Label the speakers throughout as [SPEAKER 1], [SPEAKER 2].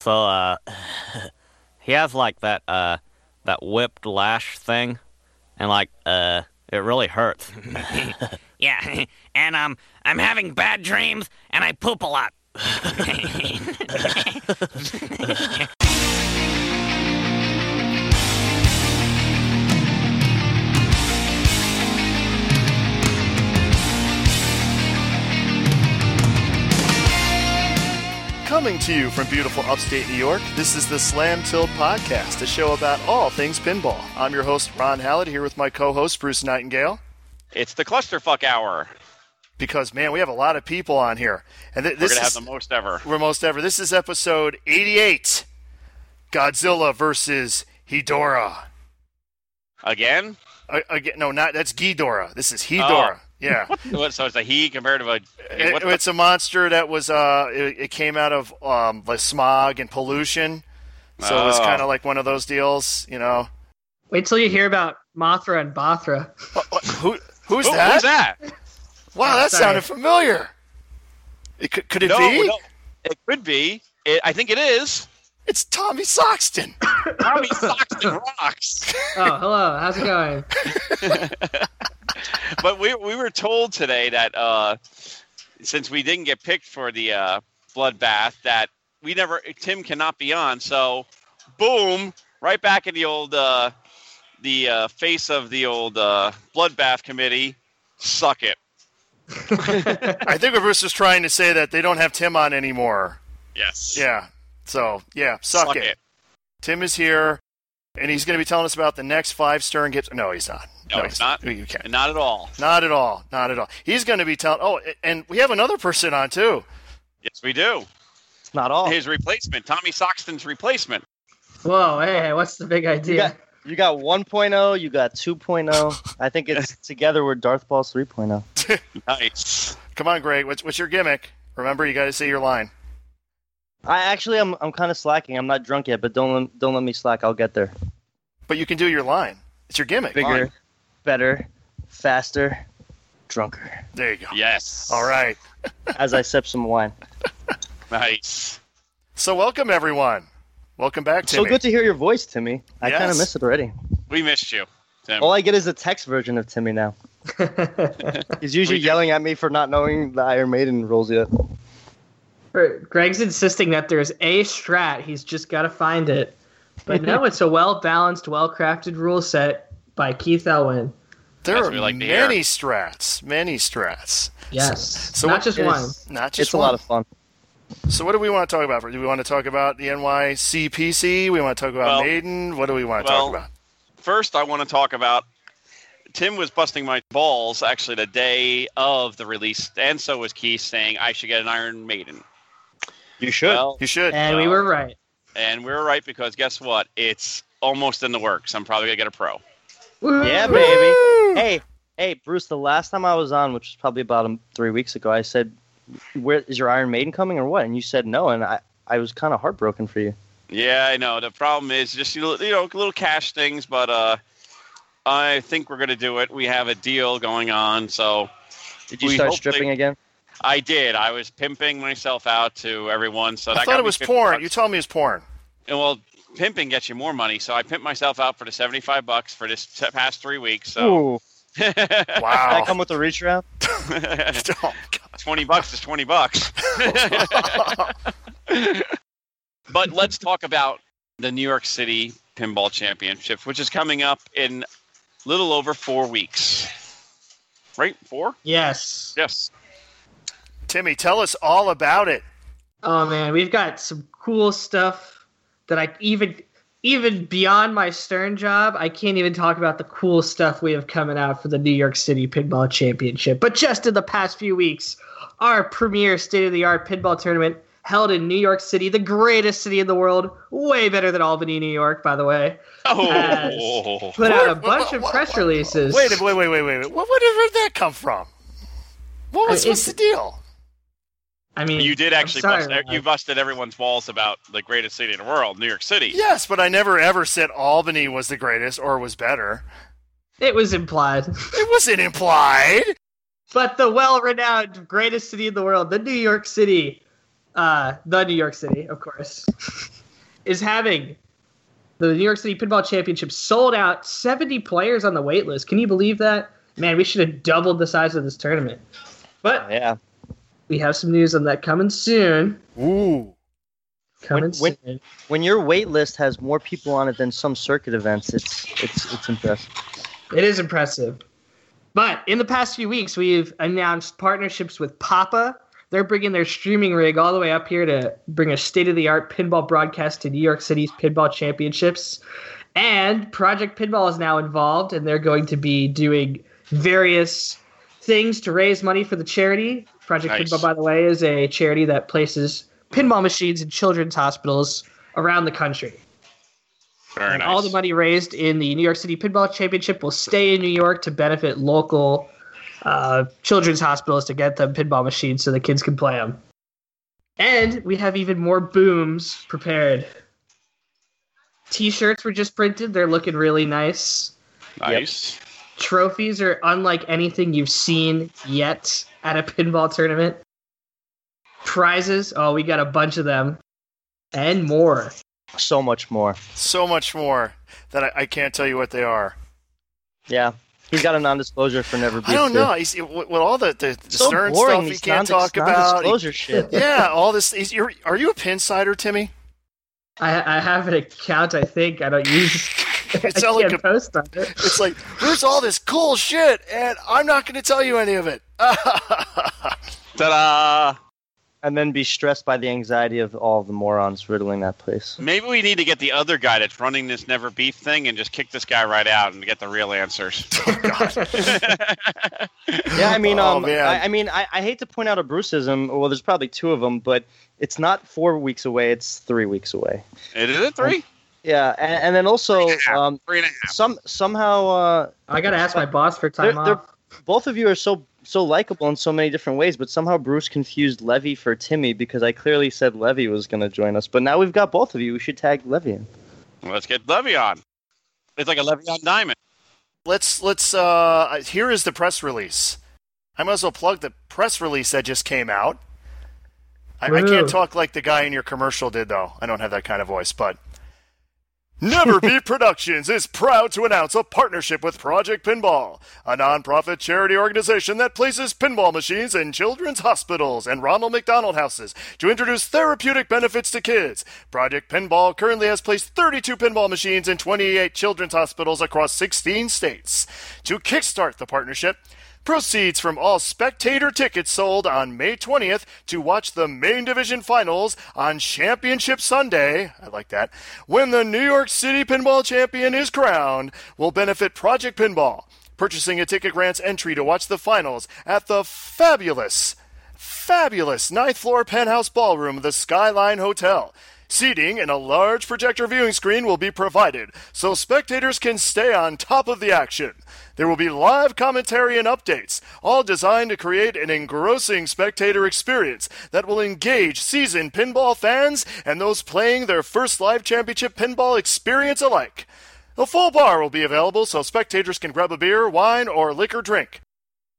[SPEAKER 1] So, uh, he has like that, uh, that whipped lash thing, and like, uh, it really hurts.
[SPEAKER 2] Yeah, and um, I'm having bad dreams, and I poop a lot.
[SPEAKER 3] Coming to you from beautiful upstate New York, this is the Slam Tilt Podcast, a show about all things pinball. I'm your host, Ron Hallett, here with my co host, Bruce Nightingale,
[SPEAKER 4] It's the clusterfuck hour.
[SPEAKER 3] because, man, we have a lot of people on here. And th-
[SPEAKER 4] We're
[SPEAKER 3] this
[SPEAKER 4] gonna have
[SPEAKER 3] is,
[SPEAKER 4] the most ever.
[SPEAKER 3] we're most ever. This is episode 88 Godzilla versus Hedora.
[SPEAKER 4] Again?
[SPEAKER 3] I, again, no, not that's Ghidorah. This is Hedora.
[SPEAKER 4] Oh.
[SPEAKER 3] Yeah.
[SPEAKER 4] What, so it's a he compared to a.
[SPEAKER 3] It-
[SPEAKER 4] what the-
[SPEAKER 3] it's a monster that was uh, it, it came out of um, the smog and pollution, so it was
[SPEAKER 4] Oh.
[SPEAKER 3] kind of like one of those deals, you know.
[SPEAKER 5] Wait till you hear about Mothra and Bothra.
[SPEAKER 3] Who who's
[SPEAKER 4] who-
[SPEAKER 3] that?
[SPEAKER 4] Who's that?
[SPEAKER 3] Wow, that
[SPEAKER 5] Sorry.
[SPEAKER 3] sounded familiar. It, could, could it
[SPEAKER 4] no,
[SPEAKER 3] be?
[SPEAKER 4] no, it could be. It, I think it is.
[SPEAKER 3] It's Tommy Soxton.
[SPEAKER 4] Tommy Soxton rocks.
[SPEAKER 5] Oh, hello. How's it going?
[SPEAKER 4] But we we were told today that uh, since we didn't get picked for the uh, bloodbath, that we never Tim cannot be on. So, boom, right back in the old uh, the uh, face of the old uh, bloodbath committee. Suck it.
[SPEAKER 3] I think what Bruce was trying to say that they don't have Tim on anymore.
[SPEAKER 4] Yes.
[SPEAKER 3] Yeah. So yeah, suck,
[SPEAKER 4] Suck
[SPEAKER 3] it.
[SPEAKER 4] it.
[SPEAKER 3] Tim is here, and he's going to be telling us about the next five Stern Gibbs. No, he's not.
[SPEAKER 4] No, he's not.
[SPEAKER 3] You can't.
[SPEAKER 4] Not at all.
[SPEAKER 3] Not at all. Not at all. He's going to be telling. Oh, and we have another person on too.
[SPEAKER 4] Yes, we do.
[SPEAKER 6] Not all.
[SPEAKER 4] His replacement, Tommy Soxton's replacement.
[SPEAKER 5] Whoa, hey, what's the big
[SPEAKER 6] You got
[SPEAKER 5] idea?
[SPEAKER 6] you got 1.0, you got 2.0. I think it's together we're Darth Balls oh. 3.0.
[SPEAKER 4] Nice.
[SPEAKER 3] Come on, Greg. What's what's your gimmick? Remember, you got to say your line.
[SPEAKER 6] I actually I'm I'm kind of slacking. I'm not drunk yet, but don't lem- don't let me slack. I'll get there.
[SPEAKER 3] But you can do your line. It's your gimmick.
[SPEAKER 6] Bigger, better, faster, drunker.
[SPEAKER 3] There you go.
[SPEAKER 4] Yes.
[SPEAKER 3] All right.
[SPEAKER 6] As I sip some wine.
[SPEAKER 4] Nice.
[SPEAKER 3] So welcome everyone. Welcome back,
[SPEAKER 6] So
[SPEAKER 3] Timmy.
[SPEAKER 6] good to hear your voice, Timmy. I kind
[SPEAKER 3] Yes.
[SPEAKER 6] of miss it already.
[SPEAKER 4] We missed you, Tim.
[SPEAKER 6] All I get is a text version of Timmy now. He's usually
[SPEAKER 4] We do.
[SPEAKER 6] yelling at me for not knowing the Iron Maiden rules yet.
[SPEAKER 5] Er, Greg's insisting that there's a strat. He's just got to find it. But no, it's a well balanced, well crafted rule set by Keith Elwin.
[SPEAKER 3] there
[SPEAKER 4] That's
[SPEAKER 3] are
[SPEAKER 4] what we like to hear.
[SPEAKER 3] many strats. Many strats.
[SPEAKER 5] Yes.
[SPEAKER 3] So
[SPEAKER 5] Not
[SPEAKER 3] what
[SPEAKER 5] just
[SPEAKER 6] is-
[SPEAKER 5] one.
[SPEAKER 3] Not just
[SPEAKER 6] it's a lot
[SPEAKER 3] one.
[SPEAKER 6] of fun.
[SPEAKER 3] So what do we want to talk about? Do we want to talk about the NYCPC? We want to talk about
[SPEAKER 4] Well-
[SPEAKER 3] Maiden? What do we want to
[SPEAKER 4] well,
[SPEAKER 3] talk about?
[SPEAKER 4] First, I want to talk about Tim was busting my balls actually the day of the release, and so was Keith saying I should get an Iron Maiden.
[SPEAKER 6] You should.
[SPEAKER 4] Well,
[SPEAKER 3] You should.
[SPEAKER 5] And we were right.
[SPEAKER 4] and we were right because guess what? It's almost in the works. I'm probably gonna get a pro.
[SPEAKER 6] Yeah,
[SPEAKER 5] Woo!
[SPEAKER 6] baby. Hey, hey, Bruce. The last time I was on, which was probably about um, three weeks ago, I said, "Where is your Iron Maiden coming or what?" And you said no, and I, I was kind of heartbroken for you.
[SPEAKER 4] Yeah, I know. The problem is just you know, you know little cash things, but uh, I think we're gonna do it. We have a deal going on, so
[SPEAKER 6] Did you
[SPEAKER 4] We
[SPEAKER 6] start
[SPEAKER 4] hope
[SPEAKER 6] stripping
[SPEAKER 4] they-
[SPEAKER 6] again?
[SPEAKER 4] I did. I was pimping myself out to everyone. So that
[SPEAKER 3] I
[SPEAKER 4] got
[SPEAKER 3] thought
[SPEAKER 4] me
[SPEAKER 3] it was
[SPEAKER 4] 50
[SPEAKER 3] porn.
[SPEAKER 4] bucks.
[SPEAKER 3] You told me it was porn.
[SPEAKER 4] and well, pimping gets you more money. So I pimped myself out for the seventy-five bucks for this t- past three weeks. So
[SPEAKER 6] Ooh, did I
[SPEAKER 3] Oh. Wow.
[SPEAKER 6] come with a reach round?
[SPEAKER 3] Oh,
[SPEAKER 4] twenty bucks is twenty bucks.
[SPEAKER 3] God.
[SPEAKER 4] but let's talk about the New York City Pinball Championships, which is coming up in little over four weeks. Right? Four?
[SPEAKER 5] Yes.
[SPEAKER 4] Yes.
[SPEAKER 3] Timmy, tell us all about it.
[SPEAKER 5] Oh man, we've got some cool stuff that I even even beyond my stern job, I can't even talk about the cool stuff we have coming out for the New York City Pinball Championship. But just in the past few weeks, our premier state of the art pinball tournament held in New York City, the greatest city in the world, way better than Albany, New York, by the way.
[SPEAKER 4] Oh,
[SPEAKER 5] Put out a
[SPEAKER 3] What?
[SPEAKER 5] bunch
[SPEAKER 3] What?
[SPEAKER 5] of
[SPEAKER 3] What?
[SPEAKER 5] press releases.
[SPEAKER 3] Wait, wait, wait, wait, wait. What, what did, where did that come from? What was
[SPEAKER 5] Uh,
[SPEAKER 3] what's
[SPEAKER 5] it's-
[SPEAKER 3] the deal?
[SPEAKER 5] I mean,
[SPEAKER 4] you did
[SPEAKER 5] I'm
[SPEAKER 4] actually
[SPEAKER 5] sorry,
[SPEAKER 4] bust. You
[SPEAKER 5] Ryan.
[SPEAKER 4] busted everyone's balls about the greatest city in the world, New York City.
[SPEAKER 3] Yes, but I never ever said Albany was the greatest or was better.
[SPEAKER 5] It was implied.
[SPEAKER 3] It wasn't implied.
[SPEAKER 5] but the well-renowned greatest city in the world the new york city uh the new york city of course is having the New York City Pinball Championship sold out 70 players on the wait list. Can you believe that? Man, we should have doubled the size of this tournament. But
[SPEAKER 6] Yeah.
[SPEAKER 5] we have some news on that coming soon.
[SPEAKER 3] Ooh.
[SPEAKER 5] Coming
[SPEAKER 6] When- when-
[SPEAKER 5] soon.
[SPEAKER 6] When your wait list has more people on it than some circuit events, it's it's it's impressive.
[SPEAKER 5] It is impressive. But in the past few weeks, we've announced partnerships with Papa. They're bringing their streaming rig all the way up here to bring a state of the art pinball broadcast to New York City's pinball championships. And Project Pinball is now involved, and they're going to be doing various things to raise money for the charity. Project
[SPEAKER 4] Nice.
[SPEAKER 5] Pinball, by the way, is a charity that places pinball machines in children's hospitals around the country
[SPEAKER 4] Very
[SPEAKER 5] and
[SPEAKER 4] nice.
[SPEAKER 5] all the money raised in the New York City Pinball Championship will stay in New York to benefit local uh, children's hospitals to get them pinball machines so the kids can play them. And we have even more booms prepared. T-shirts were just printed; they're looking really nice.
[SPEAKER 4] nice.
[SPEAKER 5] Trophies are unlike anything you've seen yet at a pinball tournament. Prizes, oh, we got a bunch of them, and more.
[SPEAKER 6] So much more.
[SPEAKER 3] So much more that I, I can't tell you what they are.
[SPEAKER 6] Yeah. He's got a non-disclosure for never.
[SPEAKER 3] I don't know. He's, with with all the, the, the
[SPEAKER 6] So
[SPEAKER 3] Stern
[SPEAKER 6] boring.
[SPEAKER 3] stuff he
[SPEAKER 6] these
[SPEAKER 3] can't
[SPEAKER 6] non-
[SPEAKER 3] talk about.
[SPEAKER 6] Non-disclosure shit.
[SPEAKER 3] yeah, all this. Is, you're, are you a pin sider, Timmy?
[SPEAKER 5] I, I have an account, I think. I don't use
[SPEAKER 3] It's
[SPEAKER 5] I
[SPEAKER 3] not like
[SPEAKER 5] can't
[SPEAKER 3] a-
[SPEAKER 5] post on it.
[SPEAKER 3] It's like there's all this cool shit, and I'm not going to tell you any of it.
[SPEAKER 4] Ta-da!
[SPEAKER 6] And then be stressed by the anxiety of all the morons riddling that place.
[SPEAKER 4] Maybe we need to get the other guy that's running this never beef thing and just kick this guy right out and get the real answers.
[SPEAKER 6] Yeah, I mean,
[SPEAKER 3] Oh,
[SPEAKER 6] um,
[SPEAKER 3] man.
[SPEAKER 6] I, I mean, I, I hate to point out a Bruceism. Well, there's probably two of them, but it's not four weeks away. It's three weeks away.
[SPEAKER 4] It is it three?
[SPEAKER 6] Yeah, and, and then also,
[SPEAKER 4] Three and a half.
[SPEAKER 6] um,
[SPEAKER 4] Three and a half.
[SPEAKER 6] some somehow, uh,
[SPEAKER 5] I gotta ask my boss for
[SPEAKER 6] they're,
[SPEAKER 5] time
[SPEAKER 6] they're,
[SPEAKER 5] off.
[SPEAKER 6] both of you are so so likable in so many different ways, but somehow Bruce confused Levy for Timmy because I clearly said Levy was going to join us, but now we've got both of you. We should tag Levy in.
[SPEAKER 4] Let's get Le'Veon. It's like a Le'Veon diamond.
[SPEAKER 3] let's let's. Uh, here is the press release. I might as well plug the press release that just came out. I, I
[SPEAKER 5] Woo.
[SPEAKER 3] can't talk like the guy in your commercial did, though. I don't have that kind of voice, but. Never Be Productions is proud to announce a partnership with Project Pinball, a nonprofit charity organization that places pinball machines in children's hospitals and Ronald McDonald houses to introduce therapeutic benefits to kids. Project Pinball currently has placed 32 pinball machines in 28 children's hospitals across 16 states. To kickstart the partnership, Proceeds from all spectator tickets sold on May 20th to watch the main division finals on Championship Sunday. I like that. When the New York City Pinball Champion is crowned, will benefit Project Pinball. Purchasing a ticket grants entry to watch the finals at the fabulous, fabulous ninth floor penthouse ballroom of the Skyline Hotel. Seating and a large projector viewing screen will be provided so spectators can stay on top of the action. There will be live commentary and updates, all designed to create an engrossing spectator experience that will engage seasoned pinball fans and those playing their first live championship pinball experience alike. A full bar will be available so spectators can grab a beer, wine, or liquor drink.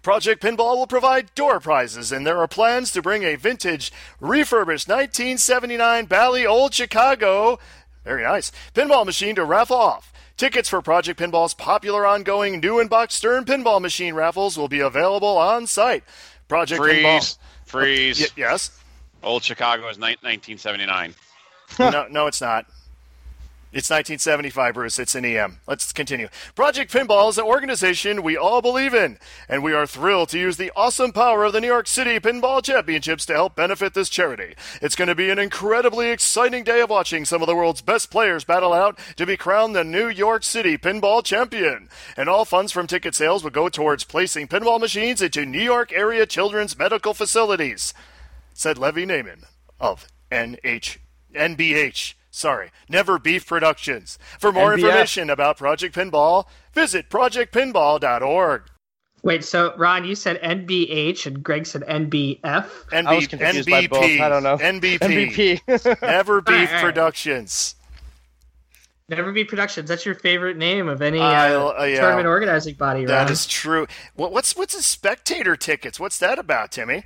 [SPEAKER 3] Project Pinball will provide door prizes, and there are plans to bring a vintage, refurbished 1979 Bally Old Chicago, very nice, pinball machine to raffle off. Tickets for Project Pinball's popular ongoing new and box Stern pinball machine raffles will be available on site. Project
[SPEAKER 4] Freeze.
[SPEAKER 3] Pinball.
[SPEAKER 4] Freeze.
[SPEAKER 3] Y- yes?
[SPEAKER 4] Old Chicago is ni- 1979.
[SPEAKER 3] no, no, it's not. It's 1975, Bruce. It's an EM. Let's continue. Project Pinball is an organization we all believe in, and we are thrilled to use the awesome power of the New York City Pinball Championships to help benefit this charity. It's going to be an incredibly exciting day of watching some of the world's best players battle out to be crowned the New York City Pinball Champion. And all funds from ticket sales will go towards placing pinball machines into New York area children's medical facilities said Levy Naiman of NH NBH. Sorry, Never Beef Productions. For more
[SPEAKER 6] NBF.
[SPEAKER 3] information about Project Pinball, visit projectpinball.org.
[SPEAKER 5] Wait, so Ron, you said NBH and Greg said NBF.
[SPEAKER 3] NB,
[SPEAKER 6] I was confused by
[SPEAKER 3] NBP.
[SPEAKER 6] both. I don't know.
[SPEAKER 3] NBP.
[SPEAKER 6] MVP.
[SPEAKER 3] Never Beef
[SPEAKER 5] All right.
[SPEAKER 3] Productions.
[SPEAKER 5] Never Be Productions. That's your favorite name of any uh,
[SPEAKER 3] I'll- uh, yeah.
[SPEAKER 5] tournament organizing body, Ron.
[SPEAKER 3] That is true. What, what's what's the spectator tickets? What's that about, Timmy?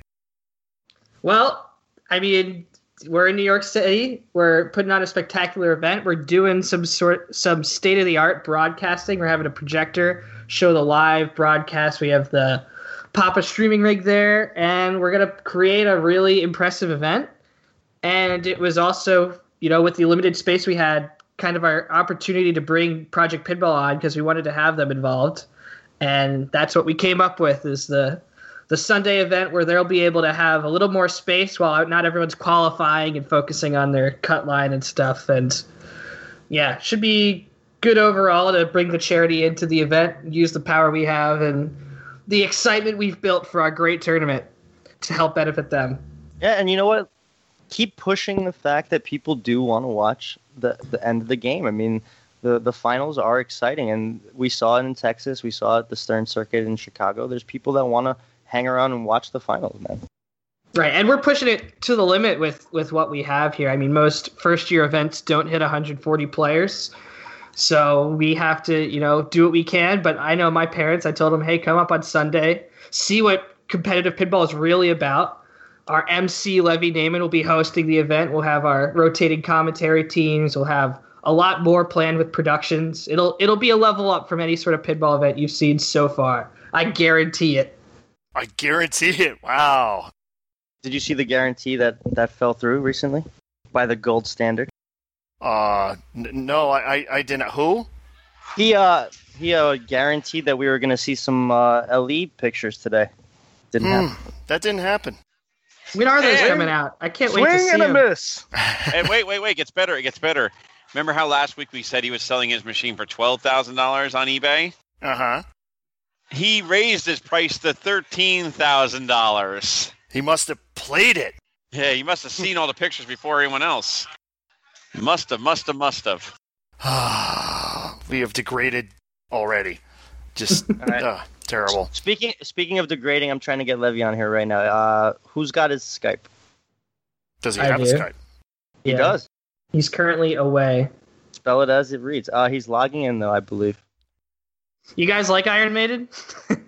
[SPEAKER 5] Well, I mean, we're in New York City. We're putting on a spectacular event. We're doing some sort some state of the art broadcasting. We're having a projector show the live broadcast. We have the Papa streaming rig there, and we're gonna create a really impressive event. And it was also, you know, with the limited space we had, kind of our opportunity to bring Project Pinball on because we wanted to have them involved. And that's what we came up with is the the Sunday event where they'll be able to have a little more space while not everyone's qualifying and focusing on their cut line and stuff. And yeah, should be good overall to bring the charity into the event, use the power we have and the excitement we've built for our great tournament to help benefit them.
[SPEAKER 6] Yeah, and you know what? Keep pushing the fact that people do want to watch the, the end of the game. I mean, the, the finals are exciting, and we saw it in Texas. We saw it at the Stern Circuit in Chicago. There's people that want to hang around and watch the finals, man.
[SPEAKER 5] Right, and we're pushing it to the limit with with what we have here. I mean, most first year events don't hit 140 players. So we have to, you know, do what we can, but I know my parents, I told them, "Hey, come up on Sunday, see what competitive pinball is really about." Our MC Levy Naiman will be hosting the event. We'll have our rotating commentary teams. We'll have a lot more planned with productions. It'll it'll be a level up from any sort of pinball event you've seen so far. I guarantee it.
[SPEAKER 3] I guarantee it. Wow.
[SPEAKER 6] Did you see the guarantee that that fell through recently by the gold standard?
[SPEAKER 3] Uh, n- no, I, I, I didn't. Who?
[SPEAKER 6] He uh he uh, guaranteed that we were going to see some uh, LE pictures today. Didn't
[SPEAKER 3] Hmm.
[SPEAKER 6] happen.
[SPEAKER 3] That didn't happen.
[SPEAKER 5] When are those
[SPEAKER 4] Hey.
[SPEAKER 5] coming out? I can't wait to see them.
[SPEAKER 6] miss.
[SPEAKER 4] and wait, wait, wait. It gets better. It gets better. Remember how last week we said he was selling his machine for twelve thousand dollars on eBay?
[SPEAKER 3] Uh huh.
[SPEAKER 4] He raised his price to thirteen thousand dollars.
[SPEAKER 3] He must have played it.
[SPEAKER 4] Yeah, you must have seen all the pictures before anyone else. Must have, must have, must have.
[SPEAKER 3] we have degraded already. Just
[SPEAKER 6] right.
[SPEAKER 3] uh, terrible.
[SPEAKER 6] Speaking speaking of degrading, I'm trying to get Levy on here right now. Uh, who's got his Skype?
[SPEAKER 3] Does he
[SPEAKER 5] I
[SPEAKER 3] have a
[SPEAKER 5] do.
[SPEAKER 3] Skype?
[SPEAKER 6] He
[SPEAKER 5] Yeah.
[SPEAKER 6] does.
[SPEAKER 5] He's currently away.
[SPEAKER 6] Spell it as it reads. Uh, he's logging in though, I believe.
[SPEAKER 5] You guys like Iron Maiden?
[SPEAKER 6] I,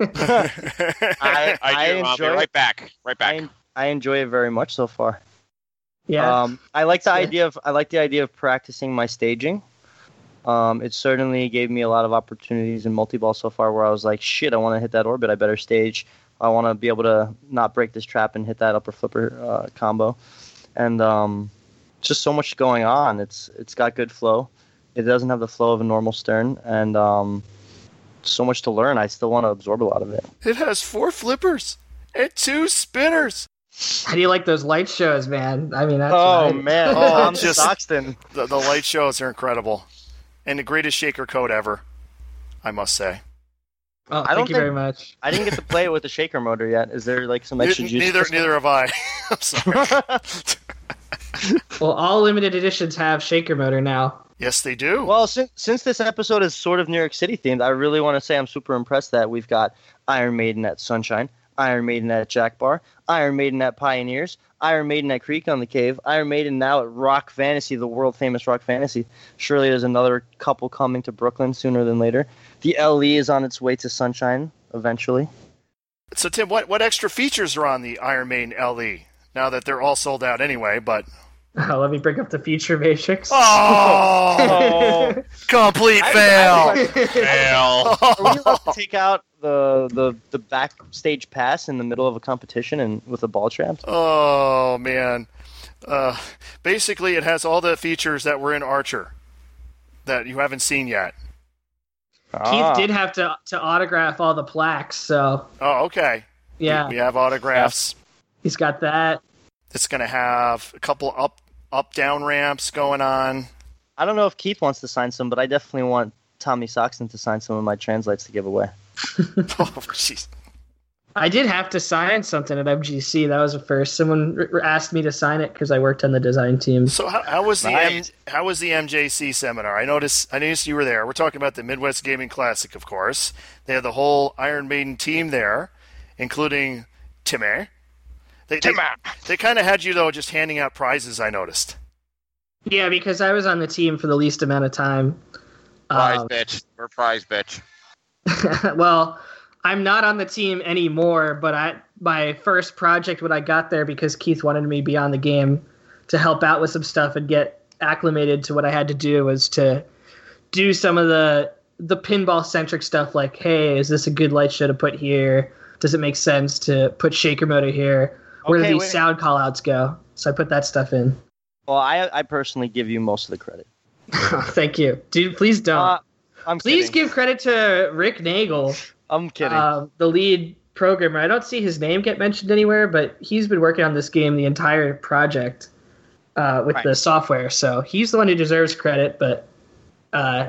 [SPEAKER 4] I do. I'll be
[SPEAKER 6] enjoy it.
[SPEAKER 4] right back. Right back.
[SPEAKER 6] I, I enjoy it very much so far.
[SPEAKER 5] yeah.
[SPEAKER 6] Um, I like the
[SPEAKER 5] Sure.
[SPEAKER 6] idea of I like the idea of practicing my staging. Um, it certainly gave me a lot of opportunities in multi-ball so far, where I was like, "Shit, I want to hit that orbit. I better stage. I want to be able to not break this trap and hit that upper flipper uh, combo." And um, just so much going on. It's it's got good flow. It doesn't have the flow of a normal stern, and um, so much to learn. I still want to absorb a lot of it.
[SPEAKER 3] it has four flippers and two spinners.
[SPEAKER 5] How do you like those light shows, man? I mean, that's
[SPEAKER 6] oh
[SPEAKER 5] what I-
[SPEAKER 6] man, oh,
[SPEAKER 3] I'm
[SPEAKER 6] I'm
[SPEAKER 3] just-
[SPEAKER 6] Stoxton.
[SPEAKER 3] The, the light shows are incredible, and the greatest shaker code ever. I must say.
[SPEAKER 5] Oh,
[SPEAKER 6] I
[SPEAKER 5] thank
[SPEAKER 6] don't
[SPEAKER 5] you very much.
[SPEAKER 6] I didn't get to play it with the shaker motor yet. Is there like some extra
[SPEAKER 3] Ne-
[SPEAKER 6] juice?
[SPEAKER 3] neither, neither have I. I'm sorry.
[SPEAKER 5] Well, all limited editions have shaker motor now.
[SPEAKER 3] yes, they do.
[SPEAKER 6] Well, since, since this episode is sort of New York City themed, I really want to say I'm super impressed that we've got Iron Maiden at Sunshine, Iron Maiden at Jack Bar, Iron Maiden at Pioneers, Iron Maiden at Creek on the Cave, Iron Maiden now at Rock Fantasy, the world famous Rock Fantasy. Surely there's another couple coming to Brooklyn sooner than later. The LE is on its way to Sunshine eventually.
[SPEAKER 3] so, Tim, what, what extra features are on the Iron Maiden LE? Now that they're all sold out anyway, but
[SPEAKER 5] Oh, let me bring up the feature matrix.
[SPEAKER 3] oh, complete fail.
[SPEAKER 4] Fail.
[SPEAKER 6] Are we allowed to take out the, the the backstage pass in the middle of a competition and with a ball trap?
[SPEAKER 3] Oh man. Uh, basically, it has all the features that were in Archer that you haven't seen yet.
[SPEAKER 6] Ah.
[SPEAKER 5] Keith did have to to autograph all the plaques, so
[SPEAKER 3] Oh, okay.
[SPEAKER 5] yeah,
[SPEAKER 3] We have autographs.
[SPEAKER 5] he's got that.
[SPEAKER 3] It's going to have a couple up, up, down ramps going on.
[SPEAKER 6] I don't know if Keith wants to sign some, but I definitely want Tommy Soxton to sign some of my translates to give away.
[SPEAKER 3] oh, jeez.
[SPEAKER 5] I did have to sign something at MGC. That was the first. Someone r- r- asked me to sign it because I worked on the design team.
[SPEAKER 3] So how, how was the M-
[SPEAKER 6] Nice.
[SPEAKER 3] how was the MJC seminar? I noticed I noticed you were there. We're talking about the Midwest Gaming Classic, of course. They had the whole Iron Maiden team there, including Timmy. They, they, they kind of had you though, just handing out prizes. I noticed.
[SPEAKER 5] Yeah, because I was on the team for the least amount of time.
[SPEAKER 4] Prize
[SPEAKER 5] Um,
[SPEAKER 4] bitch. We're prize bitch.
[SPEAKER 5] well, I'm not on the team anymore, but I my first project when I got there because Keith wanted me to be on the game to help out with some stuff and get acclimated to what I had to do was to do some of the the pinball centric stuff like hey is this a good light show to put here does it make sense to put shaker motor here where
[SPEAKER 6] Okay,
[SPEAKER 5] do these
[SPEAKER 6] wait.
[SPEAKER 5] sound call outs go so i put that stuff in
[SPEAKER 6] Well, I, I personally give you most of the credit.
[SPEAKER 5] thank you dude please don't
[SPEAKER 6] Uh, I'm
[SPEAKER 5] please
[SPEAKER 6] kidding.
[SPEAKER 5] give credit to rick nagel
[SPEAKER 6] I'm kidding.
[SPEAKER 5] uh, the lead programmer i don't see his name get mentioned anywhere but he's been working on this game the entire project uh, with
[SPEAKER 6] Right.
[SPEAKER 5] the software so he's the one who deserves credit but uh,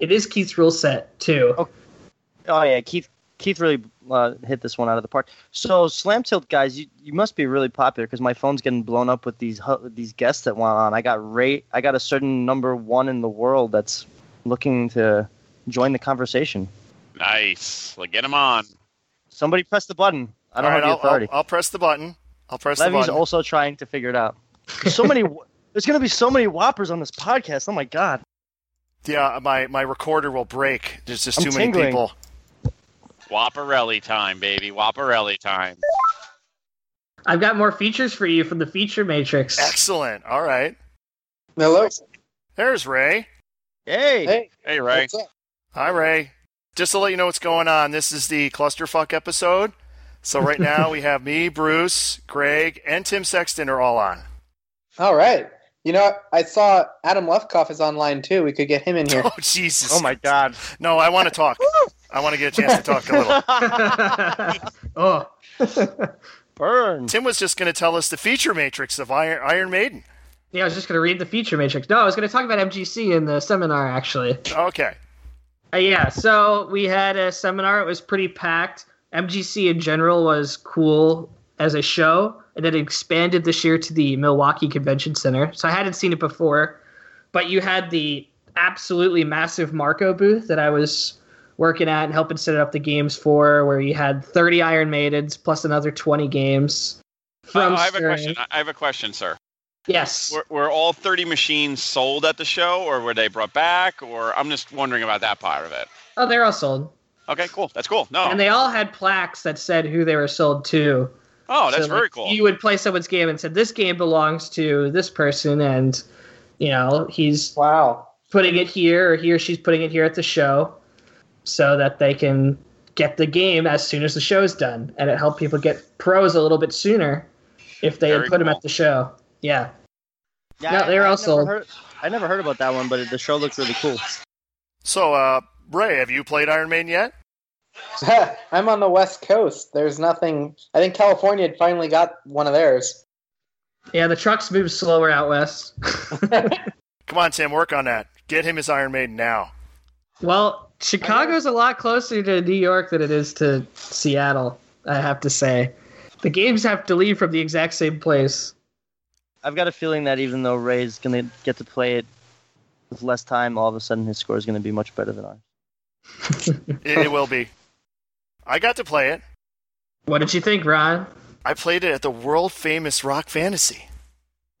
[SPEAKER 5] it is keith's rule set too
[SPEAKER 6] oh yeah, Keith. Keith really uh, hit this one out of the park. So Slam Tilt guys, you, you must be really popular because my phone's getting blown up with these hu- these guests that went on. I got rate. I got a certain number one in the world that's looking to join the conversation.
[SPEAKER 4] Nice. Well, get him on.
[SPEAKER 6] Somebody press the button. I don't
[SPEAKER 3] All
[SPEAKER 6] have
[SPEAKER 3] right,
[SPEAKER 6] the
[SPEAKER 3] I'll-
[SPEAKER 6] authority.
[SPEAKER 3] I'll, I'll press the button. I'll press
[SPEAKER 6] Levy's
[SPEAKER 3] the button.
[SPEAKER 6] also trying to figure it out. So many. there's gonna be so many whoppers on this podcast. Oh my god.
[SPEAKER 3] yeah, my, my recorder will break. There's just
[SPEAKER 6] I'm
[SPEAKER 3] too
[SPEAKER 6] tingling.
[SPEAKER 3] many people.
[SPEAKER 4] Whopperelli time, baby. Whopperelli time.
[SPEAKER 5] I've got more features for you from the feature matrix.
[SPEAKER 3] Excellent. All right.
[SPEAKER 7] Hello.
[SPEAKER 3] There's Ray.
[SPEAKER 6] Hey.
[SPEAKER 7] Hey,
[SPEAKER 4] Hey, Ray.
[SPEAKER 7] what's up?
[SPEAKER 3] Hi, Ray. Just to let you know what's going on, this is the clusterfuck episode. So right now we have me, Bruce, Greg, and Tim Sexton are all on.
[SPEAKER 7] All right. You know, I saw Adam Lefkoff is online too. We could get him in here.
[SPEAKER 3] Oh Jesus!
[SPEAKER 6] Oh my god.
[SPEAKER 3] No, I want to talk. I want to get a chance to talk a little.
[SPEAKER 5] oh,
[SPEAKER 6] Burn.
[SPEAKER 3] Tim was just going to tell us the feature matrix of Iron, Iron Maiden.
[SPEAKER 5] yeah, I was just going to read the feature matrix. No, I was going to talk about MGC in the seminar, actually.
[SPEAKER 3] Okay.
[SPEAKER 5] Uh, yeah, so we had a seminar. It was pretty packed. MGC in general was cool as a show, and it expanded this year to the Milwaukee Convention Center. So I hadn't seen it before, but you had the absolutely massive Marco booth that I was working at and helping set up the games for, where you had 30 Iron Maidens plus another 20 games. From
[SPEAKER 4] Uh, I have a
[SPEAKER 5] Stern.
[SPEAKER 4] question. I I have a question, sir.
[SPEAKER 5] Yes.
[SPEAKER 4] Were, were all 30 machines sold at the show, or were they brought back? Or I'm just wondering about that part of it.
[SPEAKER 5] Oh, they're all sold.
[SPEAKER 4] Okay, cool. That's cool. No.
[SPEAKER 5] And they all had plaques that said who they were sold to.
[SPEAKER 4] oh, that's
[SPEAKER 5] So, like,
[SPEAKER 4] very cool.
[SPEAKER 5] You would play someone's game and said, "This game belongs to this person," and you know he's
[SPEAKER 7] Wow.
[SPEAKER 5] putting it here, or he or she's putting it here at the show, so that they can get the game as soon as the show's done, and it helped people get pros a little bit sooner if they
[SPEAKER 4] Very
[SPEAKER 5] had put them
[SPEAKER 4] cool.
[SPEAKER 5] at the show. Yeah,
[SPEAKER 6] Yeah,
[SPEAKER 5] No,
[SPEAKER 6] I-
[SPEAKER 5] they're
[SPEAKER 6] I
[SPEAKER 5] all
[SPEAKER 6] never
[SPEAKER 5] sold.
[SPEAKER 6] heard- I never heard about that one, but the show looked really cool.
[SPEAKER 3] So, uh, Ray, have you played Iron Maiden yet?
[SPEAKER 7] I'm on the West Coast. There's nothing. I think California had finally got one of theirs.
[SPEAKER 5] yeah. The trucks move slower out west.
[SPEAKER 3] Come on, Tim, work on that. Get him his Iron Maiden now.
[SPEAKER 5] well, Chicago's a lot closer to New York than it is to Seattle. I have to say, the games have to leave from the exact same place.
[SPEAKER 6] I've got a feeling that even though Ray's going to get to play it with less time, all of a sudden his score is going to be much better than ours.
[SPEAKER 3] It, it will be. I got to play it.
[SPEAKER 5] What did you think, Ron?
[SPEAKER 3] I played it at the world famous Rock Fantasy.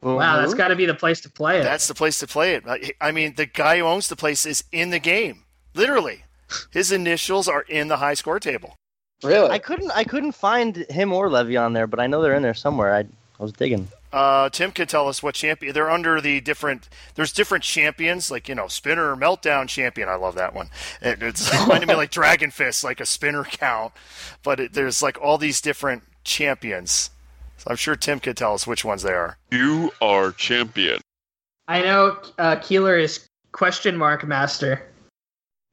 [SPEAKER 5] Wow, that's
[SPEAKER 3] Mm-hmm.
[SPEAKER 6] Mhm.
[SPEAKER 5] got to be the place to play it.
[SPEAKER 3] That's the place to play it. I, I mean, the guy who owns the place is in the game. Literally, his initials are in the high score table.
[SPEAKER 7] Really?
[SPEAKER 6] I couldn't. I couldn't find him or Levy on there, but I know they're in there somewhere. I, I was digging.
[SPEAKER 3] Uh, Tim could tell us what champion they're under. The different there's different champions like you know spinner meltdown champion. I love that one. It, it's reminded me like Dragon Fist, like a spinner count, but it, there's like all these different champions. So I'm sure Tim could tell us which ones they are.
[SPEAKER 4] you are champion.
[SPEAKER 5] I know uh, Keeler is question mark master,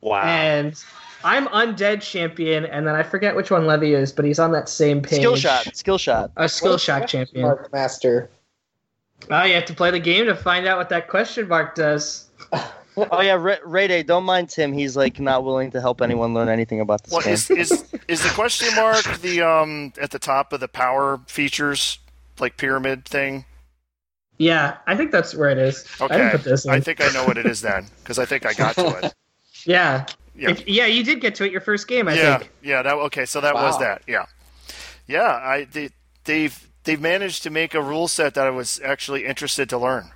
[SPEAKER 5] and I'm undead champion, and then I forget which one Levy is, but he's on that same page.
[SPEAKER 6] Skill shot. Skill shot.
[SPEAKER 5] A
[SPEAKER 7] What
[SPEAKER 5] skill
[SPEAKER 7] is
[SPEAKER 5] shock
[SPEAKER 7] question
[SPEAKER 5] champion.
[SPEAKER 7] Mark Master.
[SPEAKER 5] Oh, you have to play the game to find out what that question mark does.
[SPEAKER 6] Oh yeah, Ray, Ray Day. Don't mind Tim. He's like not willing to help anyone learn anything about this
[SPEAKER 3] What
[SPEAKER 6] game.
[SPEAKER 3] is is is the question mark the um at the top of the power features like pyramid thing?
[SPEAKER 5] Yeah, I think that's where it is. I
[SPEAKER 3] Okay,
[SPEAKER 5] didn't put this in.
[SPEAKER 3] I think I know what it is then because I think I got to it.
[SPEAKER 5] yeah.
[SPEAKER 3] Yeah.
[SPEAKER 5] If- yeah, you did get to it your first game, I
[SPEAKER 3] yeah,
[SPEAKER 5] think.
[SPEAKER 3] yeah. That okay. So that was
[SPEAKER 7] Wow.
[SPEAKER 3] that. Yeah, yeah. I they, they've they've managed to make a rule set that I was actually interested to learn.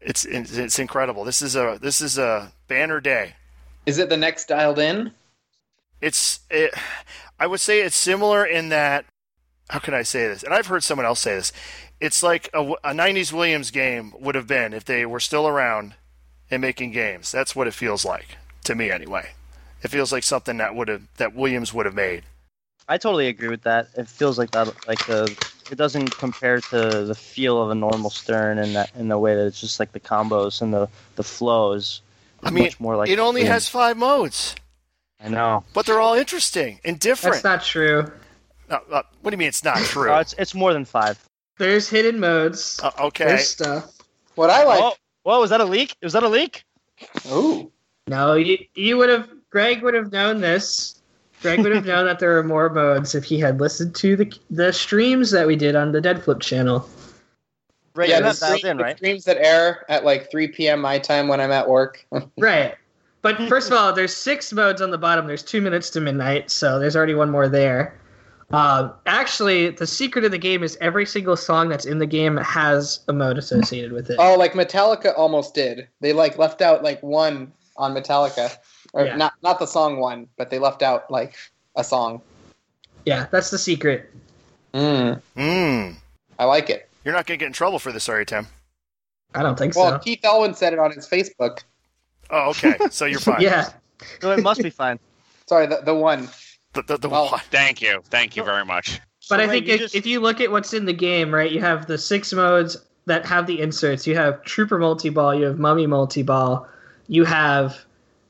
[SPEAKER 3] It's it's, it's incredible. This is a this is a banner day.
[SPEAKER 7] Is it the next dialed in?
[SPEAKER 3] It's it, I would say it's similar in that how can I say this? And I've heard someone else say this. It's like a, w- a 90s Williams game would have been if they were still around and making games. That's what it feels like to me anyway. It feels like something that would have that Williams would have made.
[SPEAKER 6] I totally agree with that. It feels like that, like the it doesn't compare to the feel of a normal Stern in that in the way that it's just like the combos and the the flows.
[SPEAKER 3] I mean,
[SPEAKER 6] much more like
[SPEAKER 3] it only has five modes,
[SPEAKER 6] I know.
[SPEAKER 3] but they're all interesting and different.
[SPEAKER 5] That's not true.
[SPEAKER 3] Uh, uh, what do you mean it's not true?
[SPEAKER 6] Oh, it's it's more than five.
[SPEAKER 5] There's hidden modes.
[SPEAKER 3] Uh, okay.
[SPEAKER 5] There's stuff.
[SPEAKER 7] What I
[SPEAKER 6] Whoa,
[SPEAKER 7] like.
[SPEAKER 6] whoa, was that a leak? Was that a leak?
[SPEAKER 7] Ooh.
[SPEAKER 5] No, you you would have Greg would have known this. Greg would have known that there are more modes if he had listened to the the streams that we did on the Dead Flip channel.
[SPEAKER 6] Right,
[SPEAKER 7] yeah, the,
[SPEAKER 6] you're not dialed
[SPEAKER 7] stream,
[SPEAKER 6] in,
[SPEAKER 7] the
[SPEAKER 6] right?
[SPEAKER 7] streams that air at like 3 p.m. my time when I'm at work.
[SPEAKER 5] Right. But first of all, there's six modes on the bottom. There's two minutes to midnight, so there's already one more there. Um, actually, the secret of the game is every single song that's in the game has a mode associated with it.
[SPEAKER 7] oh, like Metallica almost did. They like left out like one on Metallica, or
[SPEAKER 5] Yeah.
[SPEAKER 7] not not the song one, but they left out like a song.
[SPEAKER 5] Yeah, that's the secret.
[SPEAKER 7] Mm,
[SPEAKER 3] Mm.
[SPEAKER 7] I like it.
[SPEAKER 3] You're not gonna get in trouble for this, are you, Tim?
[SPEAKER 5] I don't think
[SPEAKER 7] Well,
[SPEAKER 5] so.
[SPEAKER 7] Keith Elwin said it on his Facebook.
[SPEAKER 3] Oh, okay. So you're fine.
[SPEAKER 5] Yeah,
[SPEAKER 6] So it must be fine.
[SPEAKER 7] Sorry, the, the one.
[SPEAKER 3] The, the, the
[SPEAKER 7] Well,
[SPEAKER 3] one.
[SPEAKER 4] Thank you. Thank you very much.
[SPEAKER 6] So
[SPEAKER 5] but I
[SPEAKER 6] wait,
[SPEAKER 5] think
[SPEAKER 6] you
[SPEAKER 5] if,
[SPEAKER 6] just-
[SPEAKER 5] if you look at what's in the game, right, you have the six modes that have the inserts. You have Trooper Multi Ball, you have Mummy Multi Ball, you have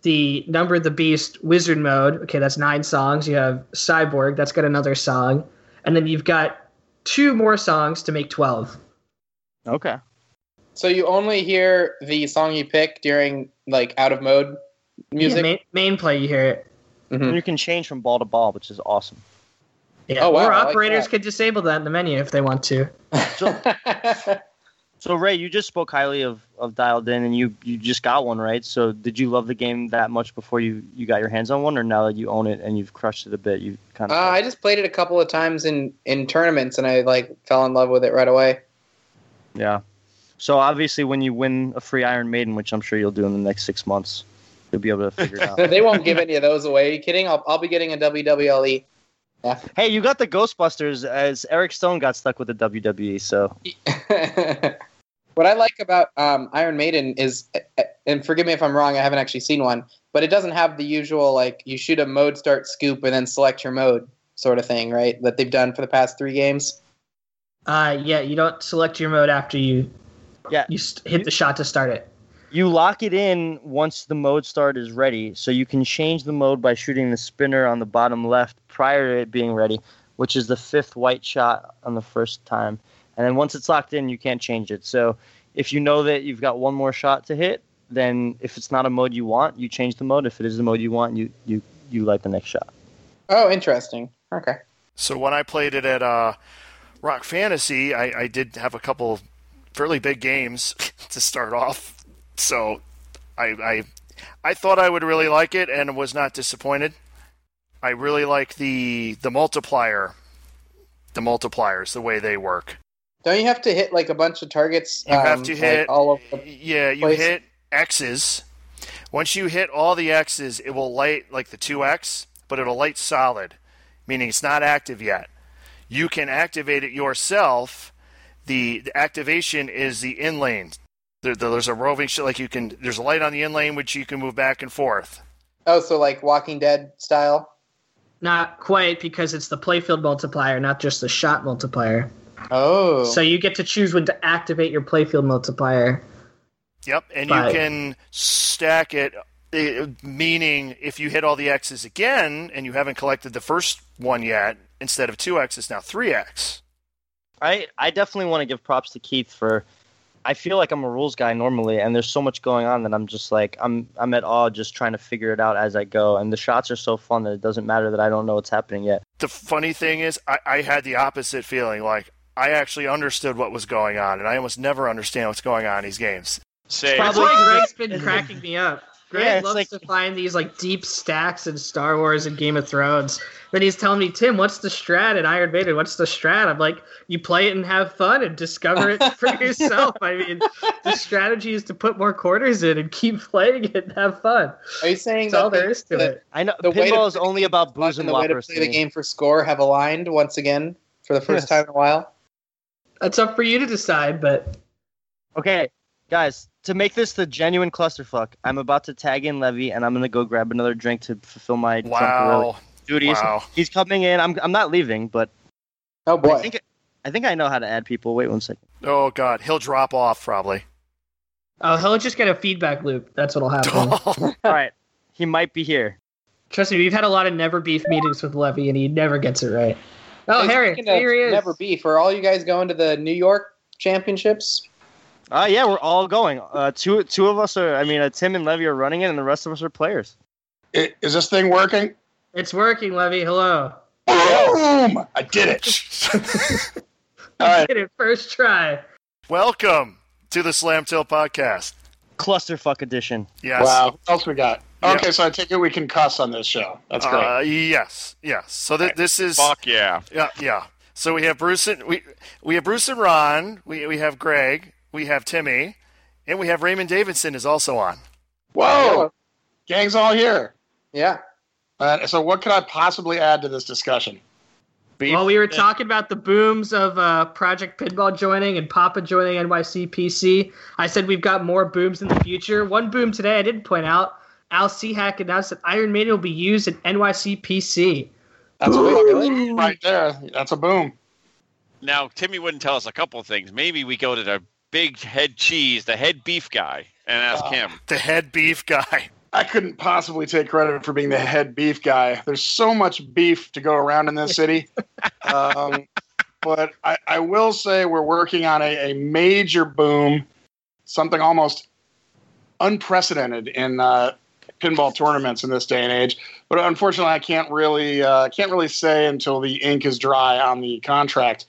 [SPEAKER 5] the Number of the Beast Wizard mode. Okay, that's nine songs. You have Cyborg, that's got another song, and then you've got two more songs to make twelve.
[SPEAKER 6] okay.
[SPEAKER 7] So you only hear the song you pick during like out of mode
[SPEAKER 5] Yeah,
[SPEAKER 7] music.
[SPEAKER 5] main, main play, you hear it.
[SPEAKER 7] Mm-hmm.
[SPEAKER 6] And you can change from ball to ball, which is awesome.
[SPEAKER 5] Yeah,
[SPEAKER 7] Oh, wow,
[SPEAKER 5] or
[SPEAKER 7] I like
[SPEAKER 5] operators
[SPEAKER 7] that.
[SPEAKER 5] could disable that in the menu if they want to.
[SPEAKER 6] So Ray, you just spoke highly of, of Dialed In, and you you just got one, right? So did you love the game that much before you, you got your hands on one, or now that you own it and you've crushed it a bit, you kind
[SPEAKER 7] Uh,
[SPEAKER 6] of
[SPEAKER 7] I just played it a couple of times in in tournaments, and I like fell in love with it right away.
[SPEAKER 6] yeah. So obviously, when you win a free Iron Maiden, which I'm sure you'll do in the next six months, you'll be able to figure it out.
[SPEAKER 7] they won't give any of those away. Are you kidding? I'll, I'll be getting a WWLE.
[SPEAKER 6] hey, you got the Ghostbusters as Eric Stone got stuck with the WWE, so
[SPEAKER 7] what I like about um, Iron Maiden is, and forgive me if I'm wrong, I haven't actually seen one, but it doesn't have the usual like you shoot a mode, start scoop, and then select your mode sort of thing, right? That they've done for the past three games.
[SPEAKER 5] Uh, yeah, you don't select your mode after you
[SPEAKER 6] Yeah.
[SPEAKER 5] you st- hit the shot to start it.
[SPEAKER 6] you lock it in once the mode start is ready, so you can change the mode by shooting the spinner on the bottom left prior to it being ready, which is the fifth white shot on the first time. And then once it's locked in, you can't change it. So if you know that you've got one more shot to hit, then if it's not a mode you want, you change the mode. If it is the mode you want, you you you light the next shot.
[SPEAKER 7] Oh, interesting. Okay.
[SPEAKER 3] So when I played it at uh, Rock Fantasy, I, I did have a couple of fairly big games to start off. So I, I I thought I would really like it and was not disappointed. I really like the the multiplier, the multipliers, the way they work.
[SPEAKER 7] Don't you have to hit like a bunch of targets?
[SPEAKER 3] You have
[SPEAKER 7] um,
[SPEAKER 3] to
[SPEAKER 7] like,
[SPEAKER 3] hit.
[SPEAKER 7] all over the
[SPEAKER 3] yeah, you
[SPEAKER 7] place.
[SPEAKER 3] hit X's. Once you hit all the X's, it will light like the two X, but it'll light solid, meaning it's not active yet. You can activate it yourself. The, the activation is the in lane. There, there- there's a roving shit like you can. There's a light on the in lane which you can move back and forth.
[SPEAKER 7] Oh, so like Walking Dead style.
[SPEAKER 5] Not quite, because it's the playfield multiplier, not just the shot multiplier.
[SPEAKER 7] Oh,
[SPEAKER 5] So you get to choose when to activate your playfield multiplier.
[SPEAKER 3] Yep, and
[SPEAKER 5] Right.
[SPEAKER 3] you can stack it. eh, Meaning, if you hit all the X's again and you haven't collected the first one yet, instead of 2x, it's now 3x.
[SPEAKER 6] I I definitely want to give props to Keith for. I feel like I'm a rules guy normally, and there's so much going on that I'm just like I'm I'm at awe just trying to figure it out as I go. And the shots are so fun that it doesn't matter that I don't know what's happening yet.
[SPEAKER 3] the funny thing is I, I had the opposite feeling like i actually understood what was going on and i almost never understand what's going on in these games
[SPEAKER 4] Say,
[SPEAKER 5] That's
[SPEAKER 6] Probably-
[SPEAKER 5] why Greg's been cracking me up. Greg
[SPEAKER 6] Yeah, it's
[SPEAKER 5] loves
[SPEAKER 6] like-
[SPEAKER 5] to find these like deep stacks in Star Wars and Game of Thrones. Then he's telling me, Tim, what's the strat in Iron Maiden? What's the strat? I'm like, you play it and have fun and discover it for yourself. I mean, the strategy is to put more quarters in and keep playing it and have fun.
[SPEAKER 7] are you saying
[SPEAKER 5] That's all
[SPEAKER 7] that
[SPEAKER 5] there is to
[SPEAKER 7] the-
[SPEAKER 5] it.
[SPEAKER 6] I know
[SPEAKER 7] The way to
[SPEAKER 6] pinball is
[SPEAKER 7] play
[SPEAKER 6] only about
[SPEAKER 7] luck
[SPEAKER 6] booze
[SPEAKER 7] and
[SPEAKER 6] and
[SPEAKER 7] the way to
[SPEAKER 6] whoppers.
[SPEAKER 7] play
[SPEAKER 6] to
[SPEAKER 7] the
[SPEAKER 6] me.
[SPEAKER 7] game for score have aligned once again? for the first
[SPEAKER 6] Yes.
[SPEAKER 7] time in a while.
[SPEAKER 5] That's up for you to decide, but
[SPEAKER 6] Okay, guys, to make this the genuine clusterfuck, I'm about to tag in Levy, and I'm gonna go grab another drink to fulfill my Trump
[SPEAKER 3] Wow.
[SPEAKER 6] duties.
[SPEAKER 3] Wow.
[SPEAKER 6] He's coming in. I'm I'm not leaving, but
[SPEAKER 7] Oh boy.
[SPEAKER 6] I think I think I know how to add people. Wait one second.
[SPEAKER 3] Oh, God. He'll drop off, probably.
[SPEAKER 5] oh, he'll just get a feedback loop. That's what'll happen.
[SPEAKER 6] All right, he might be here.
[SPEAKER 5] Trust me, we've had a lot of never beef meetings with Levy, and he never gets it right. Oh,
[SPEAKER 7] Hey,
[SPEAKER 5] Harry,
[SPEAKER 7] speaking of
[SPEAKER 5] here he is.
[SPEAKER 7] uh, Never be for all you guys going to the New York championships.
[SPEAKER 6] Uh, yeah, we're all going. Uh, two two of us are. I mean, uh, Tim and Levy are running it, and the rest of us are players.
[SPEAKER 8] I- Is this thing working?
[SPEAKER 5] It's working, Levy. Hello.
[SPEAKER 8] Boom! I did it. All right.
[SPEAKER 5] Did it first try.
[SPEAKER 3] Welcome to the Slamtail Podcast.
[SPEAKER 6] Clusterfuck edition.
[SPEAKER 3] Yes.
[SPEAKER 8] Wow. What else we got?
[SPEAKER 3] Yeah.
[SPEAKER 8] Okay, so I take it we can cuss on this show. That's great.
[SPEAKER 3] Uh, yes. Yes. So th- this is.
[SPEAKER 4] Fuck yeah.
[SPEAKER 3] Yeah, yeah. So we have Bruce and we we have Bruce and Ron. We we have Greg. We have Timmy, and we have Raymond Davidson is also on.
[SPEAKER 8] Whoa! Gang's all here.
[SPEAKER 7] Yeah.
[SPEAKER 8] Uh, so what could I possibly add to this discussion?
[SPEAKER 4] Beef.
[SPEAKER 5] While we were talking about the booms of uh, Project Pinball joining and Papa joining NYCPC, I said we've got more booms in the future. One boom today I didn't point out. Al Sehack announced that Iron Maiden will be used at NYCPC.
[SPEAKER 7] That's a big really.
[SPEAKER 8] Right there. That's a boom.
[SPEAKER 4] now, Timmy wouldn't tell us a couple of things. Maybe we go to the big head cheese, the head beef guy, and ask
[SPEAKER 9] Ah.
[SPEAKER 8] Oh.
[SPEAKER 4] him.
[SPEAKER 3] The head beef guy.
[SPEAKER 8] I couldn't possibly take credit for being the head beef guy. There's so much beef to go around in this city. um, but I, I will say we're working on a, a major boom, something almost unprecedented in uh, pinball tournaments in this day and age. But unfortunately, I can't really uh, can't really say until the ink is dry on the contract.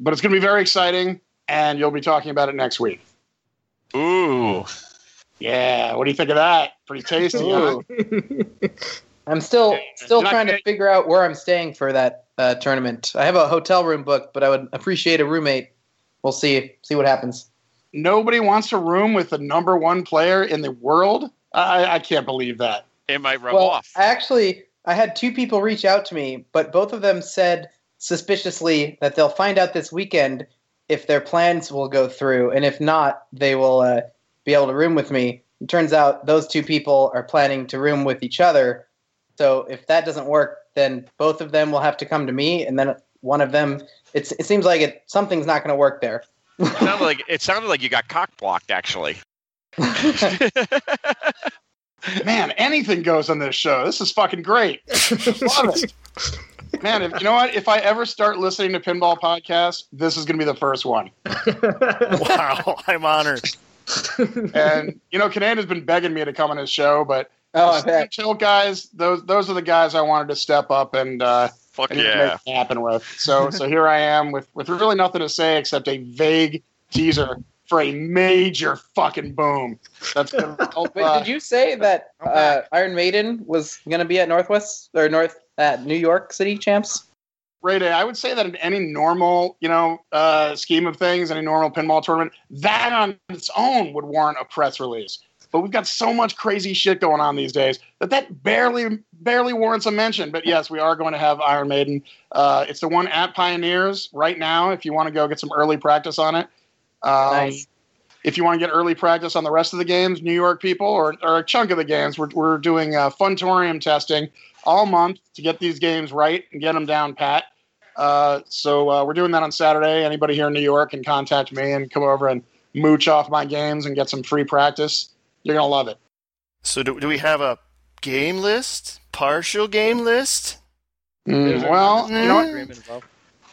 [SPEAKER 8] But it's going to be very exciting, and you'll be talking about it next week.
[SPEAKER 4] Ooh.
[SPEAKER 8] Yeah, what do you think of that? Pretty tasty. huh?
[SPEAKER 7] I'm still still
[SPEAKER 8] You're not
[SPEAKER 7] trying to
[SPEAKER 8] gonna-
[SPEAKER 7] figure out where I'm staying for that uh, tournament. I have a hotel room booked, but I would appreciate a roommate. We'll see see what happens.
[SPEAKER 8] nobody wants to room with the number one player in the world. I, I can't believe that.
[SPEAKER 4] It might rub
[SPEAKER 7] well,
[SPEAKER 4] off.
[SPEAKER 7] I actually I had two people reach out to me, but both of them said suspiciously that they'll find out this weekend if their plans will go through, and if not, they will uh, be able to room with me. It turns out those two people are planning to room with each other, so if that doesn't work, then both of them will have to come to me, and then one of them. It's, it seems like it something's not going to work there.
[SPEAKER 4] it, sounded like, it sounded like you got cock blocked, actually.
[SPEAKER 8] Man, anything goes on this show. This is fucking great. Love it. Man, if, you know what? If I ever start listening to pinball podcasts, this is going to be the first one.
[SPEAKER 3] Wow, I'm honored.
[SPEAKER 8] And you know, Kanan has been begging me to come on his show, but
[SPEAKER 7] Oh, I
[SPEAKER 8] the Steve
[SPEAKER 7] bet.
[SPEAKER 8] chill guys, those those are the guys I wanted to step up and uh,
[SPEAKER 4] Fuck
[SPEAKER 8] and
[SPEAKER 4] yeah.
[SPEAKER 8] make it happen with. So so here I am with with really nothing to say except a vague teaser for a major fucking boom. That's gonna help,
[SPEAKER 7] Wait,
[SPEAKER 8] uh,
[SPEAKER 7] did you say that uh, Iron Maiden was going to be at Northwest or North at New York City champs?
[SPEAKER 8] Ray Day, I would say that in any normal, you know, uh, scheme of things, any normal pinball tournament, that on its own would warrant a press release. But we've got so much crazy shit going on these days that that barely, barely warrants a mention. But yes, we are going to have Iron Maiden. Uh, it's the one at Pioneers right now. If you want to go get some early practice on it, um,
[SPEAKER 7] Nice.
[SPEAKER 8] If you want to get early practice on the rest of the games, New York people, or, or a chunk of the games, we're, we're doing uh, Funtorium testing all month to get these games right and get them down pat. Uh, so uh, we're doing that on Saturday. Anybody here in New York can contact me and come over and mooch off my games and get some free practice. You're gonna love it.
[SPEAKER 3] So do, do we have a game list? Partial game list?
[SPEAKER 8] Mm, well, you know what?
[SPEAKER 6] Agreement involved.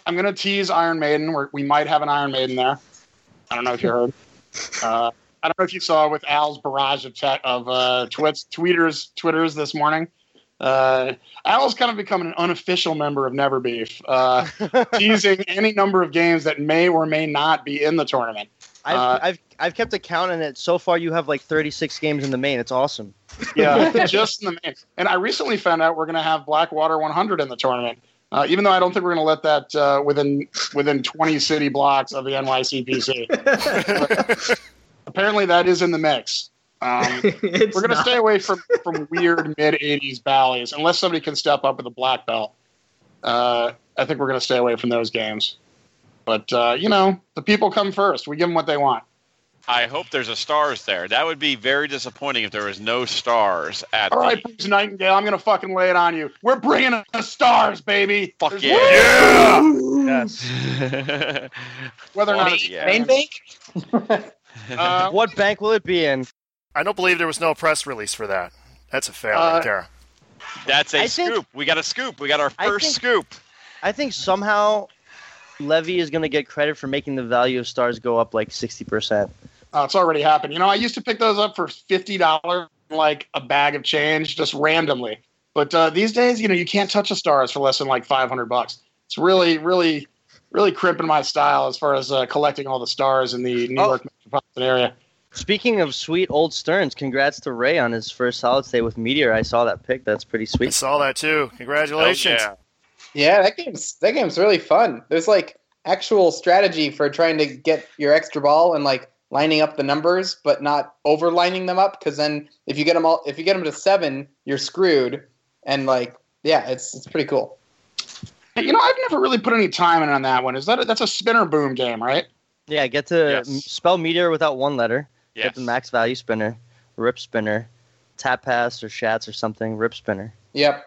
[SPEAKER 8] I'm gonna tease Iron Maiden. We're, we might have an Iron Maiden there. I don't know if you heard. Uh, I don't know if you saw with Al's barrage of chat of uh, twits, tweeters, twitters this morning. Uh, Al's kind of become an unofficial member of Never Beef, uh, teasing any number of games that may or may not be in the tournament.
[SPEAKER 6] I've,
[SPEAKER 8] Uh,
[SPEAKER 6] I've I've kept account, and it so far you have like 36 games in the main. It's awesome.
[SPEAKER 8] Yeah, just in the main. And I recently found out we're going to have Blackwater 100 in the tournament, uh, even though I don't think we're going to let that uh, within within 20 city blocks of the NYCPC. Apparently, that is in the mix. Um,
[SPEAKER 5] It's
[SPEAKER 8] we're going to
[SPEAKER 5] not.
[SPEAKER 8] stay away from, from weird mid 80s ballys unless somebody can step up with a black belt. Uh, I think we're going to stay away from those games. But uh, you know, the people come first. We give them what they want.
[SPEAKER 4] I hope there's a stars there. That would be very disappointing if there was no stars at
[SPEAKER 8] All
[SPEAKER 4] the
[SPEAKER 8] right, Bruce Nightingale, I'm going to fucking lay it on you. We're bringing the stars, baby.
[SPEAKER 4] fuck
[SPEAKER 8] There's-
[SPEAKER 4] yeah.
[SPEAKER 3] Yes.
[SPEAKER 8] Whether or not
[SPEAKER 4] Fuck
[SPEAKER 8] it's
[SPEAKER 4] yeah.
[SPEAKER 7] Main bank?
[SPEAKER 8] uh,
[SPEAKER 6] What bank will it be in?
[SPEAKER 3] I don't believe there was no press release for that. That's a fail
[SPEAKER 8] Uh,
[SPEAKER 3] right there.
[SPEAKER 4] That's a
[SPEAKER 6] I think-
[SPEAKER 4] scoop. we got a scoop. We got our
[SPEAKER 6] I
[SPEAKER 4] first
[SPEAKER 6] think-
[SPEAKER 4] scoop.
[SPEAKER 6] I think somehow Levy is going to get credit for making the value of stars go up like 60%.
[SPEAKER 8] Oh, it's already happened. You know, I used to pick those up for fifty dollars, like a bag of change, just randomly. But uh, these days, you know, you can't touch the stars for less than like five hundred bucks. It's really, really, really crimping my style as far as uh, collecting all the stars in the New
[SPEAKER 6] Oh.
[SPEAKER 8] York metropolitan area.
[SPEAKER 6] Speaking of sweet old Stearns, congrats to Ray on his first solid state with Meteor. I saw that pick. That's pretty
[SPEAKER 3] I
[SPEAKER 6] sweet.
[SPEAKER 3] saw that too. Congratulations.
[SPEAKER 4] Hell
[SPEAKER 7] Yeah, that game's that game's really fun. There's like actual strategy for trying to get your extra ball and like lining up the numbers, but not over lining them up because then if you get them all, if you get them to seven, you're screwed. And like, yeah, it's it's pretty cool.
[SPEAKER 8] You know, I've never really put any time in on that one. Is that a, that's a spinner boom game, right?
[SPEAKER 6] Yeah, get to
[SPEAKER 4] Yes.
[SPEAKER 6] m- spell Meteor without one letter.
[SPEAKER 4] yeah.
[SPEAKER 6] Get the max value spinner, rip spinner, tap pass or shats or something, rip spinner.
[SPEAKER 7] Yep,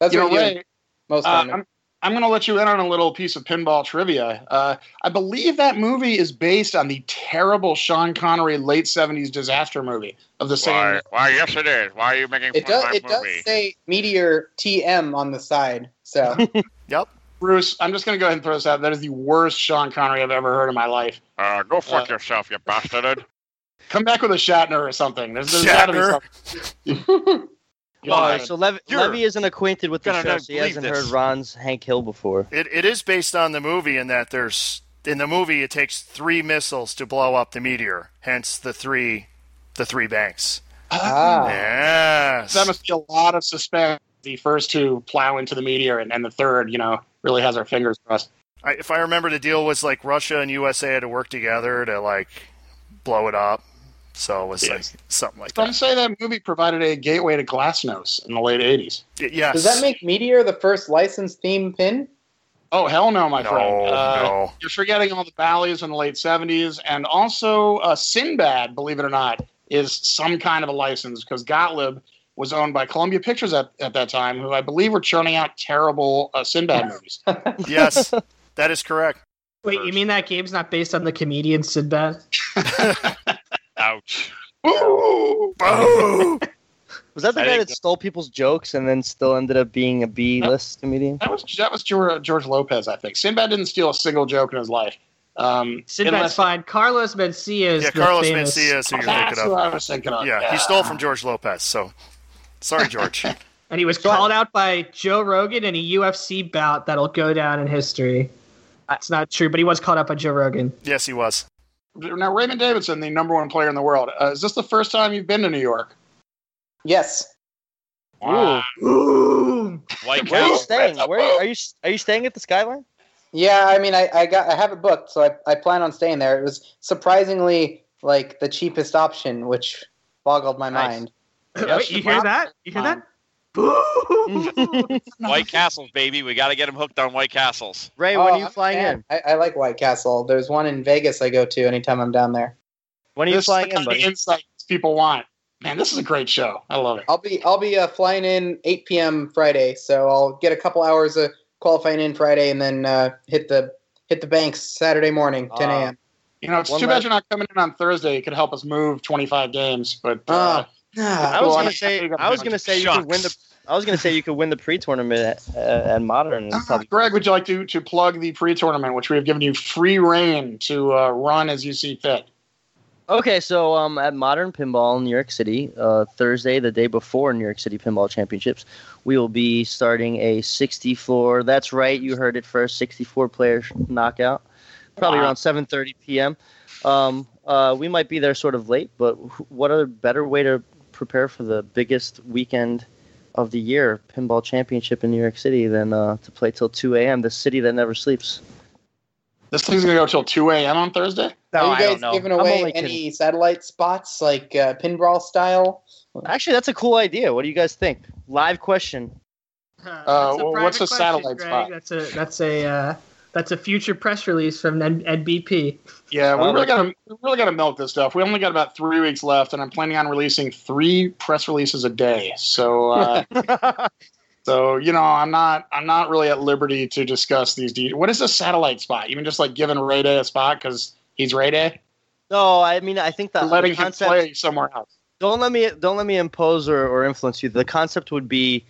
[SPEAKER 7] that's
[SPEAKER 8] you
[SPEAKER 7] what
[SPEAKER 8] know,
[SPEAKER 7] you
[SPEAKER 8] Ray,
[SPEAKER 7] do most
[SPEAKER 8] Uh,
[SPEAKER 7] often.
[SPEAKER 8] I'm, I'm going to let you in on a little piece of pinball trivia. Uh, I believe that movie is based on the terrible Sean Connery late 70s disaster movie of the same.
[SPEAKER 9] Why, why, yes, it is. Why are you making fun
[SPEAKER 7] It does
[SPEAKER 9] of my
[SPEAKER 7] it does
[SPEAKER 9] movie?
[SPEAKER 7] say Meteor TM on the side, so
[SPEAKER 3] Yep.
[SPEAKER 8] Bruce, I'm just going to go ahead and throw this out. That is the worst Sean Connery I've ever heard in my life.
[SPEAKER 9] Uh, go fuck
[SPEAKER 8] Uh,
[SPEAKER 9] yourself, you bastard.
[SPEAKER 8] Come back with a Shatner or something. There's, there's gotta be
[SPEAKER 3] Shatner?
[SPEAKER 8] something. You know,
[SPEAKER 4] Well,
[SPEAKER 8] I-
[SPEAKER 6] so Levy,
[SPEAKER 4] you're
[SPEAKER 6] Levy isn't acquainted with the
[SPEAKER 4] gonna
[SPEAKER 6] show,
[SPEAKER 4] not
[SPEAKER 6] so he hasn't
[SPEAKER 4] believe
[SPEAKER 6] heard
[SPEAKER 4] this.
[SPEAKER 6] Ron's Hank Hill before.
[SPEAKER 3] It, it is based on the movie in that there's in the movie it takes three missiles to blow up the meteor, hence the three the three banks.
[SPEAKER 7] ah,
[SPEAKER 3] Yes.
[SPEAKER 8] that must be a lot of suspense. The first two plow into the meteor, and, and the third, you know, really has our fingers crossed.
[SPEAKER 3] I, if I remember, the deal was like Russia and USA had to work together to like blow it up. So it was
[SPEAKER 8] Yes.
[SPEAKER 3] like something like
[SPEAKER 8] Some
[SPEAKER 3] that.
[SPEAKER 8] say that movie provided a gateway to Glasnost in the late 80s.
[SPEAKER 3] Y- Yes.
[SPEAKER 7] does that make Meteor the first licensed theme pin?
[SPEAKER 8] Oh hell no, my
[SPEAKER 3] no?
[SPEAKER 8] friend! Uh,
[SPEAKER 3] no.
[SPEAKER 8] You're forgetting all the valleys in the late '70s, and also uh, Sinbad. Believe it or not, is some kind of a license because Gottlieb was owned by Columbia Pictures at, at that time, who I believe were churning out terrible uh, Sinbad movies.
[SPEAKER 3] yes, that is correct.
[SPEAKER 5] Wait, you mean that game's not based on the comedian Sinbad?
[SPEAKER 9] Ouch.
[SPEAKER 8] Ooh!
[SPEAKER 3] Boo!
[SPEAKER 6] Was that the
[SPEAKER 9] I
[SPEAKER 6] guy
[SPEAKER 9] think-
[SPEAKER 6] that stole people's jokes and then still ended up being a B list comedian?
[SPEAKER 8] That was that was George, George Lopez, I think. Sinbad didn't steal a single joke in his life. Um,
[SPEAKER 5] Sinbad's
[SPEAKER 8] unless-
[SPEAKER 5] fine. Carlos Mencia is
[SPEAKER 3] yeah,
[SPEAKER 5] the
[SPEAKER 3] Carlos
[SPEAKER 5] famous.
[SPEAKER 3] Mencia is who uh, you're
[SPEAKER 8] That's
[SPEAKER 3] thinking
[SPEAKER 8] what
[SPEAKER 3] of.
[SPEAKER 8] I was thinking of.
[SPEAKER 3] Yeah, he stole from George Lopez. So sorry, George.
[SPEAKER 5] And he was called out by Joe Rogan in a UFC bout that'll go down in history. That's not true, but he was called out by Joe Rogan.
[SPEAKER 3] yes, he was.
[SPEAKER 8] Now Raymond Davidson, the number one player in the world. Uh, is this the first time you've been to New York?
[SPEAKER 7] Yes,
[SPEAKER 9] Wow.
[SPEAKER 5] Ooh.
[SPEAKER 4] White
[SPEAKER 6] Where are you
[SPEAKER 4] Castle.
[SPEAKER 6] staying? Where are you? Are you staying at the Skyline?
[SPEAKER 7] Yeah, I mean, I, I got I have it booked, so I, I plan on staying there. It was surprisingly like the cheapest option, which boggled my
[SPEAKER 6] Nice. Um,
[SPEAKER 7] mind.
[SPEAKER 5] Wait, you hear that? You hear that? Boo!
[SPEAKER 4] White Castles, baby. We got to get him hooked on White Castles.
[SPEAKER 6] Ray, when
[SPEAKER 7] Oh,
[SPEAKER 6] are you
[SPEAKER 7] I'm a
[SPEAKER 6] flying
[SPEAKER 7] fan.
[SPEAKER 6] in?
[SPEAKER 7] I, I like White Castle. There's one in Vegas I go to anytime I'm down there.
[SPEAKER 6] When are you
[SPEAKER 8] this is the
[SPEAKER 6] flying
[SPEAKER 8] kind
[SPEAKER 6] in,
[SPEAKER 8] of
[SPEAKER 6] buddy?
[SPEAKER 8] insights people want. Man, this is a great show. I love it.
[SPEAKER 7] I'll be I'll be uh, flying in 8 p.m. Friday, so I'll get a couple hours of qualifying in Friday, and then uh, hit the hit the banks Saturday morning, 10
[SPEAKER 6] Ah.
[SPEAKER 7] a.m.
[SPEAKER 8] You know, it's
[SPEAKER 6] One
[SPEAKER 8] too
[SPEAKER 6] last-
[SPEAKER 8] bad you're not coming in on Thursday. It could help us move 25 games, but uh,
[SPEAKER 7] Ah.
[SPEAKER 6] I was
[SPEAKER 8] Well,
[SPEAKER 6] gonna
[SPEAKER 8] I'm-
[SPEAKER 6] say. I was gonna say you could win the.
[SPEAKER 4] Shucks.
[SPEAKER 6] I was gonna say you could win the pre-tournament at, uh, at Modern. and
[SPEAKER 8] uh,
[SPEAKER 6] probably-
[SPEAKER 8] Greg, would you like to to plug the pre-tournament, which we have given you free reign to uh, run as you see fit?
[SPEAKER 6] Okay, so um, at Modern Pinball in New York City, uh, Thursday, the day before New York City Pinball Championships, we will be starting a 64. That's right, you heard it first. 64 player sh- knockout, probably
[SPEAKER 8] Wow.
[SPEAKER 6] around 7:30 p.m. Um, uh, we might be there sort of late, but wh- what other better way to prepare for the biggest weekend of the year, pinball championship in New York City, than uh, to play till 2 a.m. The city that never sleeps.
[SPEAKER 8] This thing's gonna go till 2 a.m. on Thursday.
[SPEAKER 7] Are you guys giving
[SPEAKER 6] I'm
[SPEAKER 7] away
[SPEAKER 6] only kidding.
[SPEAKER 7] any satellite spots like uh, pinball style?
[SPEAKER 6] Actually, that's a cool idea. What do you guys think? Live question.
[SPEAKER 8] Uh,
[SPEAKER 5] That's a
[SPEAKER 8] what's
[SPEAKER 5] private
[SPEAKER 8] a
[SPEAKER 5] question,
[SPEAKER 8] satellite
[SPEAKER 5] Greg.
[SPEAKER 8] spot?
[SPEAKER 5] That's a that's a uh, that's a future press release from N- NBP.
[SPEAKER 8] Yeah, we
[SPEAKER 7] Oh,
[SPEAKER 6] Uh,
[SPEAKER 8] really
[SPEAKER 6] like-
[SPEAKER 8] got to we really got to milk this stuff. We only got about three weeks left, and I'm planning on releasing three press releases a day. So, uh, so you know, I'm not I'm not really at liberty to discuss these. De- what is a satellite spot? Even just like giving Ray Day a spot because he's Ray Day,
[SPEAKER 6] No, I mean I think the,
[SPEAKER 8] Or letting
[SPEAKER 6] the
[SPEAKER 8] him
[SPEAKER 6] concept.
[SPEAKER 8] play somewhere else.
[SPEAKER 6] Don't let me don't let me impose or, or influence you. The concept would be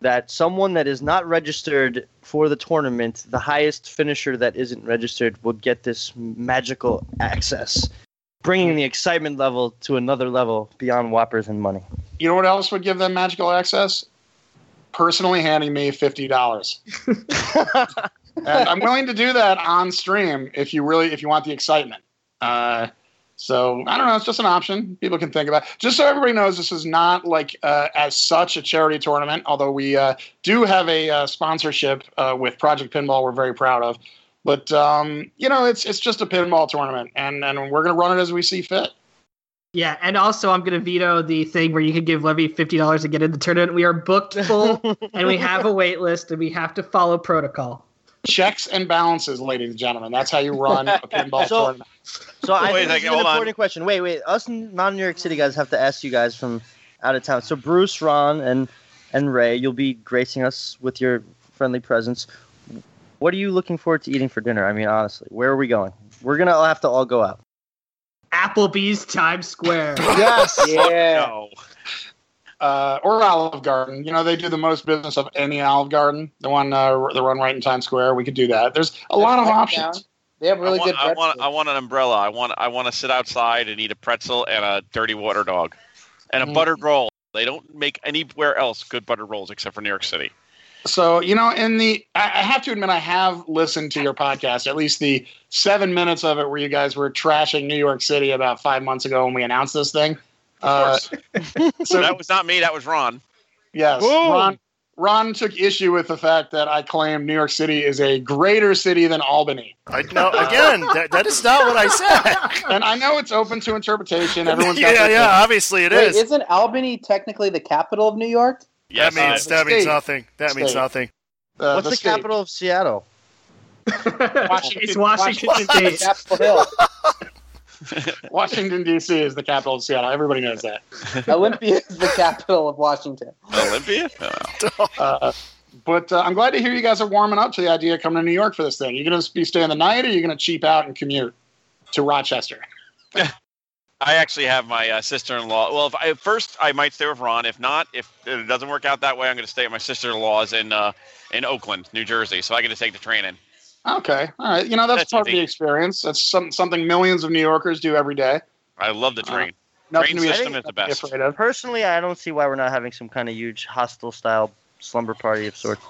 [SPEAKER 6] that someone that is not registered for the tournament, the highest finisher that isn't registered, would get this magical access, bringing the excitement level to another level beyond whoppers and money.
[SPEAKER 8] You know what else would give them magical access? Personally handing me fifty dollars, and I'm willing to do that on stream if you really if you want the excitement. Uh, so I don't know. It's just an option people can think about. Just so everybody knows, this is not like uh, as such a charity tournament. Although we uh, do have a uh, sponsorship uh, with Project Pinball, we're very proud of. But um, you know, it's it's just a pinball tournament, and and we're gonna run it as we see fit.
[SPEAKER 5] Yeah, and also I'm gonna veto the thing where you can give Levy fifty dollars to get in the tournament. We are booked full, and we have a wait list, and we have to follow protocol.
[SPEAKER 8] checks and balances, ladies and gentlemen. That's how you run a pinball
[SPEAKER 6] So-
[SPEAKER 8] tournament.
[SPEAKER 6] So I think
[SPEAKER 4] Wait
[SPEAKER 6] this is
[SPEAKER 4] a second,
[SPEAKER 6] an
[SPEAKER 4] hold on.
[SPEAKER 6] important question. Wait, wait. Us non-New York City guys have to ask you guys from out of town. So Bruce, Ron, and and Ray, you'll be gracing us with your friendly presence. What are you looking forward to eating for dinner? I mean, honestly, where are we going? We're gonna all have to all go out.
[SPEAKER 5] Applebee's Times Square.
[SPEAKER 8] Yes.
[SPEAKER 7] Yeah.
[SPEAKER 4] No.
[SPEAKER 8] Uh, or Olive Garden. You know, they do the most business of any Olive Garden. The one, uh, the one right in Times Square. We could do that. There's a lot of
[SPEAKER 7] Down.
[SPEAKER 8] options.
[SPEAKER 7] They have really
[SPEAKER 4] I want,
[SPEAKER 7] good
[SPEAKER 4] I want,
[SPEAKER 7] breakfast.
[SPEAKER 4] I want an umbrella. I want I want to sit outside and eat a pretzel and a dirty water dog, and a
[SPEAKER 6] Mm.
[SPEAKER 4] buttered roll. They don't make anywhere else good buttered rolls except for New York City.
[SPEAKER 8] So you know, in the I, I have to admit, I have listened to your podcast, at least the seven minutes of it where you guys were trashing New York City about five months ago when we announced this thing.
[SPEAKER 4] Of
[SPEAKER 8] Uh,
[SPEAKER 4] course.
[SPEAKER 8] so
[SPEAKER 4] that was not me. That was Ron.
[SPEAKER 8] Yes.
[SPEAKER 6] Boom.
[SPEAKER 8] Ron, Ron took issue with the fact that I claim New York City is a greater city than Albany.
[SPEAKER 3] I, now, again, that, that is not what I said.
[SPEAKER 8] And I know it's open to interpretation. Everyone's got
[SPEAKER 3] yeah,
[SPEAKER 8] their-
[SPEAKER 3] yeah, obviously it
[SPEAKER 7] Wait,
[SPEAKER 3] is.
[SPEAKER 7] isn't Albany technically the capital of New York?
[SPEAKER 4] Yes,
[SPEAKER 3] that means,
[SPEAKER 8] uh,
[SPEAKER 3] that means
[SPEAKER 8] state.
[SPEAKER 3] nothing. That means
[SPEAKER 8] State.
[SPEAKER 3] nothing.
[SPEAKER 8] uh,
[SPEAKER 6] What's the,
[SPEAKER 8] state.
[SPEAKER 6] capital of Seattle?
[SPEAKER 5] it's Washington,
[SPEAKER 8] Washington.
[SPEAKER 5] State.
[SPEAKER 7] Capitol Hill.
[SPEAKER 8] Washington, D.C. is the capital of Seattle. Everybody knows that.
[SPEAKER 7] Olympia is the capital of Washington.
[SPEAKER 4] Olympia. Oh.
[SPEAKER 8] Uh, but uh, I'm glad to hear you guys are warming up to the idea of coming to New York for this thing. You're going to be staying the night or you're going to cheap out and commute to Rochester?
[SPEAKER 4] I actually have my uh, sister-in-law. Well, if I, first I might stay with Ron. If not, if it doesn't work out that way, I'm going to stay at my sister-in-law's in uh, in Oakland, New Jersey. So I get to take the train in.
[SPEAKER 8] Okay. All right. You know, that's,
[SPEAKER 4] That's
[SPEAKER 8] part of
[SPEAKER 4] easy.
[SPEAKER 8] the experience. That's some, something millions of New Yorkers do every day.
[SPEAKER 4] I love
[SPEAKER 7] Uh-huh.
[SPEAKER 4] the train. Train
[SPEAKER 8] Nothing to be-
[SPEAKER 4] system is the
[SPEAKER 8] nothing to be
[SPEAKER 4] best.
[SPEAKER 8] afraid of.
[SPEAKER 6] Personally, I don't see why we're not having some kind of huge hostile style slumber party of sorts.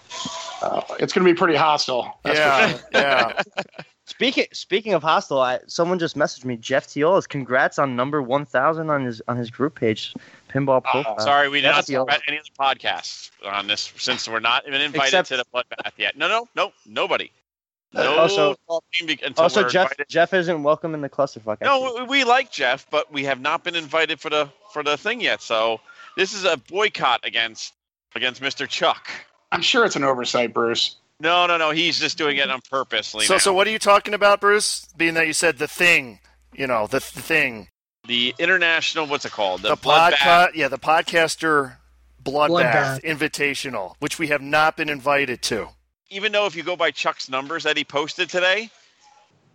[SPEAKER 8] Uh, it's going to be pretty hostile. That's for
[SPEAKER 3] yeah,
[SPEAKER 8] sure.
[SPEAKER 3] yeah.
[SPEAKER 6] Speaking speaking of hostile, I, someone just messaged me. Jeff Teolis, congrats on number one thousand on his on his group page, pinball
[SPEAKER 8] Ah,
[SPEAKER 6] profile.
[SPEAKER 4] Uh, Sorry, we did not
[SPEAKER 6] that's the
[SPEAKER 4] talk about any of the podcasts on this since we're not even invited
[SPEAKER 6] Except-
[SPEAKER 4] to the bloodbath yet. No, no, no, nobody.
[SPEAKER 6] Uh,
[SPEAKER 4] No,
[SPEAKER 6] also-
[SPEAKER 4] small team be- until
[SPEAKER 6] Also,
[SPEAKER 4] we're
[SPEAKER 6] Jeff
[SPEAKER 4] invited.
[SPEAKER 6] Jeff isn't welcome in the clusterfuck. I
[SPEAKER 4] No,
[SPEAKER 6] see.
[SPEAKER 4] we, we like Jeff, but we have not been invited for the for the thing yet. So this is a boycott against against Mr. Chuck.
[SPEAKER 8] I'm sure it's an oversight, Bruce.
[SPEAKER 4] No, no, no. He's just doing it on purposely.
[SPEAKER 3] So,
[SPEAKER 4] now.
[SPEAKER 3] so what are you talking about, Bruce? Being that you said the thing, you know, the, the thing,
[SPEAKER 4] the international what's it called
[SPEAKER 3] the,
[SPEAKER 4] bloodbath.
[SPEAKER 3] podca- yeah, the podcaster bloodbath,
[SPEAKER 5] Bloodbath.
[SPEAKER 3] invitational, which we have not been invited to.
[SPEAKER 4] even though if you go by chuck's numbers that he posted today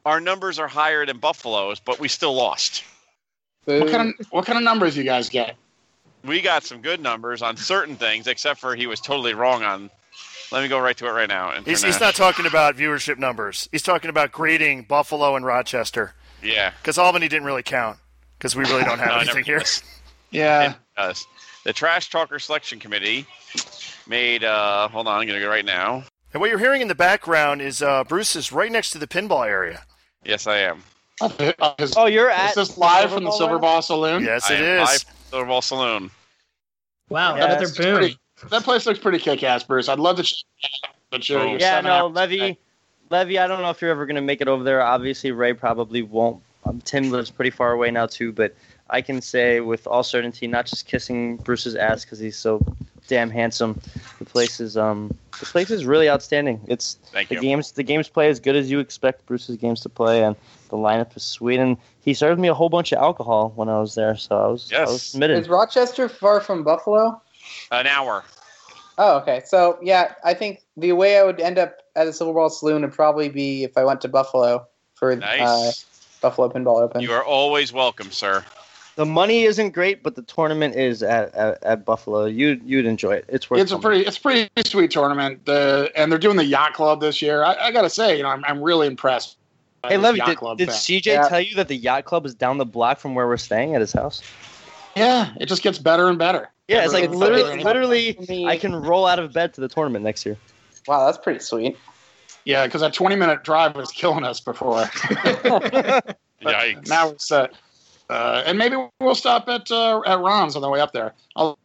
[SPEAKER 4] our numbers are higher than buffalo's but we still lost
[SPEAKER 7] Boo.
[SPEAKER 8] What kind of what kind of numbers you guys get?
[SPEAKER 4] we got some good numbers on certain things except for he was totally wrong on let me go right to it right now
[SPEAKER 3] He's, he's not talking about viewership numbers. He's talking about grading Buffalo and Rochester
[SPEAKER 4] yeah
[SPEAKER 3] because Albany didn't really count because we really don't have
[SPEAKER 4] No, I
[SPEAKER 3] anything
[SPEAKER 4] never-
[SPEAKER 3] here.
[SPEAKER 8] Yeah,
[SPEAKER 4] us the trash talker selection committee made uh hold on i'm gonna go right now
[SPEAKER 3] And what you're hearing in the background is uh, Bruce is right next to the pinball area.
[SPEAKER 4] yes i am
[SPEAKER 8] Up hi- up his-
[SPEAKER 6] Oh, you're
[SPEAKER 8] is
[SPEAKER 6] at
[SPEAKER 8] this live from the
[SPEAKER 6] Ball
[SPEAKER 8] Silver
[SPEAKER 6] Lounge?
[SPEAKER 8] Ball Saloon?
[SPEAKER 3] Yes,
[SPEAKER 4] I
[SPEAKER 3] it
[SPEAKER 4] am
[SPEAKER 3] is.
[SPEAKER 4] live from Silver Ball saloon
[SPEAKER 5] Wow,
[SPEAKER 6] Yeah,
[SPEAKER 5] another
[SPEAKER 6] it's
[SPEAKER 5] boom.
[SPEAKER 8] pretty- That place looks pretty kick-ass, Bruce. I'd love to. check it out, But you're,
[SPEAKER 4] Oh.
[SPEAKER 8] you're
[SPEAKER 6] Yeah,
[SPEAKER 8] seven
[SPEAKER 6] no,
[SPEAKER 8] hours
[SPEAKER 6] Levy,
[SPEAKER 8] away.
[SPEAKER 6] Levy. I don't know if you're ever gonna make it over there. Obviously, Ray probably won't. Um, Tim lives pretty far away now too, but I can say with all certainty, not just kissing Bruce's ass because he's so damn handsome. The place is um the place is really outstanding. It's
[SPEAKER 4] Thank
[SPEAKER 6] the
[SPEAKER 4] you.
[SPEAKER 6] games the games play as good as you expect Bruce's games to play, and the lineup is sweet. And he served me a whole bunch of alcohol when I was there, so I was I was
[SPEAKER 4] Yes.
[SPEAKER 7] Is
[SPEAKER 6] committed.
[SPEAKER 7] Rochester far from Buffalo?
[SPEAKER 4] An hour.
[SPEAKER 7] Oh, okay. So yeah, I think the way I would end up at a Silver Ball Saloon would probably be if I went to Buffalo for uh,
[SPEAKER 4] Nice.
[SPEAKER 7] Buffalo Pinball Open.
[SPEAKER 4] you are always welcome, sir.
[SPEAKER 6] The money isn't great, but the tournament is at, at, at Buffalo. You'd you'd enjoy it. It's worth.
[SPEAKER 8] It's a
[SPEAKER 6] coming.
[SPEAKER 8] pretty, it's a pretty sweet tournament. The and they're doing the yacht club this year. I, I gotta say, you know, I'm, I'm really impressed. by
[SPEAKER 6] Hey
[SPEAKER 8] the
[SPEAKER 6] Levy,
[SPEAKER 8] yacht
[SPEAKER 6] did,
[SPEAKER 8] club
[SPEAKER 6] did
[SPEAKER 8] thing.
[SPEAKER 6] CJ
[SPEAKER 7] Yeah.
[SPEAKER 6] tell you that the yacht club is down the block from where we're staying at his house?
[SPEAKER 8] yeah, it just gets better and better.
[SPEAKER 6] Yeah, it's like
[SPEAKER 8] Every-
[SPEAKER 6] literally,
[SPEAKER 8] every-
[SPEAKER 6] literally,
[SPEAKER 7] Me-
[SPEAKER 6] I can roll out of bed to the tournament next year.
[SPEAKER 7] Wow, that's pretty sweet.
[SPEAKER 8] Yeah, because that 20 minute drive was killing us before.
[SPEAKER 9] Yikes.
[SPEAKER 8] now we're set. Uh, and maybe we'll stop at uh, at Ron's on the way up there. I'll-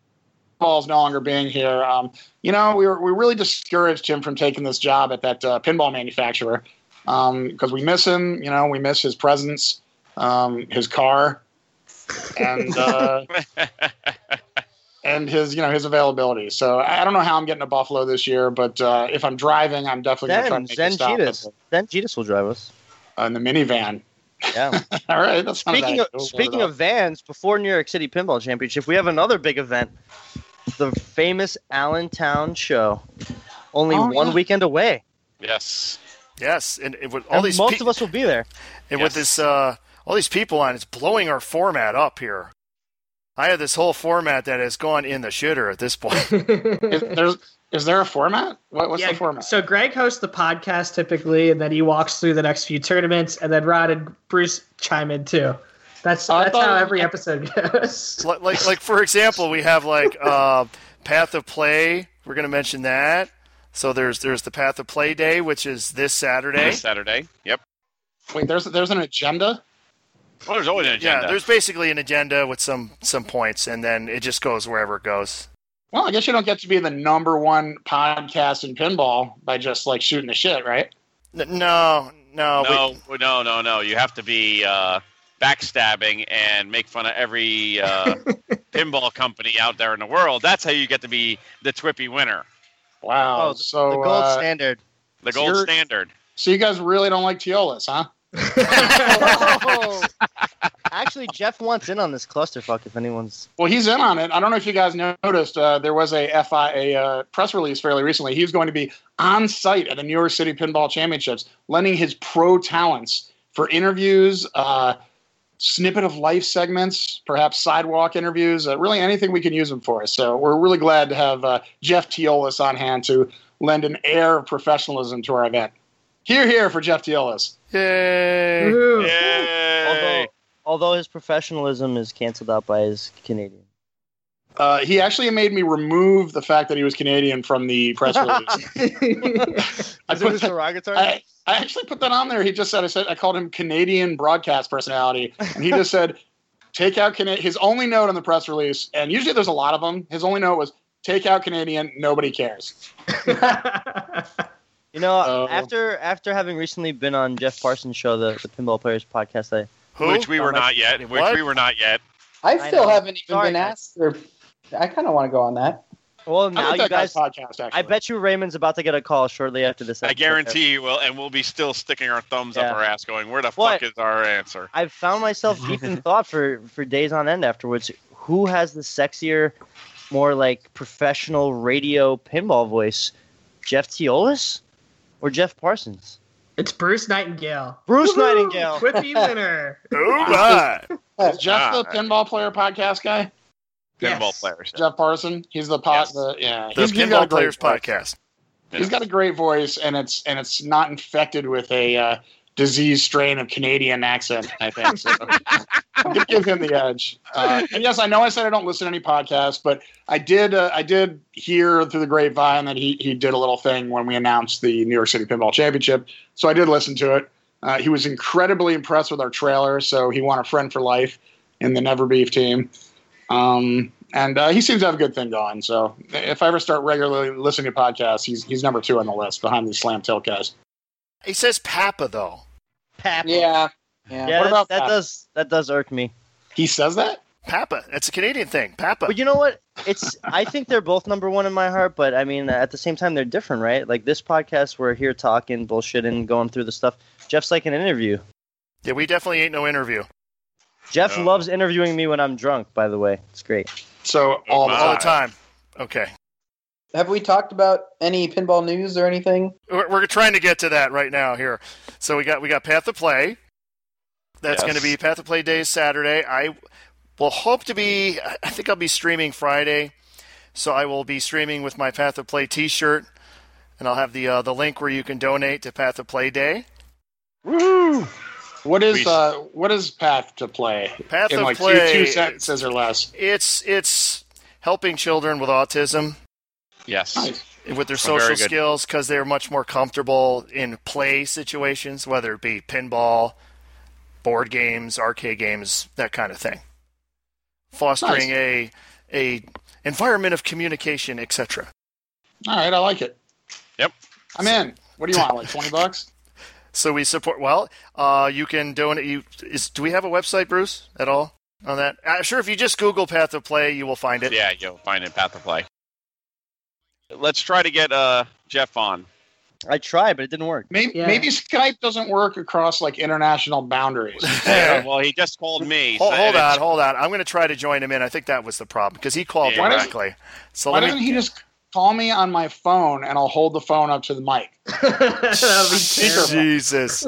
[SPEAKER 8] Paul's no longer being here. Um, you know, we were, we really discouraged him from taking this job at that uh, pinball manufacturer because we miss him. You know, we miss his presence, um, his car, and uh, and his you know his availability. So I I don't know how I'm getting to Buffalo this year, but uh, if I'm driving, I'm definitely going to try
[SPEAKER 6] Then
[SPEAKER 8] and make
[SPEAKER 6] Zen
[SPEAKER 8] a stop at
[SPEAKER 6] Jetus, Zen Jetus will drive us.
[SPEAKER 8] the- in the minivan.
[SPEAKER 6] Yeah.
[SPEAKER 8] All right, that's not
[SPEAKER 6] speaking
[SPEAKER 8] bad.
[SPEAKER 6] of speaking of vans, before New York City Pinball Championship, we have another big event, the famous Allentown Show. Only
[SPEAKER 8] Oh,
[SPEAKER 6] one
[SPEAKER 8] yeah.
[SPEAKER 6] weekend away,
[SPEAKER 4] Yes.
[SPEAKER 3] Yes, and, and with all
[SPEAKER 6] and
[SPEAKER 3] these
[SPEAKER 6] most
[SPEAKER 3] pe-
[SPEAKER 6] of us will be there.
[SPEAKER 3] and with
[SPEAKER 4] Yes.
[SPEAKER 3] this uh, all these people on, it's blowing our format up here. I have this whole format that has gone in the shitter at this point.
[SPEAKER 8] is, there's, is there a format? What, what's
[SPEAKER 5] Yeah,
[SPEAKER 8] the format?
[SPEAKER 5] So Greg hosts the podcast typically, and then he walks through the next few tournaments, and then Rod and Bruce chime in too. That's
[SPEAKER 8] I
[SPEAKER 5] that's
[SPEAKER 8] thought-
[SPEAKER 5] how every episode goes.
[SPEAKER 3] like, like, like, for example, we have like uh, Path of Play. We're going to mention that. So there's there's the Path of Play Day, which is this Saturday.
[SPEAKER 4] This Saturday. Yep.
[SPEAKER 8] Wait, there's there's an agenda.
[SPEAKER 4] Well, there's always an agenda.
[SPEAKER 3] Yeah, there's basically an agenda with some some points, and then it just goes wherever it goes.
[SPEAKER 8] Well, I guess you don't get to be the number one podcast in pinball by just like shooting the shit, right?
[SPEAKER 3] N- no, no, we-
[SPEAKER 4] no, no, no, no. You have to be uh, backstabbing and make fun of every uh, pinball company out there in the world. That's how you get to be the Twippy winner,
[SPEAKER 8] Wow.
[SPEAKER 6] Oh,
[SPEAKER 8] so
[SPEAKER 6] the gold
[SPEAKER 8] uh,
[SPEAKER 6] standard.
[SPEAKER 4] the
[SPEAKER 8] So
[SPEAKER 4] gold
[SPEAKER 8] you're-
[SPEAKER 4] standard.
[SPEAKER 8] so you guys really don't like Teolis, huh?
[SPEAKER 6] Actually, Jeff wants in on this clusterfuck. If anyone's
[SPEAKER 8] Well, he's in on it. I don't know if you guys noticed. Uh, there was a FIA uh, press release fairly recently. He's going to be on site at the New York City Pinball Championships, lending his pro talents for interviews, uh, snippet of life segments, perhaps sidewalk interviews, uh, really anything we can use him for. So we're really glad to have uh, Jeff Teolis on hand to lend an air of professionalism to our event. Here, here for Jeff Teolis.
[SPEAKER 3] Yay.
[SPEAKER 5] Ooh.
[SPEAKER 4] Yay!
[SPEAKER 6] although, although his professionalism is canceled out by his Canadian.
[SPEAKER 8] Uh, he actually made me remove the fact that he was Canadian from the press release.
[SPEAKER 6] Is
[SPEAKER 8] I
[SPEAKER 6] it
[SPEAKER 8] put
[SPEAKER 6] his
[SPEAKER 8] that-
[SPEAKER 6] derogatory?
[SPEAKER 8] I, I actually put that on there. He just said I said I called him Canadian broadcast personality, and he just said take out Cana-" his only note on the press release. And usually there's a lot of them. His only note was take out Canadian. Nobody cares.
[SPEAKER 6] You know,
[SPEAKER 8] Oh.
[SPEAKER 6] after after having recently been on Jeff Parsons' show, the, the Pinball Players podcast, I
[SPEAKER 3] Who?
[SPEAKER 4] Which we
[SPEAKER 6] How
[SPEAKER 4] were
[SPEAKER 6] much-
[SPEAKER 4] not yet. Which
[SPEAKER 3] What?
[SPEAKER 4] we were not yet.
[SPEAKER 7] I
[SPEAKER 6] I
[SPEAKER 7] still
[SPEAKER 6] know.
[SPEAKER 7] haven't even
[SPEAKER 6] Sorry,
[SPEAKER 7] been
[SPEAKER 6] guys.
[SPEAKER 7] asked. Or I kind of want to go on that.
[SPEAKER 6] well
[SPEAKER 8] I
[SPEAKER 6] now
[SPEAKER 8] like
[SPEAKER 6] you
[SPEAKER 8] that guy's
[SPEAKER 6] guys.
[SPEAKER 8] podcast. Actually,
[SPEAKER 6] I bet you Raymond's about to get a call shortly after this.
[SPEAKER 4] I
[SPEAKER 6] episode.
[SPEAKER 4] guarantee you will, and we'll be still sticking our thumbs
[SPEAKER 6] Yeah.
[SPEAKER 4] up our ass, going, "Where the
[SPEAKER 6] What?
[SPEAKER 4] fuck is our answer?"
[SPEAKER 6] I've found myself deep in thought for for days on end afterwards. Who has the sexier, more like professional radio pinball voice, Jeff Teolis or Jeff Parsons?
[SPEAKER 5] it's Bruce Nightingale.
[SPEAKER 6] Bruce
[SPEAKER 5] Woohoo!
[SPEAKER 6] Nightingale.
[SPEAKER 5] Quippy winner.
[SPEAKER 3] All right.
[SPEAKER 8] Is Jeff the
[SPEAKER 4] Ah.
[SPEAKER 8] pinball player podcast guy.
[SPEAKER 5] Yes.
[SPEAKER 4] Pinball players.
[SPEAKER 8] Jeff Parson. He's the pot.
[SPEAKER 4] Yes.
[SPEAKER 8] The, yeah,
[SPEAKER 3] The
[SPEAKER 8] he's, he's got a
[SPEAKER 3] Pinball
[SPEAKER 8] great
[SPEAKER 3] Players
[SPEAKER 8] voice.
[SPEAKER 3] Podcast.
[SPEAKER 8] He's got a great voice, and it's and it's not infected with a uh, disease strain of Canadian accent. I think so. Give- give him the edge. Uh, and yes, I know I said I don't listen to any podcasts, but I did. Uh, I did hear through the grapevine that he he did a little thing when we announced the New York City Pinball Championship. So I did listen to it. Uh, he was incredibly impressed with our trailer, so he won a friend for life in the Never Beef team. Um, and uh, he seems to have a good thing going. So if I ever start regularly listening to podcasts, he's he's number two on the list behind the Slam Tail guys.
[SPEAKER 3] He says Papa though.
[SPEAKER 6] Pap.
[SPEAKER 7] Yeah. Yeah.
[SPEAKER 6] Yeah,
[SPEAKER 8] What
[SPEAKER 6] that,
[SPEAKER 8] about
[SPEAKER 6] that
[SPEAKER 8] Pap?
[SPEAKER 6] does that does irk me.
[SPEAKER 8] He says that.
[SPEAKER 3] Papa. That's a Canadian thing. Papa.
[SPEAKER 6] But you know what? it's I think they're both number one in my heart, but I mean at the same time they're different, right? Like this podcast, we're here talking bullshit and going through the stuff. Jeff's like an interview.
[SPEAKER 3] Yeah, we definitely ain't no interview.
[SPEAKER 6] Jeff loves interviewing me when I'm drunk. By the way, it's great.
[SPEAKER 8] So all
[SPEAKER 3] all the time. Okay.
[SPEAKER 7] Have we talked about any pinball news or anything?
[SPEAKER 3] We're, we're trying to get to that right now here. So we got we got Path to Play. That's
[SPEAKER 4] Yes.
[SPEAKER 3] going to be Path to Play Day Saturday. I will hope to be. I think I'll be streaming Friday, so I will be streaming with my Path to Play T-shirt, and I'll have the uh, the link where you can donate to Path to Play Day.
[SPEAKER 8] Woo! What
[SPEAKER 4] We-
[SPEAKER 8] is uh, what is path to play?
[SPEAKER 3] Path
[SPEAKER 8] in
[SPEAKER 3] to
[SPEAKER 8] like two-
[SPEAKER 3] Play-
[SPEAKER 8] two sentences or less.
[SPEAKER 3] It's it's helping children with autism
[SPEAKER 4] Yes.
[SPEAKER 3] with their
[SPEAKER 4] Very
[SPEAKER 3] social
[SPEAKER 4] good.
[SPEAKER 3] skills because they're much more comfortable in play situations, whether it be pinball, board games, arcade games, that kind of thing. Fostering a a environment of communication, etc.
[SPEAKER 8] All right, I like it.
[SPEAKER 4] Yep.
[SPEAKER 8] I'm in. What do you want? Like twenty bucks?
[SPEAKER 3] So we support. Well, uh, you can donate. You is do we have a website, Bruce, at all on that? I'm sure if you just Google Path of Play, you will find it.
[SPEAKER 4] Yeah, you'll find it path of play. Let's try to get uh, Jeff on.
[SPEAKER 6] I tried, but it didn't work.
[SPEAKER 8] Maybe,
[SPEAKER 5] Yeah.
[SPEAKER 8] maybe Skype doesn't work across like international boundaries.
[SPEAKER 3] Yeah.
[SPEAKER 4] Well, he just called me.
[SPEAKER 3] Hold,
[SPEAKER 4] so-
[SPEAKER 3] hold
[SPEAKER 4] and it's-
[SPEAKER 3] on, hold on. I'm going to try to join him in. I think that was the problem because he called
[SPEAKER 4] Yeah. Why doesn't-
[SPEAKER 3] directly. So
[SPEAKER 8] Why
[SPEAKER 3] let me
[SPEAKER 8] doesn't he just call me on my phone and I'll hold the phone up to the mic?
[SPEAKER 5] That'll be terrible.
[SPEAKER 3] Jesus.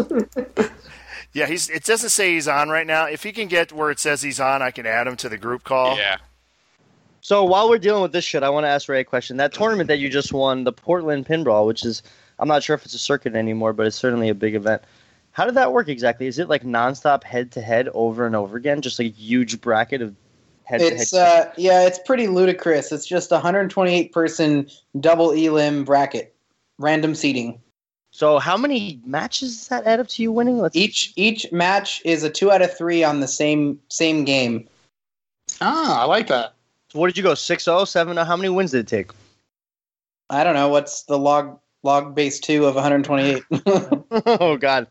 [SPEAKER 3] yeah, he's. It doesn't say he's on right now. If he can get where it says he's on, I can add him to the group call.
[SPEAKER 4] Yeah.
[SPEAKER 6] So while we're dealing with this shit, I want to ask Ray a question. That tournament that you just won, the Portland Pinball, which is I'm not sure if it's a circuit anymore, but it's certainly a big event. How did that work exactly? Is it like nonstop head to head over and over again, just like a huge bracket of head to
[SPEAKER 7] It's
[SPEAKER 6] head?
[SPEAKER 7] uh, yeah, it's pretty ludicrous. It's just a 128 person double elim bracket, random seating.
[SPEAKER 6] So how many matches does that add up to you winning? Let's
[SPEAKER 7] Each each match is a two out of three on the same same game.
[SPEAKER 8] Ah, I like that.
[SPEAKER 6] What did you go? 6-0, 7-0? oh? How many wins did it take?
[SPEAKER 7] I don't know what's the log log base two of 128.
[SPEAKER 6] oh god.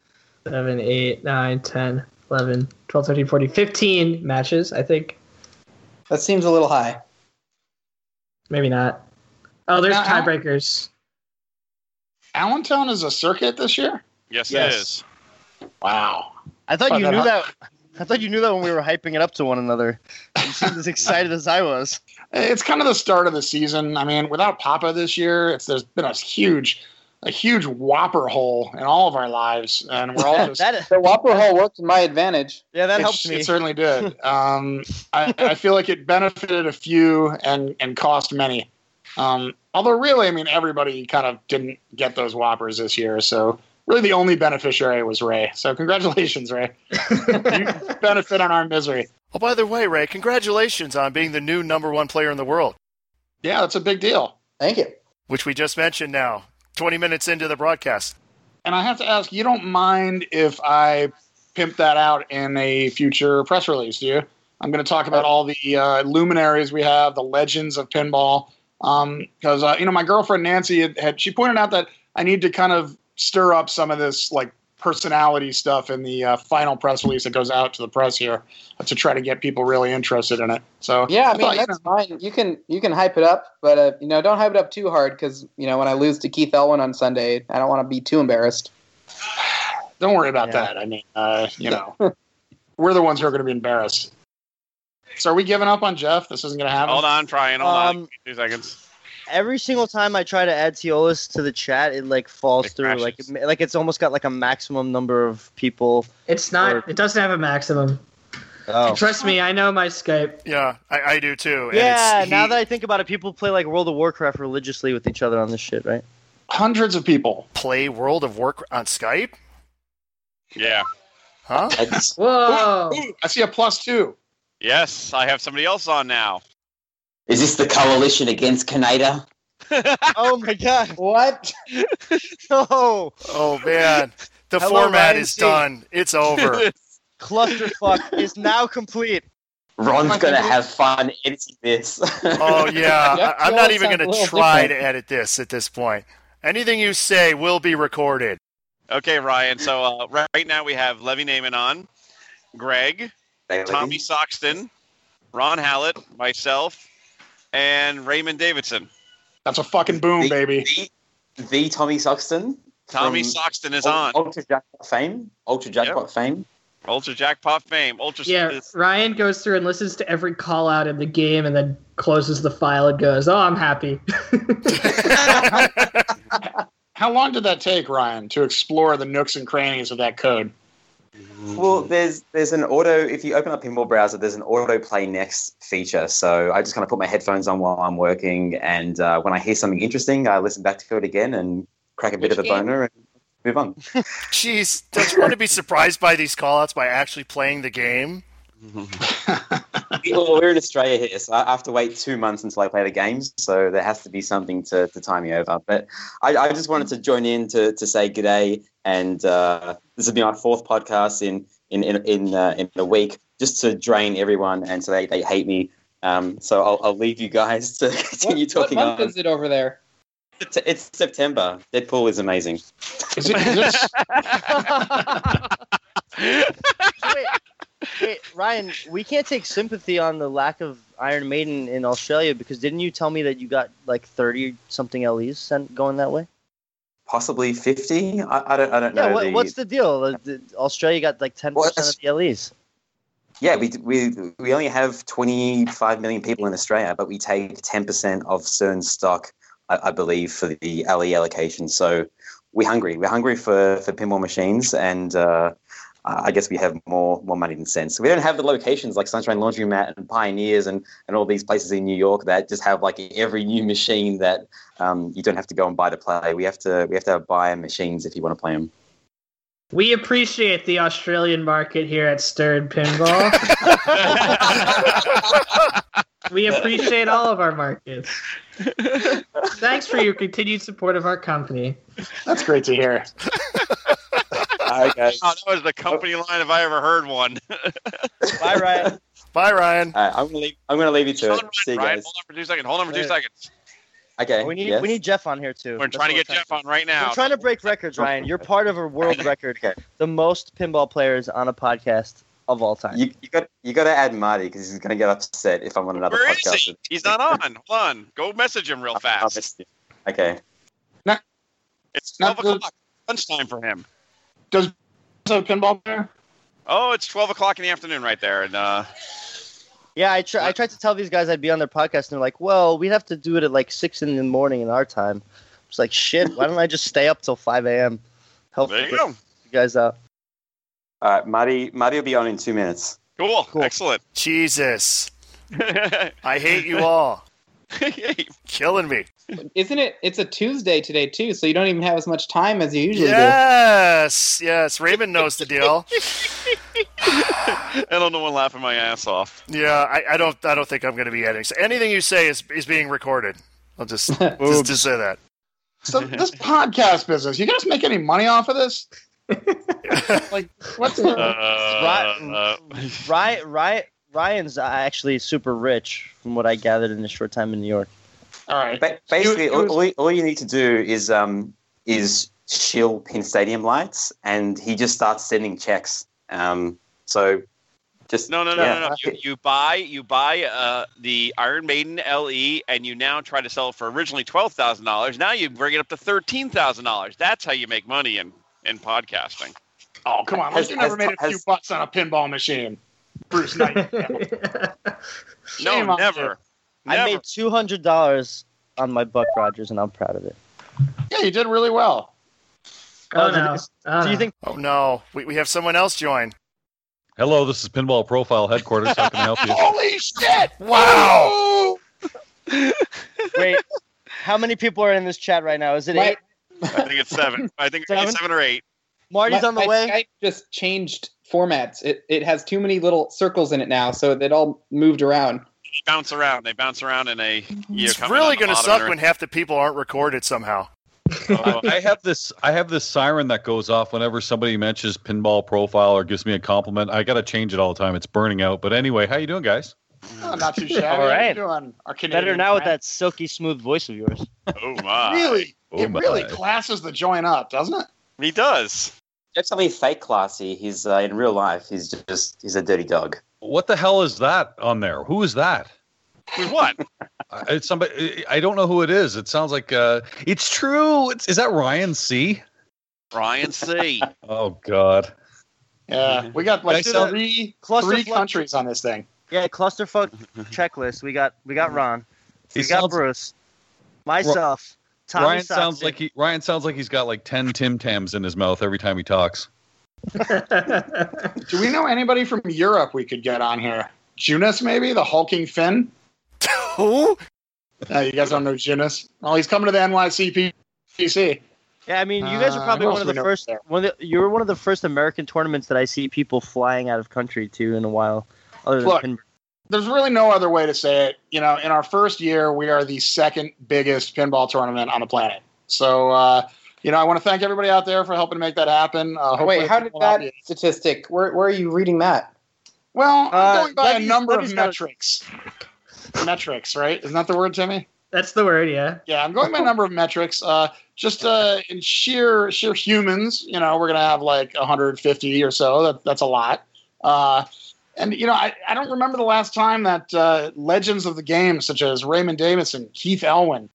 [SPEAKER 5] 7, 8, 9, 10, 11, 12, 13, 14, 15 matches, I think.
[SPEAKER 7] that seems a little high.
[SPEAKER 5] Maybe not. Oh, there's
[SPEAKER 8] Now, how-
[SPEAKER 5] tiebreakers.
[SPEAKER 8] Allentown is a circuit this year.
[SPEAKER 4] Yes,
[SPEAKER 6] Yes.
[SPEAKER 4] it is.
[SPEAKER 8] Wow.
[SPEAKER 6] I thought
[SPEAKER 8] Oh,
[SPEAKER 6] you
[SPEAKER 8] that
[SPEAKER 6] knew
[SPEAKER 8] hot.
[SPEAKER 6] that I thought you knew that when we were hyping it up to one another. You seemed as excited as I was.
[SPEAKER 8] It's kind of the start of the season. I mean, without Papa this year, it's there's been a huge, a huge whopper hole in all of our lives, and we're all just
[SPEAKER 6] That
[SPEAKER 7] The Whopper hole worked to my advantage.
[SPEAKER 6] yeah, that
[SPEAKER 8] it,
[SPEAKER 6] helped me.
[SPEAKER 8] It certainly did. Um, I, I feel like it benefited a few and and cost many. Um, although, really, I mean, everybody kind of didn't get those whoppers this year, so really the only beneficiary was Ray. So, congratulations, Ray. you benefit on our misery.
[SPEAKER 3] Oh, by the way, Ray, congratulations on being the new number one player in the world,
[SPEAKER 8] Yeah, that's a big deal.
[SPEAKER 7] Thank you.
[SPEAKER 3] which we just mentioned now, 20 minutes into the broadcast.
[SPEAKER 8] And I have to ask, you don't mind if I pimp that out in a future press release, do you? I'm going to talk about all the uh, luminaries we have, the legends of pinball. Because uh, you know, my girlfriend Nancy had, had she pointed out that I need to kind of stir up some of this like personality stuff in the uh, final press release that goes out to the press here to try to get people really interested in it. So
[SPEAKER 7] Yeah, I mean
[SPEAKER 8] thought, you
[SPEAKER 7] that's fine. You can you can hype it up, but uh, you know don't hype it up too hard because you know when I lose to Keith Elwin on Sunday, I don't want to be too embarrassed.
[SPEAKER 8] Don't worry about
[SPEAKER 6] Yeah.
[SPEAKER 8] that. I mean, uh, you know, we're the ones who are going to be embarrassed. So are we giving up on Jeff? This isn't going to happen.
[SPEAKER 4] Hold on, Brian. Hold on.
[SPEAKER 6] Um,
[SPEAKER 4] Two seconds.
[SPEAKER 6] every single time I try to add Teolis to the chat, it like falls
[SPEAKER 4] It
[SPEAKER 6] through. Like
[SPEAKER 4] crashes.
[SPEAKER 6] it- like it's almost got like a maximum number of people.
[SPEAKER 5] It's not,
[SPEAKER 6] Or-
[SPEAKER 5] it doesn't have a maximum.
[SPEAKER 6] Oh.
[SPEAKER 5] Trust me, I know my Skype.
[SPEAKER 3] Yeah, I, I do too. Oh, And
[SPEAKER 6] Yeah,
[SPEAKER 3] it's,
[SPEAKER 6] now
[SPEAKER 3] he-
[SPEAKER 6] that I think about it, people play like World of Warcraft religiously with each other on this shit, right?
[SPEAKER 8] Hundreds of people.
[SPEAKER 3] play World of Warcraft on Skype,
[SPEAKER 4] Yeah.
[SPEAKER 3] huh?
[SPEAKER 7] That's-
[SPEAKER 5] Whoa!
[SPEAKER 8] Ooh, I see a plus two.
[SPEAKER 4] Yes, I have somebody else on now.
[SPEAKER 10] Is this the coalition against Kaneda?
[SPEAKER 6] oh my god.
[SPEAKER 7] what?
[SPEAKER 6] No.
[SPEAKER 3] Oh man, the
[SPEAKER 6] Hello,
[SPEAKER 3] format
[SPEAKER 6] Ryan
[SPEAKER 3] is
[SPEAKER 6] C.
[SPEAKER 3] done. It's over.
[SPEAKER 6] Clusterfuck is now complete.
[SPEAKER 10] Ron's gonna have fun editing this.
[SPEAKER 3] oh yeah,
[SPEAKER 7] Jeff
[SPEAKER 3] I, I'm not
[SPEAKER 7] Teolis
[SPEAKER 3] even
[SPEAKER 7] sounds a
[SPEAKER 3] going to
[SPEAKER 7] little
[SPEAKER 3] try
[SPEAKER 7] different.
[SPEAKER 3] to edit this at this point. Anything you say will be recorded.
[SPEAKER 4] Okay, Ryan. So uh, right, right now we have Levy Naiman on, Greg, Tommy Soxton, Ron Hallett, myself, and Raymond Davidson.
[SPEAKER 8] That's a fucking boom, baby.
[SPEAKER 10] The Tommy Soxton.
[SPEAKER 4] Tommy
[SPEAKER 10] from
[SPEAKER 4] Soxton is
[SPEAKER 10] Ul-
[SPEAKER 4] on.
[SPEAKER 10] Ultra Jackpot fame. Ultra Jackpot fame.
[SPEAKER 4] Ultra Jackpot fame. Ultra
[SPEAKER 5] Yeah, Ryan goes through and listens to every call out in the game and then closes the file and goes, Oh, I'm happy.
[SPEAKER 8] How long did that take, Ryan, to explore the nooks and crannies of that code?
[SPEAKER 10] Well, there's there's an auto. If you open up Pinball Browser, there's an autoplay next feature. So I just kind of put my headphones on while I'm working, and uh, when I hear something interesting, I listen back to it again and crack a bit
[SPEAKER 3] Which
[SPEAKER 10] of a
[SPEAKER 3] game?
[SPEAKER 10] boner and move on.
[SPEAKER 3] Jeez, don't you want to be surprised by these callouts by actually playing the game?
[SPEAKER 10] well, we're in Australia here, so I have to wait two months until I play the games. So there has to be something to, to tie me over. But I, I just wanted to join in to, to say good day, and uh, this will be my fourth podcast in in in in, uh, in a week, just to drain everyone and so they, they hate me. Um, so I'll, I'll leave you guys to continue
[SPEAKER 7] What
[SPEAKER 10] talking
[SPEAKER 7] month
[SPEAKER 10] on.
[SPEAKER 7] is it over there?
[SPEAKER 10] It's, it's September. Deadpool is amazing.
[SPEAKER 6] wait, wait, Ryan, we can't take sympathy on the lack of Iron Maiden in Australia because didn't you tell me that you got like thirty something LEs sent going that way?
[SPEAKER 10] Possibly fifty. I, I don't. I don't
[SPEAKER 6] yeah,
[SPEAKER 10] know.
[SPEAKER 6] what, what's the deal? The- the- Australia got like ten percent of the LEs.
[SPEAKER 10] Yeah, we, we, we only have 25 million people in Australia, but we take 10% of CERN stock, I, I believe, for the LE allocation. So we're hungry. We're hungry for, for pinball machines, and uh, I guess we have more more money than sense. We don't have the locations like Sunshine Laundromat and Pioneers and, and all these places in New York that just have like every new machine that um, you don't have to go and buy to play. We have to we have to buy machines if you want to play them.
[SPEAKER 5] we appreciate the Australian market here at Stern Pinball. we appreciate all of our markets. Thanks for your continued support of our company.
[SPEAKER 8] That's great to hear.
[SPEAKER 4] Oh, that was the company line if I ever heard one.
[SPEAKER 6] Bye, Ryan.
[SPEAKER 3] Bye, Ryan.
[SPEAKER 10] All right, I'm gonna leave. I'm gonna leave you to it. See you
[SPEAKER 4] Ryan,
[SPEAKER 10] guys.
[SPEAKER 4] hold on for two seconds. Hold on for two
[SPEAKER 6] Later.
[SPEAKER 4] seconds.
[SPEAKER 10] Okay.
[SPEAKER 6] We need
[SPEAKER 10] yes.
[SPEAKER 6] we need Jeff on here too.
[SPEAKER 4] We're
[SPEAKER 6] That's
[SPEAKER 4] trying to
[SPEAKER 6] what
[SPEAKER 4] get Jeff on right
[SPEAKER 6] We're
[SPEAKER 4] now.
[SPEAKER 6] trying to break records, Ryan. You're part of a world record. The most pinball players on a podcast of all time.
[SPEAKER 10] You, you got you got to add Marty because he's gonna get upset if I'm on another
[SPEAKER 4] Where is
[SPEAKER 10] podcast.
[SPEAKER 4] he? He's not on. Hold on. Go message him real fast.
[SPEAKER 10] Okay.
[SPEAKER 4] It's 12 o'clock. Lunchtime for him.
[SPEAKER 8] Does a pinball player?
[SPEAKER 4] Oh, it's 12 o'clock in the afternoon right there. And uh,
[SPEAKER 6] Yeah, I, tr- I tried to tell these guys I'd be on their podcast, and they're like, "Well, we'd have to do it at like six in the morning in our time." It's like, "Shit, why don't I just stay up till five a.m.?" Help
[SPEAKER 4] There you
[SPEAKER 6] get
[SPEAKER 4] go.
[SPEAKER 6] you guys out.
[SPEAKER 10] All right, Marty. Marty will be on in two minutes.
[SPEAKER 4] cool. Excellent.
[SPEAKER 3] Jesus. I hate you all. Killing me.
[SPEAKER 7] Isn't it? It's a Tuesday today too, so you don't even have as much time as you usually
[SPEAKER 3] Yes, yes. Raymond knows the deal.
[SPEAKER 4] I don't know one laughing my ass off.
[SPEAKER 3] Yeah, I, I don't. I don't think I'm going to be editing. So anything you say is is being recorded. I'll just just, just say that.
[SPEAKER 8] So this podcast business, you guys make any money off of this? like what's the
[SPEAKER 4] Uh,
[SPEAKER 3] Uh,
[SPEAKER 6] rotten. Ryan, Ryan, Ryan's actually super rich, from what I gathered in the short time in New York.
[SPEAKER 8] All right.
[SPEAKER 10] Ba- basically,
[SPEAKER 6] it
[SPEAKER 10] all-
[SPEAKER 6] was-
[SPEAKER 10] all, you- all you need to do is um is shill pin stadium lights, and he just starts sending checks. Um, so just
[SPEAKER 4] No, no, no,
[SPEAKER 10] yeah.
[SPEAKER 4] no, no. You, you buy, you buy uh, the Iron Maiden LE, and you now try to sell it for originally twelve thousand dollars. Now you bring it up to thirteen thousand dollars. That's how you make money in in podcasting.
[SPEAKER 8] Oh, come on.
[SPEAKER 4] Has-
[SPEAKER 8] Like you
[SPEAKER 4] has-
[SPEAKER 8] never made a few
[SPEAKER 4] has-
[SPEAKER 8] bucks on a pinball machine. Bruce Knight. Shame
[SPEAKER 4] no,
[SPEAKER 8] on
[SPEAKER 4] never.
[SPEAKER 6] I made two hundred dollars on my Buck Rogers, and I'm proud of it.
[SPEAKER 8] Yeah, you did really well.
[SPEAKER 5] Oh, no.
[SPEAKER 6] Uh, Do you think?
[SPEAKER 3] Oh no, we, we have someone else join.
[SPEAKER 11] Hello, this is Pinball Profile Headquarters. How can I help
[SPEAKER 6] Oh,
[SPEAKER 11] you?
[SPEAKER 8] Holy shit!
[SPEAKER 3] Wow.
[SPEAKER 6] Wait, how many people are in this chat right now? Is it
[SPEAKER 7] My-
[SPEAKER 6] eight?
[SPEAKER 4] I think it's seven. I think
[SPEAKER 6] Seven?
[SPEAKER 4] it's seven or eight.
[SPEAKER 7] do.
[SPEAKER 6] Marty's
[SPEAKER 7] my,
[SPEAKER 6] on the
[SPEAKER 7] my
[SPEAKER 6] way.
[SPEAKER 7] Skype just changed formats. It it has too many little circles in it now, so it all moved around.
[SPEAKER 4] Bounce around. They bounce around in a. You're
[SPEAKER 3] Mhm. It's really going
[SPEAKER 4] to
[SPEAKER 3] to suck when half the people aren't recorded somehow.
[SPEAKER 11] I I have this. I have this siren that goes off whenever somebody mentions Pinball Profile or gives me a compliment. I gotta change it all the time. It's burning out. But anyway, how you doing, guys?
[SPEAKER 8] Oh, not too shabby.
[SPEAKER 6] All
[SPEAKER 8] All
[SPEAKER 6] right.
[SPEAKER 8] right. How you doing? Our Canadian
[SPEAKER 6] Better now with
[SPEAKER 8] friend.
[SPEAKER 6] that silky smooth voice of yours.
[SPEAKER 4] Oh my!
[SPEAKER 8] Really,
[SPEAKER 11] Oh
[SPEAKER 8] it really
[SPEAKER 11] my.
[SPEAKER 8] classes the joint up, doesn't it?
[SPEAKER 4] He does.
[SPEAKER 10] Jeff's only fake classy. He's uh, in real life. He's just he's a dirty dog.
[SPEAKER 11] What the hell is that on there? Who is that?
[SPEAKER 4] With what?
[SPEAKER 11] It's somebody. I don't know who it is. It sounds like uh, it's true. It's, is that Ryan C?
[SPEAKER 4] Ryan C.
[SPEAKER 11] Oh God.
[SPEAKER 8] Yeah, we got like
[SPEAKER 11] Guys, uh,
[SPEAKER 8] three,
[SPEAKER 6] Clusterfuck-
[SPEAKER 8] three countries on this thing.
[SPEAKER 6] Yeah, clusterfuck checklist. We got we
[SPEAKER 8] Mm-hmm.
[SPEAKER 6] got Ron.
[SPEAKER 11] He
[SPEAKER 6] We got
[SPEAKER 11] sounds-
[SPEAKER 6] Bruce. Myself. Tommy
[SPEAKER 11] Ryan
[SPEAKER 6] Soxton.
[SPEAKER 11] sounds like he. Ryan sounds like he's got like ten Tim Tams in his mouth every time he talks.
[SPEAKER 8] Do we know anybody from Europe we could get on here? Junus, maybe the hulking Finn.
[SPEAKER 3] Who?
[SPEAKER 8] you guys don't know Junus? Oh, he's coming to the NYCPC.
[SPEAKER 6] Yeah, I mean, you guys are
[SPEAKER 8] Uh,
[SPEAKER 6] probably
[SPEAKER 8] who
[SPEAKER 6] one of
[SPEAKER 8] else
[SPEAKER 6] the
[SPEAKER 8] we know
[SPEAKER 6] first.
[SPEAKER 8] there?
[SPEAKER 6] One of the, you were one of the first American tournaments that I see people flying out of country to in a while. Other than
[SPEAKER 8] Look,
[SPEAKER 6] Pin-
[SPEAKER 8] There's really no other way to say it. You know, in our first year, we are the second biggest pinball tournament on the planet. So, uh, you know, I want to thank everybody out there for helping to make that happen. Uh, hopefully
[SPEAKER 7] Wait, how did
[SPEAKER 8] people
[SPEAKER 7] that
[SPEAKER 8] out there-
[SPEAKER 7] statistic? Where, where are you reading that?
[SPEAKER 8] Well, I'm
[SPEAKER 7] Uh,
[SPEAKER 8] going by a
[SPEAKER 7] Levy's-
[SPEAKER 8] number
[SPEAKER 7] Levy's
[SPEAKER 8] of
[SPEAKER 7] got a-
[SPEAKER 8] metrics. metrics, right? Isn't that the word, Timmy?
[SPEAKER 5] That's the word, yeah.
[SPEAKER 8] Yeah, I'm going by a number of metrics. Uh, just uh, in sheer sheer humans, you know, we're gonna have like 150 or so. That, that's a lot. Uh, and you know, I, I don't remember the last time that uh, legends of the game, such as Raymond Davison, Keith Elwin,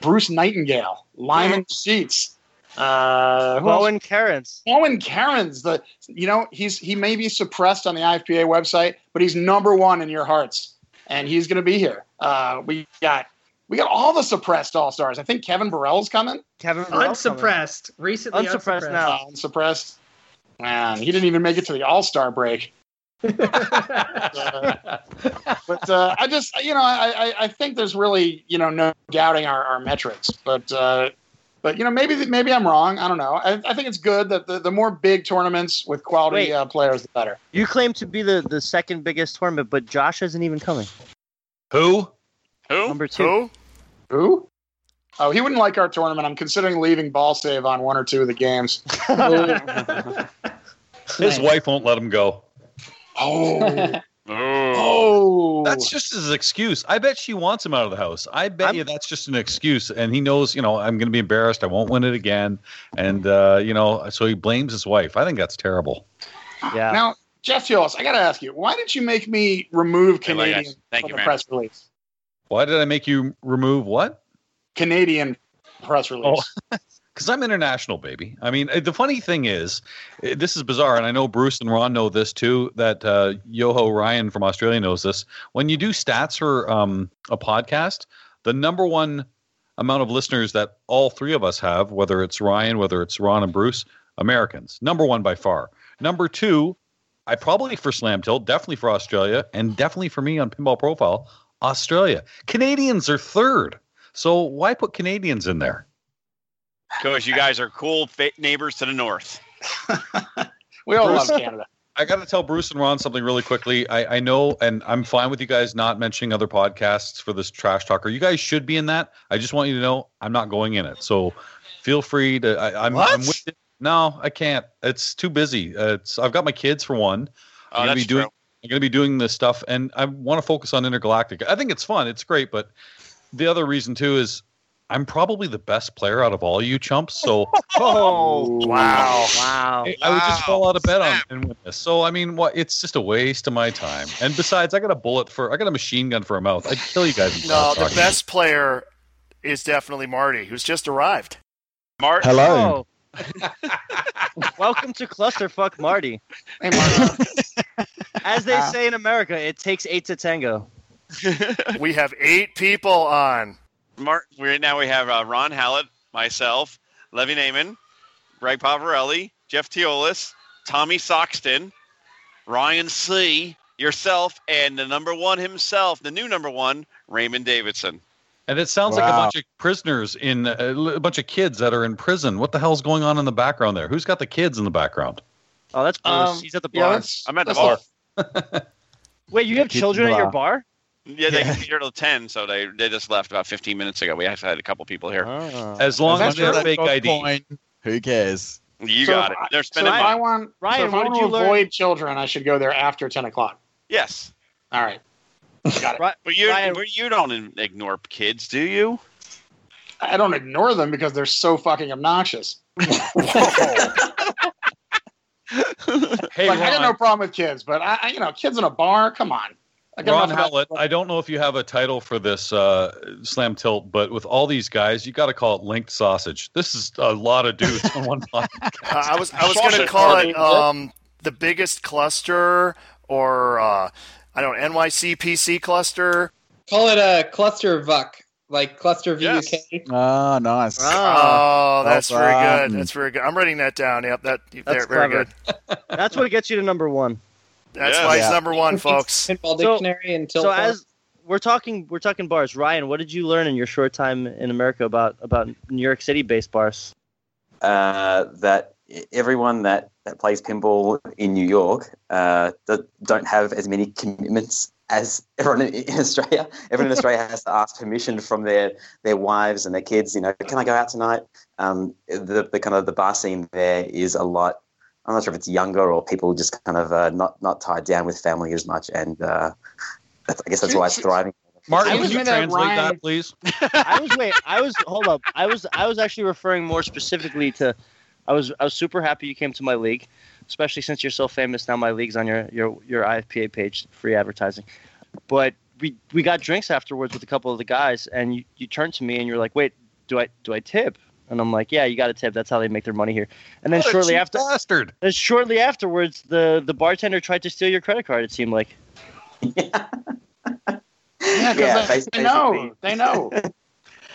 [SPEAKER 8] Bruce Nightingale, Lyman Sheets, uh, who else?
[SPEAKER 6] Mm-hmm. Bowen Karens.
[SPEAKER 8] Owen Karens, the you know he's he may be suppressed on the IFPA website, but he's number one in your hearts, and he's going to be here. Uh, we got we got all the suppressed all stars. I think Kevin Burrell's coming.
[SPEAKER 6] Kevin Burrell
[SPEAKER 5] Unsuppressed. Recently
[SPEAKER 6] Unsuppressed
[SPEAKER 5] unsuppressed.
[SPEAKER 6] now.
[SPEAKER 8] Uh, unsuppressed. Man, he didn't even make it to the all star break. Uh, but uh, I just you know I, I I think there's really you know no doubting our, our metrics, but. Uh, but you know, maybe maybe I'm wrong. I don't know. I, I think it's good that the, the more big tournaments with quality
[SPEAKER 6] Wait.
[SPEAKER 8] uh, players, the better.
[SPEAKER 6] You claim to be the, the second biggest tournament, but Josh isn't even coming.
[SPEAKER 11] Who?
[SPEAKER 4] Who?
[SPEAKER 6] Number two.
[SPEAKER 3] Who?
[SPEAKER 8] Who? Oh, he wouldn't like our tournament. I'm considering leaving ball save on one or two of the games.
[SPEAKER 11] His wife won't let him go.
[SPEAKER 8] Oh,
[SPEAKER 4] Oh.
[SPEAKER 8] oh,
[SPEAKER 11] That's just his excuse. I bet she wants him out of the house. I bet
[SPEAKER 6] I'm-
[SPEAKER 11] you that's just an excuse. And he knows, you know, I'm going to be embarrassed. I won't win it again. And, uh, you know, so he blames his wife. I think that's terrible.
[SPEAKER 6] Yeah.
[SPEAKER 8] now Jeff Hillis. I got to ask you, why did you make me remove
[SPEAKER 4] Hey, like I-
[SPEAKER 8] Canadian
[SPEAKER 4] thank
[SPEAKER 8] from
[SPEAKER 4] you,
[SPEAKER 8] the
[SPEAKER 4] man.
[SPEAKER 8] press release?
[SPEAKER 11] Why did I make you remove what?
[SPEAKER 8] Canadian press release.
[SPEAKER 11] Because I'm international, baby. I mean, eh, the funny thing is, eh, this is bizarre, and I know Bruce and Ron know this too. That uh, Yoho Ryan from Australia knows this. When you do stats or um, a podcast, the number one amount of listeners that all three of us have, whether it's Ryan, whether it's Ron and Bruce, Americans, number one by far. Number two, I probably for Slam Tilt, definitely for Australia, and definitely for me on Pinball Profile, Australia. Canadians are third. So why put Canadians in there?
[SPEAKER 4] Because you guys are cool fa- neighbors to the north.
[SPEAKER 8] We all love
[SPEAKER 11] Bruce-
[SPEAKER 8] Canada.
[SPEAKER 11] I got to tell Bruce and Ron something really quickly. I, I know, and I'm fine with you guys not mentioning other podcasts for this trash talker. You guys should be in that. I just want you to know I'm not going in it. So feel free to. I, I'm, I'm
[SPEAKER 8] What?
[SPEAKER 11] with it. No, I can't. It's too busy. Uh, it's I've got my kids for one. I'm
[SPEAKER 4] Oh,
[SPEAKER 11] gonna
[SPEAKER 4] that's
[SPEAKER 11] be doing.
[SPEAKER 4] true.
[SPEAKER 11] I'm going to be doing this stuff, and I want to focus on intergalactic. I think it's fun. It's great, but the other reason too is I'm probably the best player out of all you chumps. So.
[SPEAKER 6] Oh,
[SPEAKER 3] Wow.
[SPEAKER 6] wow.
[SPEAKER 11] I would just
[SPEAKER 4] Wow.
[SPEAKER 11] fall out of bed on and win this. So I mean, what? It's just a waste of my time. And besides, I got a bullet for, I got a machine gun for a mouth. I'd kill you guys. in
[SPEAKER 3] No,
[SPEAKER 11] trash
[SPEAKER 3] the
[SPEAKER 11] talking.
[SPEAKER 3] best player is definitely Marty, who's just arrived.
[SPEAKER 4] Martin.
[SPEAKER 9] Hello.
[SPEAKER 6] Oh. Welcome to Clusterfuck Marty.
[SPEAKER 8] Hey, Ah. Mark,
[SPEAKER 6] As they say in America, it takes eight to tango.
[SPEAKER 3] We have eight people on.
[SPEAKER 4] Mart, we now we have uh, Ron Hallett, myself, Levy Naiman, Greg Pavarelli, Jeff Teolis, Tommy Soxton, Ryan C, yourself, and the number one himself, the new number one, Raymond Davidson.
[SPEAKER 11] And it sounds like a
[SPEAKER 9] Wow.
[SPEAKER 11] bunch of prisoners in a, li- a bunch of kids that are in prison. What the hell's going on in the background there? Who's got the kids in the background?
[SPEAKER 6] Oh, that's Bruce.
[SPEAKER 8] Um,
[SPEAKER 6] He's at the
[SPEAKER 8] yeah,
[SPEAKER 6] bar.
[SPEAKER 8] that's-
[SPEAKER 4] I'm at the
[SPEAKER 8] that's
[SPEAKER 4] bar.
[SPEAKER 6] Wait, you have
[SPEAKER 9] Kid
[SPEAKER 6] children at your bar?
[SPEAKER 4] Yeah, they can be here till ten, so they they just left about fifteen minutes ago. We actually had a couple people here.
[SPEAKER 6] Oh.
[SPEAKER 11] As long
[SPEAKER 9] That's
[SPEAKER 11] as they're
[SPEAKER 9] true.
[SPEAKER 11] fake
[SPEAKER 9] Good
[SPEAKER 11] ID.
[SPEAKER 9] point. Who cares?
[SPEAKER 4] You
[SPEAKER 8] So
[SPEAKER 4] got it.
[SPEAKER 8] if I-
[SPEAKER 4] They're
[SPEAKER 8] So
[SPEAKER 4] spending
[SPEAKER 8] if I
[SPEAKER 4] money.
[SPEAKER 8] want,
[SPEAKER 6] Ryan,
[SPEAKER 8] so if I
[SPEAKER 6] what
[SPEAKER 8] want
[SPEAKER 6] did
[SPEAKER 8] to
[SPEAKER 6] you learn-
[SPEAKER 8] avoid children, I should go there after 10 o'clock.
[SPEAKER 4] Yes,
[SPEAKER 8] All right. Got it.
[SPEAKER 6] Ri-
[SPEAKER 4] but you
[SPEAKER 6] Ryan-
[SPEAKER 4] but you don't in- ignore kids, do you?
[SPEAKER 8] I don't ignore them because they're so fucking obnoxious.
[SPEAKER 11] Hey,
[SPEAKER 8] like, I got
[SPEAKER 11] Ron,
[SPEAKER 8] no problem with kids, but I, I, you know, kids in a bar, come on.
[SPEAKER 11] Ron Hallett, I don't know if you have a title for this uh, slam tilt, but with all these guys, you got to call it linked sausage. This is a lot of dudes on one podcast.
[SPEAKER 3] Uh, I was I was going to call it um, the biggest cluster or uh, I don't know, NYCPC cluster.
[SPEAKER 7] Call it a cluster vuck, like cluster
[SPEAKER 3] Yes.
[SPEAKER 7] VUK.
[SPEAKER 12] Oh, nice.
[SPEAKER 7] Ah,
[SPEAKER 3] Oh, that's
[SPEAKER 6] well
[SPEAKER 3] very
[SPEAKER 6] done.
[SPEAKER 3] good. That's very good. I'm writing that down. Yep, that
[SPEAKER 6] That's
[SPEAKER 3] there, very
[SPEAKER 6] clever.
[SPEAKER 3] good.
[SPEAKER 6] That's what gets you to number one.
[SPEAKER 3] That's why he's number one, folks.
[SPEAKER 7] Pinball
[SPEAKER 6] So-
[SPEAKER 7] dictionary and
[SPEAKER 6] So as we're talking, we're talking bars. Ryan, what did you learn in your short time in America about about New York City based bars?
[SPEAKER 10] uh, that everyone that, that plays pinball in New York uh, do- don't have as many commitments as everyone in in Australia. Everyone in Australia has to ask permission from their, their wives and their kids. You know, can I go out tonight? Um, the, the kind of the bar scene there is a lot. I'm not sure if it's younger or people just kind of uh, not not tied down with family as much, and uh, that's, I guess that's why it's thriving.
[SPEAKER 11] Martin,
[SPEAKER 6] I
[SPEAKER 11] can
[SPEAKER 6] was
[SPEAKER 11] you
[SPEAKER 6] gonna-
[SPEAKER 11] translate
[SPEAKER 6] Ryan-
[SPEAKER 11] that, please?
[SPEAKER 6] I was wait. I was hold up. I was I was actually referring more specifically to. I was I was super happy you came to my league, especially since you're so famous now. My league's on your your your IFPA page, free advertising. But we we got drinks afterwards with a couple of the guys, and you, you turned to me and you're like, wait, do I do I tip? And I'm like, yeah, you got to tip. That's how they make their money here. And then
[SPEAKER 11] What a
[SPEAKER 6] shortly
[SPEAKER 11] cheap
[SPEAKER 6] after,
[SPEAKER 11] bastard.
[SPEAKER 6] then shortly afterwards, the the bartender tried to steal your credit card. It seemed like.
[SPEAKER 8] Yeah, 'cause
[SPEAKER 10] Yeah,
[SPEAKER 8] they,
[SPEAKER 10] basi-
[SPEAKER 8] they know. They know.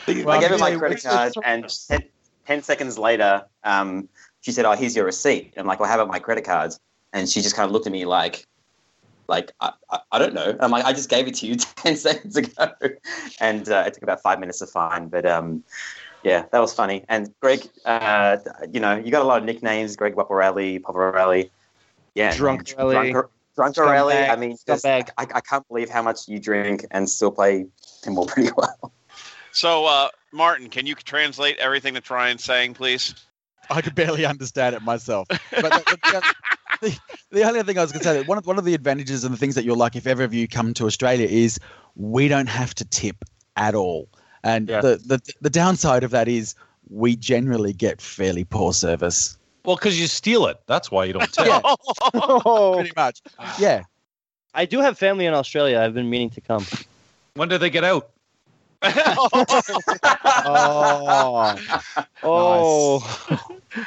[SPEAKER 10] I gave her my
[SPEAKER 8] yeah,
[SPEAKER 10] credit
[SPEAKER 8] it's just
[SPEAKER 10] card,
[SPEAKER 8] so-
[SPEAKER 10] and ten, 10 seconds later, um, she said, "Oh, here's your receipt." I'm like, "Well, how about my credit cards?" And she just kind of looked at me like, "Like I, I, I don't know." And I'm like, "I just gave it to you ten seconds ago," and uh, it took about five minutes to find. But um, yeah, that was funny. And Greg, uh, you know, you got a lot of nicknames: Greg Waparelli, Paparelli, yeah,
[SPEAKER 6] Drunk Rally.
[SPEAKER 10] Drunkarelli. Drunkarelli. I mean, just, I,
[SPEAKER 6] Scumbag.
[SPEAKER 10] I can't believe how much you drink and still play pinball pretty well.
[SPEAKER 4] So, uh, Martin, can you translate everything that Ryan's saying, please?
[SPEAKER 12] I could barely understand it myself. But the, the, the, the only thing I was going to say that one of one of the advantages and the things that you're like if ever of you come to Australia is we don't have to tip at all, and
[SPEAKER 11] Yeah.
[SPEAKER 12] the, the the downside of that is we generally get fairly poor service.
[SPEAKER 11] Well, because you steal it. That's why you don't tip.
[SPEAKER 12] Yeah.
[SPEAKER 6] Oh,
[SPEAKER 12] Pretty much. Yeah.
[SPEAKER 6] I do have family in Australia. I've been meaning to come.
[SPEAKER 11] When do they get out?
[SPEAKER 12] Oh.
[SPEAKER 6] Oh,
[SPEAKER 4] Well,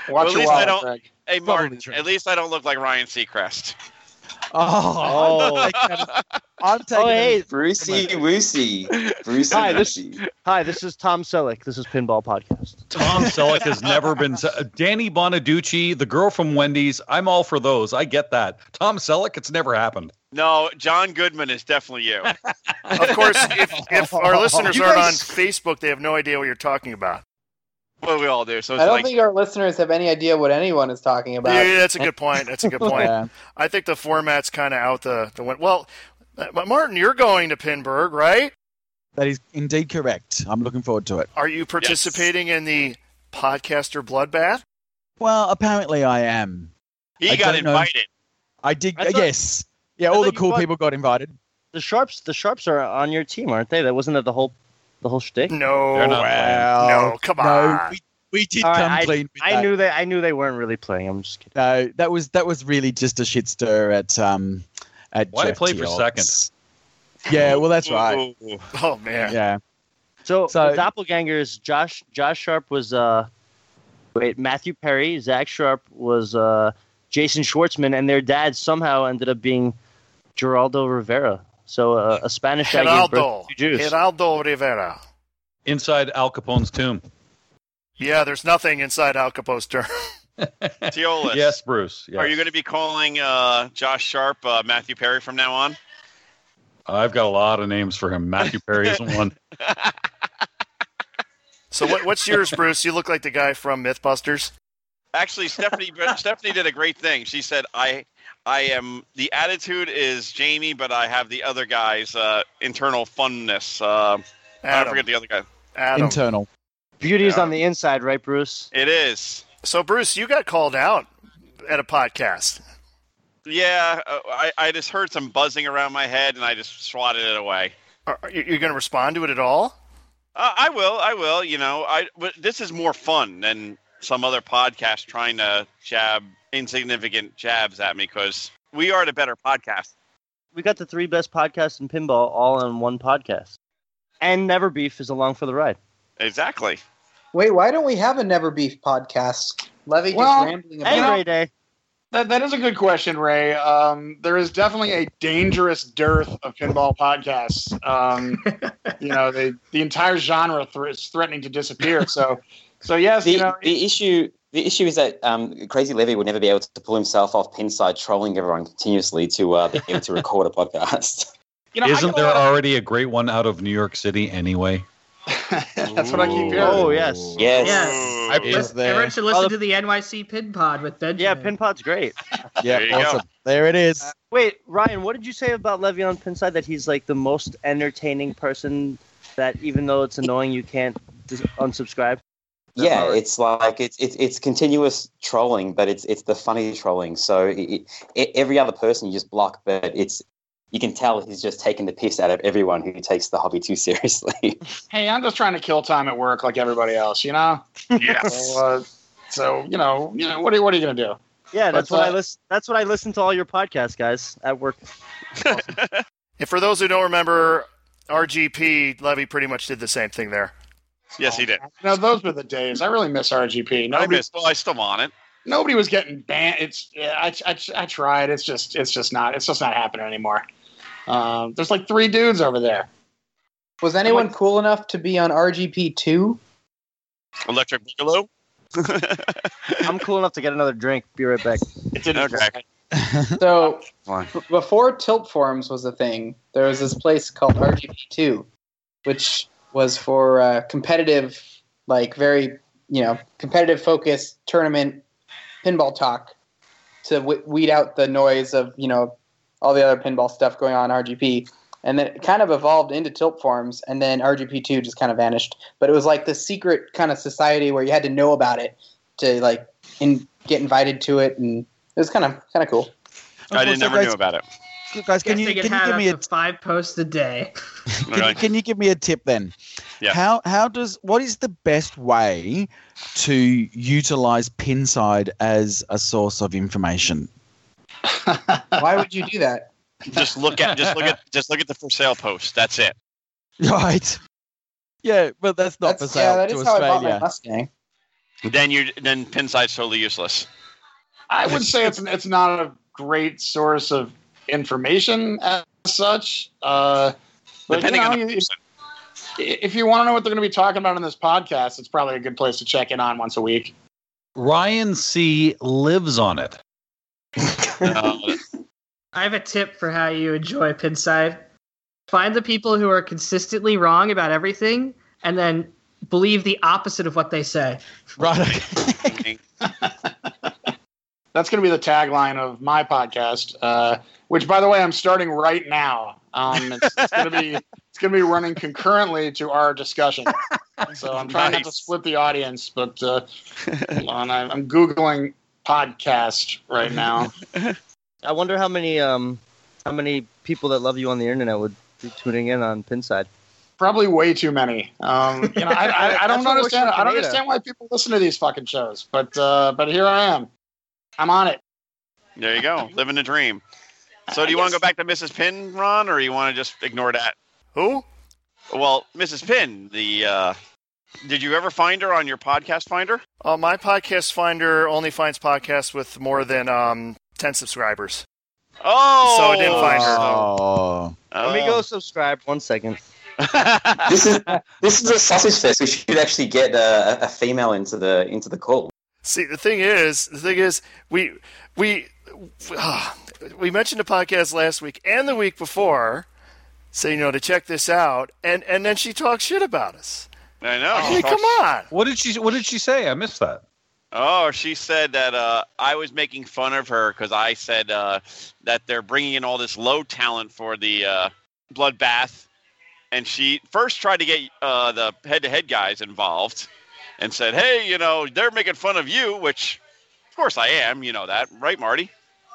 [SPEAKER 8] Watch
[SPEAKER 4] at least
[SPEAKER 8] your
[SPEAKER 4] I
[SPEAKER 8] wallet,
[SPEAKER 4] don't.
[SPEAKER 8] Greg.
[SPEAKER 4] Hey,
[SPEAKER 12] Probably
[SPEAKER 4] Martin.
[SPEAKER 12] true.
[SPEAKER 4] At least I don't look like Ryan Seacrest.
[SPEAKER 12] Oh. I'm taking it- I'm taking
[SPEAKER 6] oh,
[SPEAKER 12] it-
[SPEAKER 6] hey,
[SPEAKER 10] Brucey Woosey. Brucey
[SPEAKER 6] Hi, this-
[SPEAKER 10] Woosey.
[SPEAKER 6] hi. This is Tom Selleck. This is Pinball Podcast.
[SPEAKER 11] Tom Selleck has never been. se- Danny Bonaducci, the girl from Wendy's. I'm all for those. I get that. Tom Selleck, it's never happened.
[SPEAKER 4] No, John Goodman is definitely you.
[SPEAKER 3] Of course, if, if our listeners
[SPEAKER 11] You
[SPEAKER 3] aren't
[SPEAKER 11] guys-
[SPEAKER 3] on Facebook, they have no idea what you're talking about.
[SPEAKER 4] well, we all do. So it's
[SPEAKER 7] I don't
[SPEAKER 4] like,
[SPEAKER 7] think our listeners have any idea what anyone is talking about.
[SPEAKER 3] Yeah, yeah, that's a good point. That's a good point.
[SPEAKER 12] Yeah.
[SPEAKER 3] I think the format's kind of out the the win- well. uh, But Martin, you're going to Pinburg, right?
[SPEAKER 12] That is indeed correct. I'm looking forward to it.
[SPEAKER 3] Are you participating in the podcaster bloodbath?
[SPEAKER 12] Well, apparently I am.
[SPEAKER 4] he
[SPEAKER 12] I
[SPEAKER 4] got
[SPEAKER 12] don't know.
[SPEAKER 4] invited.
[SPEAKER 12] I did.
[SPEAKER 6] I thought-
[SPEAKER 12] yes. Yeah,
[SPEAKER 6] I
[SPEAKER 12] all
[SPEAKER 6] thought
[SPEAKER 12] the
[SPEAKER 6] you
[SPEAKER 12] cool
[SPEAKER 6] bought-
[SPEAKER 12] people got invited.
[SPEAKER 6] The sharps, the sharps are on your team, aren't they? That wasn't that the whole, the whole shtick.
[SPEAKER 3] No,
[SPEAKER 11] They're not
[SPEAKER 3] no, come
[SPEAKER 12] No,
[SPEAKER 3] on.
[SPEAKER 12] we, we did
[SPEAKER 6] All right,
[SPEAKER 12] come clean. With
[SPEAKER 6] I
[SPEAKER 12] that.
[SPEAKER 6] knew they. I knew they weren't really playing. I'm just kidding.
[SPEAKER 12] No, that was that was really just a shit stir at um at.
[SPEAKER 11] Why
[SPEAKER 12] Jeff
[SPEAKER 11] play for
[SPEAKER 12] Teal's.
[SPEAKER 11] second?
[SPEAKER 12] Yeah, well that's right.
[SPEAKER 4] Ooh, ooh, ooh.
[SPEAKER 3] Oh man,
[SPEAKER 12] Yeah,
[SPEAKER 6] So,
[SPEAKER 12] So-
[SPEAKER 6] the doppelgangers. Josh Josh Sharp was. uh Wait, Matthew Perry, Zach Sharp was uh Jason Schwartzman, and their dad somehow ended up being Geraldo Rivera. So uh, a Spanish guy gave birth
[SPEAKER 3] Geraldo,
[SPEAKER 6] to two Jews.
[SPEAKER 3] Geraldo Rivera.
[SPEAKER 11] Inside Al Capone's tomb.
[SPEAKER 3] Yeah, there's nothing inside Al Capone's term.
[SPEAKER 4] Teolis.
[SPEAKER 11] Yes, Bruce. Yes.
[SPEAKER 4] Are you going to be calling uh, Josh Sharp uh, Matthew Perry from now on?
[SPEAKER 11] I've got a lot of names for him. Matthew Perry isn't one.
[SPEAKER 3] So what, what's yours, Bruce? You look like the guy from MythBusters.
[SPEAKER 4] Actually, Stephanie Stephanie did a great thing. She said, "I I am the attitude is Jamie, but I have the other guy's uh, internal funness." Uh, I
[SPEAKER 3] Adam.
[SPEAKER 4] forget the other guy.
[SPEAKER 3] Adam.
[SPEAKER 12] internal.
[SPEAKER 6] Beauty is
[SPEAKER 4] Yeah.
[SPEAKER 6] on the inside, right, Bruce?
[SPEAKER 4] It is.
[SPEAKER 3] so Bruce, you got called out at a podcast.
[SPEAKER 4] Yeah, uh, I, I just heard some buzzing around my head, and I just swatted it away.
[SPEAKER 3] Are, are you, you're going to respond to it at all?
[SPEAKER 4] Uh, I will, I will. You know, I but this is more fun than some other podcast trying to jab insignificant jabs at me because we are the better podcast.
[SPEAKER 6] we got the three best podcasts in pinball all in one podcast, and Never Beef is along for the ride.
[SPEAKER 4] Exactly.
[SPEAKER 7] Wait, why don't we have a Never Beef podcast? Levy
[SPEAKER 8] Well,
[SPEAKER 7] just rambling
[SPEAKER 8] hey,
[SPEAKER 7] about
[SPEAKER 8] Ray
[SPEAKER 6] Day.
[SPEAKER 8] That, that is a good question, Ray. Um, there is definitely a dangerous dearth of pinball podcasts. Um, you know, they, the entire genre thr is threatening to disappear. So, so yes,
[SPEAKER 10] the,
[SPEAKER 8] you know,
[SPEAKER 10] the issue the issue is that um, Crazy Levy would never be able to pull himself off pinside trolling everyone continuously to uh, be able to record a podcast.
[SPEAKER 8] You know, I
[SPEAKER 11] Isn't
[SPEAKER 8] get a
[SPEAKER 11] there
[SPEAKER 8] lot of-
[SPEAKER 11] already a great one out of New York City anyway?
[SPEAKER 8] that's what I keep hearing.
[SPEAKER 6] Oh yes,
[SPEAKER 10] Yes.
[SPEAKER 11] I-
[SPEAKER 5] Listen- Everyone should listen to the NYC Pin Pod with Benjamin.
[SPEAKER 6] Yeah, Pin Pod's great.
[SPEAKER 12] Yeah,
[SPEAKER 11] There you
[SPEAKER 12] awesome. There it is.
[SPEAKER 6] Uh, Wait, Ryan, what did you say about Levy on Pinside that he's like the most entertaining person that even though it's annoying, you can't dis- unsubscribe?
[SPEAKER 10] Yeah, it's like it's it's it's continuous trolling, but it's it's the funny trolling. So it, it, every other person you just block, but it's you can tell he's just taking the piss out of everyone who takes the hobby too seriously.
[SPEAKER 8] hey, I'm just trying to kill time at work like everybody else, you know?
[SPEAKER 4] Yes.
[SPEAKER 8] So, uh, so you know, you know, what are what are you gonna do?
[SPEAKER 6] Yeah, that's
[SPEAKER 8] But,
[SPEAKER 6] what I
[SPEAKER 8] uh,
[SPEAKER 6] listen. That's what I listen to all your podcasts, guys, at work.
[SPEAKER 3] And for those who don't remember, RGP Levy pretty much did the same thing there.
[SPEAKER 4] Yes, he did.
[SPEAKER 8] No, those were the days. I really miss RGP.
[SPEAKER 4] I
[SPEAKER 8] Nobody,
[SPEAKER 4] miss. Well, I still want it.
[SPEAKER 8] nobody was getting banned. It's yeah, I, I, I tried. It's just it's just not it's just not happening anymore. Um, there's like three dudes over there.
[SPEAKER 7] Was anyone cool enough to be on RGP two?
[SPEAKER 4] Electric Boogaloo.
[SPEAKER 6] I'm cool enough to get another drink. Be right back.
[SPEAKER 8] It
[SPEAKER 4] okay.
[SPEAKER 7] So b- before Tilt Forums was a thing, there was this place called RGP two, which was for uh, competitive, like very you know competitive focused tournament pinball talk to w- weed out the noise of you know all the other pinball stuff going on in RGP. And then it kind of evolved into tilt forms, and then RGP2 just kind of vanished. But it was like this secret kind of society where you had to know about it to like in, get invited to it, and it was kind of kind of cool.
[SPEAKER 4] I didn't
[SPEAKER 12] so
[SPEAKER 4] never knew
[SPEAKER 12] guys-
[SPEAKER 4] about it.
[SPEAKER 12] Guys, can
[SPEAKER 5] Guess
[SPEAKER 12] you
[SPEAKER 5] they
[SPEAKER 12] can
[SPEAKER 5] can
[SPEAKER 12] you
[SPEAKER 5] have
[SPEAKER 12] give me a
[SPEAKER 5] up to five posts a day.
[SPEAKER 12] Can, you- can you give me a tip then?
[SPEAKER 4] Yeah.
[SPEAKER 12] How how does what is the best way to utilize Pinside as a source of information?
[SPEAKER 7] Why would you do that?
[SPEAKER 4] Just look at just look at just look at the for sale post. That's it.
[SPEAKER 12] Right. Yeah, but that's not for sale
[SPEAKER 7] yeah, that
[SPEAKER 12] to
[SPEAKER 7] is how I
[SPEAKER 12] Australia.
[SPEAKER 7] bought my Mustang.
[SPEAKER 4] Then you then pinside's totally useless.
[SPEAKER 8] I would say it's it's not a great source of information as such. Uh, but
[SPEAKER 4] Depending
[SPEAKER 8] you know,
[SPEAKER 4] on the
[SPEAKER 8] you- if you want to know what they're going to be talking about in this podcast, it's probably a good place to check in on once a week.
[SPEAKER 11] Ryan C lives on it.
[SPEAKER 5] I have a tip for how you enjoy Pinside. Find the people who are consistently wrong about everything, and then believe the opposite of what they say.
[SPEAKER 12] Right.
[SPEAKER 8] That's going to be the tagline of my podcast, uh, which, by the way, I'm starting right now. Um, it's it's going to be it's going to be running concurrently to our discussion. So I'm trying not to split the audience, but uh, hold on, I, I'm googling podcast right now.
[SPEAKER 6] I wonder how many um how many people that love you on the internet would be tuning in on Pinside.
[SPEAKER 8] Probably way too many. Um, you know, I, I, I
[SPEAKER 6] That's
[SPEAKER 8] don't
[SPEAKER 6] what
[SPEAKER 8] understand.
[SPEAKER 6] works for
[SPEAKER 8] I don't
[SPEAKER 6] Pineda.
[SPEAKER 8] understand why people listen to these fucking shows, but uh, but here I am. I'm on it.
[SPEAKER 4] There you go. Living the dream. So do you want to go back to Mrs. Pin, Ron, or you want to just ignore that?
[SPEAKER 3] Who?
[SPEAKER 4] Well, Mrs. Pin, the uh did you ever find her on your podcast finder?
[SPEAKER 3] Uh, my podcast finder only finds podcasts with more than um, 10 subscribers.
[SPEAKER 4] Oh
[SPEAKER 3] So I didn't find her.
[SPEAKER 12] Oh.
[SPEAKER 6] Let me go subscribe. One second.
[SPEAKER 10] this is this is a sausage fest. We should actually get a, a- a female into the into the call.
[SPEAKER 3] See, the thing is, the thing is, we we ah, we mentioned the podcast last week and the week before, so you know to check this out, and and then she talks shit about us.
[SPEAKER 4] I know.
[SPEAKER 3] I mean, come on.
[SPEAKER 11] What did she What did she say? I missed that.
[SPEAKER 4] Oh, she said that uh, I was making fun of her because I said uh, that they're bringing in all this low talent for the uh, bloodbath, and she first tried to get uh, the head-to-head guys involved, and said, "Hey, you know, they're making fun of you," which, of course, I am. You know that, right, Marty?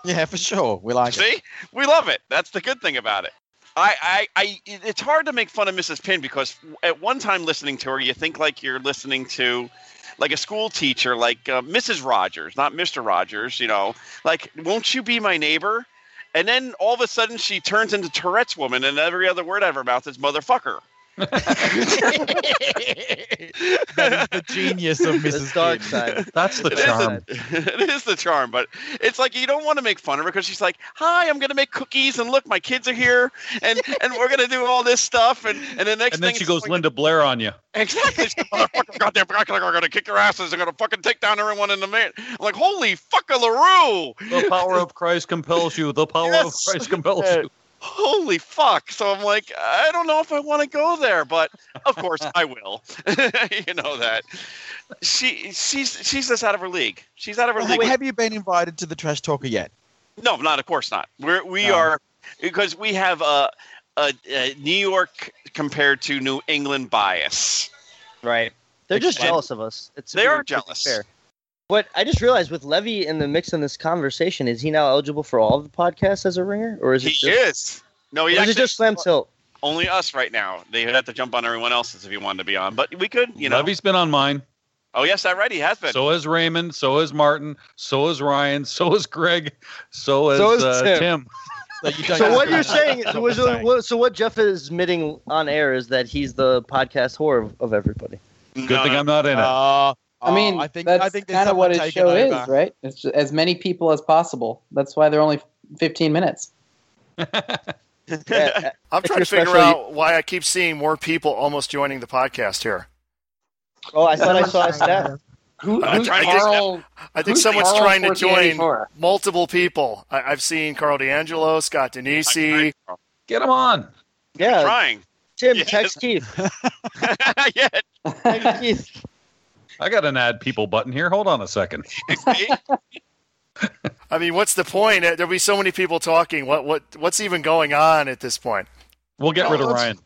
[SPEAKER 12] Yeah, for sure. We like it.
[SPEAKER 4] See, we love it. That's the good thing about it. I, I, I, it's hard to make fun of Mrs. Pin because at one time listening to her, you think like you're listening to, like a school teacher, like uh, Mrs. Rogers, not Mr. Rogers. You know, like, won't you be my neighbor? and then all of a sudden she turns into Tourette's woman, and every other word out of her mouth is motherfucker.
[SPEAKER 12] the genius of Mrs.
[SPEAKER 6] Dark Side.
[SPEAKER 11] That's the
[SPEAKER 4] It is
[SPEAKER 11] charm.
[SPEAKER 4] the- it is the charm, but it's like you don't want to make fun of her because she's like, "Hi, I'm gonna make cookies, and look, my kids are here, and and we're gonna do all this stuff." And and the next
[SPEAKER 11] And then
[SPEAKER 4] thing
[SPEAKER 11] she
[SPEAKER 4] it's
[SPEAKER 11] goes
[SPEAKER 4] like-
[SPEAKER 11] Linda Blair on you.
[SPEAKER 4] Exactly. She's like, motherfucker, goddamn blackleg are gonna kick their asses. They're gonna fucking take down everyone in the man. I'm like, holy fuck a LaRue.
[SPEAKER 11] The power of Christ compels you. The power of Christ compels you.
[SPEAKER 4] Holy fuck. So I'm like, I don't know if I want to go there, but of course I will. you know that. She she's she's just out of her league. She's out of her
[SPEAKER 12] Have,
[SPEAKER 4] league.
[SPEAKER 12] have you been invited to the trash talker yet?
[SPEAKER 4] No, not of course not. We're, we
[SPEAKER 6] Oh.
[SPEAKER 4] are because we have a, a, a New York compared to New England bias.
[SPEAKER 6] Right. They're just
[SPEAKER 4] Explain.
[SPEAKER 6] jealous of us. It's
[SPEAKER 4] They are
[SPEAKER 6] it's pretty
[SPEAKER 4] jealous.
[SPEAKER 6] Fair. But I just realized with Levy in the mix in this conversation, is he now eligible for all of the podcasts as a ringer, or is
[SPEAKER 4] He
[SPEAKER 6] it just,
[SPEAKER 4] is. No,
[SPEAKER 6] Or
[SPEAKER 4] he
[SPEAKER 6] is
[SPEAKER 4] actually
[SPEAKER 6] it just Slam Tilt?
[SPEAKER 4] only us right now. They would have to jump on everyone else's if he wanted to be on, but we could, you know.
[SPEAKER 11] Levy's been on mine.
[SPEAKER 4] Oh yes, that right. He has been.
[SPEAKER 11] So has Raymond. So has Martin. So has Ryan. So has Greg. So has,
[SPEAKER 6] So is
[SPEAKER 11] uh,
[SPEAKER 6] Tim.
[SPEAKER 11] Tim.
[SPEAKER 6] So what you're saying is, was- uh, what- so what Jeff is admitting on air is that he's the podcast whore of, of everybody.
[SPEAKER 11] Good thing I'm not in it.
[SPEAKER 12] Uh,
[SPEAKER 7] I mean,
[SPEAKER 12] I think
[SPEAKER 7] that's
[SPEAKER 12] I think there's
[SPEAKER 7] kind of
[SPEAKER 12] someone
[SPEAKER 7] what his
[SPEAKER 12] taking
[SPEAKER 7] show
[SPEAKER 12] over.
[SPEAKER 7] is, right? It's ju- as many people as possible. That's why they're only 15 minutes.
[SPEAKER 3] I'm
[SPEAKER 7] If
[SPEAKER 3] trying
[SPEAKER 7] you're
[SPEAKER 3] to figure
[SPEAKER 7] special, you-
[SPEAKER 3] out why I keep seeing more people almost joining the podcast here.
[SPEAKER 6] Oh, I thought I saw a stat.
[SPEAKER 7] Who,
[SPEAKER 3] I,
[SPEAKER 7] who's
[SPEAKER 3] I
[SPEAKER 7] Carl-
[SPEAKER 3] think, I think
[SPEAKER 7] who's
[SPEAKER 3] someone's
[SPEAKER 7] Carl
[SPEAKER 3] trying to join
[SPEAKER 7] 1484?
[SPEAKER 3] multiple people. I, I've seen Carl D'Angelo, Scott Denisi.
[SPEAKER 11] Get him on.
[SPEAKER 6] Yeah,
[SPEAKER 4] Trying.
[SPEAKER 6] Tim, text Keith.
[SPEAKER 4] yeah.
[SPEAKER 6] Text Keith.
[SPEAKER 11] I got an add people button here. Hold on a second.
[SPEAKER 3] I mean, what's the point? Uh, There'll be so many people talking. What what what's even going on at this point?
[SPEAKER 11] We'll get
[SPEAKER 8] No,
[SPEAKER 11] rid of
[SPEAKER 8] let's-
[SPEAKER 11] Ryan.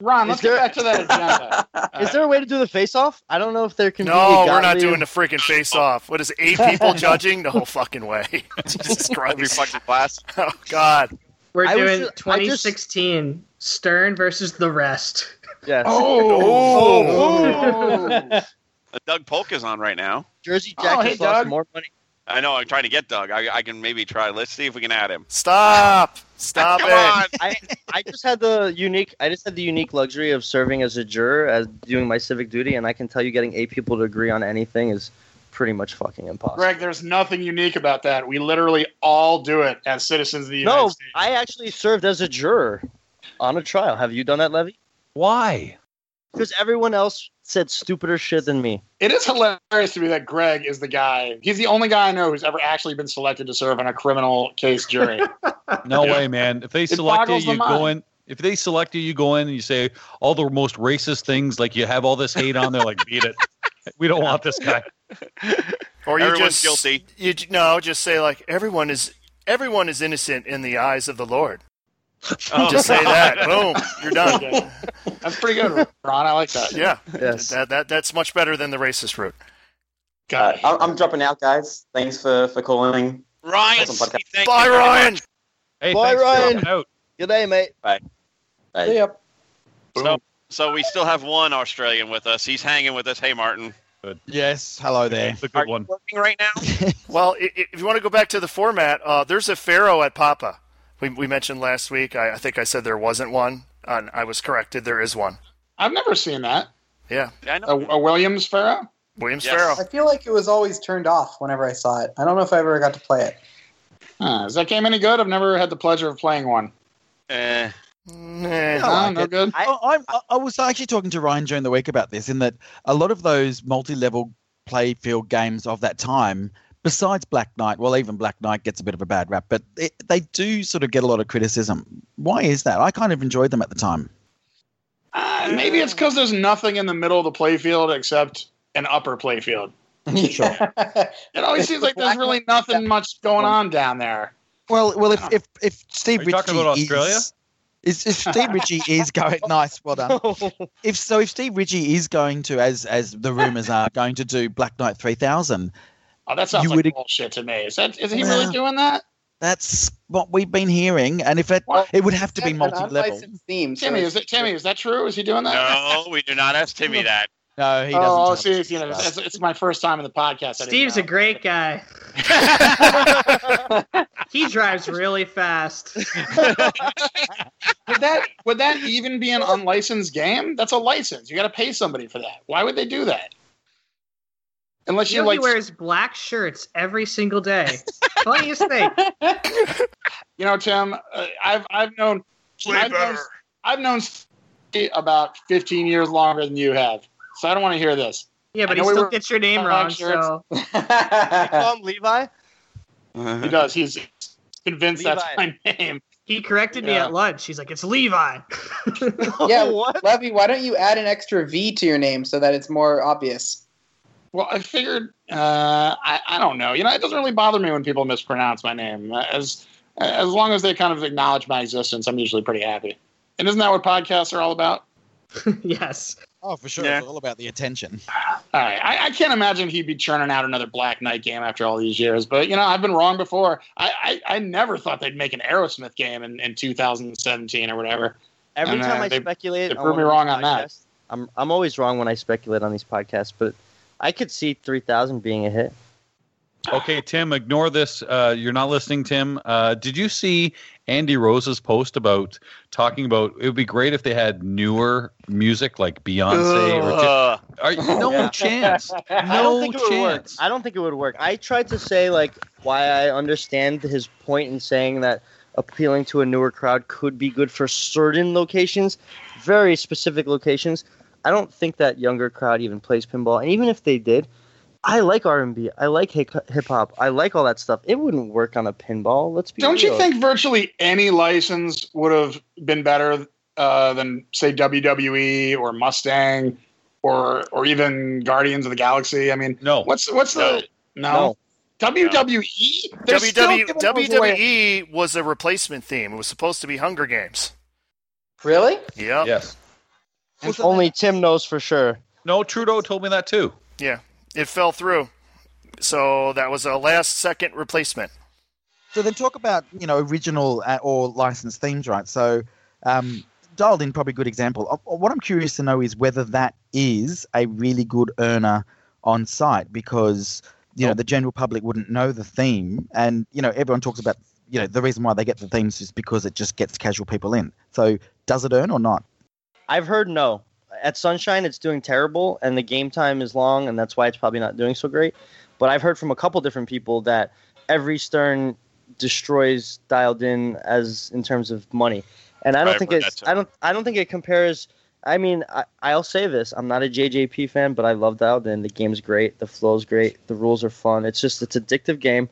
[SPEAKER 8] Ron, let's
[SPEAKER 6] Is there-
[SPEAKER 8] get back to that agenda.
[SPEAKER 6] Is there a way to do the face-off? I don't know if there can be.
[SPEAKER 3] No,
[SPEAKER 6] a
[SPEAKER 3] we're not
[SPEAKER 6] Gottlieb-
[SPEAKER 3] doing the freaking face off. What is it, eight people judging? No fucking way. Jesus
[SPEAKER 4] Every
[SPEAKER 3] Christ.
[SPEAKER 4] fucking class.
[SPEAKER 3] Oh God.
[SPEAKER 5] We're
[SPEAKER 6] I was
[SPEAKER 5] doing
[SPEAKER 6] ju- I just-
[SPEAKER 5] 2016 Stern versus the rest.
[SPEAKER 6] Yes.
[SPEAKER 8] Oh, oh.
[SPEAKER 4] Doug Polk is on right now.
[SPEAKER 6] Jersey
[SPEAKER 8] Oh,
[SPEAKER 6] Jack
[SPEAKER 8] hey,
[SPEAKER 6] just lost
[SPEAKER 8] Doug.
[SPEAKER 6] more money.
[SPEAKER 4] I know. I'm trying to get Doug. I, I can maybe try. Let's see if we can add him.
[SPEAKER 3] Stop. Stop
[SPEAKER 4] Come
[SPEAKER 3] it.
[SPEAKER 4] on.
[SPEAKER 6] I, I just had the unique I just had the unique luxury of serving as a juror as doing my civic duty and I can tell you getting eight people to agree on anything is pretty much fucking impossible.
[SPEAKER 8] Greg, there's nothing unique about that. We literally all do it as citizens of the United
[SPEAKER 6] No,
[SPEAKER 8] States.
[SPEAKER 6] I actually served as a juror on a trial. Have you done that, Levy?
[SPEAKER 11] Why?
[SPEAKER 6] Because everyone else said stupider shit than me.
[SPEAKER 8] It is hilarious to me that Greg is the guy. He's the only guy I know who's ever actually been selected to serve on a criminal case jury.
[SPEAKER 11] No way, man. If they
[SPEAKER 8] It
[SPEAKER 11] select you,
[SPEAKER 8] boggles the
[SPEAKER 11] you go
[SPEAKER 8] mind.
[SPEAKER 11] in. If they select you, you go in and you say all the most racist things. Like you have all this hate on. They're like, beat it. We don't want this guy.
[SPEAKER 3] Or you
[SPEAKER 4] Everyone's
[SPEAKER 3] just
[SPEAKER 4] guilty.
[SPEAKER 3] You j- no, just say like everyone is everyone is innocent in the eyes of the Lord.
[SPEAKER 4] Oh,
[SPEAKER 3] Just say that. Boom. You're done.
[SPEAKER 8] That's pretty good, Ron. I like that.
[SPEAKER 3] Yeah.
[SPEAKER 6] Yes.
[SPEAKER 3] That, that that's much better than the racist route.
[SPEAKER 8] God,
[SPEAKER 10] I- I'm dropping out, guys. Thanks for, for calling.
[SPEAKER 4] Ryan,
[SPEAKER 10] Awesome podcast.
[SPEAKER 4] thank
[SPEAKER 3] Bye,
[SPEAKER 4] you very
[SPEAKER 3] Ryan.
[SPEAKER 4] much.
[SPEAKER 11] Hey,
[SPEAKER 6] Bye,
[SPEAKER 11] thanks for
[SPEAKER 6] Ryan.
[SPEAKER 11] helping out.
[SPEAKER 6] Good day, mate.
[SPEAKER 10] Hey.
[SPEAKER 7] Yep.
[SPEAKER 4] So, so we still have one Australian with us. He's hanging with us. Hey, Martin.
[SPEAKER 12] Yes, hello there.
[SPEAKER 11] It's a
[SPEAKER 4] Are
[SPEAKER 11] good
[SPEAKER 4] you
[SPEAKER 11] one.
[SPEAKER 4] working right now?
[SPEAKER 3] Well, i- i- if you want to go back to the format, uh, there's a pharaoh at Papa. We, we mentioned last week. I, I think I said there wasn't one, and I was corrected. There is one.
[SPEAKER 8] I've never seen that.
[SPEAKER 3] Yeah,
[SPEAKER 4] I
[SPEAKER 8] A,
[SPEAKER 4] know.
[SPEAKER 8] a Williams Pharaoh?
[SPEAKER 3] Williams
[SPEAKER 4] Yes.
[SPEAKER 3] Pharaoh.
[SPEAKER 7] I feel like it was always turned off whenever I saw it. I don't know if I ever got to play it.
[SPEAKER 8] Huh, is that game any good? I've never had the pleasure of playing one.
[SPEAKER 4] Eh,
[SPEAKER 3] Nah.
[SPEAKER 8] No,
[SPEAKER 6] like
[SPEAKER 8] no
[SPEAKER 6] it.
[SPEAKER 8] good.
[SPEAKER 6] I-
[SPEAKER 12] I, I'm, I- I was actually talking to Ryan during the week about this, in that a lot of those multi-level play field games of that time, besides Black Knight, well, even Black Knight gets a bit of a bad rap, but it, they do sort of get a lot of criticism. Why is that? I kind of enjoyed them at the time.
[SPEAKER 8] Uh, maybe it's because there's nothing in the middle of the playfield except an upper playfield. It always seems like there's really nothing much going on down there.
[SPEAKER 12] Well, well, if if, if Steve
[SPEAKER 11] Are you
[SPEAKER 12] Ritchie
[SPEAKER 11] talking about Australia?
[SPEAKER 12] is, is if Steve Ritchie is going nice, well done. If so, if Steve Ritchie is going to, as as the rumors are, going to do Black Knight three thousand,
[SPEAKER 8] Oh, that sounds
[SPEAKER 12] You
[SPEAKER 8] like
[SPEAKER 12] would-
[SPEAKER 8] bullshit to me. Is that is he
[SPEAKER 12] Well-
[SPEAKER 8] really doing that?
[SPEAKER 12] that's what we've been hearing. And if it
[SPEAKER 7] Well,
[SPEAKER 12] it would have to be
[SPEAKER 7] An
[SPEAKER 12] multi-level.
[SPEAKER 7] unlicensed Theme, so
[SPEAKER 8] Timmy,
[SPEAKER 7] it's-
[SPEAKER 8] is that Timmy? Is that true? Is he doing that?
[SPEAKER 4] no, we do not ask Timmy that.
[SPEAKER 12] No, he doesn't.
[SPEAKER 8] oh,
[SPEAKER 12] tell
[SPEAKER 8] see,
[SPEAKER 12] us.
[SPEAKER 8] you know, it's, it's my first time in the podcast. I didn't
[SPEAKER 5] Steve's
[SPEAKER 8] know.
[SPEAKER 5] a great guy. He drives really fast.
[SPEAKER 8] would that would that even be an unlicensed game? That's a license. You got to pay somebody for that. Why would they do that? Unless
[SPEAKER 5] You
[SPEAKER 8] you
[SPEAKER 5] know, he
[SPEAKER 8] like,
[SPEAKER 5] wears black shirts every single day. Funniest thing.
[SPEAKER 8] you know, Tim. Uh, I've I've known I've known, I've known Steve about fifteen years longer than you have, so I don't want to hear this.
[SPEAKER 5] Yeah, but
[SPEAKER 8] I
[SPEAKER 5] he
[SPEAKER 8] know we
[SPEAKER 5] still
[SPEAKER 8] were-
[SPEAKER 5] gets your name wrong. So
[SPEAKER 6] call him Levi.
[SPEAKER 8] he does. He's convinced that's my name.
[SPEAKER 5] He corrected me
[SPEAKER 7] Yeah.
[SPEAKER 5] at lunch. He's like, "It's Levi."
[SPEAKER 7] yeah,
[SPEAKER 6] what?
[SPEAKER 7] Levy, why don't you add an extra V to your name so that it's more obvious?
[SPEAKER 8] Well, I figured uh, I, I don't know. You know, it doesn't really bother me when people mispronounce my name. As as long as they kind of acknowledge my existence, I'm usually pretty happy. And isn't that what podcasts are all about?
[SPEAKER 5] yes.
[SPEAKER 12] Oh, for sure.
[SPEAKER 8] Yeah.
[SPEAKER 12] It's all about the attention.
[SPEAKER 8] All right. I, I can't imagine he'd be churning out another Black Knight game after all these years. But, you know, I've been wrong before. I, I, I never thought they'd make an Aerosmith game in, in 2017 or whatever.
[SPEAKER 6] Every
[SPEAKER 8] And,
[SPEAKER 6] time
[SPEAKER 8] uh,
[SPEAKER 6] I
[SPEAKER 8] they-
[SPEAKER 6] speculate,
[SPEAKER 8] they
[SPEAKER 6] on
[SPEAKER 8] prove
[SPEAKER 6] one
[SPEAKER 8] me
[SPEAKER 6] of
[SPEAKER 8] wrong
[SPEAKER 6] these
[SPEAKER 8] on that.
[SPEAKER 6] podcasts- I'm I'm always wrong when I speculate on these podcasts, but I could see three thousand being a hit.
[SPEAKER 11] Okay, Tim, ignore this. Uh, you're not listening, Tim. Uh, did you see Andy Rose's post about talking about it would be great if they had newer music like Beyonce or
[SPEAKER 4] Ugh.
[SPEAKER 11] Ti- Are, no
[SPEAKER 6] Yeah.
[SPEAKER 11] chance. No
[SPEAKER 6] I don't think it would work.
[SPEAKER 11] chance.
[SPEAKER 6] I don't think it would work. I tried to say like why I understand his point in saying that appealing to a newer crowd could be good for certain locations, very specific locations. I don't think that younger crowd even plays pinball, and even if they did, I like R and B. I like hip hop. I like all that stuff. It wouldn't work on a pinball. Let's be.
[SPEAKER 8] Don't you
[SPEAKER 6] real.
[SPEAKER 8] think virtually any license would have been better uh, than, say, WWE or Mustang or or even Guardians of the Galaxy? I mean,
[SPEAKER 11] no.
[SPEAKER 8] What's what's the no, E WWE? They're still
[SPEAKER 3] WW,
[SPEAKER 8] giving those away.
[SPEAKER 3] WWE E was a replacement theme. It was supposed to be Hunger Games.
[SPEAKER 7] Really?
[SPEAKER 3] Yep.
[SPEAKER 11] Yes.
[SPEAKER 6] Only Tim knows for sure.
[SPEAKER 11] No, Trudeau told me that too.
[SPEAKER 3] Yeah. It fell through. So that was a last second replacement.
[SPEAKER 12] So then talk about you know original uh, or licensed themes, right? So um, dialed in probably a good example. Uh, What I'm curious to know is whether that is a really good earner on site because you know the general public wouldn't know the theme, and you know everyone talks about you know the reason why they get the themes is because it just gets casual people in. So does it earn or not?
[SPEAKER 6] I've heard no. At Sunshine, it's doing terrible, and the game time is long, and that's why it's probably not doing so great. But I've heard from a couple different people that every Stern destroys dialed in as in terms of money, and I don't
[SPEAKER 4] I've
[SPEAKER 6] think
[SPEAKER 4] heard
[SPEAKER 6] it's
[SPEAKER 4] that too.
[SPEAKER 6] I don't I don't think it compares. I mean, I, I'll say this: I'm not a JJP fan, but I love dialed in. The game's great, the flow's great, the rules are fun. It's just it's addictive game,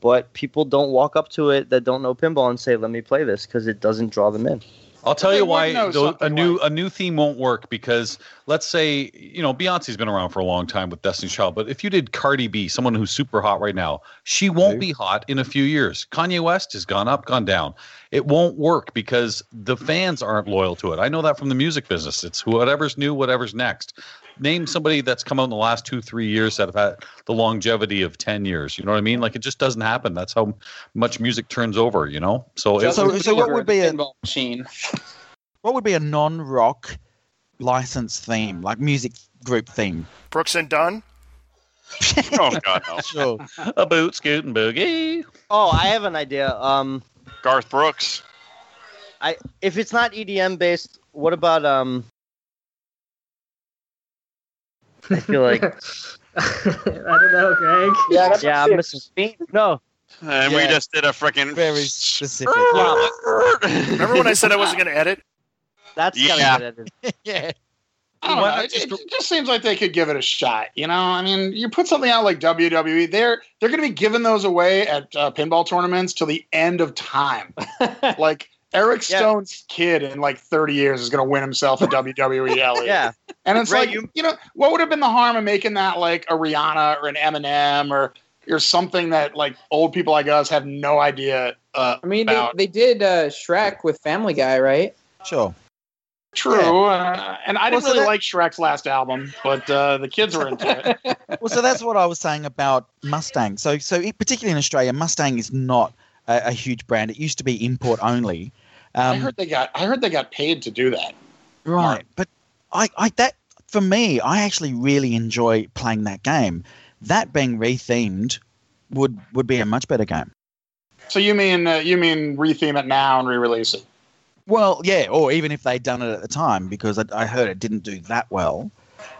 [SPEAKER 6] but people don't walk up to it that don't know pinball and say, "Let me play this," because it doesn't draw them in.
[SPEAKER 11] I'll tell
[SPEAKER 8] they
[SPEAKER 11] you
[SPEAKER 8] would
[SPEAKER 11] why
[SPEAKER 8] know
[SPEAKER 11] tho- a
[SPEAKER 8] something
[SPEAKER 11] new a new theme won't work because let's say you know Beyonce's been around for a long time with Destiny's Child, but if you did Cardi B, someone who's super hot right now, she won't be hot in a few years. Kanye West has gone up, gone down. It won't work because the fans aren't loyal to it. I know that from the music business. It's whatever's new, whatever's next. Name somebody that's come out in the last two, three years that have had the longevity of ten years. You know what I mean? Like it just doesn't happen. That's how much music turns over. You know. So it-
[SPEAKER 12] So, so what would be a
[SPEAKER 7] pinball machine?
[SPEAKER 12] what would be a non-rock license theme, like music group theme?
[SPEAKER 3] Brooks and Dunn.
[SPEAKER 4] Oh God, no.
[SPEAKER 12] Sure.
[SPEAKER 11] a boot scooting boogie.
[SPEAKER 6] Oh, I have an idea. Um,
[SPEAKER 4] Garth Brooks.
[SPEAKER 6] I if it's not EDM based, what about um? I feel like
[SPEAKER 5] I don't know, Greg.
[SPEAKER 7] Yeah, that's
[SPEAKER 6] yeah, I'm missing. No,
[SPEAKER 4] And we
[SPEAKER 12] Yeah.
[SPEAKER 4] just did a freaking.
[SPEAKER 12] Very specific.
[SPEAKER 6] yeah,
[SPEAKER 3] Remember when I said I wasn't going to edit?
[SPEAKER 6] that's gotta
[SPEAKER 4] Yeah.
[SPEAKER 6] get edited.
[SPEAKER 12] yeah.
[SPEAKER 8] I don't
[SPEAKER 11] Why
[SPEAKER 8] know.
[SPEAKER 11] not
[SPEAKER 8] It,
[SPEAKER 11] just-
[SPEAKER 8] it just seems like they could give it a shot. You know, I mean, you put something out like WWE, they're they're going to be giving those away at uh, pinball tournaments till the end of time. like Eric
[SPEAKER 6] Yeah.
[SPEAKER 8] Stone's kid in like 30 years is going to win himself a WWE Ellie.
[SPEAKER 6] Yeah,
[SPEAKER 8] And it's
[SPEAKER 6] Right,
[SPEAKER 8] like,
[SPEAKER 6] you-
[SPEAKER 8] you know, what would have been the harm of making that like a Rihanna or an Eminem or or something that like old people like us have no idea uh,
[SPEAKER 7] I mean, they,
[SPEAKER 8] About-
[SPEAKER 7] they did uh, Shrek with Family Guy, right?
[SPEAKER 12] Sure.
[SPEAKER 8] True,
[SPEAKER 12] Yeah.
[SPEAKER 8] uh, and I
[SPEAKER 12] Well,
[SPEAKER 8] didn't
[SPEAKER 12] so
[SPEAKER 8] really
[SPEAKER 12] that-
[SPEAKER 8] like Shrek's last album, but uh, the kids were into it.
[SPEAKER 12] Well, so that's what I was saying about Mustang. So, so it- particularly in Australia, Mustang is not a, a huge brand. It used to be import only. Um,
[SPEAKER 8] I heard they got I heard they got paid to do that.
[SPEAKER 12] right, but I, I that for me, I actually really enjoy playing that game. That being rethemed would would be a much better game.
[SPEAKER 8] So you mean uh, you mean retheme it now and re-release it?
[SPEAKER 12] Well, yeah, or even if they'd done it at the time, because I, I heard it didn't do that well.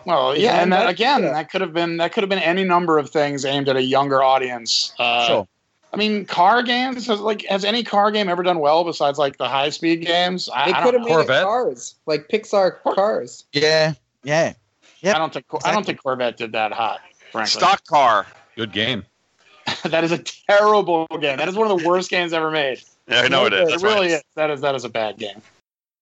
[SPEAKER 8] Well, yeah, and that, again, that could have been that could have been any number of things aimed at a younger audience. Uh,
[SPEAKER 12] Sure.
[SPEAKER 8] I mean, car games has like has any car game ever done well besides like the high speed games? I,
[SPEAKER 7] They
[SPEAKER 8] I
[SPEAKER 7] could
[SPEAKER 8] don't
[SPEAKER 7] have
[SPEAKER 8] know.
[SPEAKER 7] made it cars, like Pixar cars.
[SPEAKER 12] Yeah, yeah.
[SPEAKER 8] I don't think I don't think Corvette did that hot. Frankly,
[SPEAKER 4] Stock car.
[SPEAKER 11] Good game.
[SPEAKER 8] that is a terrible game. That is one of the worst games ever made.
[SPEAKER 4] Yeah, I know it is.
[SPEAKER 8] It
[SPEAKER 4] That's why
[SPEAKER 8] really
[SPEAKER 4] it's-
[SPEAKER 8] is. That is that is a bad game.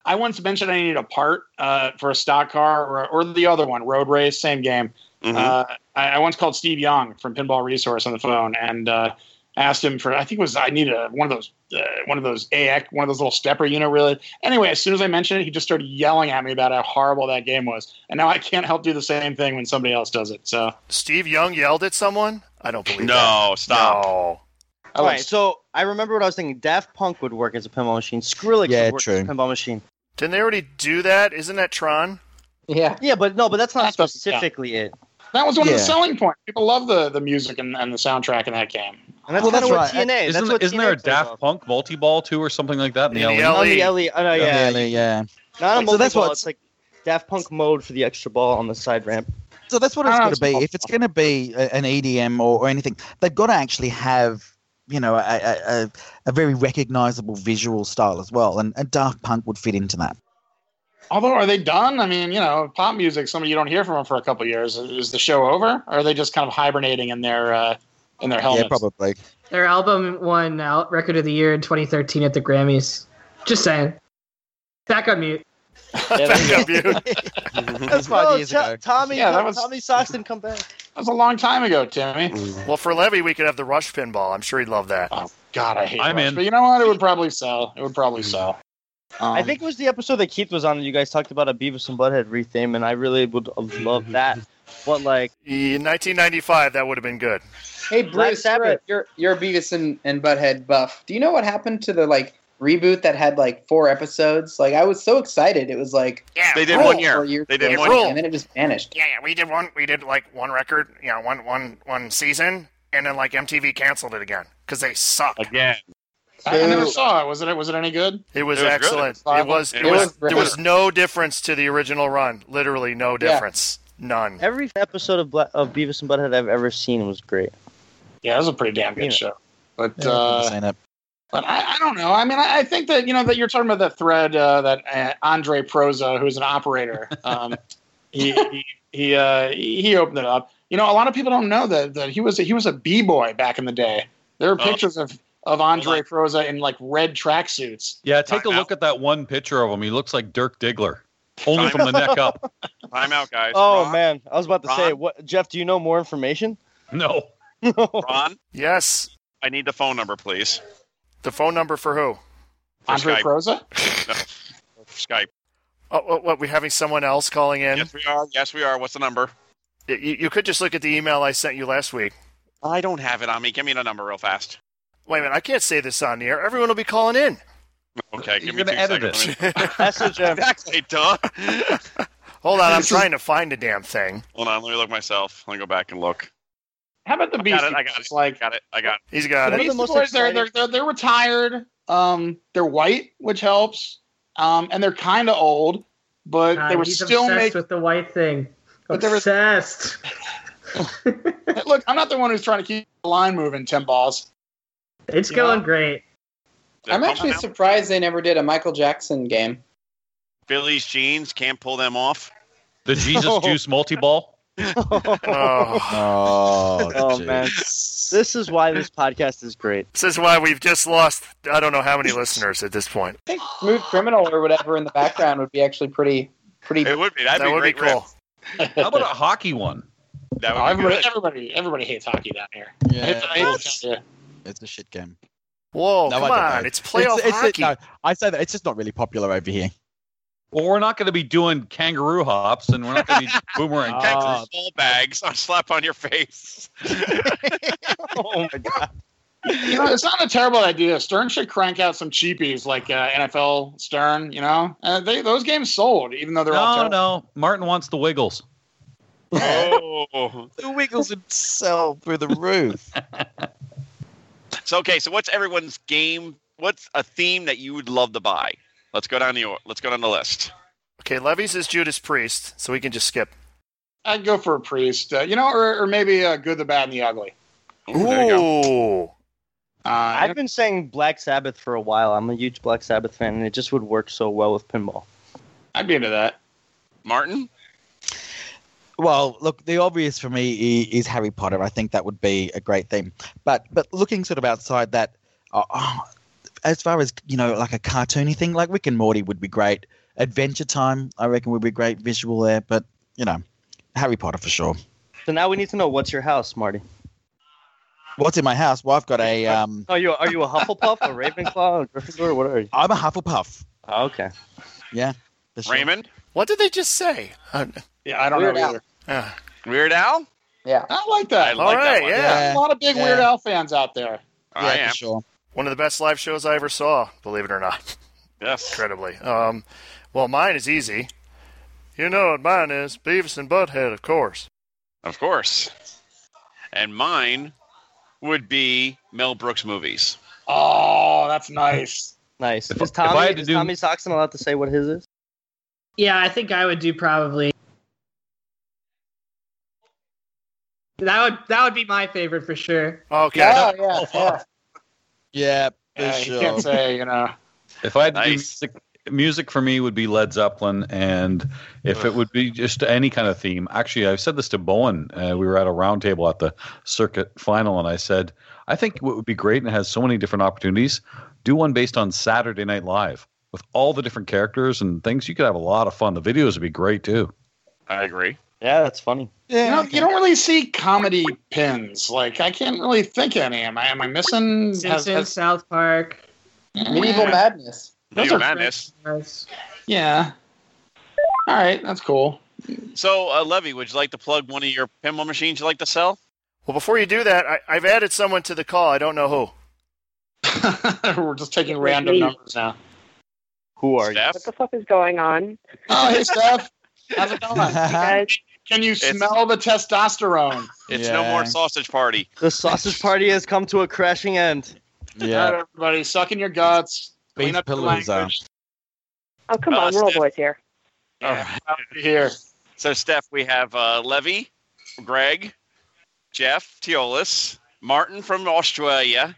[SPEAKER 8] I once mentioned I needed a part uh, for a stock car or, or the other one, Road Race, same game.
[SPEAKER 4] Mhm.
[SPEAKER 8] Uh, I, I once called Steve Young from Pinball Resource on the phone and uh, asked him for I think it was I needed a, one of those uh, one of those AX one of those little stepper unit really. Anyway, as soon as I mentioned it, he just started yelling at me about how horrible that game was, and now I can't help do the same thing when somebody else does it. So
[SPEAKER 3] Steve Young yelled at someone. I don't believe
[SPEAKER 4] No,
[SPEAKER 3] stop.
[SPEAKER 6] All right, so I remember what I was thinking. Daft Punk would work as a pinball machine. Skrillex
[SPEAKER 12] Yeah,
[SPEAKER 6] would work
[SPEAKER 12] true.
[SPEAKER 6] as a pinball machine.
[SPEAKER 3] Didn't they already do that? Isn't that Tron?
[SPEAKER 7] Yeah.
[SPEAKER 6] Yeah, but no, but that's not specifically it.
[SPEAKER 8] that was one of the
[SPEAKER 6] Yeah.
[SPEAKER 8] selling points. People love the the music and, and the soundtrack in that game.
[SPEAKER 6] And that's Well, kinda that's what right. TNA
[SPEAKER 11] Isn't,
[SPEAKER 6] that's what
[SPEAKER 11] isn't
[SPEAKER 6] TNA
[SPEAKER 11] there a
[SPEAKER 6] plays
[SPEAKER 11] Daft Punk multi ball too, or something like that in the,
[SPEAKER 6] In
[SPEAKER 11] LE?
[SPEAKER 6] the LE. On the LE, oh, no,
[SPEAKER 11] Yeah.
[SPEAKER 6] yeah.
[SPEAKER 12] Really, yeah.
[SPEAKER 6] Not a
[SPEAKER 12] So that's
[SPEAKER 6] multi-ball.
[SPEAKER 12] what-
[SPEAKER 6] it's like Daft Punk mode for the extra ball on the side ramp.
[SPEAKER 12] So that's what
[SPEAKER 6] I
[SPEAKER 12] it's
[SPEAKER 6] don't
[SPEAKER 12] going to
[SPEAKER 6] know,
[SPEAKER 12] be.
[SPEAKER 6] Ah, it's
[SPEAKER 12] If it's going to be a- an EDM or, or anything, they've got to actually have, you know, a, a, a- a very recognizable visual style as well. And, and Daft Punk would fit into that.
[SPEAKER 8] Although, are they done? I mean, you know, pop music, somebody you don't hear from them for a couple years. Is the show over? Or are they just kind of hibernating in their uh, in their helmets?
[SPEAKER 12] Yeah, probably.
[SPEAKER 5] Their album won out record of the year in 2013 at the Grammys. Just saying. Back on mute.
[SPEAKER 6] That's
[SPEAKER 5] five
[SPEAKER 6] no,
[SPEAKER 5] years
[SPEAKER 6] Ta-
[SPEAKER 5] ago.
[SPEAKER 6] Tommy,
[SPEAKER 5] Yeah, that
[SPEAKER 6] come-
[SPEAKER 5] was-
[SPEAKER 6] Tommy Soxton, come back.
[SPEAKER 8] That was a long time ago, Timmy.
[SPEAKER 3] Well, for Levy, we could have the Rush pinball. I'm sure he'd love that. Oh
[SPEAKER 8] God, I hate Rush, But you know what? It would probably sell. It would
[SPEAKER 3] Hmm.
[SPEAKER 8] probably sell.
[SPEAKER 6] I think it was the episode that Keith was on that you guys talked about a Beavis and Butthead retheme, and I really would have loved that. But like
[SPEAKER 3] in 1995, that would have been good.
[SPEAKER 7] Hey Bruce, you're a, you're, you're a Beavis and, and Butthead buff. Do you know what happened to the like reboot that had like four episodes? Like I was so excited. It was like
[SPEAKER 3] Yeah,
[SPEAKER 4] They did
[SPEAKER 7] oh,
[SPEAKER 4] one year.
[SPEAKER 7] four years
[SPEAKER 4] They did
[SPEAKER 7] ago,
[SPEAKER 4] one year.
[SPEAKER 7] and then it just vanished.
[SPEAKER 3] Yeah, yeah, we did one. We did like one record, you know, one one one season, and then like MTV canceled it again because they suck
[SPEAKER 4] again.
[SPEAKER 8] I, I never saw it. Was it was it any good?
[SPEAKER 3] It was,
[SPEAKER 8] It was
[SPEAKER 3] excellent.
[SPEAKER 8] good.
[SPEAKER 3] It was. It,
[SPEAKER 8] It
[SPEAKER 3] was.
[SPEAKER 8] was
[SPEAKER 3] there
[SPEAKER 8] great.
[SPEAKER 3] was no difference to the original run. Literally no difference. None.
[SPEAKER 6] every episode of, Bla- of Beavis and Butthead I've ever seen was great.
[SPEAKER 8] Yeah, it was a pretty damn good show. But
[SPEAKER 6] Yeah,
[SPEAKER 8] uh,
[SPEAKER 6] I've seen it.
[SPEAKER 8] But I, I don't know. I mean, I, I think that you know that you're talking about that thread uh, that uh, Andre Proza, who's an operator, um, he he he, uh, he opened it up. You know, a lot of people don't know that that he was he was a b boy back in the day. There are
[SPEAKER 11] Oh.
[SPEAKER 8] pictures of of Andre Proza in like red tracksuits.
[SPEAKER 11] Yeah, take a
[SPEAKER 8] Time
[SPEAKER 11] look at that one picture of him. He looks like Dirk Diggler, only
[SPEAKER 8] Time
[SPEAKER 11] from the
[SPEAKER 8] out.
[SPEAKER 11] neck up.
[SPEAKER 4] Time out, guys.
[SPEAKER 6] Oh
[SPEAKER 4] Ron,
[SPEAKER 6] man, I was about to say,
[SPEAKER 4] Ron?
[SPEAKER 6] what Jeff? Do you know more information?
[SPEAKER 11] No.
[SPEAKER 4] Ron,
[SPEAKER 3] Yes.
[SPEAKER 4] I need the phone number, please.
[SPEAKER 3] The phone number for who?
[SPEAKER 4] For Andre Skype.
[SPEAKER 8] Proza.
[SPEAKER 4] Skype.
[SPEAKER 3] Oh, oh, what? We having someone else calling in?
[SPEAKER 4] Yes, we are. Yes, we are. What's the number?
[SPEAKER 3] You, you could just look at the email I sent you last week.
[SPEAKER 4] I don't have it on me. Give me the number real fast.
[SPEAKER 3] Wait a minute, I can't say this on the air. Everyone will be calling in.
[SPEAKER 4] Okay, give
[SPEAKER 3] You're
[SPEAKER 4] me two
[SPEAKER 3] gonna edit
[SPEAKER 4] seconds.
[SPEAKER 3] it.
[SPEAKER 6] Message
[SPEAKER 4] exactly, duh.
[SPEAKER 3] Hold on, I'm trying to find the damn thing.
[SPEAKER 4] Hold on, let me look myself. I'll go back and look.
[SPEAKER 8] How about the
[SPEAKER 4] I got
[SPEAKER 8] Beastie
[SPEAKER 4] it. I got it.
[SPEAKER 8] Boys? Like
[SPEAKER 4] got it. I got it.
[SPEAKER 3] He's got
[SPEAKER 8] the
[SPEAKER 3] it.
[SPEAKER 8] Beastie Boys, they're, they're, they're, they're retired. Um, they're white, which helps. Um, and they're kind of old, but
[SPEAKER 5] God,
[SPEAKER 8] they were
[SPEAKER 5] he's
[SPEAKER 8] still
[SPEAKER 5] obsessed
[SPEAKER 8] making.
[SPEAKER 5] with the white thing.
[SPEAKER 8] But there was-
[SPEAKER 5] Obsessed.
[SPEAKER 8] Look, I'm not the one who's trying to keep the line moving, Tim Balls.
[SPEAKER 5] It's going great.
[SPEAKER 7] I'm actually surprised they never did a Michael Jackson game.
[SPEAKER 4] Phillies jeans can't pull them off.
[SPEAKER 11] The Jesus Juice multi ball.
[SPEAKER 6] Oh,
[SPEAKER 11] geez.
[SPEAKER 6] man, this is why this podcast is great.
[SPEAKER 3] This is why we've just lost I don't know how many listeners at this point.
[SPEAKER 7] I think Smooth Criminal or whatever in the background would be actually pretty pretty.
[SPEAKER 4] It would be. That'd
[SPEAKER 3] That
[SPEAKER 4] be
[SPEAKER 3] would be
[SPEAKER 4] great riff.
[SPEAKER 3] cool.
[SPEAKER 11] How about a hockey one?
[SPEAKER 4] That would
[SPEAKER 8] Oh,
[SPEAKER 4] be
[SPEAKER 8] everybody,
[SPEAKER 4] good.
[SPEAKER 8] everybody, everybody hates hockey down here. I hate to- I hate to tell you.
[SPEAKER 12] It's a shit game.
[SPEAKER 3] Whoa,
[SPEAKER 12] No,
[SPEAKER 3] come
[SPEAKER 12] I don't
[SPEAKER 3] on.
[SPEAKER 12] know.
[SPEAKER 3] It's playoff
[SPEAKER 12] it's,
[SPEAKER 3] hockey.
[SPEAKER 12] no, I say that it's just not really popular over here.
[SPEAKER 11] Well, we're not going to be doing kangaroo hops, and we're not going to be boomerang
[SPEAKER 12] Oh,
[SPEAKER 11] kicks.
[SPEAKER 4] Ball bags. I'll slap on your face.
[SPEAKER 6] oh my god.
[SPEAKER 8] You know, it's not a terrible idea. Stern should crank out some cheapies like uh, NFL Stern. You know, uh, they those games sold, even though they're all
[SPEAKER 11] No,
[SPEAKER 8] terrible.
[SPEAKER 11] no. Martin wants the Wiggles.
[SPEAKER 4] Oh,
[SPEAKER 12] The Wiggles would sell through the roof.
[SPEAKER 4] So okay, so what's everyone's game? What's a theme that you would love to buy? Let's go down the or- let's go down the list.
[SPEAKER 3] Okay, Levy's is Judas Priest, so we can just skip.
[SPEAKER 8] I'd go for a priest, uh, you know, or, or maybe uh, good, the bad, and the ugly.
[SPEAKER 3] Ooh.
[SPEAKER 8] Uh,
[SPEAKER 6] I've been saying Black Sabbath for a while. I'm a huge Black Sabbath fan, and it just would work so well with pinball.
[SPEAKER 4] I'd be into that. Martin?
[SPEAKER 12] Well, look, the obvious for me i- is Harry Potter. I think that would be a great theme. But but looking sort of outside that, uh, oh, as far as you know, like a cartoony thing, like Rick and Morty would be great. Adventure Time, I reckon, would be great visual there. But you know, Harry Potter for sure.
[SPEAKER 6] So now we need to know what's your house, Marty.
[SPEAKER 12] What's in my house? Well, I've got a. Um,
[SPEAKER 6] Are you are you a Hufflepuff, a Ravenclaw, a Gryffindor? What are you?
[SPEAKER 12] I'm a Hufflepuff.
[SPEAKER 6] Oh, Okay.
[SPEAKER 12] Yeah.
[SPEAKER 4] Raymond?
[SPEAKER 3] What did they just say?
[SPEAKER 8] yeah, I don't
[SPEAKER 4] Weird
[SPEAKER 8] know
[SPEAKER 4] Al.
[SPEAKER 8] either.
[SPEAKER 4] Ah. Weird Al?
[SPEAKER 7] Yeah.
[SPEAKER 8] I like that.
[SPEAKER 4] I like that one.
[SPEAKER 8] There's a lot of big Weird Al fans out there.
[SPEAKER 4] I am.
[SPEAKER 12] sure.
[SPEAKER 3] One of the best live shows I ever saw, believe it or not.
[SPEAKER 4] Yes.
[SPEAKER 3] Incredibly. Um, well, mine is easy. You know what mine is Beavis and Butthead, of course.
[SPEAKER 4] Of course. And mine would be Mel Brooks movies.
[SPEAKER 8] Oh, that's nice.
[SPEAKER 6] Nice.
[SPEAKER 4] If-
[SPEAKER 6] is
[SPEAKER 4] if I
[SPEAKER 6] Tommy,
[SPEAKER 4] had to
[SPEAKER 6] is
[SPEAKER 4] do-
[SPEAKER 6] Tommy Soxon allowed to say what his is?
[SPEAKER 5] Yeah, I think I would do probably. That would that would be my favorite for sure.
[SPEAKER 3] Okay.
[SPEAKER 5] Yeah,
[SPEAKER 8] yeah, yeah.
[SPEAKER 12] Yeah,
[SPEAKER 8] Yeah, you can't say, you know.
[SPEAKER 11] If I had to do music, music for me would be Led Zeppelin, and if it would be just any kind of theme. Actually, I've said this to Bowen. Uh, we were at a roundtable at the circuit final, and I said, I think what would be great, and it has so many different opportunities, do one based on Saturday Night Live with all the different characters and things. You could have a lot of fun. The videos would be great too.
[SPEAKER 4] I agree.
[SPEAKER 6] Yeah, that's funny.
[SPEAKER 8] you, know you don't really see comedy pins. Like, I can't really think of any. Am I, am I missing? has-
[SPEAKER 5] Simpsons,
[SPEAKER 8] has-
[SPEAKER 5] South Park,
[SPEAKER 8] Medieval
[SPEAKER 7] Madness.
[SPEAKER 8] Those
[SPEAKER 4] Video
[SPEAKER 8] are-
[SPEAKER 4] Madness.
[SPEAKER 8] Yeah. All right, that's cool.
[SPEAKER 4] So, uh, Levy, would you like to plug one of your pinball machines you like to sell?
[SPEAKER 3] Well, before you do that, I, I've added someone to the call. I don't know who.
[SPEAKER 8] We're just taking random numbers now.
[SPEAKER 6] Who are
[SPEAKER 4] Steph?
[SPEAKER 13] What the fuck is going on?
[SPEAKER 8] Oh, hey, Steph. How's it going?
[SPEAKER 13] guys.
[SPEAKER 8] Can you smell the testosterone?
[SPEAKER 4] It's no more sausage party.
[SPEAKER 6] The sausage party has come to a crashing end.
[SPEAKER 8] All right, everybody, suck in your guts. Clean up your language.
[SPEAKER 13] Oh, come on, we're all boys here.
[SPEAKER 5] uh,
[SPEAKER 8] Here.
[SPEAKER 4] So, Steph, we have uh, Levy, Greg, Jeff Teolis, Martin from Australia,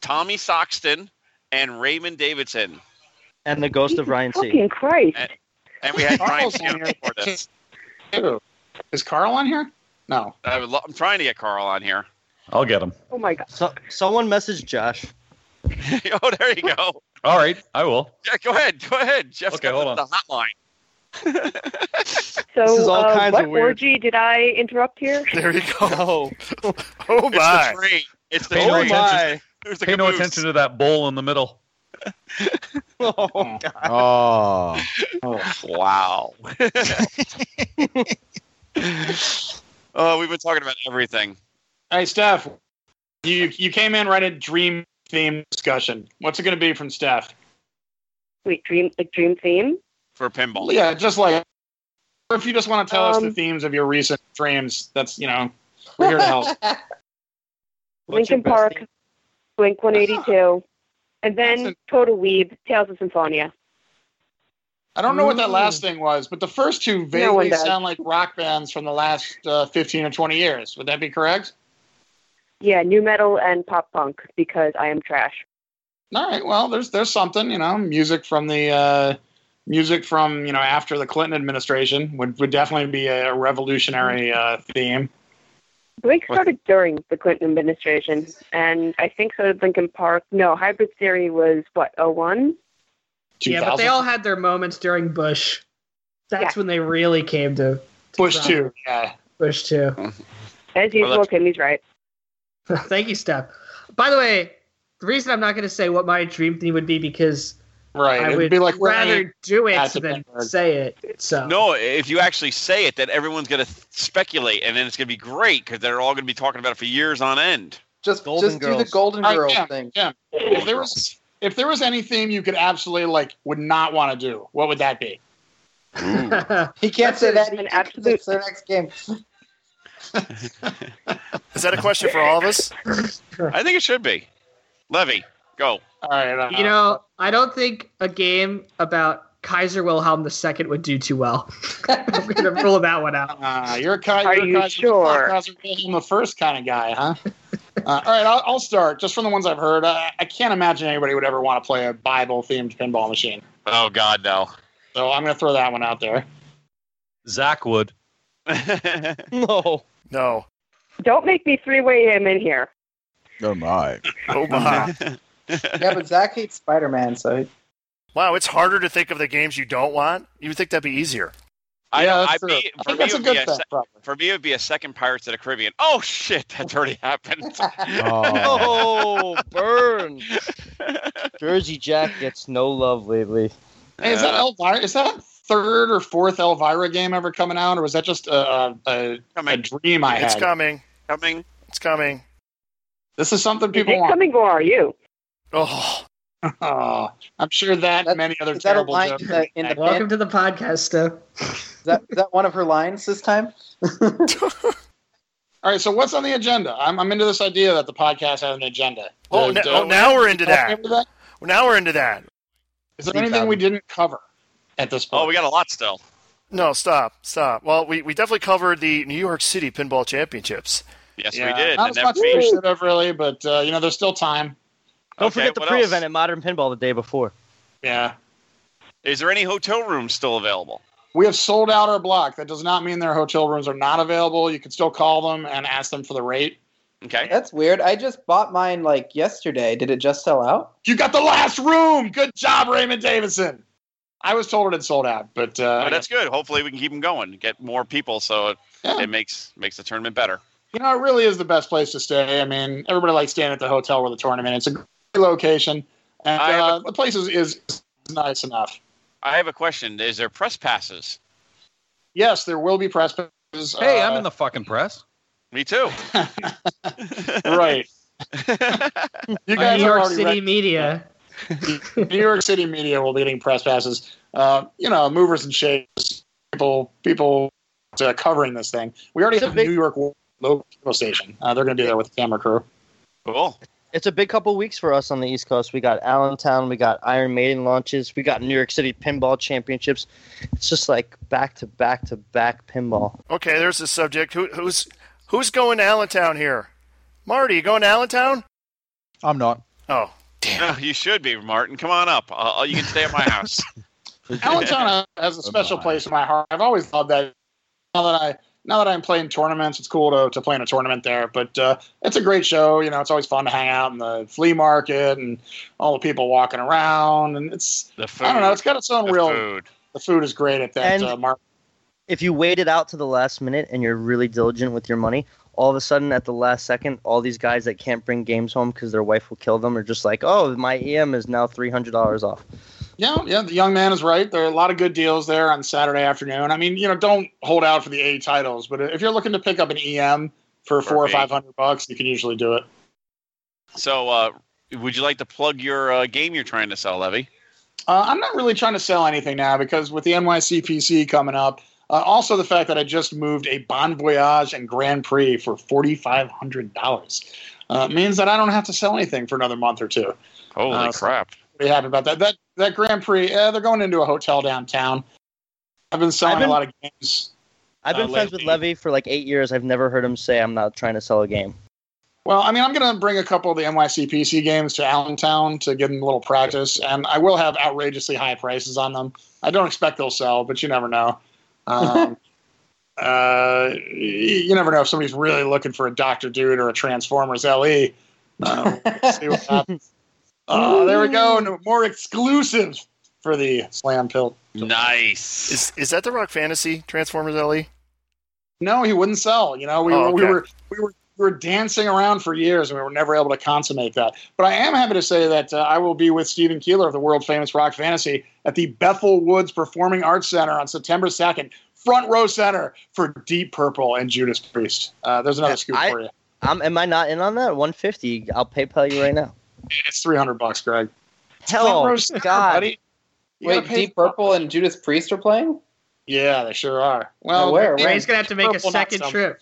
[SPEAKER 4] Tommy Soxton, and Raymond Davidson.
[SPEAKER 6] And the ghost of Ryan C.
[SPEAKER 13] Fucking Christ.
[SPEAKER 4] And, and we had Brian
[SPEAKER 8] Carl's
[SPEAKER 4] Skinner for this.
[SPEAKER 8] Ew. Is Carl on here? No.
[SPEAKER 4] I would lo- I'm trying to get Carl on here.
[SPEAKER 11] I'll get them.
[SPEAKER 13] Oh my god.
[SPEAKER 6] So, someone messaged Josh.
[SPEAKER 4] oh, there you go.
[SPEAKER 11] All right, I will.
[SPEAKER 4] Yeah, go ahead. Go ahead. Jeff's
[SPEAKER 11] Okay,
[SPEAKER 4] got
[SPEAKER 11] hold
[SPEAKER 4] the,
[SPEAKER 11] on.
[SPEAKER 4] the hotline.
[SPEAKER 13] So,
[SPEAKER 6] This is all
[SPEAKER 13] uh,
[SPEAKER 6] kinds
[SPEAKER 13] what
[SPEAKER 6] of weird.
[SPEAKER 13] orgy did I interrupt here?
[SPEAKER 3] There you go.
[SPEAKER 6] No.
[SPEAKER 3] Oh,
[SPEAKER 4] It's
[SPEAKER 3] my.
[SPEAKER 4] the train. It's the
[SPEAKER 11] Pay no
[SPEAKER 4] train.
[SPEAKER 11] attention.
[SPEAKER 4] There's the
[SPEAKER 11] Pay no
[SPEAKER 4] caboose.
[SPEAKER 11] attention to that bowl in the middle.
[SPEAKER 6] Oh, God.
[SPEAKER 12] Oh.
[SPEAKER 4] Wow. oh, we've been talking about everything.
[SPEAKER 8] Hey, Steph, you you came in right at dream theme discussion. What's it going to be from Steph?
[SPEAKER 13] Wait, dream like dream theme?
[SPEAKER 4] for pinball.
[SPEAKER 8] Yeah, just like or if you just want to tell us the
[SPEAKER 13] Um,
[SPEAKER 8] themes of your recent dreams, that's you know we're here to help.
[SPEAKER 13] Lincoln Park, Blink 182, and then Total Weeb, Tales of Symphonia.
[SPEAKER 8] I don't know what that last
[SPEAKER 7] Mm.
[SPEAKER 8] thing was, but the first two
[SPEAKER 13] one
[SPEAKER 8] vaguely
[SPEAKER 13] does.
[SPEAKER 8] sound like rock bands from the last uh, fifteen or twenty years. Would that be correct?
[SPEAKER 13] Yeah, new metal and pop punk because I am trash.
[SPEAKER 8] All right. Well, there's there's something you know, music from the uh, music from you know after the Clinton administration would would definitely be a revolutionary uh, theme.
[SPEAKER 13] Blink started during the Clinton administration, and I think so did Lincoln Park. No, Hybrid Theory was what 01.
[SPEAKER 5] Yeah, but they all had their moments during Bush. That's when they really came to
[SPEAKER 8] Bush
[SPEAKER 5] Right.
[SPEAKER 8] two. Yeah.
[SPEAKER 5] Bush too.
[SPEAKER 13] As usual, Kimmy's right.
[SPEAKER 5] Thank you, Steph. By the way, the reason I'm not going to say what my dream theme would be because
[SPEAKER 8] Right.
[SPEAKER 5] I
[SPEAKER 8] It'd
[SPEAKER 5] would
[SPEAKER 8] be like wearing
[SPEAKER 5] rather do it
[SPEAKER 8] hats of
[SPEAKER 5] than
[SPEAKER 8] Pittsburgh.
[SPEAKER 5] say it. So
[SPEAKER 4] No, if you actually say it, then everyone's going to speculate, and then it's going to be great because they're all going to be talking about it for years on end.
[SPEAKER 7] Just,
[SPEAKER 6] Golden
[SPEAKER 7] just do
[SPEAKER 6] Girls.
[SPEAKER 7] the Golden
[SPEAKER 8] All right,
[SPEAKER 7] Girl
[SPEAKER 8] Jim,
[SPEAKER 7] thing.
[SPEAKER 8] Jim, if there was if there was any theme you could absolutely like would not want to do, what would that be?
[SPEAKER 7] He can't say that.
[SPEAKER 13] An
[SPEAKER 7] He
[SPEAKER 13] absolute
[SPEAKER 7] the next game.
[SPEAKER 3] Is that a question for all of us?
[SPEAKER 4] I think it should be. Levy, go.
[SPEAKER 8] All right.
[SPEAKER 5] You know, I don't think a game about Kaiser Wilhelm II would do too well. I'm gonna rule that one out.
[SPEAKER 8] Uh, you're a Kai-
[SPEAKER 5] Are
[SPEAKER 8] you're a
[SPEAKER 5] you
[SPEAKER 8] Kaiser-
[SPEAKER 5] sure?
[SPEAKER 8] Kaiser Wilhelm the first kind of guy, huh? Uh, all right, I'll, I'll start. Just from the ones I've heard, I, I can't imagine anybody would ever want to play a Bible-themed pinball machine.
[SPEAKER 4] Oh God, no.
[SPEAKER 8] So I'm going to throw that one out there.
[SPEAKER 11] Zach would.
[SPEAKER 6] no.
[SPEAKER 3] No.
[SPEAKER 13] Don't make me three way him in here.
[SPEAKER 12] Oh my.
[SPEAKER 3] Oh my.
[SPEAKER 7] yeah, but Zach hates Spider Man, so
[SPEAKER 3] Wow, it's harder to think of the games you don't want. You would think that'd be easier.
[SPEAKER 4] I,
[SPEAKER 3] Yeah, that's
[SPEAKER 4] I,
[SPEAKER 3] true.
[SPEAKER 4] be,
[SPEAKER 3] I
[SPEAKER 4] for me,
[SPEAKER 3] think that's
[SPEAKER 4] it
[SPEAKER 3] a
[SPEAKER 4] would
[SPEAKER 3] good
[SPEAKER 4] be a
[SPEAKER 3] bet,
[SPEAKER 4] se-
[SPEAKER 8] probably.
[SPEAKER 4] for me, it would be a second Pirates of the Caribbean. Oh shit, that's already happened.
[SPEAKER 6] Oh, burn. Jersey Jack gets no love lately.
[SPEAKER 8] Hey, is
[SPEAKER 3] Uh,
[SPEAKER 8] that Elvira? Is that third or fourth Elvira game ever coming out, or was that just a, a, a, a dream I had?
[SPEAKER 3] It's coming.
[SPEAKER 4] Coming.
[SPEAKER 3] It's coming.
[SPEAKER 8] This is something
[SPEAKER 13] Is
[SPEAKER 8] people
[SPEAKER 13] it
[SPEAKER 8] want.
[SPEAKER 13] coming or are you?
[SPEAKER 3] Oh.
[SPEAKER 8] oh, I'm sure that many other
[SPEAKER 7] is that a
[SPEAKER 8] terrible
[SPEAKER 7] line
[SPEAKER 8] jokes.
[SPEAKER 7] in the, uh, in the
[SPEAKER 5] Welcome
[SPEAKER 7] pin?
[SPEAKER 5] to the podcast, Stu.
[SPEAKER 7] Is that, is that one of her lines this time?
[SPEAKER 8] All right, so what's on the agenda? I'm, I'm into this idea that the podcast has an agenda.
[SPEAKER 3] Oh,
[SPEAKER 8] The-
[SPEAKER 3] no-
[SPEAKER 8] the-
[SPEAKER 3] oh, now we're into that.
[SPEAKER 8] Remember that?
[SPEAKER 3] Now we're into that.
[SPEAKER 8] Is there anything we didn't cover? at this point?
[SPEAKER 4] Oh, we got a lot still.
[SPEAKER 3] No, stop, stop. Well, we, we definitely covered the New York City Pinball Championships.
[SPEAKER 4] Yes,
[SPEAKER 8] Yeah, Not as much as we should have really, but uh, you know, there's still time.
[SPEAKER 6] Don't
[SPEAKER 4] Okay,
[SPEAKER 6] forget the
[SPEAKER 4] what
[SPEAKER 6] pre
[SPEAKER 4] else?
[SPEAKER 6] event at Modern Pinball the day before.
[SPEAKER 8] Yeah.
[SPEAKER 4] Is there any hotel rooms still available?
[SPEAKER 8] We have sold out our block. That does not mean their hotel rooms are not available. You can still call them and ask them for the rate.
[SPEAKER 4] Okay.
[SPEAKER 7] That's weird. I just bought mine like yesterday. Did it just sell out?
[SPEAKER 8] You got the last room. Good job, Raymond Davidson. I was told it had sold out, but uh,
[SPEAKER 4] Oh, that's good. Hopefully, we can keep them going, get more people, so it, it makes makes the tournament better.
[SPEAKER 8] you know, it really is the best place to stay. I mean, everybody likes staying at the hotel with a tournament. It's a great location, and uh, the place is, is nice enough.
[SPEAKER 4] I have a question. Is there press passes?
[SPEAKER 8] Yes, there will be press passes.
[SPEAKER 4] Hey, I'm
[SPEAKER 8] uh,
[SPEAKER 4] in
[SPEAKER 11] the fucking press.
[SPEAKER 4] Me too.
[SPEAKER 8] right. you guys
[SPEAKER 5] New
[SPEAKER 8] are
[SPEAKER 5] York
[SPEAKER 8] already
[SPEAKER 5] City
[SPEAKER 8] ready.
[SPEAKER 5] media.
[SPEAKER 8] New York City media will be getting press passes. Uh, you know, movers and shakers, people, people uh, covering this thing. We already have New York local station. Uh, they're going to be there with the camera crew.
[SPEAKER 4] Cool.
[SPEAKER 6] It's a big couple weeks for us on the East Coast. We got Allentown, we got Iron Maiden launches, we got New York City Pinball Championships. It's just like back to back to back pinball.
[SPEAKER 3] Okay, there's the subject. Who, who's who's going to Allentown here? Marty, you going to Allentown?
[SPEAKER 12] I'm not.
[SPEAKER 3] Oh,
[SPEAKER 4] Oh, you should be, Martin. Come on up. Uh, you can stay at my house.
[SPEAKER 8] Allentown has a special place in my heart. I've always loved that. Now that I now that I'm playing tournaments, it's cool to, to play in a tournament there. But uh, it's a great show. You know, it's always fun to hang out in the flea market and all the people walking around. And it's
[SPEAKER 4] The
[SPEAKER 8] I don't know.
[SPEAKER 6] food.
[SPEAKER 8] It's got its own
[SPEAKER 6] The
[SPEAKER 8] real.
[SPEAKER 6] food.
[SPEAKER 8] The food is great at that
[SPEAKER 6] And-
[SPEAKER 8] uh, market.
[SPEAKER 6] If you wait it out to the last minute and you're really diligent with your money, all of a sudden at the last second, all these guys that can't bring games home because their wife will kill them are just like, oh, my EM is now $300 off.
[SPEAKER 8] Yeah, yeah, the young man is right. There are a lot of good deals there on Saturday afternoon. I mean, you know, don't hold out for the A titles, but if you're looking to pick up an EM for four or
[SPEAKER 4] Perfect.
[SPEAKER 8] five hundred bucks, you can usually do it.
[SPEAKER 4] So, uh, would you like to plug your uh, game you're trying to sell, Levy?
[SPEAKER 8] Uh, I'm not really trying to sell anything now because with the NYCPC coming up, uh, also the fact that I just moved a Bon Voyage and Grand Prix for forty five hundred dollars uh, means that I don't have to sell anything for another month or two.
[SPEAKER 4] Holy
[SPEAKER 8] Uh,
[SPEAKER 4] crap!
[SPEAKER 8] Pretty happy about that. That that Grand Prix, eh, they're going into a hotel downtown. I've been selling
[SPEAKER 6] I've been-
[SPEAKER 8] a lot of games.
[SPEAKER 6] I've been
[SPEAKER 8] Uh,
[SPEAKER 6] friends with Levy for like eight years. I've never heard him say, I'm not trying to sell a game.
[SPEAKER 8] Well, I mean, I'm going to bring a couple of the NYCPC games to Allentown to give them a little practice, and I will have outrageously high prices on them. I don't expect they'll sell, but you never know. Um, uh, y- you never know if somebody's really looking for a Doctor Dude or a Transformers LE. Uh, we'll see what happens. Oh, there we go. No, more exclusives for the Slam Pilt.
[SPEAKER 4] Nice.
[SPEAKER 3] Is is that the Rock Fantasy Transformers LE?
[SPEAKER 8] No, he wouldn't sell. You know, we,
[SPEAKER 3] Oh,
[SPEAKER 8] were we
[SPEAKER 3] okay.
[SPEAKER 8] were we were we were dancing around for years, and we were never able to consummate that. But I am happy to say that uh, I will be with Stephen Keeler of the world famous Rock Fantasy at the Bethel Woods Performing Arts Center on September second, front row center for Deep Purple and Judas Priest. Uh, there's another scoop
[SPEAKER 6] I-
[SPEAKER 8] for you.
[SPEAKER 6] I'm, am I not in on that? 150 I'll PayPal you right now.
[SPEAKER 8] It's three hundred bucks, Greg.
[SPEAKER 6] Hell,
[SPEAKER 8] Front row center,
[SPEAKER 6] God.
[SPEAKER 8] buddy. You
[SPEAKER 7] Wait,
[SPEAKER 8] gotta pay-
[SPEAKER 7] Deep Purple and Judas Priest are playing?
[SPEAKER 8] Yeah, they sure are.
[SPEAKER 7] Now
[SPEAKER 8] Well,
[SPEAKER 7] where?
[SPEAKER 8] they're-
[SPEAKER 7] Where?
[SPEAKER 5] He's gonna have to make a
[SPEAKER 8] Purple, not
[SPEAKER 5] second
[SPEAKER 8] some-
[SPEAKER 5] trip.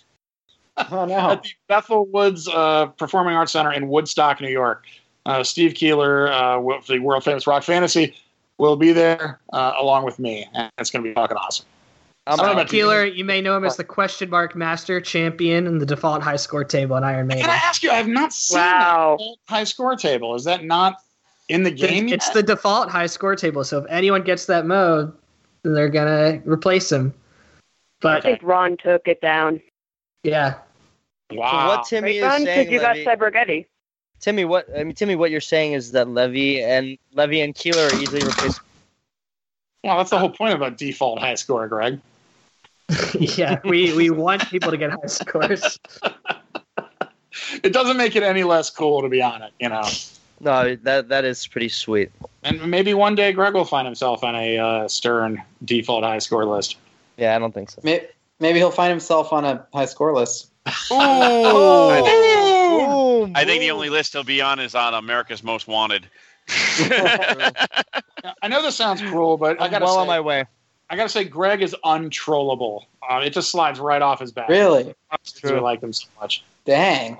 [SPEAKER 8] oh, no. at the Bethel Woods uh, Performing Arts Center in Woodstock, New York. Uh, Steve Keeler, uh, wo- the world famous rock fantasy, will be there uh, along with me, and it's going to be fucking awesome.
[SPEAKER 5] Um,
[SPEAKER 8] I don't know about you.
[SPEAKER 5] Keeler, you may know him as the question mark master champion and the default high score table on Iron Maiden.
[SPEAKER 8] Can I ask you? I have not seen
[SPEAKER 5] Wow.
[SPEAKER 8] that high score table. Is that not in the game?
[SPEAKER 5] It's
[SPEAKER 8] yet?
[SPEAKER 5] the default high score table, so if anyone gets that mode, then they're gonna replace him.
[SPEAKER 13] I
[SPEAKER 5] But
[SPEAKER 13] think Ron took it down.
[SPEAKER 5] yeah,
[SPEAKER 6] Wow. What Timmy
[SPEAKER 13] Right,
[SPEAKER 6] is
[SPEAKER 13] Ron, 'cause
[SPEAKER 6] saying,
[SPEAKER 13] you got
[SPEAKER 6] Levy-
[SPEAKER 13] Cybergetti.
[SPEAKER 6] Timmy, what I mean, Timmy, what you're saying is that Levy and Levy and Keeler are easily replaceable.
[SPEAKER 8] Well, that's the whole point of a default high score, Greg.
[SPEAKER 5] yeah, we we want people to get high scores.
[SPEAKER 8] It doesn't make it any less cool to be on it, you know.
[SPEAKER 6] No, that that is pretty sweet.
[SPEAKER 8] And maybe one day Greg will find himself on a uh, Stern default high score list.
[SPEAKER 6] Yeah, I don't think so.
[SPEAKER 7] May- Maybe he'll find himself on a high score list.
[SPEAKER 4] I think the only list he'll be on is on America's Most Wanted.
[SPEAKER 8] I know this sounds cruel, but I gotta
[SPEAKER 6] well
[SPEAKER 8] say,
[SPEAKER 6] on my way.
[SPEAKER 8] I gotta say, Greg is untrollable. Uh, it just slides right off his back.
[SPEAKER 7] Really?
[SPEAKER 8] That's true. like him so much.
[SPEAKER 7] Dang.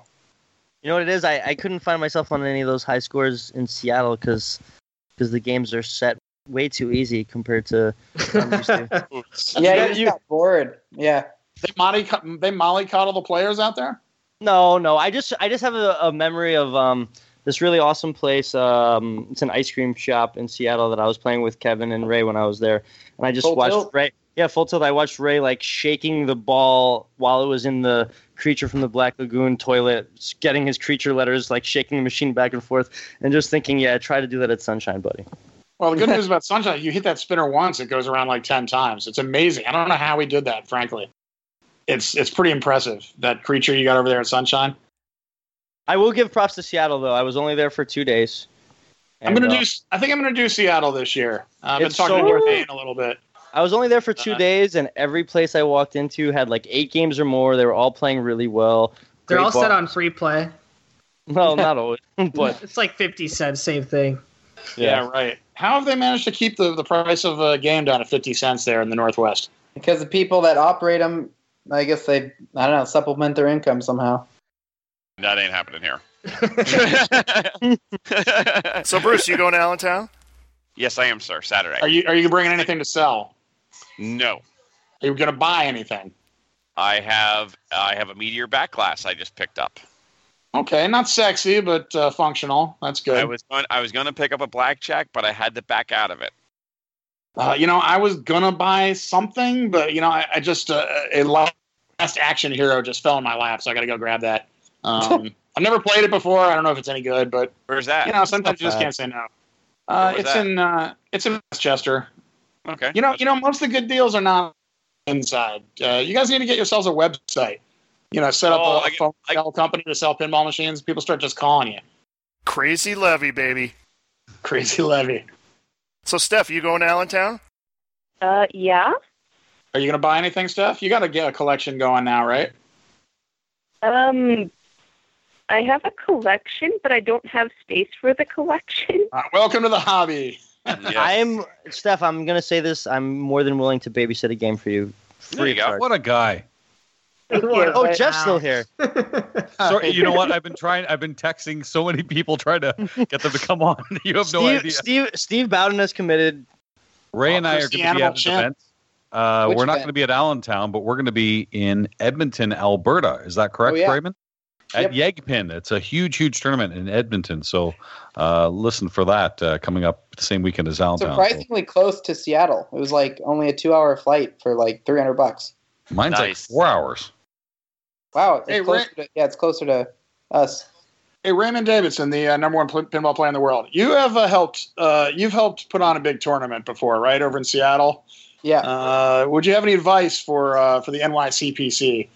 [SPEAKER 6] You know what it is? I, I couldn't find myself on any of those high scores in Seattle because the games are set way too easy compared to.
[SPEAKER 7] Yeah, you just got bored. Yeah.
[SPEAKER 8] They molly they mollycoddle the players out there.
[SPEAKER 6] No, no. I just I just have a, a memory of um this really awesome place. Um, it's an ice cream shop in Seattle that I was playing with Kevin and Ray when I was there, and I just
[SPEAKER 7] Full
[SPEAKER 6] watched
[SPEAKER 7] Tilt?
[SPEAKER 6] Ray. Yeah, full tilt. I watched Ray like shaking the ball while it was in the creature from the Black Lagoon toilet, s- getting his creature letters, like shaking the machine back and forth, and just thinking, yeah, try to do that at Sunshine, buddy.
[SPEAKER 8] Well, the good news about Sunshine, you hit that spinner once, it goes around like ten times. It's amazing. I don't know how we did that, frankly. It's it's pretty impressive that creature you got over there at Sunshine.
[SPEAKER 6] I will give props to Seattle though. I was only there for two days.
[SPEAKER 8] I'm gonna
[SPEAKER 6] And, uh,
[SPEAKER 8] do. I think I'm gonna do Seattle this year. Uh, I've been
[SPEAKER 6] It's
[SPEAKER 8] talking
[SPEAKER 6] so
[SPEAKER 8] to North
[SPEAKER 6] worth
[SPEAKER 8] Dane a little bit.
[SPEAKER 6] I was only there for
[SPEAKER 7] Uh-huh.
[SPEAKER 6] two
[SPEAKER 8] Uh,
[SPEAKER 6] days, and every place I walked into had like eight games or more. They were all playing really well.
[SPEAKER 5] They're
[SPEAKER 6] Great
[SPEAKER 5] all set
[SPEAKER 6] ball-
[SPEAKER 5] on free play.
[SPEAKER 6] Well, not always, but
[SPEAKER 5] It's like fifty cents, same thing.
[SPEAKER 8] Yeah. right. How have they managed to keep the, the price of a game down at fifty cents there in the Northwest?
[SPEAKER 7] Because the people that operate them, I guess they, I don't know, supplement their income somehow.
[SPEAKER 4] That ain't happening here.
[SPEAKER 3] so, Bruce, you going to Allentown?
[SPEAKER 4] Yes, I am, sir. Saturday.
[SPEAKER 8] Are you are you bringing anything to sell?
[SPEAKER 4] No,
[SPEAKER 8] Are you gonna buy anything?
[SPEAKER 4] I have I have a meteor back glass I just picked up.
[SPEAKER 8] Okay, not sexy, but uh, functional. That's good.
[SPEAKER 4] I was going, I was going to pick up a blackjack, but I had to back out of it.
[SPEAKER 8] Uh, you know, I was gonna buy something, but you know, I, I just uh, a last action hero just fell in my lap, so I gotta go grab that. Um, I've never played it before. I don't know if it's any good, but
[SPEAKER 4] where's that?
[SPEAKER 8] You know, sometimes you just
[SPEAKER 4] Where's
[SPEAKER 8] can't say
[SPEAKER 4] that?
[SPEAKER 8] no. Uh,
[SPEAKER 4] Where's
[SPEAKER 8] it's
[SPEAKER 4] that?
[SPEAKER 8] in uh, it's in Westchester.
[SPEAKER 4] Okay.
[SPEAKER 8] You know, you know, most of the good deals are not inside. Uh, you guys need to get yourselves a website. You know, set up
[SPEAKER 4] Oh,
[SPEAKER 8] a, a phone cell company to sell pinball machines. People start just calling you.
[SPEAKER 3] Crazy Levy, baby.
[SPEAKER 8] Crazy Levy.
[SPEAKER 3] So, Steph, you going to Allentown?
[SPEAKER 13] Uh, yeah.
[SPEAKER 8] Are you going to buy anything, Steph? You got to get a collection going now, right?
[SPEAKER 13] Um, I have a collection, but I don't have space for the collection.
[SPEAKER 8] Uh, welcome to the hobby.
[SPEAKER 6] I'm Steph. I'm gonna say this. I'm more than willing to babysit a game for you.
[SPEAKER 11] There you
[SPEAKER 6] Free
[SPEAKER 11] go. What a guy.
[SPEAKER 13] Yeah,
[SPEAKER 6] oh,
[SPEAKER 13] but-
[SPEAKER 6] Jeff's still here.
[SPEAKER 11] Sorry, you know what? I've been trying. I've been texting so many people trying to get them to come on. You have no
[SPEAKER 6] Steve,
[SPEAKER 11] idea.
[SPEAKER 6] Steve Steve Bowden has committed.
[SPEAKER 8] Uh,
[SPEAKER 11] Ray and I
[SPEAKER 6] Who's
[SPEAKER 11] are going
[SPEAKER 6] the
[SPEAKER 11] to be
[SPEAKER 6] animal
[SPEAKER 11] at an
[SPEAKER 6] champ?
[SPEAKER 11] event. Uh,
[SPEAKER 6] Which
[SPEAKER 11] we're not
[SPEAKER 6] event?
[SPEAKER 11] going to be at Allentown, but we're going to be in Edmonton, Alberta. Is that correct,
[SPEAKER 6] Oh, yeah.
[SPEAKER 11] Raymond? At Yegpin. It's a huge, huge tournament in Edmonton. So uh, listen for that uh, coming up the same weekend as Allentown. So
[SPEAKER 7] Surprisingly close to Seattle. It was like only a two hour flight for like 300 bucks.
[SPEAKER 11] mine's like four hours.
[SPEAKER 7] Wow. It's
[SPEAKER 8] Hey,
[SPEAKER 7] closer to, yeah, it's closer to us.
[SPEAKER 8] Hey, Raymond Davidson, the uh, number one pl- pinball player in the world. You have uh, helped. Uh, you've helped put on a big tournament before, right? Over in Seattle.
[SPEAKER 7] Yeah.
[SPEAKER 8] Uh, would you have any advice for uh, for the NYCPC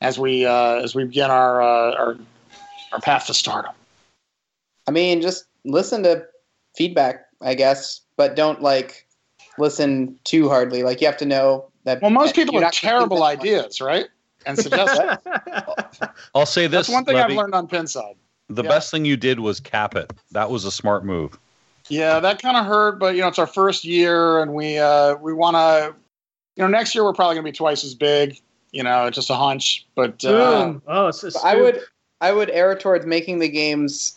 [SPEAKER 8] as we uh, as we begin our uh, our our path to stardom?
[SPEAKER 7] I mean, just listen to feedback, I guess, but don't like listen too hardly. Like you have to know that.
[SPEAKER 8] Well, most people
[SPEAKER 7] you're
[SPEAKER 8] have
[SPEAKER 7] not gonna
[SPEAKER 8] terrible
[SPEAKER 7] think that
[SPEAKER 8] ideas, right? And suggest
[SPEAKER 11] I'll say this.
[SPEAKER 8] that's one thing
[SPEAKER 11] Levy.
[SPEAKER 8] I've learned on Pinside.
[SPEAKER 11] The
[SPEAKER 8] Yeah.
[SPEAKER 11] best thing you did was cap it. That was a smart move.
[SPEAKER 8] Yeah, that kind of hurt, but you know, it's our first year, and we uh, we want to, you know, next year we're probably going to be twice as big. You know, it's just a hunch, but uh,
[SPEAKER 7] Boom. I would I would err towards making the games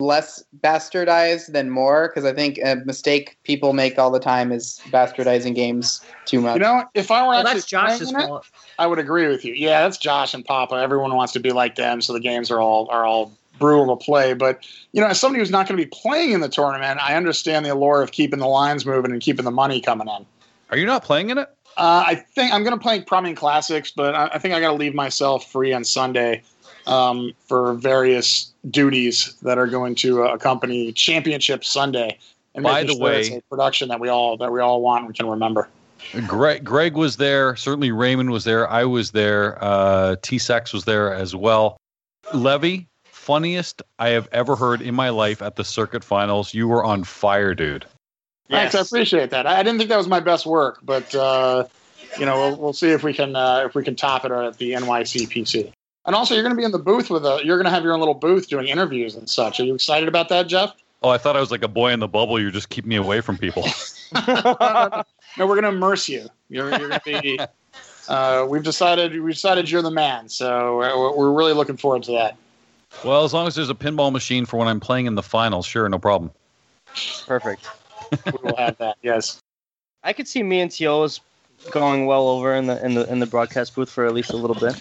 [SPEAKER 7] less bastardized than more because I think a mistake people make all the time is bastardizing games too much.
[SPEAKER 8] you know, if I were
[SPEAKER 5] Well,
[SPEAKER 8] actually
[SPEAKER 5] that's Josh's
[SPEAKER 8] playing it,
[SPEAKER 5] fault.
[SPEAKER 8] I would agree with you. Yeah, that's Josh and Papa. Everyone wants to be like them, so the games are all are all brutal to play. But you know, as somebody who's not going to be playing in the tournament, I understand the allure of keeping the lines moving and keeping the money coming in.
[SPEAKER 11] Are you not playing in it?
[SPEAKER 8] Uh, I think I'm going to play Prominent Classics, but I, I think I got to leave myself free on Sunday um, for various duties that are going to uh, accompany Championship Sunday. And
[SPEAKER 11] By
[SPEAKER 8] making
[SPEAKER 11] the
[SPEAKER 8] sure
[SPEAKER 11] way-
[SPEAKER 8] it's a production that we all that we all want and can remember.
[SPEAKER 11] Greg, Greg was there. Certainly Raymond was there. I was there. Uh, T Sex was there as well. Levy, funniest I have ever heard in my life at the circuit finals. You were on fire, dude.
[SPEAKER 8] Thanks, I appreciate that. I, I didn't think that was my best work, but uh, you know, we'll, we'll see if we can uh, if we can top it at the NYCPC. And also, you're going to be in the booth with a. You're going to have your own little booth doing interviews and such. Are you excited about that, Jeff?
[SPEAKER 11] Oh, I thought I was like a boy in the bubble. You're just keeping me away from people.
[SPEAKER 8] No, we're going to immerse you. You're, you're going to be. Uh, we've decided. We have decided you're the man. So uh, we're, we're really looking forward to that.
[SPEAKER 11] well, as long as there's a pinball machine for when I'm playing in the finals, sure, no problem.
[SPEAKER 6] Perfect.
[SPEAKER 8] we will have that. Yes.
[SPEAKER 6] I could see me and Teo's going well over in the in the in the broadcast booth for at least a little bit.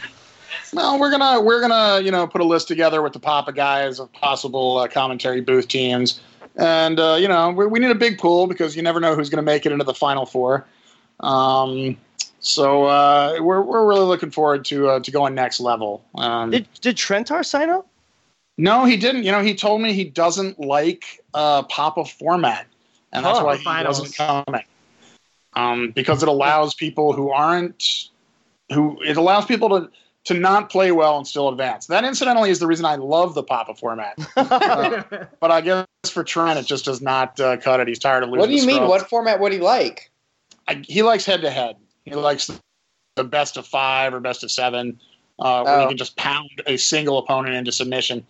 [SPEAKER 8] No, we're gonna we're gonna you know put a list together with the Papa guys of possible uh, commentary booth teams, and uh, you know we, we need a big pool because you never know who's gonna make it into the final four. Um, so uh, we're we're really looking forward to uh, to going next level. Um,
[SPEAKER 6] Did did Trentar sign up?
[SPEAKER 8] no, he didn't. You know, he told me he doesn't like uh, Papa format, and that's
[SPEAKER 6] Huh.
[SPEAKER 8] why he
[SPEAKER 6] Finals.
[SPEAKER 8] wasn't coming. Um, because it allows people who aren't who it allows people to to not play well and still advance. That incidentally is the reason I love the Papa format. Uh, but I guess for Trent, it just does not uh, cut it. He's tired of losing.
[SPEAKER 7] What do you
[SPEAKER 8] to
[SPEAKER 7] mean?
[SPEAKER 8] Scrubs.
[SPEAKER 7] What format would he like?
[SPEAKER 8] I, he likes head to head. He likes the best of five or best of seven, uh, where
[SPEAKER 6] Oh.
[SPEAKER 8] you can just pound a single opponent into submission.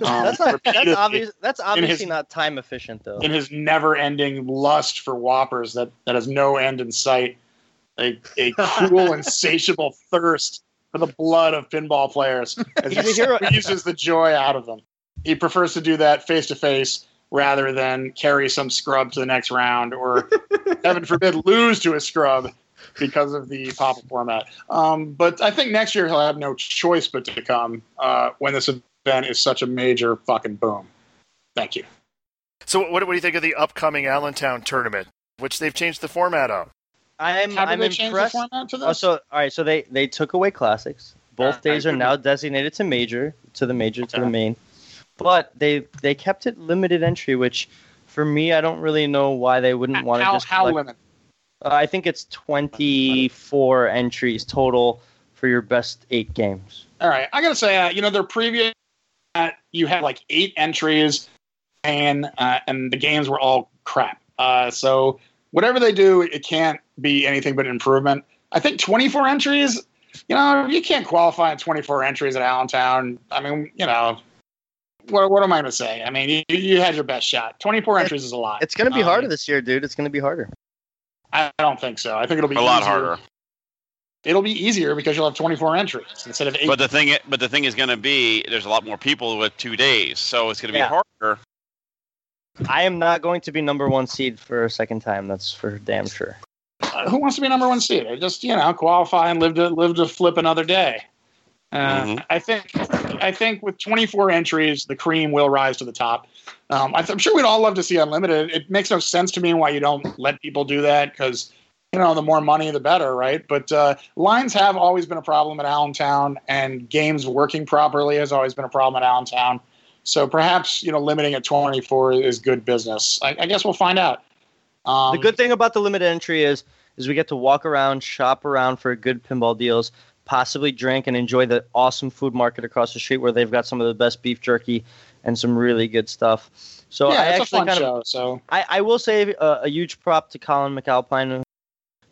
[SPEAKER 8] um,
[SPEAKER 6] that's not, that's
[SPEAKER 8] repeatedly
[SPEAKER 6] obvious. That's obviously
[SPEAKER 8] his-
[SPEAKER 6] not time efficient though.
[SPEAKER 8] in his never-ending lust for whoppers that, that has no end in sight a, a cruel insatiable thirst for the blood of pinball players as he
[SPEAKER 6] He's a hero.
[SPEAKER 8] squeezes the joy out of them he prefers to do that face to face rather than carry some scrub to the next round or heaven forbid lose to a scrub because of the pop-up format um, but i think next year he'll have no choice but to come uh, when this event is such a major fucking boom thank you
[SPEAKER 3] So, what, what do you think of the upcoming Allentown tournament, which they've changed the format of?
[SPEAKER 6] I'm
[SPEAKER 8] How did
[SPEAKER 6] I'm
[SPEAKER 8] they change the
[SPEAKER 6] impressed.
[SPEAKER 8] format to
[SPEAKER 6] Oh,
[SPEAKER 8] this?
[SPEAKER 6] so all right, so they they took away classics. Both
[SPEAKER 8] Uh,
[SPEAKER 6] days
[SPEAKER 8] I
[SPEAKER 6] are now designated to major, to the major, to the main. But they they kept it limited entry, which for me I don't really know why they wouldn't want to
[SPEAKER 8] how,
[SPEAKER 6] just
[SPEAKER 8] how
[SPEAKER 6] collect-
[SPEAKER 8] limited
[SPEAKER 6] Uh, I think it's 24 entries total for your best 8 games.
[SPEAKER 8] All right, I gotta say, uh, you know, their previous uh, you had like eight entries, and uh, and the games were all crap. Uh, so whatever they do, it can't be anything but improvement. I think 24 entries. You know, you can't qualify in 24 entries at Allentown. I mean, you know, what what am I gonna say? I mean, you, you had your best shot. 24 entries is a lot.
[SPEAKER 6] It's going to be
[SPEAKER 8] Um,
[SPEAKER 6] harder this year, dude. It's going to be harder.
[SPEAKER 8] I I don't think so. I think it'll be
[SPEAKER 4] A lot
[SPEAKER 8] easier.
[SPEAKER 4] harder.
[SPEAKER 8] It'll be easier because you'll have 24 entries instead of eight.
[SPEAKER 4] But the thing, but the thing is going to be, there's a lot more people with two days, so it's going to be
[SPEAKER 6] Yeah.
[SPEAKER 4] harder.
[SPEAKER 6] I am not going to be number 1 seed for a second time, that's for damn sure.
[SPEAKER 8] Uh, who wants to be number one seed? I Just you know, qualify and live to live to flip another day. Uh, I think I think with 24 entries, the cream will rise to the top. Um, I th- I'm sure we'd all love to see unlimited. It makes no sense to me why you don't let people do that because you know the more money the better, right? But uh, lines have always been a problem at Allentown, and games working properly has always been a problem at Allentown. So perhaps you know limiting at 24 is good business. I, I guess we'll find out. Um,
[SPEAKER 6] the good thing about the limited entry is is we get to walk around, shop around for good pinball deals, possibly drink and enjoy the awesome food market across the street where they've got some of the best beef jerky and some really good stuff. So
[SPEAKER 8] yeah,
[SPEAKER 6] I
[SPEAKER 8] it's a
[SPEAKER 6] actually
[SPEAKER 8] fun
[SPEAKER 6] kind of
[SPEAKER 8] show. So
[SPEAKER 6] I, I will say uh, a, a huge prop to Colin McAlpine.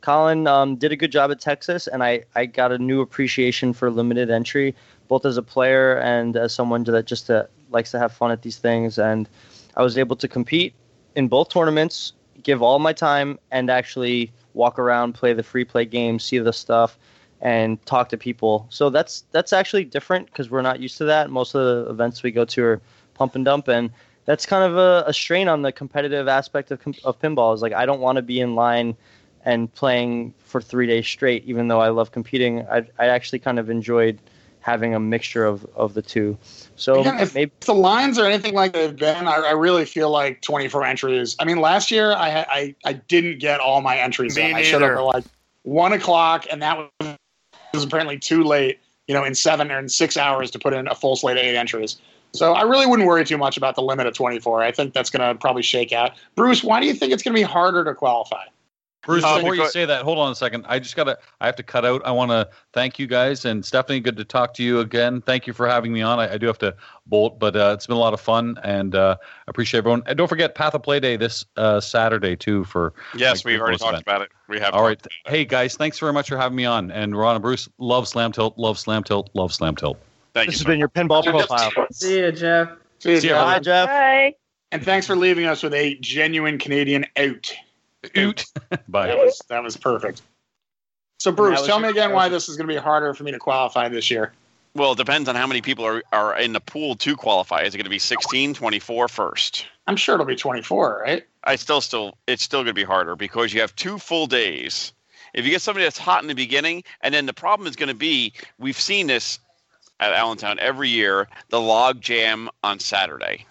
[SPEAKER 6] Colin um, did a good job at Texas, and I, I got a new appreciation for limited entry, both as a player and as someone that just uh, likes to have fun at these things. And I was able to compete in both tournaments, give all my time, and actually walk around, play the free play games, see the stuff, and talk to people. So that's that's actually different because we're not used to that. Most of the events we go to are pump and dump, and that's kind of a, a strain on the competitive aspect of, com- of pinball. Is like I don't want to be in line and playing for three days straight, even though I love competing. I I actually kind of enjoyed having a mixture of, of the two. So
[SPEAKER 8] Yeah, if
[SPEAKER 6] maybe
[SPEAKER 8] the lines are anything like they've been, I, I really feel like 24 entries. I mean, last year I ha- I, I didn't get all my entries.
[SPEAKER 3] Me
[SPEAKER 8] in. I showed up
[SPEAKER 3] neither.
[SPEAKER 8] at like one o'clock, and that was, was apparently too late. You know, in seven or in six hours to put in a full slate of eight entries. So I really wouldn't worry too much about the limit of 24. I think that's going to probably shake out. Bruce, why do you think it's going to be harder to qualify?
[SPEAKER 11] Bruce,
[SPEAKER 8] Uh,
[SPEAKER 11] before you
[SPEAKER 8] because-
[SPEAKER 11] say that, hold on a second. I just gotta. I have to cut out. I want to thank you guys and Stephanie. Good to talk to you again. Thank you for having me on. I, I do have to bolt, but uh, it's been a lot of fun and uh, I appreciate everyone. And don't forget Path of Play Day this uh, Saturday too. For
[SPEAKER 4] Yes,
[SPEAKER 11] my
[SPEAKER 4] we've already
[SPEAKER 11] Grimco's
[SPEAKER 4] talked
[SPEAKER 11] event.
[SPEAKER 4] about it. We have.
[SPEAKER 11] All
[SPEAKER 4] talked
[SPEAKER 11] right. Hey guys, thanks very much for having me on. And Ron and Bruce, love Slam Tilt, love Slam Tilt, love Slam Tilt.
[SPEAKER 4] Thank
[SPEAKER 6] this has been your pinball profile.
[SPEAKER 5] See ya, Jeff.
[SPEAKER 8] See you,
[SPEAKER 11] See ya, brother. Bye,
[SPEAKER 6] Jeff.
[SPEAKER 13] Bye.
[SPEAKER 8] And thanks for leaving us with a genuine Canadian out.
[SPEAKER 11] Oot. Bye.
[SPEAKER 8] That was, that was perfect. So, Bruce,
[SPEAKER 4] was
[SPEAKER 8] tell
[SPEAKER 4] your-
[SPEAKER 8] me again
[SPEAKER 4] that
[SPEAKER 8] why this is going to be harder for me to qualify this year.
[SPEAKER 4] Well, it depends on how many people are, are in the pool to qualify. Is it going to be 16, 24 first?
[SPEAKER 8] I'm sure it'll be 24, right?
[SPEAKER 4] I still, still, it's still going to be harder because you have two full days. If you get somebody that's hot in the beginning, and then the problem is going to be, we've seen this at Allentown every year, the log jam on Saturday.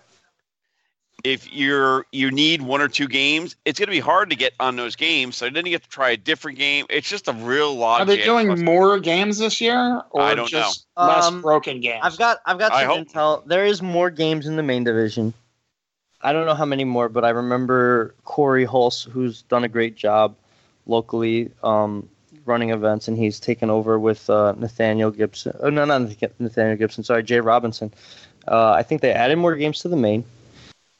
[SPEAKER 4] If you're you need one or two games, it's going to be hard to get on those games. So then you have to try a different game. It's just a real log.
[SPEAKER 8] Are they
[SPEAKER 4] jam.
[SPEAKER 8] doing more games this year, or
[SPEAKER 4] I don't
[SPEAKER 8] just
[SPEAKER 4] know.
[SPEAKER 8] less
[SPEAKER 6] Um,
[SPEAKER 8] broken games?
[SPEAKER 6] I've got I've got
[SPEAKER 4] I
[SPEAKER 6] some
[SPEAKER 4] hope-
[SPEAKER 6] intel. There is more games in the main division. I don't know how many more, but I remember Corey Hulse, who's done a great job locally um, running events, and he's taken over with uh, Nathaniel Gibson. Oh no, not Nathan- Nathaniel Gibson. Sorry, Jay Robinson. Uh, I think they added more games to the main,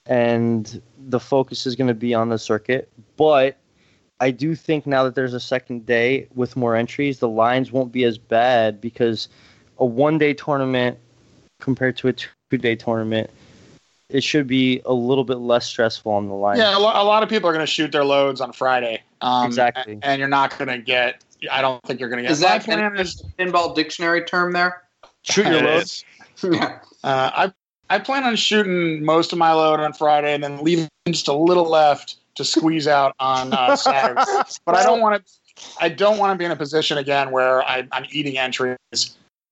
[SPEAKER 6] and the focus is going to be on the circuit. But I do think now that there's a second day with more entries, the lines won't be as bad because a one day tournament compared to a two day tournament, it should be a little bit less stressful on the line.
[SPEAKER 8] yeah, a, lo- a lot of people are going to shoot their loads on Friday. Um,
[SPEAKER 6] Exactly.
[SPEAKER 8] a- And you're not going to get. I don't think you're going to get.
[SPEAKER 7] Is that
[SPEAKER 8] My
[SPEAKER 7] an
[SPEAKER 8] plan is-
[SPEAKER 7] pinball dictionary term there?
[SPEAKER 6] Shoot your
[SPEAKER 8] It
[SPEAKER 6] load.
[SPEAKER 4] is.
[SPEAKER 7] yeah.
[SPEAKER 8] Uh, I I plan on shooting most of my load on Friday and then leaving just a little left to squeeze out on uh, Saturday. but I don't want to. I don't want to be in a position again where I, I'm eating entries,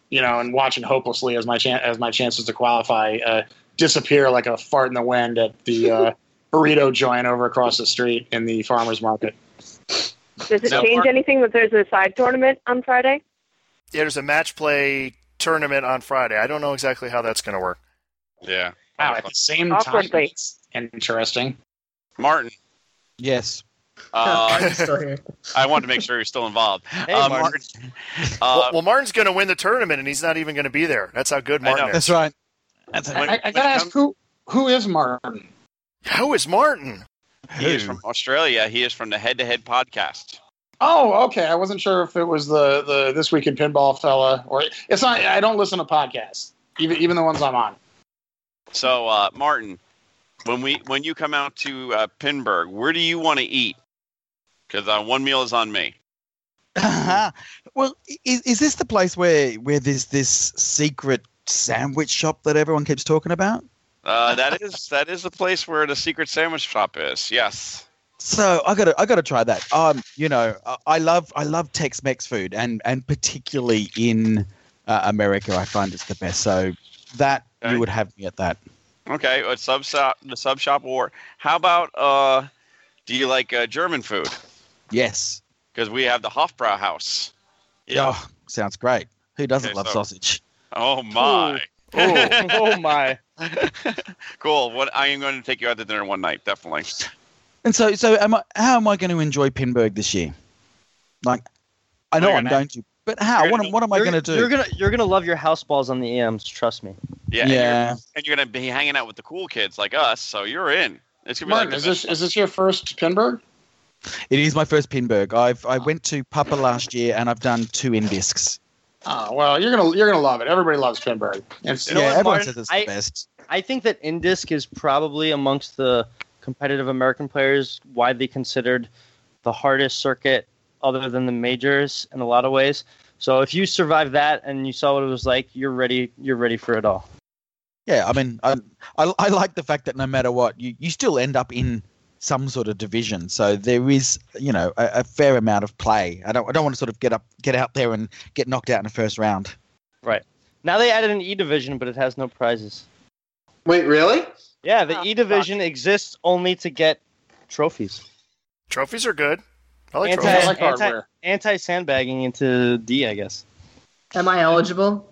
[SPEAKER 8] you know, and watching hopelessly as my chan- as my chances to qualify uh, disappear like a fart in the wind at the uh, burrito joint over across the street in the farmers market.
[SPEAKER 13] Does it
[SPEAKER 8] No,
[SPEAKER 13] change
[SPEAKER 8] Mark-
[SPEAKER 13] anything that there's a side tournament on Friday?
[SPEAKER 3] Yeah, there's a match play tournament on Friday. I don't know exactly how that's going to work.
[SPEAKER 4] Yeah.
[SPEAKER 8] Wow, at the same time,
[SPEAKER 13] Awkwardly.
[SPEAKER 8] it's interesting.
[SPEAKER 4] Martin.
[SPEAKER 12] Yes.
[SPEAKER 4] Uh,
[SPEAKER 5] I'm still here.
[SPEAKER 4] I wanted to make sure he was still involved. uh,
[SPEAKER 6] Martin.
[SPEAKER 4] Martin.
[SPEAKER 3] well,
[SPEAKER 4] Uh,
[SPEAKER 3] well, Martin's going to win the tournament, and he's not even going to be there. That's how good
[SPEAKER 4] I know.
[SPEAKER 3] Martin is.
[SPEAKER 12] That's right. That's
[SPEAKER 4] When-
[SPEAKER 8] I, I
[SPEAKER 4] when
[SPEAKER 8] gotta
[SPEAKER 4] it
[SPEAKER 8] ask
[SPEAKER 4] comes-
[SPEAKER 8] who who is Martin?
[SPEAKER 3] How is Martin?
[SPEAKER 4] he is from Australia. He is from the Head to Head podcast.
[SPEAKER 8] Oh, okay. I wasn't sure if it was the the this week in pinball fella or it's not. I don't listen to podcasts, even even the ones I'm on.
[SPEAKER 4] So, uh, Martin, when we when you come out to uh, Pinburg, where do you want to eat? Because uh, one meal is on me.
[SPEAKER 12] well, i- is, is this the place where where there's this secret sandwich shop that everyone keeps talking about?
[SPEAKER 4] Uh, that is that is the place where the secret sandwich shop is. Yes.
[SPEAKER 12] So I gotta I gotta try that. Um, you know, I, I love I love Tex-Mex food, and and particularly in uh, America, I find it's the best. So that
[SPEAKER 4] Okay.
[SPEAKER 12] you would have me at that.
[SPEAKER 4] Okay. A sub shop, the sub shop war. How about uh, do you like uh, German food?
[SPEAKER 12] Yes.
[SPEAKER 4] Because we have the Hofbrauhaus.
[SPEAKER 12] Yeah. sounds great. Who doesn't
[SPEAKER 4] Okay,
[SPEAKER 12] love
[SPEAKER 4] so-
[SPEAKER 12] sausage?
[SPEAKER 4] Oh my.
[SPEAKER 6] oh, oh my.
[SPEAKER 4] cool. What I am going to take you out to dinner one night, definitely.
[SPEAKER 12] And so, so am I, how am I going to enjoy Pinburg this year? Like, I know
[SPEAKER 4] You're
[SPEAKER 12] I'm
[SPEAKER 4] gonna-
[SPEAKER 12] going to, but how?
[SPEAKER 4] you're
[SPEAKER 12] What,
[SPEAKER 4] gonna-
[SPEAKER 12] am- what am I
[SPEAKER 6] You're-
[SPEAKER 12] going to do?
[SPEAKER 6] You're gonna you're gonna love your house balls on the EMs. Trust me.
[SPEAKER 4] Yeah. And
[SPEAKER 12] yeah.
[SPEAKER 4] you're, and you're going to be hanging out with the cool kids like us, so you're in. It's going to be
[SPEAKER 8] Martin,
[SPEAKER 4] like
[SPEAKER 8] is this is this your first Pinburg?
[SPEAKER 12] It is my first Pinburg. I've I went to Papa last year and I've done two in discs.
[SPEAKER 8] Oh well, you're gonna you're gonna love it. Everybody loves Pinburg. It's,
[SPEAKER 6] You know
[SPEAKER 12] yeah,
[SPEAKER 6] what,
[SPEAKER 12] everyone
[SPEAKER 6] Martin?
[SPEAKER 12] says it's
[SPEAKER 6] I-
[SPEAKER 12] the best.
[SPEAKER 6] I think that Indisc is probably amongst the competitive American players widely considered the hardest circuit other than the majors in a lot of ways. So if you survived that and you saw what it was like, you're ready. You're ready for it all.
[SPEAKER 12] Yeah, I mean, I, I, I like the fact that no matter what, you, you still end up in some sort of division. So there is, you know, a, a fair amount of play. I don't, I don't want to sort of get up, get out there and get knocked out in the first round.
[SPEAKER 6] Right. Now they added an E division, but it has no prizes.
[SPEAKER 7] Wait, really?
[SPEAKER 6] Yeah, the E division exists only to get trophies.
[SPEAKER 3] Trophies are good. I like
[SPEAKER 6] anti,
[SPEAKER 3] trophies.
[SPEAKER 6] anti, anti sandbagging into D, I guess.
[SPEAKER 5] Am I eligible?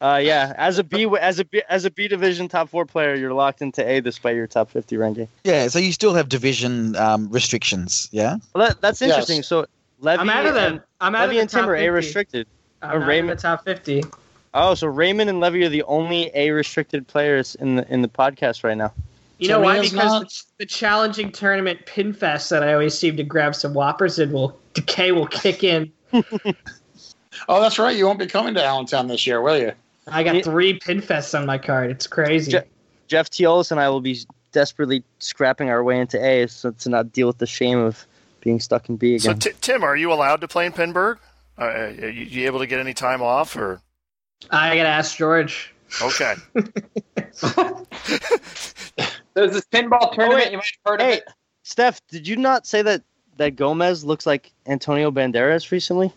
[SPEAKER 6] Uh, yeah, as a B as a B, as a B division top four player, you're locked into A despite your top fifty ranking.
[SPEAKER 12] Yeah, so you still have division um, restrictions. Yeah.
[SPEAKER 6] Well, that, that's interesting.
[SPEAKER 12] Yes.
[SPEAKER 6] So Levy
[SPEAKER 5] I'm out of
[SPEAKER 6] and,
[SPEAKER 5] the. I'm out
[SPEAKER 6] Levy
[SPEAKER 5] of the
[SPEAKER 6] and
[SPEAKER 5] top
[SPEAKER 6] Tim are
[SPEAKER 5] 50.
[SPEAKER 6] A restricted.
[SPEAKER 5] I'm
[SPEAKER 6] Uh,
[SPEAKER 5] out
[SPEAKER 6] Raymond-
[SPEAKER 5] of the top fifty.
[SPEAKER 6] Oh, so Raymond and Levy are the only A restricted players in the in the podcast right now.
[SPEAKER 5] You know why? Because the, the challenging tournament pinfest that I always seem to grab some whoppers in will decay will kick in.
[SPEAKER 8] Oh, that's right. You won't be coming to Allentown this year, will you?
[SPEAKER 5] I got three pinfests on my card. It's crazy.
[SPEAKER 6] Je- Jeff Teolis and I will be desperately scrapping our way into A so to not deal with the shame of being stuck in B
[SPEAKER 3] So,
[SPEAKER 6] again.
[SPEAKER 3] Ti- Tim, are you allowed to play in Pinburg? Uh, are you, you able to get any time off, or
[SPEAKER 5] I gotta ask George.
[SPEAKER 3] okay?
[SPEAKER 7] There's this pinball tournament. you might have heard
[SPEAKER 6] Oh, hey, Steph, did you not say that that Gomez looks like Antonio Banderas recently?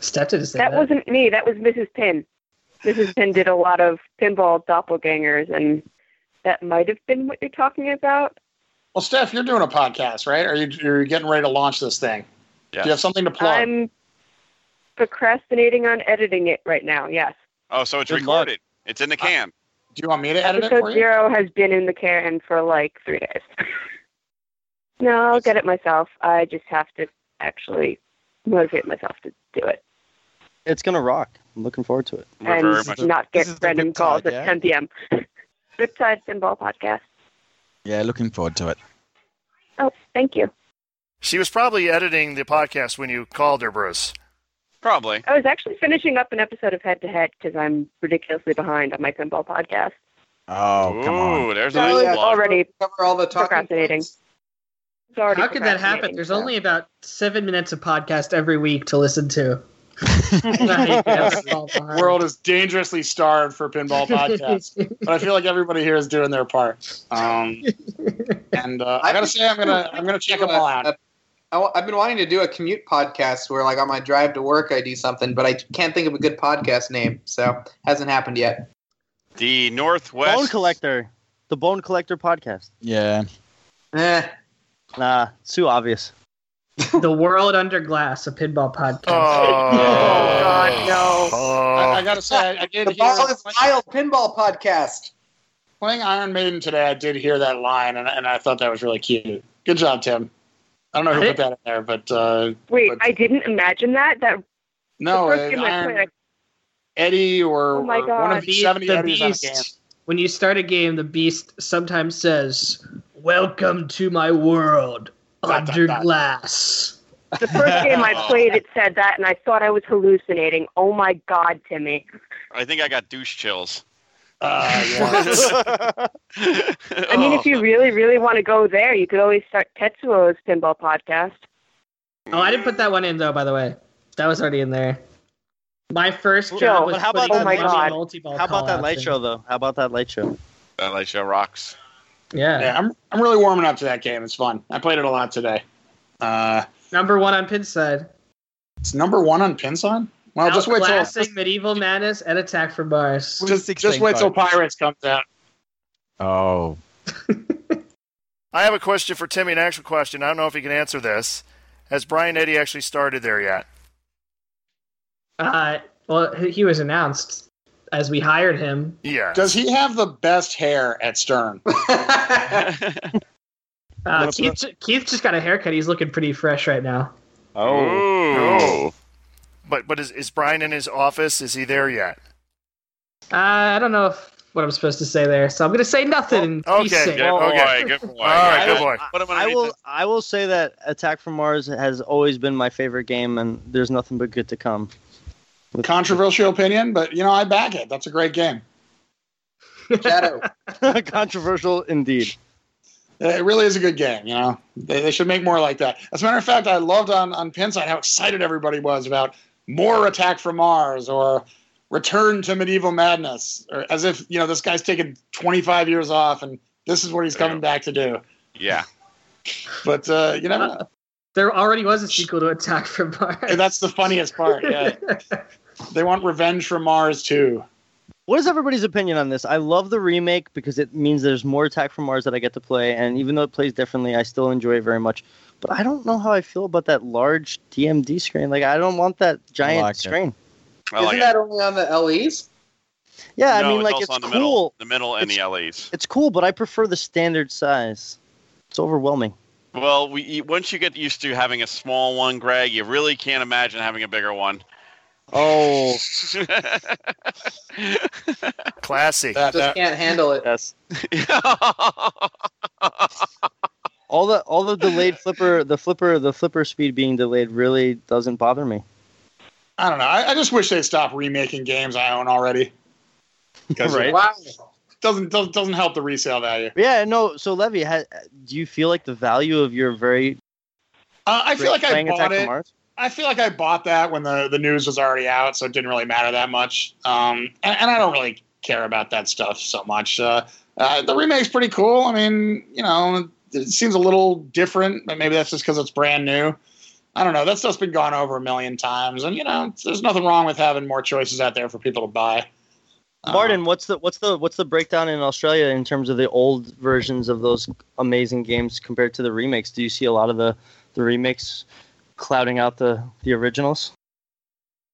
[SPEAKER 5] Steph didn't say
[SPEAKER 13] That wasn't me. That was Mrs. Pin. Mrs. Pin did a lot of pinball doppelgangers, and that might have been what you're talking about.
[SPEAKER 8] Well, Steph, you're doing a podcast, right? Are you you're getting ready to launch this thing? Do you have something to plug?
[SPEAKER 13] I'm procrastinating on editing it right now. Yes.
[SPEAKER 4] Oh, so it's
[SPEAKER 8] Good luck. Uh,
[SPEAKER 4] recorded. It's in the can.
[SPEAKER 8] Do you want me to edit it for
[SPEAKER 13] Episode
[SPEAKER 8] you?
[SPEAKER 13] zero has been in the can for like three days. no, I'll get it myself. I just have to actually motivate myself to do it
[SPEAKER 6] It's gonna rock. I'm looking forward to it.
[SPEAKER 13] and not get random calls at 10 p.m. Riptide Pinball Podcast.
[SPEAKER 12] Yeah, looking forward to it.
[SPEAKER 13] Oh, thank you.
[SPEAKER 3] She was probably editing the podcast when you called her, Bruce.
[SPEAKER 4] Probably.
[SPEAKER 13] I was actually finishing up an episode of Head to Head because I'm ridiculously behind on my pinball podcast.
[SPEAKER 12] Oh,
[SPEAKER 4] come on. there's a
[SPEAKER 13] I
[SPEAKER 4] nice
[SPEAKER 13] was
[SPEAKER 4] plug.
[SPEAKER 13] already
[SPEAKER 7] cover all the
[SPEAKER 13] procrastinating. It's already
[SPEAKER 5] How could that happen?
[SPEAKER 13] procrastinating,
[SPEAKER 5] There's
[SPEAKER 13] so.
[SPEAKER 5] only about seven minutes of podcast every week to listen to. Like, that's all behind.
[SPEAKER 8] world is dangerously starved for pinball podcasts,
[SPEAKER 7] Uh,
[SPEAKER 8] but I feel like everybody here is doing their part. Um, and uh, I gotta say, I'm gonna I'm gonna check them all out.
[SPEAKER 7] I w- I've been wanting to do a commute podcast where, like, on my drive to work, I do something, but I can't think of a good podcast name, so hasn't happened yet.
[SPEAKER 4] The Northwest.
[SPEAKER 6] Bone Collector, the Bone Collector podcast.
[SPEAKER 12] Yeah.
[SPEAKER 7] Eh.
[SPEAKER 6] Nah, it's Uh, too obvious.
[SPEAKER 5] the world under glass, a pinball podcast. Oh.
[SPEAKER 7] God, no.
[SPEAKER 8] I, I gotta say, I, I did
[SPEAKER 7] The
[SPEAKER 8] hear
[SPEAKER 7] Ball is Wild Pinball Podcast.
[SPEAKER 8] playing Iron Maiden today. I did hear that line, and, and I thought that was really cute. Good job, Tim. I don't know who put that in there, but uh,
[SPEAKER 13] Wait, I didn't imagine that. That
[SPEAKER 8] no,
[SPEAKER 13] the first
[SPEAKER 8] uh,
[SPEAKER 13] game I
[SPEAKER 8] Iron
[SPEAKER 13] played,
[SPEAKER 8] Eddie or,
[SPEAKER 13] Oh my
[SPEAKER 8] or one
[SPEAKER 13] God.
[SPEAKER 8] of the seventy
[SPEAKER 5] The
[SPEAKER 8] Eddies on the
[SPEAKER 5] Beast.
[SPEAKER 8] game.
[SPEAKER 5] When you start a game, the beast sometimes says, "Welcome to my world under glass."
[SPEAKER 13] I, the first game I played, it said that, and I thought I was hallucinating. Oh my God, Timmy!
[SPEAKER 4] I think I got douche chills.
[SPEAKER 8] Uh,
[SPEAKER 13] I mean,
[SPEAKER 3] Oh.
[SPEAKER 13] if you really, really want to go there, you could always start Tetsuo's Pinball Podcast.
[SPEAKER 5] Oh, I didn't put that one in though. By the way, that was already in there. My first
[SPEAKER 13] Well,
[SPEAKER 5] job
[SPEAKER 13] no,
[SPEAKER 5] was
[SPEAKER 13] but how about
[SPEAKER 5] putting
[SPEAKER 13] that- oh my
[SPEAKER 5] money on
[SPEAKER 13] God.
[SPEAKER 5] multi-ball
[SPEAKER 6] How about that
[SPEAKER 5] call-outs
[SPEAKER 6] light
[SPEAKER 5] in.
[SPEAKER 6] show though? How about that light show?
[SPEAKER 4] That light show rocks.
[SPEAKER 5] Yeah.
[SPEAKER 8] yeah, I'm I'm really warming up to that game. It's fun. I played it a lot today. Uh,
[SPEAKER 5] Number one on Pinside.
[SPEAKER 8] it's number one on Pinson. Well, just wait till
[SPEAKER 5] Outclassing medieval madness and attack from Mars.
[SPEAKER 8] just, just wait till Pirates comes out.
[SPEAKER 12] Oh.
[SPEAKER 3] I have a question for Timmy, an actual question. I don't know if he can answer this. Has Brian Eddy actually started there yet?
[SPEAKER 5] Uh, well, he he was announced as we hired him.
[SPEAKER 3] Yeah.
[SPEAKER 8] Does he have the best hair at Stern?
[SPEAKER 5] Uh,
[SPEAKER 8] That's
[SPEAKER 5] Keith, Keith just got a haircut. He's looking pretty fresh right now.
[SPEAKER 4] Oh.
[SPEAKER 3] But but is, is Brian in his office? Is he there yet?
[SPEAKER 5] Uh, I don't know if, what I'm supposed to say there, so I'm going to say nothing.
[SPEAKER 6] Oh,
[SPEAKER 5] Be safe.
[SPEAKER 8] Oh,
[SPEAKER 3] right, good
[SPEAKER 6] I-
[SPEAKER 3] boy.
[SPEAKER 6] I-
[SPEAKER 3] Put him
[SPEAKER 6] I
[SPEAKER 3] underneath
[SPEAKER 6] will.
[SPEAKER 3] it.
[SPEAKER 6] I will say that Attack from Mars has always been my favorite game, and there's nothing but good to come.
[SPEAKER 8] Controversial opinion, but you know I back it. That's a great game.
[SPEAKER 7] Shadow.
[SPEAKER 6] Controversial indeed.
[SPEAKER 8] It really is a good game. You know they, they should make more like that. As a matter of fact, I loved on on Pinside how excited everybody was about more attack from Mars or return to medieval madness, or as if you know this guy's taken 25 years off and this is what he's coming back to do.
[SPEAKER 4] Yeah.
[SPEAKER 8] But uh, you never know.
[SPEAKER 5] There already was a sequel to Attack from Mars.
[SPEAKER 8] And that's the funniest part. Yeah. they want revenge from Mars too.
[SPEAKER 6] What is everybody's opinion on this? I love the remake because it means there's more Attack from Mars that I get to play, and even though it plays differently, I still enjoy it very much. But I don't know how I feel about that large DMD screen. Like I don't want that giant
[SPEAKER 11] like it.
[SPEAKER 6] screen.
[SPEAKER 7] Isn't that only on the E? LEs?
[SPEAKER 6] Yeah,
[SPEAKER 4] No,
[SPEAKER 6] I mean, like
[SPEAKER 4] also
[SPEAKER 6] it's
[SPEAKER 4] on the
[SPEAKER 6] cool.
[SPEAKER 4] middle, the middle and the LEs.
[SPEAKER 6] It's cool, but I prefer the standard size. It's overwhelming.
[SPEAKER 4] Well, we you- once you get used to having a small one, Greg, you really can't imagine having a bigger one.
[SPEAKER 6] Oh,
[SPEAKER 3] classy.
[SPEAKER 7] Just can't handle it.
[SPEAKER 6] Yes. all the all the delayed flipper, the flipper, the flipper speed being delayed really doesn't bother me.
[SPEAKER 8] I don't know. I, I just wish they'd stop remaking games I own already. 'Cause
[SPEAKER 6] Right.
[SPEAKER 8] wow. Doesn't, doesn't doesn't help the resale value.
[SPEAKER 6] Yeah, no. So Levy, ha, do you feel like the value of your very
[SPEAKER 8] Uh, I feel
[SPEAKER 6] Great.
[SPEAKER 8] like I
[SPEAKER 6] Playing Attack
[SPEAKER 8] bought
[SPEAKER 6] on
[SPEAKER 8] it.
[SPEAKER 6] Mars?
[SPEAKER 8] I feel like I bought that when the, the news was already out, so it didn't really matter that much. Um, and, and I don't really care about that stuff so much. Uh, uh, the remake's pretty cool. I mean, you know, it seems a little different, but maybe that's just because it's brand new. I don't know. That stuff's been gone over a million times, and you know, there's nothing wrong with having more choices out there for people to buy. uh,
[SPEAKER 6] Martin, what's the what's the what's the breakdown in Australia in terms of the old versions of those amazing games compared to the remakes? Do you see a lot of the the remakes clouding out the the originals?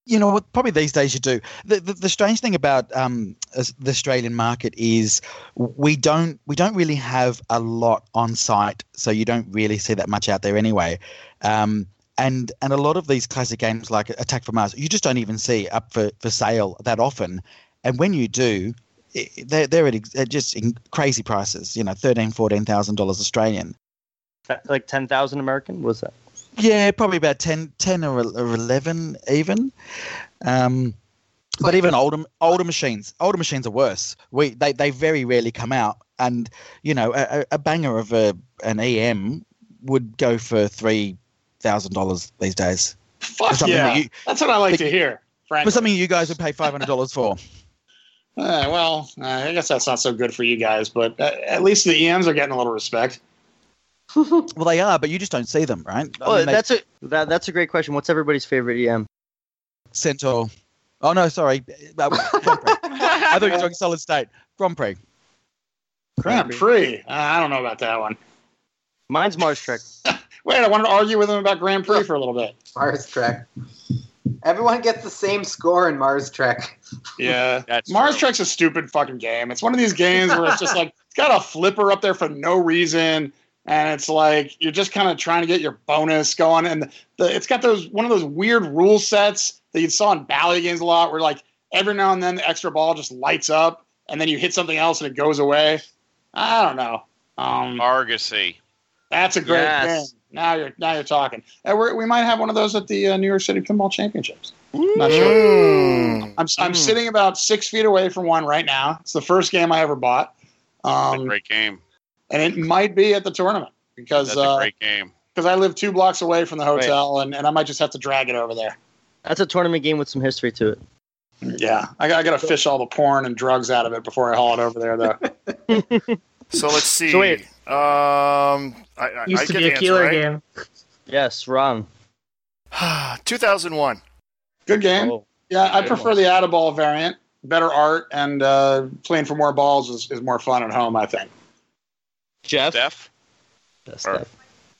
[SPEAKER 12] you know what probably these days you do the, the, the strange thing about um, as- the australian market is we don't we don't really have a lot on site so you don't really see that much out there anyway um, and and a lot of these classic games like attack from mars you just don't even see up for, for sale that often and when you do i they're, they're at, ex- at just in crazy prices you know 13000 dollars australian
[SPEAKER 6] That- Like ten thousand American was that?
[SPEAKER 12] yeah, probably about 10, 10 or el- or 11 even. Um, but even older older machines, older machines are worse. We they, they very rarely come out, and you know a, a- a banger of a an EM would go for three thousand dollars these days. For
[SPEAKER 8] Fuck
[SPEAKER 12] something
[SPEAKER 8] yeah,
[SPEAKER 12] that you-
[SPEAKER 8] that's what I like
[SPEAKER 12] that-
[SPEAKER 8] to hear.
[SPEAKER 12] for
[SPEAKER 8] Frankly,
[SPEAKER 12] something you guys would pay five hundred dollars for.
[SPEAKER 8] Uh, well, uh, I guess that's not so good for you guys, but uh, at least the EMs are getting a little respect.
[SPEAKER 12] well, they are, but you just don't see them, right? I
[SPEAKER 6] Well,
[SPEAKER 12] mean, they-
[SPEAKER 6] Oh, that's a that, that's a great question. What's everybody's favorite E EM?
[SPEAKER 12] Centaur. Oh no, sorry, Uh, Grand Prix. I thought you were talking solid state. Grand Prix.
[SPEAKER 8] Grand Prix. Uh, I don't know about that one.
[SPEAKER 6] Mine's Mars Trek.
[SPEAKER 8] Wait, I wanted to argue with him about Grand Prix for a little bit.
[SPEAKER 7] Mars Trek. Everyone gets the same score in Mars Trek.
[SPEAKER 8] Yeah, Mars Trek's a stupid fucking game. It's one of these games where it's just like it's got a flipper up there for no reason, and it's like you're just kind of trying to get your bonus going. And the, it's got those one of those weird rule sets that you saw in ballet games a lot, where like every now and then the extra ball just lights up, and then you hit something else and it goes away. I don't know. Um,
[SPEAKER 4] Argosy.
[SPEAKER 8] That's a great
[SPEAKER 4] Yes.
[SPEAKER 8] game. Now you're now you're talking. And we're, we might have one of those at the uh, New York City Pinball Championships. Not sure.
[SPEAKER 4] Hmm.
[SPEAKER 8] I'm, I'm sitting about six feet away from one right now. It's the first game I ever bought,
[SPEAKER 4] It's a
[SPEAKER 8] um,
[SPEAKER 4] great game.
[SPEAKER 8] and it might be at the tournament because
[SPEAKER 4] That's
[SPEAKER 8] because
[SPEAKER 4] a great game.
[SPEAKER 8] I live two blocks away from the hotel, and, and I might just have to drag it over there.
[SPEAKER 6] That's a tournament game with some history to it.
[SPEAKER 8] Yeah, I got, I got to fish all the porn and drugs out of it before I haul it over there, though.
[SPEAKER 3] So let's see.
[SPEAKER 8] So wait.
[SPEAKER 3] Um, I, I, I get the answer, right?
[SPEAKER 5] game.
[SPEAKER 6] Yes, Ron.
[SPEAKER 3] 2001.
[SPEAKER 8] Good game.
[SPEAKER 6] Oh.
[SPEAKER 8] yeah, I
[SPEAKER 3] Good
[SPEAKER 8] prefer the out of ball variant. Better art and uh, playing for more balls is, is more fun at home, I think.
[SPEAKER 6] Jeff.
[SPEAKER 4] Jeff. Or-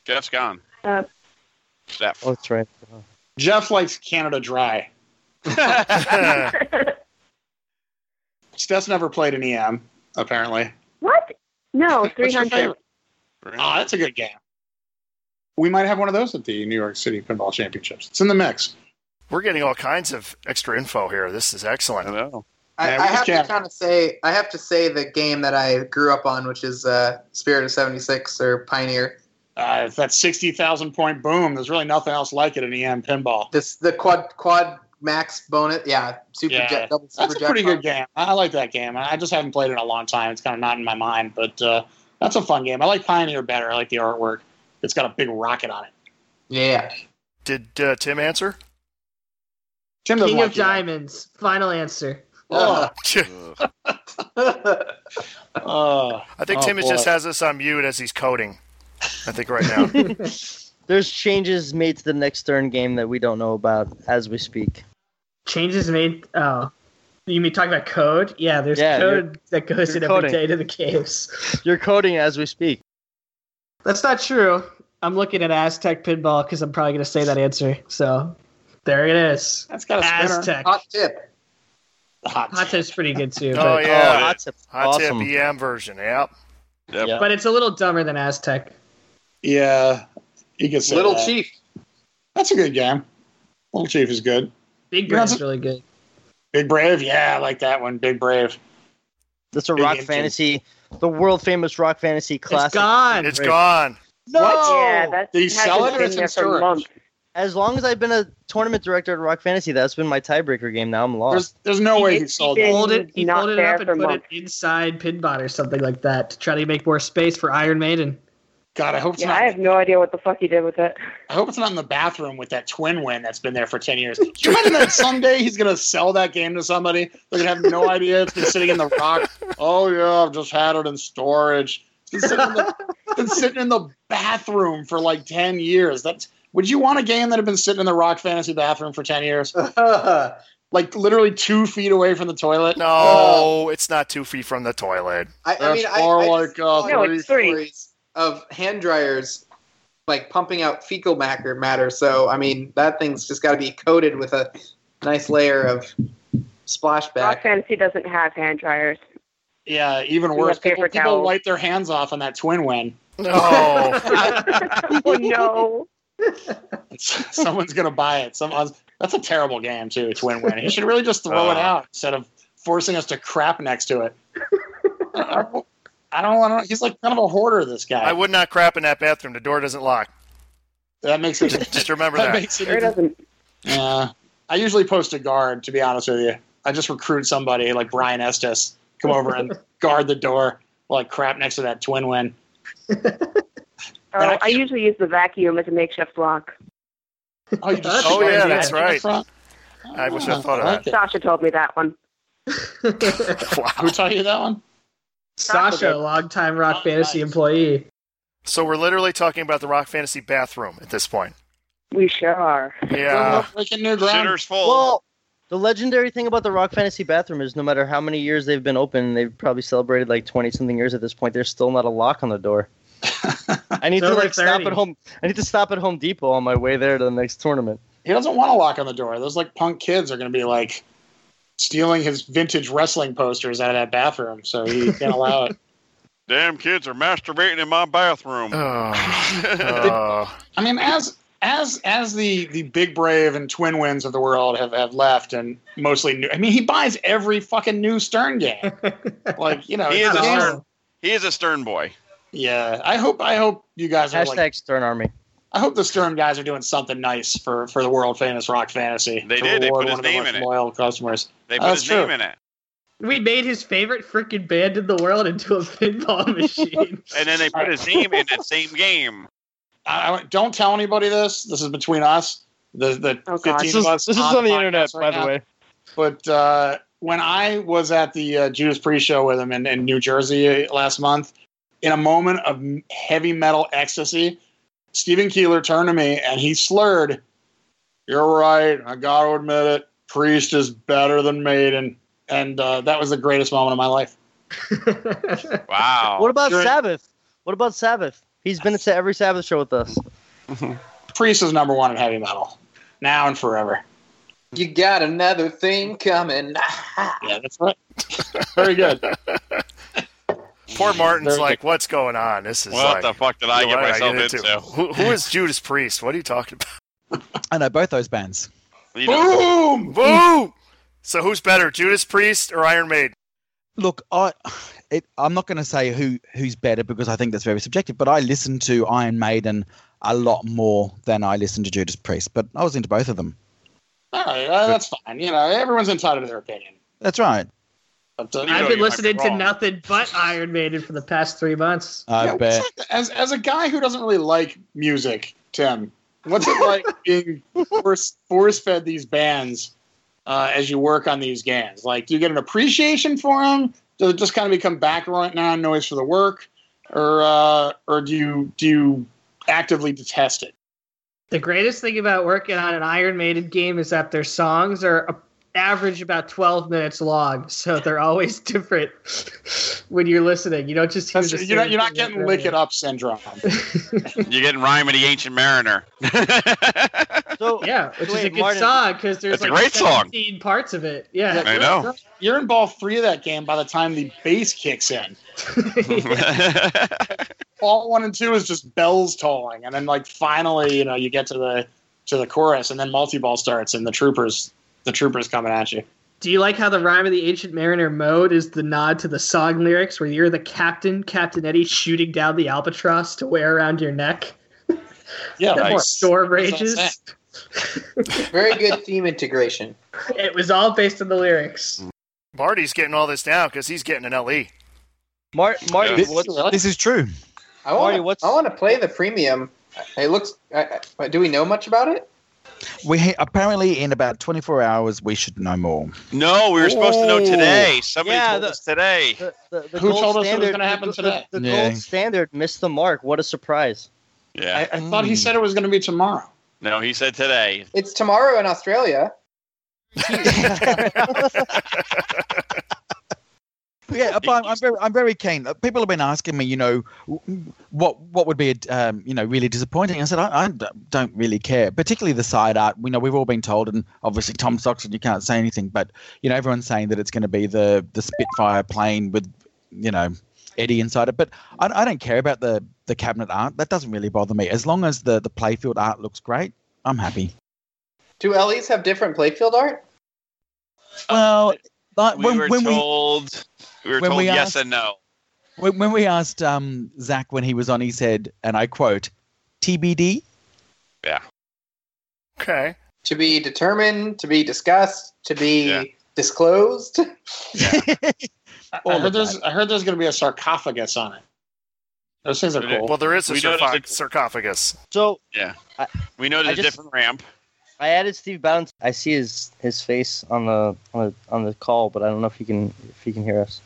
[SPEAKER 4] Jeff's gone.
[SPEAKER 13] Uh,
[SPEAKER 4] Steph.
[SPEAKER 6] Oh, that's right.
[SPEAKER 8] Jeff likes Canada Dry. Steph's never played an EM, apparently.
[SPEAKER 13] What? No, three
[SPEAKER 8] What's your
[SPEAKER 13] hundred.
[SPEAKER 8] favorite? Oh, that's a good game. We might have one of those at the New York City Pinball Championships. It's in the mix.
[SPEAKER 3] We're getting all kinds of extra info here. This is excellent. I
[SPEAKER 4] know.
[SPEAKER 7] I,
[SPEAKER 8] Yeah,
[SPEAKER 7] I
[SPEAKER 8] we
[SPEAKER 7] have
[SPEAKER 8] can't-
[SPEAKER 7] to kind of say I have to say the game that I grew up on, which is uh, Spirit of '76 or Pioneer.
[SPEAKER 8] Uh, it's that sixty thousand point boom. There's really nothing else like it in EM pinball.
[SPEAKER 7] This the quad quad max bonus. Yeah, super
[SPEAKER 8] Yeah,
[SPEAKER 7] jet double super
[SPEAKER 8] that's a
[SPEAKER 7] jet
[SPEAKER 8] pretty good
[SPEAKER 7] bomb.
[SPEAKER 8] game. I I like that game. I I just haven't played it in a long time. It's kind of not in my mind, but uh, that's a fun game. I like Pioneer better. I like the artwork. It's got a big rocket on it.
[SPEAKER 7] Yeah.
[SPEAKER 3] Did uh, Tim answer?
[SPEAKER 8] Tim doesn't
[SPEAKER 5] King
[SPEAKER 8] like
[SPEAKER 5] of
[SPEAKER 8] you.
[SPEAKER 5] Diamonds. Final answer.
[SPEAKER 6] Oh.
[SPEAKER 8] Ugh.
[SPEAKER 7] Oh.
[SPEAKER 3] I think
[SPEAKER 6] Oh,
[SPEAKER 3] Tim is
[SPEAKER 6] boy.
[SPEAKER 3] just has us on mute as he's coding. I think right now. Oh,
[SPEAKER 6] There's changes made to the next Stern game that we don't know about as we speak.
[SPEAKER 5] Changes made. Oh, you mean talking about code? Yeah, there's
[SPEAKER 6] Yeah,
[SPEAKER 5] code that goes
[SPEAKER 6] you're
[SPEAKER 5] in every
[SPEAKER 6] coding.
[SPEAKER 5] day to the caves.
[SPEAKER 6] You're coding as we speak.
[SPEAKER 5] That's not true. I'm looking at Aztec pinball because I'm probably going to say that answer. So there it is.
[SPEAKER 8] That's got a spinner.
[SPEAKER 5] Aztec.
[SPEAKER 7] Hot tip.
[SPEAKER 5] Hot, tip's pretty good too.
[SPEAKER 3] Oh
[SPEAKER 5] but-
[SPEAKER 3] yeah, hot
[SPEAKER 5] awesome.
[SPEAKER 3] tip EM version. Yep.
[SPEAKER 5] But it's a little dumber than Aztec.
[SPEAKER 8] Yeah, you can say
[SPEAKER 5] Little
[SPEAKER 8] that.
[SPEAKER 5] Chief.
[SPEAKER 8] That's a good game. Little Chief is good.
[SPEAKER 5] Big
[SPEAKER 8] You're not
[SPEAKER 5] Brain's
[SPEAKER 8] su-
[SPEAKER 5] really good.
[SPEAKER 8] Big Brave, yeah, I like that one. Big Brave.
[SPEAKER 6] That's a rock
[SPEAKER 8] engine.
[SPEAKER 6] fantasy, the world famous rock fantasy classic.
[SPEAKER 5] gone.
[SPEAKER 3] It's gone.
[SPEAKER 6] No.
[SPEAKER 13] Yeah, that's
[SPEAKER 8] They
[SPEAKER 13] hasn't
[SPEAKER 8] sell it or
[SPEAKER 13] been
[SPEAKER 8] it's in
[SPEAKER 13] there for
[SPEAKER 8] storage?
[SPEAKER 13] months.
[SPEAKER 6] As long as I've been a tournament director at Rock Fantasy, that's been my tiebreaker game. Now I'm
[SPEAKER 8] There's,
[SPEAKER 6] lost.
[SPEAKER 8] there's no way he
[SPEAKER 13] It's
[SPEAKER 8] sold
[SPEAKER 13] been
[SPEAKER 8] it.
[SPEAKER 5] Fold it, he
[SPEAKER 13] not
[SPEAKER 5] folded it
[SPEAKER 13] there
[SPEAKER 5] up and
[SPEAKER 13] for
[SPEAKER 5] put
[SPEAKER 13] months.
[SPEAKER 5] it inside Pinbot or something like that to try to make more space for Iron Maiden.
[SPEAKER 8] God, I hope it's
[SPEAKER 13] Yeah,
[SPEAKER 8] not.
[SPEAKER 13] I have no idea what the fuck he did with it.
[SPEAKER 8] I hope it's not in the bathroom with that twin win that's been there for ten years. Can you imagine that someday he's gonna sell that game to somebody? They're gonna have no idea it's been sitting in the rock. Oh yeah, I've just had it in storage. It's been sitting in the, it's been sitting in the bathroom for like ten years. That's would you want a game that had been sitting in the rock fantasy bathroom for ten years? like literally two feet away from the toilet. Uh,
[SPEAKER 3] No, it's not two feet from the toilet.
[SPEAKER 7] I, I
[SPEAKER 8] That's
[SPEAKER 7] mean, I,
[SPEAKER 8] more
[SPEAKER 7] I
[SPEAKER 8] like,
[SPEAKER 7] just
[SPEAKER 8] uh,
[SPEAKER 7] saw
[SPEAKER 13] No, it's three.
[SPEAKER 7] stories of hand dryers like pumping out fecal matter. Matter. So I mean, that thing's just got to be coated with a nice layer of
[SPEAKER 13] Rock
[SPEAKER 7] splashback.
[SPEAKER 13] Fantasy doesn't have hand dryers.
[SPEAKER 8] Yeah, even
[SPEAKER 13] You
[SPEAKER 8] worse.
[SPEAKER 13] have paper
[SPEAKER 8] People, people
[SPEAKER 13] towels.
[SPEAKER 8] wipe their hands off on that twin win.
[SPEAKER 3] No.
[SPEAKER 13] oh no.
[SPEAKER 8] Someone's gonna buy it. Some that's a terrible game too. Twin win. He should really just throw it
[SPEAKER 3] Uh.
[SPEAKER 8] out instead of forcing us to crap next to it. I don't- I don't want to. He's like kind of a hoarder. This guy.
[SPEAKER 3] I would not crap in that bathroom. The door doesn't lock.
[SPEAKER 8] that makes it.
[SPEAKER 3] Just remember
[SPEAKER 8] that
[SPEAKER 3] that.
[SPEAKER 8] makes it.
[SPEAKER 13] Sure doesn't.
[SPEAKER 8] Yeah. I usually post a guard. To be honest with you, I just recruit somebody like Brian Estes come over and guard the door like crap next to that twin win.
[SPEAKER 13] Oh, I usually use the vacuum as a makeshift lock.
[SPEAKER 8] Oh, you just
[SPEAKER 3] Oh, yeah, that's
[SPEAKER 8] Yeah.
[SPEAKER 3] right. I wish I thought of
[SPEAKER 8] Oh, like
[SPEAKER 3] that.
[SPEAKER 8] it.
[SPEAKER 13] Sasha told me that one.
[SPEAKER 3] Wow.
[SPEAKER 8] Who taught you that one?
[SPEAKER 5] Sasha, a longtime Rock Fantasy employee.
[SPEAKER 3] So we're literally talking about the Rock Fantasy bathroom at this point.
[SPEAKER 13] We sure are.
[SPEAKER 3] Yeah.
[SPEAKER 8] Breaking new ground.
[SPEAKER 4] Shitter's full.
[SPEAKER 6] Well, the legendary thing about the Rock Fantasy bathroom is no matter how many years they've been open, they've probably celebrated like 20 something years at this point, there's still not a lock on the door. I need
[SPEAKER 5] It's
[SPEAKER 6] to
[SPEAKER 5] over
[SPEAKER 6] like stop
[SPEAKER 5] 30.
[SPEAKER 6] at home. I need to stop at Home Depot on my way there to the next tournament.
[SPEAKER 8] he doesn't want to lock on the door. Those like punk kids are going to be like stealing his vintage wrestling posters out of that bathroom, so he can't allow it.
[SPEAKER 4] Damn kids are masturbating in my bathroom.
[SPEAKER 12] Uh,
[SPEAKER 3] Oh.
[SPEAKER 8] I mean, as as as the the big brave and twin wins of the world have have left, and mostly new. I mean, he buys every fucking new Stern game. Like you know,
[SPEAKER 4] He is
[SPEAKER 8] it's
[SPEAKER 4] a
[SPEAKER 8] awesome.
[SPEAKER 4] stern. He is a stern boy.
[SPEAKER 8] Yeah, I hope I hope you guys are
[SPEAKER 6] Hashtag
[SPEAKER 8] like.
[SPEAKER 6] Stern Army.
[SPEAKER 8] I hope the Stern guys are doing something nice for for the world famous rock fantasy.
[SPEAKER 4] They
[SPEAKER 8] to
[SPEAKER 4] did. They put
[SPEAKER 8] reward
[SPEAKER 4] his
[SPEAKER 8] one of their
[SPEAKER 4] name
[SPEAKER 8] most
[SPEAKER 4] in it.
[SPEAKER 8] Loyal customers.
[SPEAKER 4] They put
[SPEAKER 8] That's
[SPEAKER 4] his
[SPEAKER 8] true.
[SPEAKER 4] name in it,
[SPEAKER 5] We made his favorite freaking band in the world into a pinball machine.
[SPEAKER 4] and then they put his name in that same game.
[SPEAKER 8] I, I- don't tell anybody this. This is between us. The the
[SPEAKER 13] Oh, God.
[SPEAKER 8] 15
[SPEAKER 13] This
[SPEAKER 8] of us. podcast right now. But uh, when I was at the uh, Judas Priest show with him in, in New Jersey uh, last month, in a moment of m- heavy metal ecstasy, Stephen Keeler turned to me and he slurred, "You're right. I got to admit it. Priest is better than Maiden." And uh, that was the greatest moment of my life.
[SPEAKER 4] Wow.
[SPEAKER 6] What about
[SPEAKER 8] Sure.
[SPEAKER 6] Sabbath? What about Sabbath? He's been to every Sabbath show with us.
[SPEAKER 8] Priest is number one in heavy metal, now and forever.
[SPEAKER 7] You got another thing coming.
[SPEAKER 8] Yeah, that's right. Very good.
[SPEAKER 3] Poor Martin's
[SPEAKER 8] Very
[SPEAKER 3] like, what's going on? This is
[SPEAKER 4] what
[SPEAKER 3] like,
[SPEAKER 4] the fuck did I get
[SPEAKER 3] what did
[SPEAKER 4] myself
[SPEAKER 3] into?
[SPEAKER 4] into?
[SPEAKER 3] Who, who is Judas Priest? What are you talking
[SPEAKER 12] I know both those bands.
[SPEAKER 4] You know,
[SPEAKER 8] Boom!
[SPEAKER 3] about? Woo! So who's better, Judas Priest or Iron Maiden?
[SPEAKER 12] Look, I, it, I'm not going to say who who's better because I think that's very subjective. But I listened to Iron Maiden a lot more than I listened to Judas Priest. But I was into both of them.
[SPEAKER 8] All right, uh, that's fine. You know, everyone's entitled to their opinion.
[SPEAKER 12] That's right.
[SPEAKER 8] But, uh,
[SPEAKER 4] You know
[SPEAKER 5] I've
[SPEAKER 4] you might
[SPEAKER 5] been
[SPEAKER 4] be
[SPEAKER 5] listening to
[SPEAKER 4] wrong.
[SPEAKER 5] nothing but Iron Maiden for the past three months.
[SPEAKER 12] I
[SPEAKER 8] Yeah,
[SPEAKER 12] bet.
[SPEAKER 8] what's that- as as a guy who doesn't really like music, Tim, what's it like being force force fed these bands uh, as you work on these GANs? Like, do you get an appreciation for them? Does it just kind of become background noise for the work, or uh, or do you do you actively detest it?
[SPEAKER 5] The greatest thing about working on an Iron Maiden game is that their songs are a- average about 12 minutes long, so they're always different when you're listening. You don't just hear
[SPEAKER 8] That's-
[SPEAKER 5] the
[SPEAKER 8] you're not-
[SPEAKER 5] same
[SPEAKER 8] you're not
[SPEAKER 5] thing
[SPEAKER 8] getting
[SPEAKER 5] over
[SPEAKER 8] lick
[SPEAKER 5] and
[SPEAKER 8] it up syndrome.
[SPEAKER 4] You're getting Rhyme of the Ancient Mariner.
[SPEAKER 6] So
[SPEAKER 5] yeah, which is a
[SPEAKER 8] Wait,
[SPEAKER 5] good
[SPEAKER 8] Martin-
[SPEAKER 5] song because there's
[SPEAKER 4] It's a
[SPEAKER 5] like
[SPEAKER 4] great song.
[SPEAKER 5] 17 parts of it. Yeah,
[SPEAKER 4] I know.
[SPEAKER 8] You're in ball three of that game by the time the bass kicks in. Ball one and two is just bells tolling, and then like finally, you know, you get to the to the chorus, and then multi ball starts, and the troopers the troopers coming at you.
[SPEAKER 5] Do you like how the rhyme of the ancient mariner mode is the nod to the song lyrics where you're the captain, Captain Eddie, shooting down the albatross to wear around your neck?
[SPEAKER 8] Yeah,
[SPEAKER 5] that
[SPEAKER 7] nice.
[SPEAKER 5] storm
[SPEAKER 7] That's what I'm
[SPEAKER 5] rages.
[SPEAKER 7] Very good theme integration.
[SPEAKER 5] It was all based on the lyrics.
[SPEAKER 3] Marty's getting all this down because he's getting an E. LE.
[SPEAKER 6] Mar-
[SPEAKER 3] Marty,
[SPEAKER 7] Yeah. what's-
[SPEAKER 12] this is true.
[SPEAKER 7] I want. I want to play the premium. It looks. I, I, do we know much about it?
[SPEAKER 12] We apparently in about 24 hours we should know more.
[SPEAKER 4] No, we were supposed to know today.
[SPEAKER 6] Ooh.
[SPEAKER 4] Somebody
[SPEAKER 6] Yeah,
[SPEAKER 4] told
[SPEAKER 6] the-
[SPEAKER 4] us today.
[SPEAKER 6] The
[SPEAKER 8] Who
[SPEAKER 6] gold
[SPEAKER 8] told us it was
[SPEAKER 6] standard-
[SPEAKER 8] gonna happen
[SPEAKER 6] the- the-
[SPEAKER 8] today?
[SPEAKER 6] The,
[SPEAKER 8] Yeah.
[SPEAKER 6] gold standard missed the mark. What a surprise!
[SPEAKER 4] yeah.
[SPEAKER 8] I thought he said it was going to be tomorrow.
[SPEAKER 4] No, he said today.
[SPEAKER 7] It's tomorrow in Australia.
[SPEAKER 12] Yeah, but I'm, I'm very, I'm very keen. Uh, People have been asking me, you know, w- what what would be, um, you know, really disappointing. I said I, I d- don't really care, particularly the side art. We know we've all been told, and obviously Tom Stockton, you can't say anything, but you know, everyone's saying that it's going to be the the Spitfire plane with, you know, Eddie inside it. But I, I don't care about the the cabinet art. That doesn't really bother me. As long as the the playfield art looks great, I'm happy.
[SPEAKER 7] Do LEs have different playfield art?
[SPEAKER 12] Well, like,
[SPEAKER 4] We
[SPEAKER 12] when,
[SPEAKER 4] were
[SPEAKER 12] when we
[SPEAKER 4] told. We, were
[SPEAKER 12] when
[SPEAKER 4] told
[SPEAKER 12] we
[SPEAKER 4] yes
[SPEAKER 12] asked-
[SPEAKER 4] and no.
[SPEAKER 12] When, when we asked um, Zach when he was on, he said, and I quote, TBD.
[SPEAKER 4] Yeah.
[SPEAKER 3] Okay.
[SPEAKER 7] To be determined, to be discussed, to be disclosed.
[SPEAKER 8] I-
[SPEAKER 7] Oh,
[SPEAKER 8] I, heard there's I heard there's going to be a sarcophagus on it. Those things are cool.
[SPEAKER 3] Well, there is a
[SPEAKER 4] We know
[SPEAKER 3] sarcoph-
[SPEAKER 4] there's
[SPEAKER 3] sarcophagus.
[SPEAKER 6] So
[SPEAKER 4] Yeah.
[SPEAKER 6] I-
[SPEAKER 4] we know
[SPEAKER 6] I
[SPEAKER 4] there's a
[SPEAKER 6] just-
[SPEAKER 4] different ramp.
[SPEAKER 6] I added Steve Bounce. I see his his face on the on the, on the call, but I don't know if he can if he can hear us.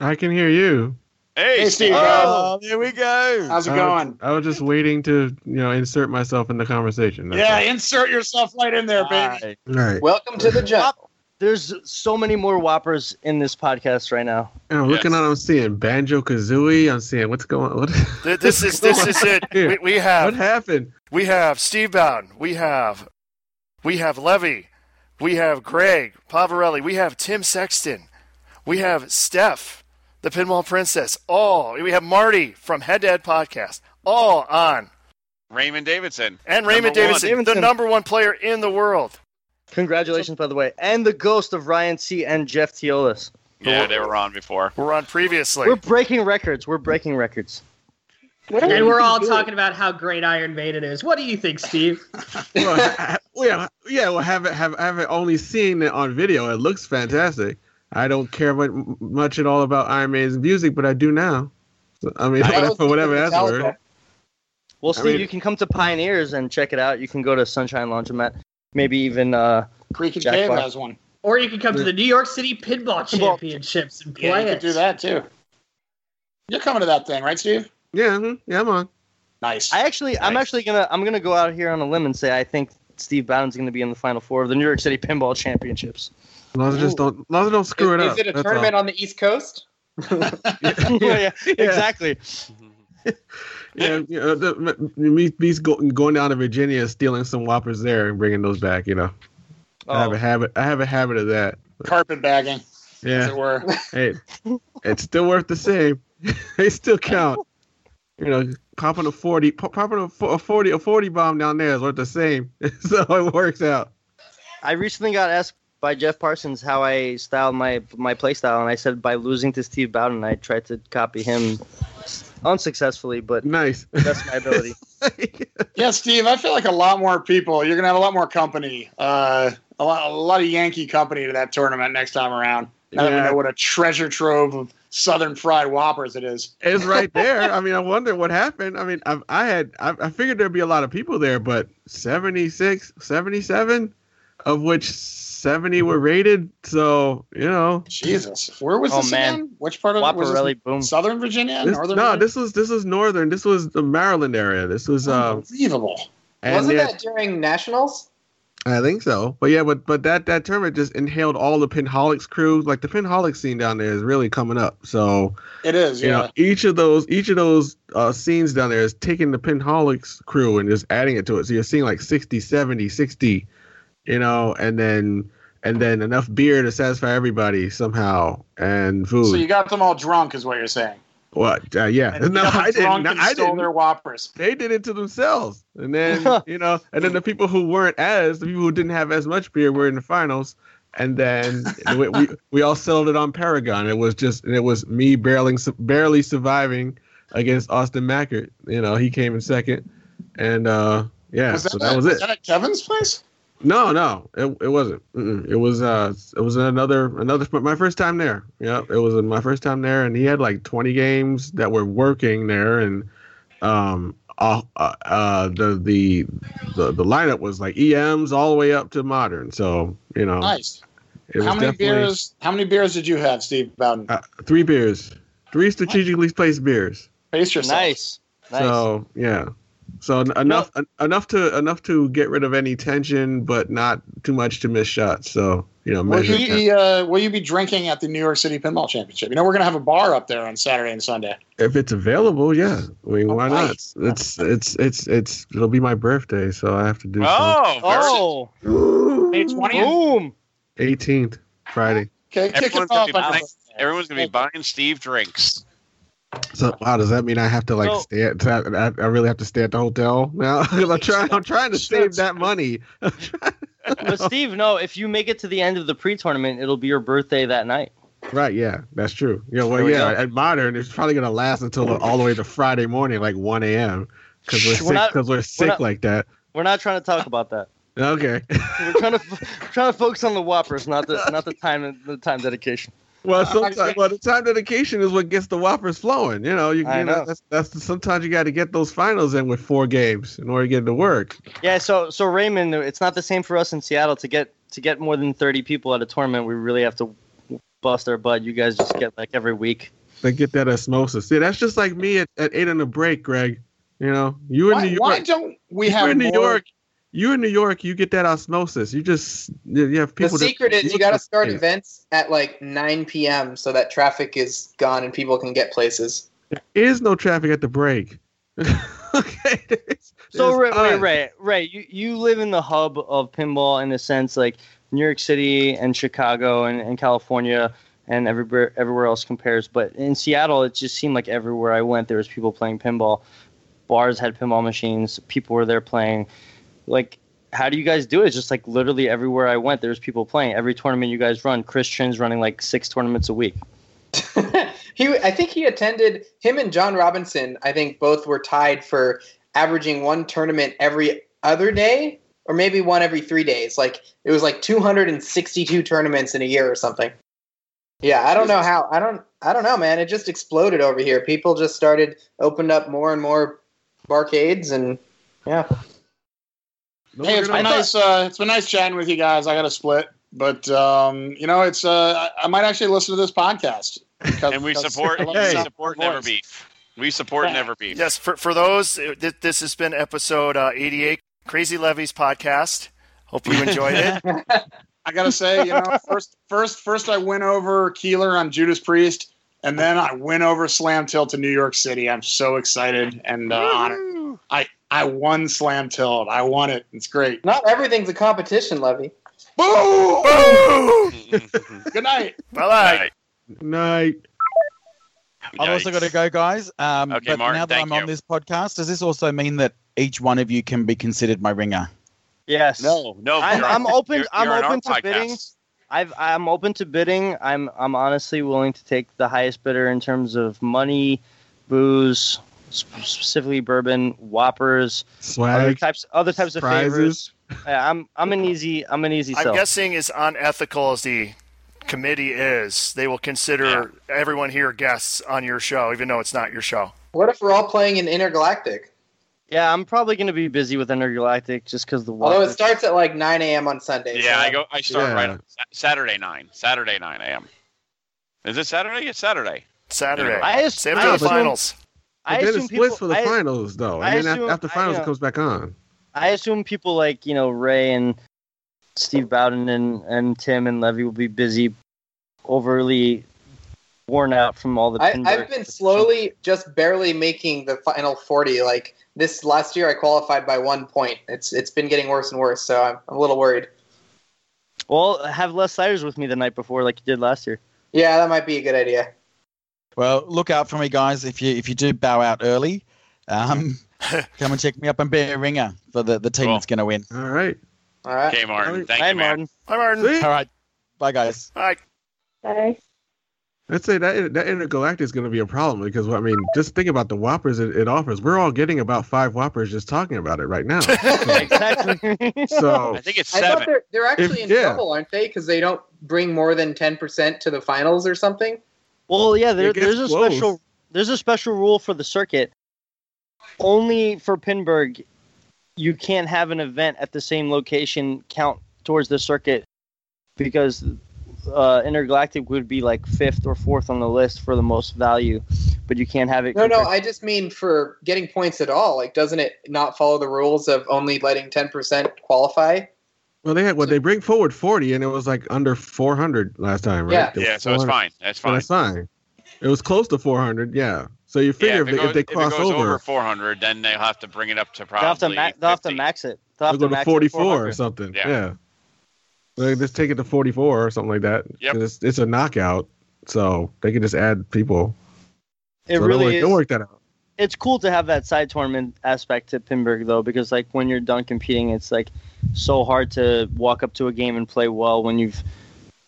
[SPEAKER 14] I can hear you.
[SPEAKER 4] Hey,
[SPEAKER 8] Steve.
[SPEAKER 12] Oh, there we go.
[SPEAKER 8] How's it
[SPEAKER 14] I was-
[SPEAKER 8] going?
[SPEAKER 14] I was just waiting to, you know, insert myself in the conversation. That's
[SPEAKER 8] Yeah, insert yourself right in there, baby.
[SPEAKER 14] all. All right.
[SPEAKER 7] Welcome to the jungle.
[SPEAKER 6] There's so many more whoppers in this podcast right now.
[SPEAKER 14] And I'm looking at. I'm seeing Banjo Kazooie. I'm seeing what's going. What?
[SPEAKER 3] Th- This is this is it.
[SPEAKER 14] Here.
[SPEAKER 3] We, we have
[SPEAKER 14] What happened?
[SPEAKER 3] We have Steve Bowden. We have we have Levy. We have Greg Pavarelli. We have Tim Sexton. We have Steph, the Pinball Princess. All we have Marty from Head to Head Podcast. All on
[SPEAKER 4] Raymond Davidson.
[SPEAKER 3] and Raymond
[SPEAKER 4] Number one.
[SPEAKER 3] Davidson, the number one player in the world.
[SPEAKER 6] Congratulations, by the way, and the ghost of Ryan C and Jeff Teolis.
[SPEAKER 4] Yeah, they were on before.
[SPEAKER 3] We're on previously.
[SPEAKER 6] We're breaking records. We're breaking records.
[SPEAKER 5] And we're all talking about how great Iron Maiden is. What do you think, Steve?
[SPEAKER 14] Well, ha- yeah, yeah. Well, have it have have it only seen it on video. It looks fantastic. I don't care mu- much at all about Iron Man's music, but I do now. So, I mean, for whatever that's worth.
[SPEAKER 6] Well,
[SPEAKER 14] I
[SPEAKER 6] Steve,
[SPEAKER 14] mean-
[SPEAKER 6] you can come to Pioneers and check it out. You can go to Sunshine Laundromat, maybe even uh,
[SPEAKER 8] Creek and
[SPEAKER 6] Jack
[SPEAKER 8] Cave
[SPEAKER 6] Bar-
[SPEAKER 8] has one.
[SPEAKER 5] Or you could come
[SPEAKER 7] Mm.
[SPEAKER 5] to the New York City Pinball Championships and play
[SPEAKER 8] Yeah, you
[SPEAKER 5] it.
[SPEAKER 8] could do that too. You're coming to that thing, right, Steve?
[SPEAKER 14] Yeah, mhm, yeah, I'm on.
[SPEAKER 8] Nice.
[SPEAKER 6] I actually, I'm actually gonna, I'm gonna go out here on a limb and say I think Steve Bowden's gonna be in the final four of the New York City Pinball Championships.
[SPEAKER 14] As long as I just don't, as long as I don't screw it
[SPEAKER 7] Is
[SPEAKER 14] up.
[SPEAKER 7] it a
[SPEAKER 14] that's all.
[SPEAKER 7] tournament on the East Coast?
[SPEAKER 6] yeah, exactly.
[SPEAKER 14] Yeah, you know, the, me, me go, going down to Virginia and stealing some whoppers there and bringing those back. You know, I have
[SPEAKER 6] Oh.
[SPEAKER 14] a habit. I have a habit of that.
[SPEAKER 8] Carpet bagging, as it
[SPEAKER 14] Yeah,
[SPEAKER 8] were.
[SPEAKER 14] hey, it's still worth the same. they still count. You know, popping a forty, pop, popping a, fo- a forty, a forty bomb down there is worth the same. so it works out.
[SPEAKER 6] I recently got asked by Jeff Parsons how I styled my my play style, and I said by losing to Steve Bowden, I tried to copy him unsuccessfully, but
[SPEAKER 14] Nice.
[SPEAKER 6] that's my ability.
[SPEAKER 8] yeah, Steve, I feel like a lot more people. You're gonna have a lot more company. Uh, a lot, a lot of Yankee company to that tournament next time around. Now that we
[SPEAKER 14] Yeah.
[SPEAKER 8] know what a treasure trove of Southern fried whoppers it is.
[SPEAKER 14] It's right there. I mean, I wonder what happened. I mean, I, I had I, I figured there'd be a lot of people there, but 76, 77? of which 70 were rated. So, you know.
[SPEAKER 8] Jesus. Where
[SPEAKER 14] Oh,
[SPEAKER 8] was this again? Which part of was this
[SPEAKER 6] Waparelli boom.
[SPEAKER 8] Southern Virginia?
[SPEAKER 14] This-
[SPEAKER 8] Northern
[SPEAKER 14] no,
[SPEAKER 8] Virginia?
[SPEAKER 14] this was this was northern. This was the Maryland area. This was uh,
[SPEAKER 8] unbelievable.
[SPEAKER 14] And
[SPEAKER 7] Wasn't
[SPEAKER 14] yeah,
[SPEAKER 7] that during nationals?
[SPEAKER 14] I think so. But yeah, but but that that tournament just inhaled all the Pinholics crew. Like the Pinholics scene down there is really coming up. So
[SPEAKER 8] It is,
[SPEAKER 14] you
[SPEAKER 8] yeah.
[SPEAKER 14] know, each of those each of those uh, scenes down there is taking the Pinholics crew and just adding it to it. So you're seeing like 60, 70, 60, you know, and then and then enough beer to satisfy everybody somehow and food.
[SPEAKER 8] So you got them all drunk, is what you're saying.
[SPEAKER 14] what? Uh, yeah.
[SPEAKER 8] And you
[SPEAKER 14] No,
[SPEAKER 8] got them
[SPEAKER 14] I didn't.
[SPEAKER 8] drunk
[SPEAKER 14] no,
[SPEAKER 8] and
[SPEAKER 14] I
[SPEAKER 8] stole
[SPEAKER 14] didn't.
[SPEAKER 8] their whoppers.
[SPEAKER 14] They did it to themselves. And then you know, and then the people who weren't as the people who didn't have as much beer were in the finals. And then we, we we all settled it on Paragon. It was just it was me barely barely surviving against Austin Mackert. You know, he came in second, and uh yeah,
[SPEAKER 8] was that,
[SPEAKER 14] so that was
[SPEAKER 8] was
[SPEAKER 14] it.
[SPEAKER 8] that at Kevin's place?
[SPEAKER 14] No, no, it, it wasn't. Mm-mm. It was uh, it was another another my first time there. Yeah, it was my first time there, and he had like twenty games that were working there, and um, uh, uh, uh the, the the the lineup was like EMs all the way up to modern. So you know,
[SPEAKER 8] Nice.
[SPEAKER 14] it was
[SPEAKER 8] How many
[SPEAKER 14] definitely
[SPEAKER 8] beers? How many beers did you have, Steve Bowden?
[SPEAKER 14] uh, three beers, three strategically placed beers.
[SPEAKER 8] Pace yourself.
[SPEAKER 6] Nice.
[SPEAKER 14] So yeah, so en- enough en- enough to enough to get rid of any tension, but not too much to miss shots. So you know,
[SPEAKER 8] Will
[SPEAKER 14] measure.
[SPEAKER 8] you, be, uh, will you be drinking at the New York City Pinball Championship? You know, we're going to have a bar up there on Saturday and Sunday.
[SPEAKER 14] if it's available, yeah. I mean, why not?
[SPEAKER 8] Oh, nice.
[SPEAKER 14] It's it's it's it's it'll be my birthday, so I have to do
[SPEAKER 8] Oh,
[SPEAKER 6] Oh.
[SPEAKER 3] Oh.
[SPEAKER 8] May 20th?
[SPEAKER 6] Boom.
[SPEAKER 14] eighteenth Friday.
[SPEAKER 8] Okay, kick
[SPEAKER 4] Everyone's
[SPEAKER 8] it off.
[SPEAKER 4] gonna, be buying, everyone's gonna be buying Steve drinks.
[SPEAKER 14] So wow, does that mean I have to like
[SPEAKER 4] So-
[SPEAKER 14] stay at? I, I really have to stay at the hotel now. 'Cause I'm trying. I'm trying to save that money.
[SPEAKER 6] but Steve, no, if you make it to the end of the pre-tournament, it'll be your birthday that night.
[SPEAKER 14] Right, yeah, that's true. Yeah, well,
[SPEAKER 6] There we
[SPEAKER 14] yeah,
[SPEAKER 6] go.
[SPEAKER 14] at modern, it's probably gonna last until all the way to Friday morning, like one a.m. Because we're
[SPEAKER 6] Shh, we're
[SPEAKER 14] sick.
[SPEAKER 6] not-
[SPEAKER 14] Because we're
[SPEAKER 6] we're
[SPEAKER 14] sick
[SPEAKER 6] not-
[SPEAKER 14] like that.
[SPEAKER 6] We're not trying to talk about that.
[SPEAKER 14] Okay.
[SPEAKER 6] We're trying to f- trying to focus on the whoppers, not the not the time the time dedication.
[SPEAKER 14] Well, sometimes, well, the time dedication is what gets the whoppers flowing. You know, you, you
[SPEAKER 6] I
[SPEAKER 14] know,
[SPEAKER 6] know.
[SPEAKER 14] that's that's the, sometimes you got to get those finals in with four games in order to get to work.
[SPEAKER 6] Yeah, so so Raymond, it's not the same for us in Seattle to get to get more than thirty people at a tournament. We really have to bust our butt. You guys just get like every week.
[SPEAKER 14] They get that osmosis. See, that's just like me at, at eight on the break, Greg. You know, you in
[SPEAKER 8] Why,
[SPEAKER 14] New York.
[SPEAKER 8] why don't we
[SPEAKER 14] you're
[SPEAKER 8] have
[SPEAKER 14] in New
[SPEAKER 8] more-
[SPEAKER 14] York. You in New York, you get that osmosis. You just you you have
[SPEAKER 7] The
[SPEAKER 14] people.
[SPEAKER 7] secret
[SPEAKER 14] that,
[SPEAKER 7] is you got to start
[SPEAKER 14] Yeah.
[SPEAKER 7] events at like 9 p.m. so that traffic is gone and people can get places.
[SPEAKER 14] There is no traffic at the break.
[SPEAKER 6] So Ray,
[SPEAKER 14] There's
[SPEAKER 6] wait,
[SPEAKER 14] none.
[SPEAKER 6] Ray, Ray, you you live in the hub of pinball in a sense, like New York City and Chicago and, and California and everywhere everywhere else compares. But in Seattle, it just seemed like everywhere I went, there was people playing pinball. Bars had pinball machines. People were there playing. Like, how do you guys do it? It's just like literally everywhere I went, there was people playing. Every tournament you guys run, Christian's running like six tournaments a week.
[SPEAKER 7] He, I think he attended him and John Robinson. I think both were tied for averaging one tournament every other day, or maybe one every three days. Like it was like 262 tournaments in a year or something. Yeah, I don't know how. I don't. I don't know, man. It just exploded over here. People just started opened up more and more barcades, and yeah.
[SPEAKER 8] Hey, it's been nice. Uh, it's been nice chatting with you guys. I got to split, but um, you know, it's. Uh, I I might actually listen to this podcast. Because,
[SPEAKER 4] And we
[SPEAKER 8] because
[SPEAKER 4] support
[SPEAKER 8] I love
[SPEAKER 4] we
[SPEAKER 8] the sound.
[SPEAKER 4] support Never Beef. We support Never Beef.
[SPEAKER 3] Yes, for, for those, uh, th- this has been episode uh, 88, Crazy Levy's podcast. Hope you enjoyed it.
[SPEAKER 8] I gotta say, you know, first, first, first, I went over Keeler on Judas Priest, and then I went over Slam Tilt to New York City. I'm so excited and uh, honored. I I won Slam Tilt. I won it. It's great.
[SPEAKER 7] Not everything's a competition, Levy.
[SPEAKER 8] Boo! Boo! Good night.
[SPEAKER 3] Bye bye.
[SPEAKER 14] Night.
[SPEAKER 12] I've also got to go, guys. Um,
[SPEAKER 14] Okay,
[SPEAKER 12] but
[SPEAKER 14] Martin,
[SPEAKER 12] now that
[SPEAKER 14] thank
[SPEAKER 12] I'm
[SPEAKER 14] you.
[SPEAKER 12] on this podcast, does this also mean that each one of you can be considered my ringer?
[SPEAKER 6] Yes.
[SPEAKER 4] No, no.
[SPEAKER 6] I,
[SPEAKER 12] you're
[SPEAKER 6] I'm
[SPEAKER 12] on-
[SPEAKER 6] open.
[SPEAKER 12] you're-
[SPEAKER 6] I'm
[SPEAKER 12] you're on our
[SPEAKER 6] open to
[SPEAKER 12] podcast.
[SPEAKER 6] bidding. I've, I'm open to bidding. I'm I'm honestly willing to take the highest bidder in terms of money, booze, sp- specifically bourbon, whoppers,
[SPEAKER 14] Swag,
[SPEAKER 6] other types, other types of
[SPEAKER 14] prizes.
[SPEAKER 6] favors. Yeah, I'm I'm an easy I'm an easy
[SPEAKER 3] I'm
[SPEAKER 6] sell.
[SPEAKER 3] guessing as unethical as the committee is, they will consider everyone here guests on your show, even though it's not your show.
[SPEAKER 7] What if we're all playing in Intergalactic?
[SPEAKER 6] Yeah, I'm probably going to be busy with Intergalactic just because the
[SPEAKER 7] Although it
[SPEAKER 6] weather.
[SPEAKER 7] starts at like 9 a.m. on Sunday.
[SPEAKER 4] Yeah,
[SPEAKER 7] so-
[SPEAKER 4] I go. I start
[SPEAKER 6] Yeah.
[SPEAKER 4] right on Sa- Saturday nine. Saturday nine a.m. Is it Saturday? It's Saturday.
[SPEAKER 3] Saturday.
[SPEAKER 4] I
[SPEAKER 6] as-
[SPEAKER 3] Save it
[SPEAKER 6] I
[SPEAKER 3] for the
[SPEAKER 6] assume-
[SPEAKER 3] finals.
[SPEAKER 6] I
[SPEAKER 14] then it
[SPEAKER 6] assume
[SPEAKER 14] splits
[SPEAKER 6] people-
[SPEAKER 14] for the
[SPEAKER 6] I-
[SPEAKER 14] finals, though,
[SPEAKER 6] I
[SPEAKER 14] and then af-
[SPEAKER 6] assume-
[SPEAKER 14] after
[SPEAKER 6] I uh,
[SPEAKER 14] finals
[SPEAKER 6] know.
[SPEAKER 14] it comes back on.
[SPEAKER 6] I assume people like you know Ray and Steve Bowden and and Tim and Levy will be busy, overly worn out from all the.
[SPEAKER 7] I,
[SPEAKER 6] pin
[SPEAKER 7] I've
[SPEAKER 6] work.
[SPEAKER 7] been slowly, just barely making the final 40. Like this last year, I qualified by one point. It's it's been getting worse and worse, so I'm, I'm a little worried.
[SPEAKER 6] Well, have Les Siders with me the night before, like you did last year.
[SPEAKER 7] Yeah, that might be a good idea.
[SPEAKER 12] Well, look out for me, guys. If you if you do bow out early, um, come and check me up and be a ringer for the, the team that's going to win.
[SPEAKER 14] All right.
[SPEAKER 7] All right.
[SPEAKER 4] Okay, Martin. Thank
[SPEAKER 12] Bye,
[SPEAKER 4] you, man.
[SPEAKER 12] Martin.
[SPEAKER 3] Bye, Martin.
[SPEAKER 12] All right. Bye, guys.
[SPEAKER 3] Bye.
[SPEAKER 13] Bye.
[SPEAKER 14] I'd say that that intergalactic is going to be a problem because I mean, just think about the whoppers it, it offers. We're all getting about five whoppers just talking about it right now.
[SPEAKER 6] exactly.
[SPEAKER 14] So-
[SPEAKER 4] I think it's
[SPEAKER 7] I
[SPEAKER 4] seven.
[SPEAKER 7] thought they're, they're actually in
[SPEAKER 14] If- yeah.
[SPEAKER 7] trouble, aren't they? Because they don't bring more than 10% to the finals or something.
[SPEAKER 6] Well, yeah, there,
[SPEAKER 7] It gets
[SPEAKER 6] there's a
[SPEAKER 7] close.
[SPEAKER 6] special there's a special rule for the circuit. Only for Pinburg, you can't have an event at the same location count towards the circuit because uh, Intergalactic would be like fifth or fourth on the list for the most value, but you can't have it.
[SPEAKER 7] No, no,
[SPEAKER 6] compared-
[SPEAKER 7] I just mean for getting points at all. Like, doesn't it not follow the rules of only letting 10% qualify?
[SPEAKER 14] Well, they had well, they bring forward forty, and it was like under four hundred last time, right?
[SPEAKER 7] Yeah.
[SPEAKER 14] It was
[SPEAKER 4] Yeah, so it's
[SPEAKER 14] 400.
[SPEAKER 4] fine. That's
[SPEAKER 14] So
[SPEAKER 4] fine.
[SPEAKER 14] That's fine. It was close to four hundred, yeah. So you
[SPEAKER 4] Yeah,
[SPEAKER 14] figure if,
[SPEAKER 4] it
[SPEAKER 14] they,
[SPEAKER 4] goes,
[SPEAKER 14] if they cross
[SPEAKER 4] it goes over,
[SPEAKER 14] over,
[SPEAKER 4] 400, then they'll have to bring it up to
[SPEAKER 6] they'll have to
[SPEAKER 4] probably.
[SPEAKER 6] ma- they'll have to max it. They'll have
[SPEAKER 14] they'll go
[SPEAKER 6] to max
[SPEAKER 14] to
[SPEAKER 6] it
[SPEAKER 14] forty
[SPEAKER 6] to
[SPEAKER 14] four or
[SPEAKER 6] 400.
[SPEAKER 14] something.
[SPEAKER 4] Yeah.
[SPEAKER 14] Yeah. They just take it to forty four or something like that.
[SPEAKER 4] Yep.
[SPEAKER 14] 'Cause It's, it's a knockout, so they can just add people.
[SPEAKER 6] It
[SPEAKER 14] so they'll
[SPEAKER 6] really
[SPEAKER 14] work-
[SPEAKER 6] is.
[SPEAKER 14] they'll work that out.
[SPEAKER 6] it's cool to have that side tournament aspect to Pinburg though, because like when you're done competing, it's like so hard to walk up to a game and play well when you've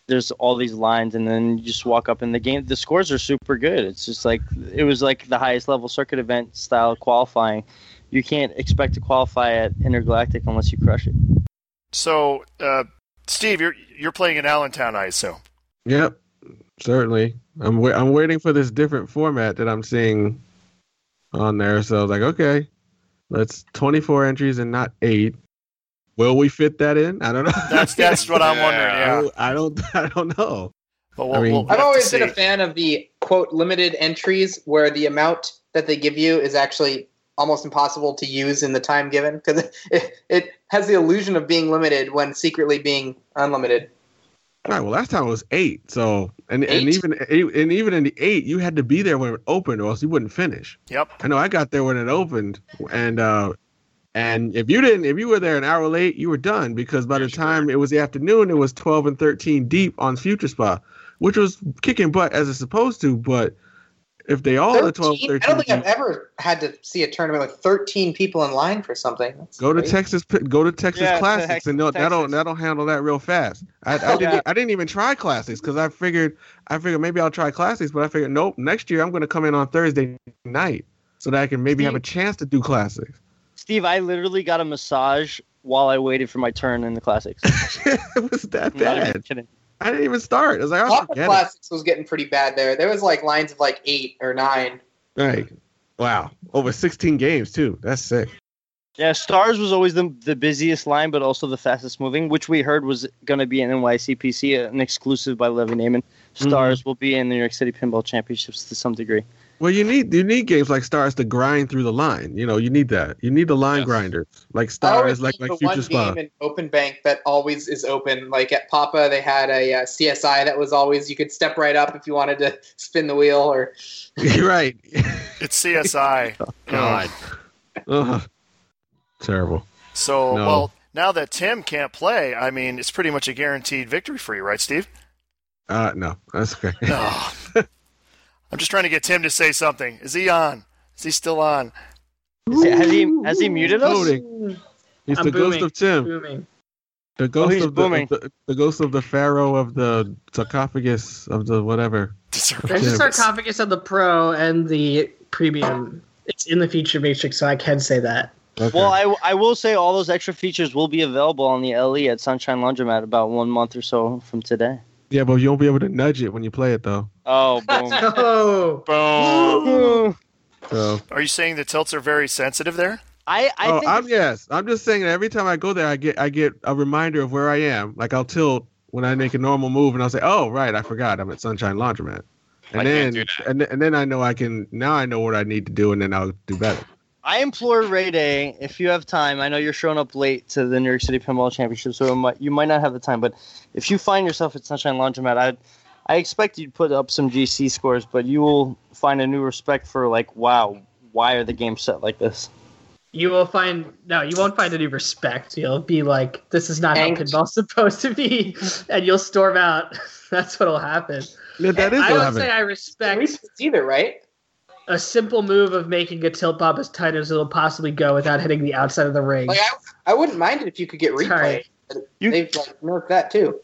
[SPEAKER 6] there's all these lines and then you just walk up and the game the scores are super good. It's just like it was like the highest level circuit event style qualifying. You can't expect to qualify at Intergalactic unless you crush it.
[SPEAKER 3] So, uh, Steve, you're you're playing in Allentown, I assume.
[SPEAKER 14] Yep, certainly. I'm wa- I'm waiting for this different format that I'm seeing on there. So I was like, okay, let's 24 entries and not eight. Will we fit that in? I don't know.
[SPEAKER 3] That's that's what I'm wondering. Yeah.
[SPEAKER 14] I don't I don't know.
[SPEAKER 3] But
[SPEAKER 14] I mean,
[SPEAKER 7] I've always been a fan of the quote limited entries where the amount that they give you is actually almost impossible to use in the time given because it, it has the illusion of being limited when secretly being unlimited.
[SPEAKER 14] All right, well, last time it was eight. So and and
[SPEAKER 7] Eight?
[SPEAKER 14] even e, and even in the eight, you had to be there when it opened, or else you wouldn't finish.
[SPEAKER 3] Yep.
[SPEAKER 14] I know. I got there when it opened, and uh, and if you didn't, if you were there an hour late, you were done because by the time it was the afternoon, it was twelve and thirteen deep on Future Spa, which was kicking butt as it's supposed to. But if they all are 12,
[SPEAKER 7] 13?
[SPEAKER 14] 13
[SPEAKER 7] I don't think
[SPEAKER 14] deep,
[SPEAKER 7] I've ever had to see a tournament with 13 people in line for something. That's
[SPEAKER 14] Go to
[SPEAKER 7] great.
[SPEAKER 14] Texas. Go to Texas
[SPEAKER 7] Yeah, to
[SPEAKER 14] Classics,
[SPEAKER 7] Hex-
[SPEAKER 14] and they'll- that'll
[SPEAKER 7] Texas.
[SPEAKER 14] that'll handle that real fast. I, I didn't
[SPEAKER 7] Yeah.
[SPEAKER 14] I didn't even try Classics because I figured I figured maybe I'll try Classics, but I figured nope. Next year I'm going to come in on Thursday night so that I can maybe have a chance to do Classics.
[SPEAKER 6] Steve, I literally got a massage while I waited for my turn in the classics.
[SPEAKER 14] it was that bad.
[SPEAKER 6] kidding.
[SPEAKER 14] I didn't even start. I was like, I
[SPEAKER 7] Lava
[SPEAKER 14] forget it.
[SPEAKER 7] Classics was getting pretty bad there. There was like lines of like eight or nine.
[SPEAKER 14] Right. Wow. Over 16 games too. That's sick.
[SPEAKER 6] Yeah, Stars was always the the busiest line, but also the fastest moving, which we heard was going to be an NYCPC, an exclusive by Levy Naiman. Stars will be in the New York City Pinball Championships to some degree.
[SPEAKER 14] Well, you need you need games like Stars to grind through the line. You know, you need that. You need the line grinders like
[SPEAKER 7] I always
[SPEAKER 14] Stars, like
[SPEAKER 7] need
[SPEAKER 14] like
[SPEAKER 7] the
[SPEAKER 14] Future
[SPEAKER 7] one
[SPEAKER 14] Spa.
[SPEAKER 7] game in Open Bank that always is open. Like at Papa, they had a uh, CSI that was always you could step right up if you wanted to spin the wheel. Or
[SPEAKER 14] You're right.
[SPEAKER 3] It's CSI.
[SPEAKER 14] God. Ugh. Terrible.
[SPEAKER 3] So,
[SPEAKER 14] No.
[SPEAKER 3] well, now that Tim can't play, I mean, it's pretty much a guaranteed victory for you, right, Steve?
[SPEAKER 14] Uh, no, that's okay.
[SPEAKER 3] Oh. I'm just trying to get Tim to say something. Is he on? Is he still on?
[SPEAKER 6] Is it- has he has he muted us?
[SPEAKER 14] Voting. He's
[SPEAKER 5] I'm
[SPEAKER 14] the
[SPEAKER 5] booming.
[SPEAKER 14] ghost of Tim.
[SPEAKER 5] Booming.
[SPEAKER 14] The ghost
[SPEAKER 6] Oh, he's
[SPEAKER 14] of the,
[SPEAKER 6] booming.
[SPEAKER 14] the the ghost of the pharaoh of the sarcophagus of the whatever.
[SPEAKER 5] There's a
[SPEAKER 14] Tim.
[SPEAKER 5] sarcophagus of the pro and the premium. It's in the feature matrix, so I can say that.
[SPEAKER 14] Okay.
[SPEAKER 6] Well, I, I will say all those extra features will be available on the LE at Sunshine Laundromat about one month or so from today.
[SPEAKER 14] Yeah, but you won't be able to nudge it when you play it though.
[SPEAKER 6] Oh, boom.
[SPEAKER 5] oh,
[SPEAKER 3] Boom.
[SPEAKER 14] So Oh.
[SPEAKER 3] Are you saying the tilts are very sensitive there?
[SPEAKER 15] I, I
[SPEAKER 14] oh,
[SPEAKER 15] think
[SPEAKER 14] I'm yes. I'm just saying that every time I go there, I get I get a reminder of where I am. Like I'll tilt when I make a normal move, and I'll say, "Oh, right, I forgot. I'm at Sunshine Laundromat." And
[SPEAKER 15] I
[SPEAKER 14] then
[SPEAKER 15] can't
[SPEAKER 14] and th- and then I know I can now I know what I need to do, and then I'll do better.
[SPEAKER 6] I implore Ray Day, if you have time, I know you're showing up late to the New York City Pinball Championship, so it might, you might not have the time, but if you find yourself at Sunshine Laundromat, I I expect you'd put up some GC scores, but you will find a new respect for, like, wow, why are the games set like this?
[SPEAKER 5] You will find no, you won't find any respect. You'll be like, "This is not how pinball's supposed to be," and you'll storm out. That's what'll happen.
[SPEAKER 14] Yeah, that
[SPEAKER 5] And
[SPEAKER 14] is
[SPEAKER 5] I
[SPEAKER 14] what
[SPEAKER 5] would
[SPEAKER 14] happened.
[SPEAKER 5] say I respect
[SPEAKER 7] either, right?
[SPEAKER 5] A simple move of making a tilt bob as tight as it'll possibly go without hitting the outside of the ring.
[SPEAKER 7] Like, I, I wouldn't mind it if you could get replay. They've like milked that too.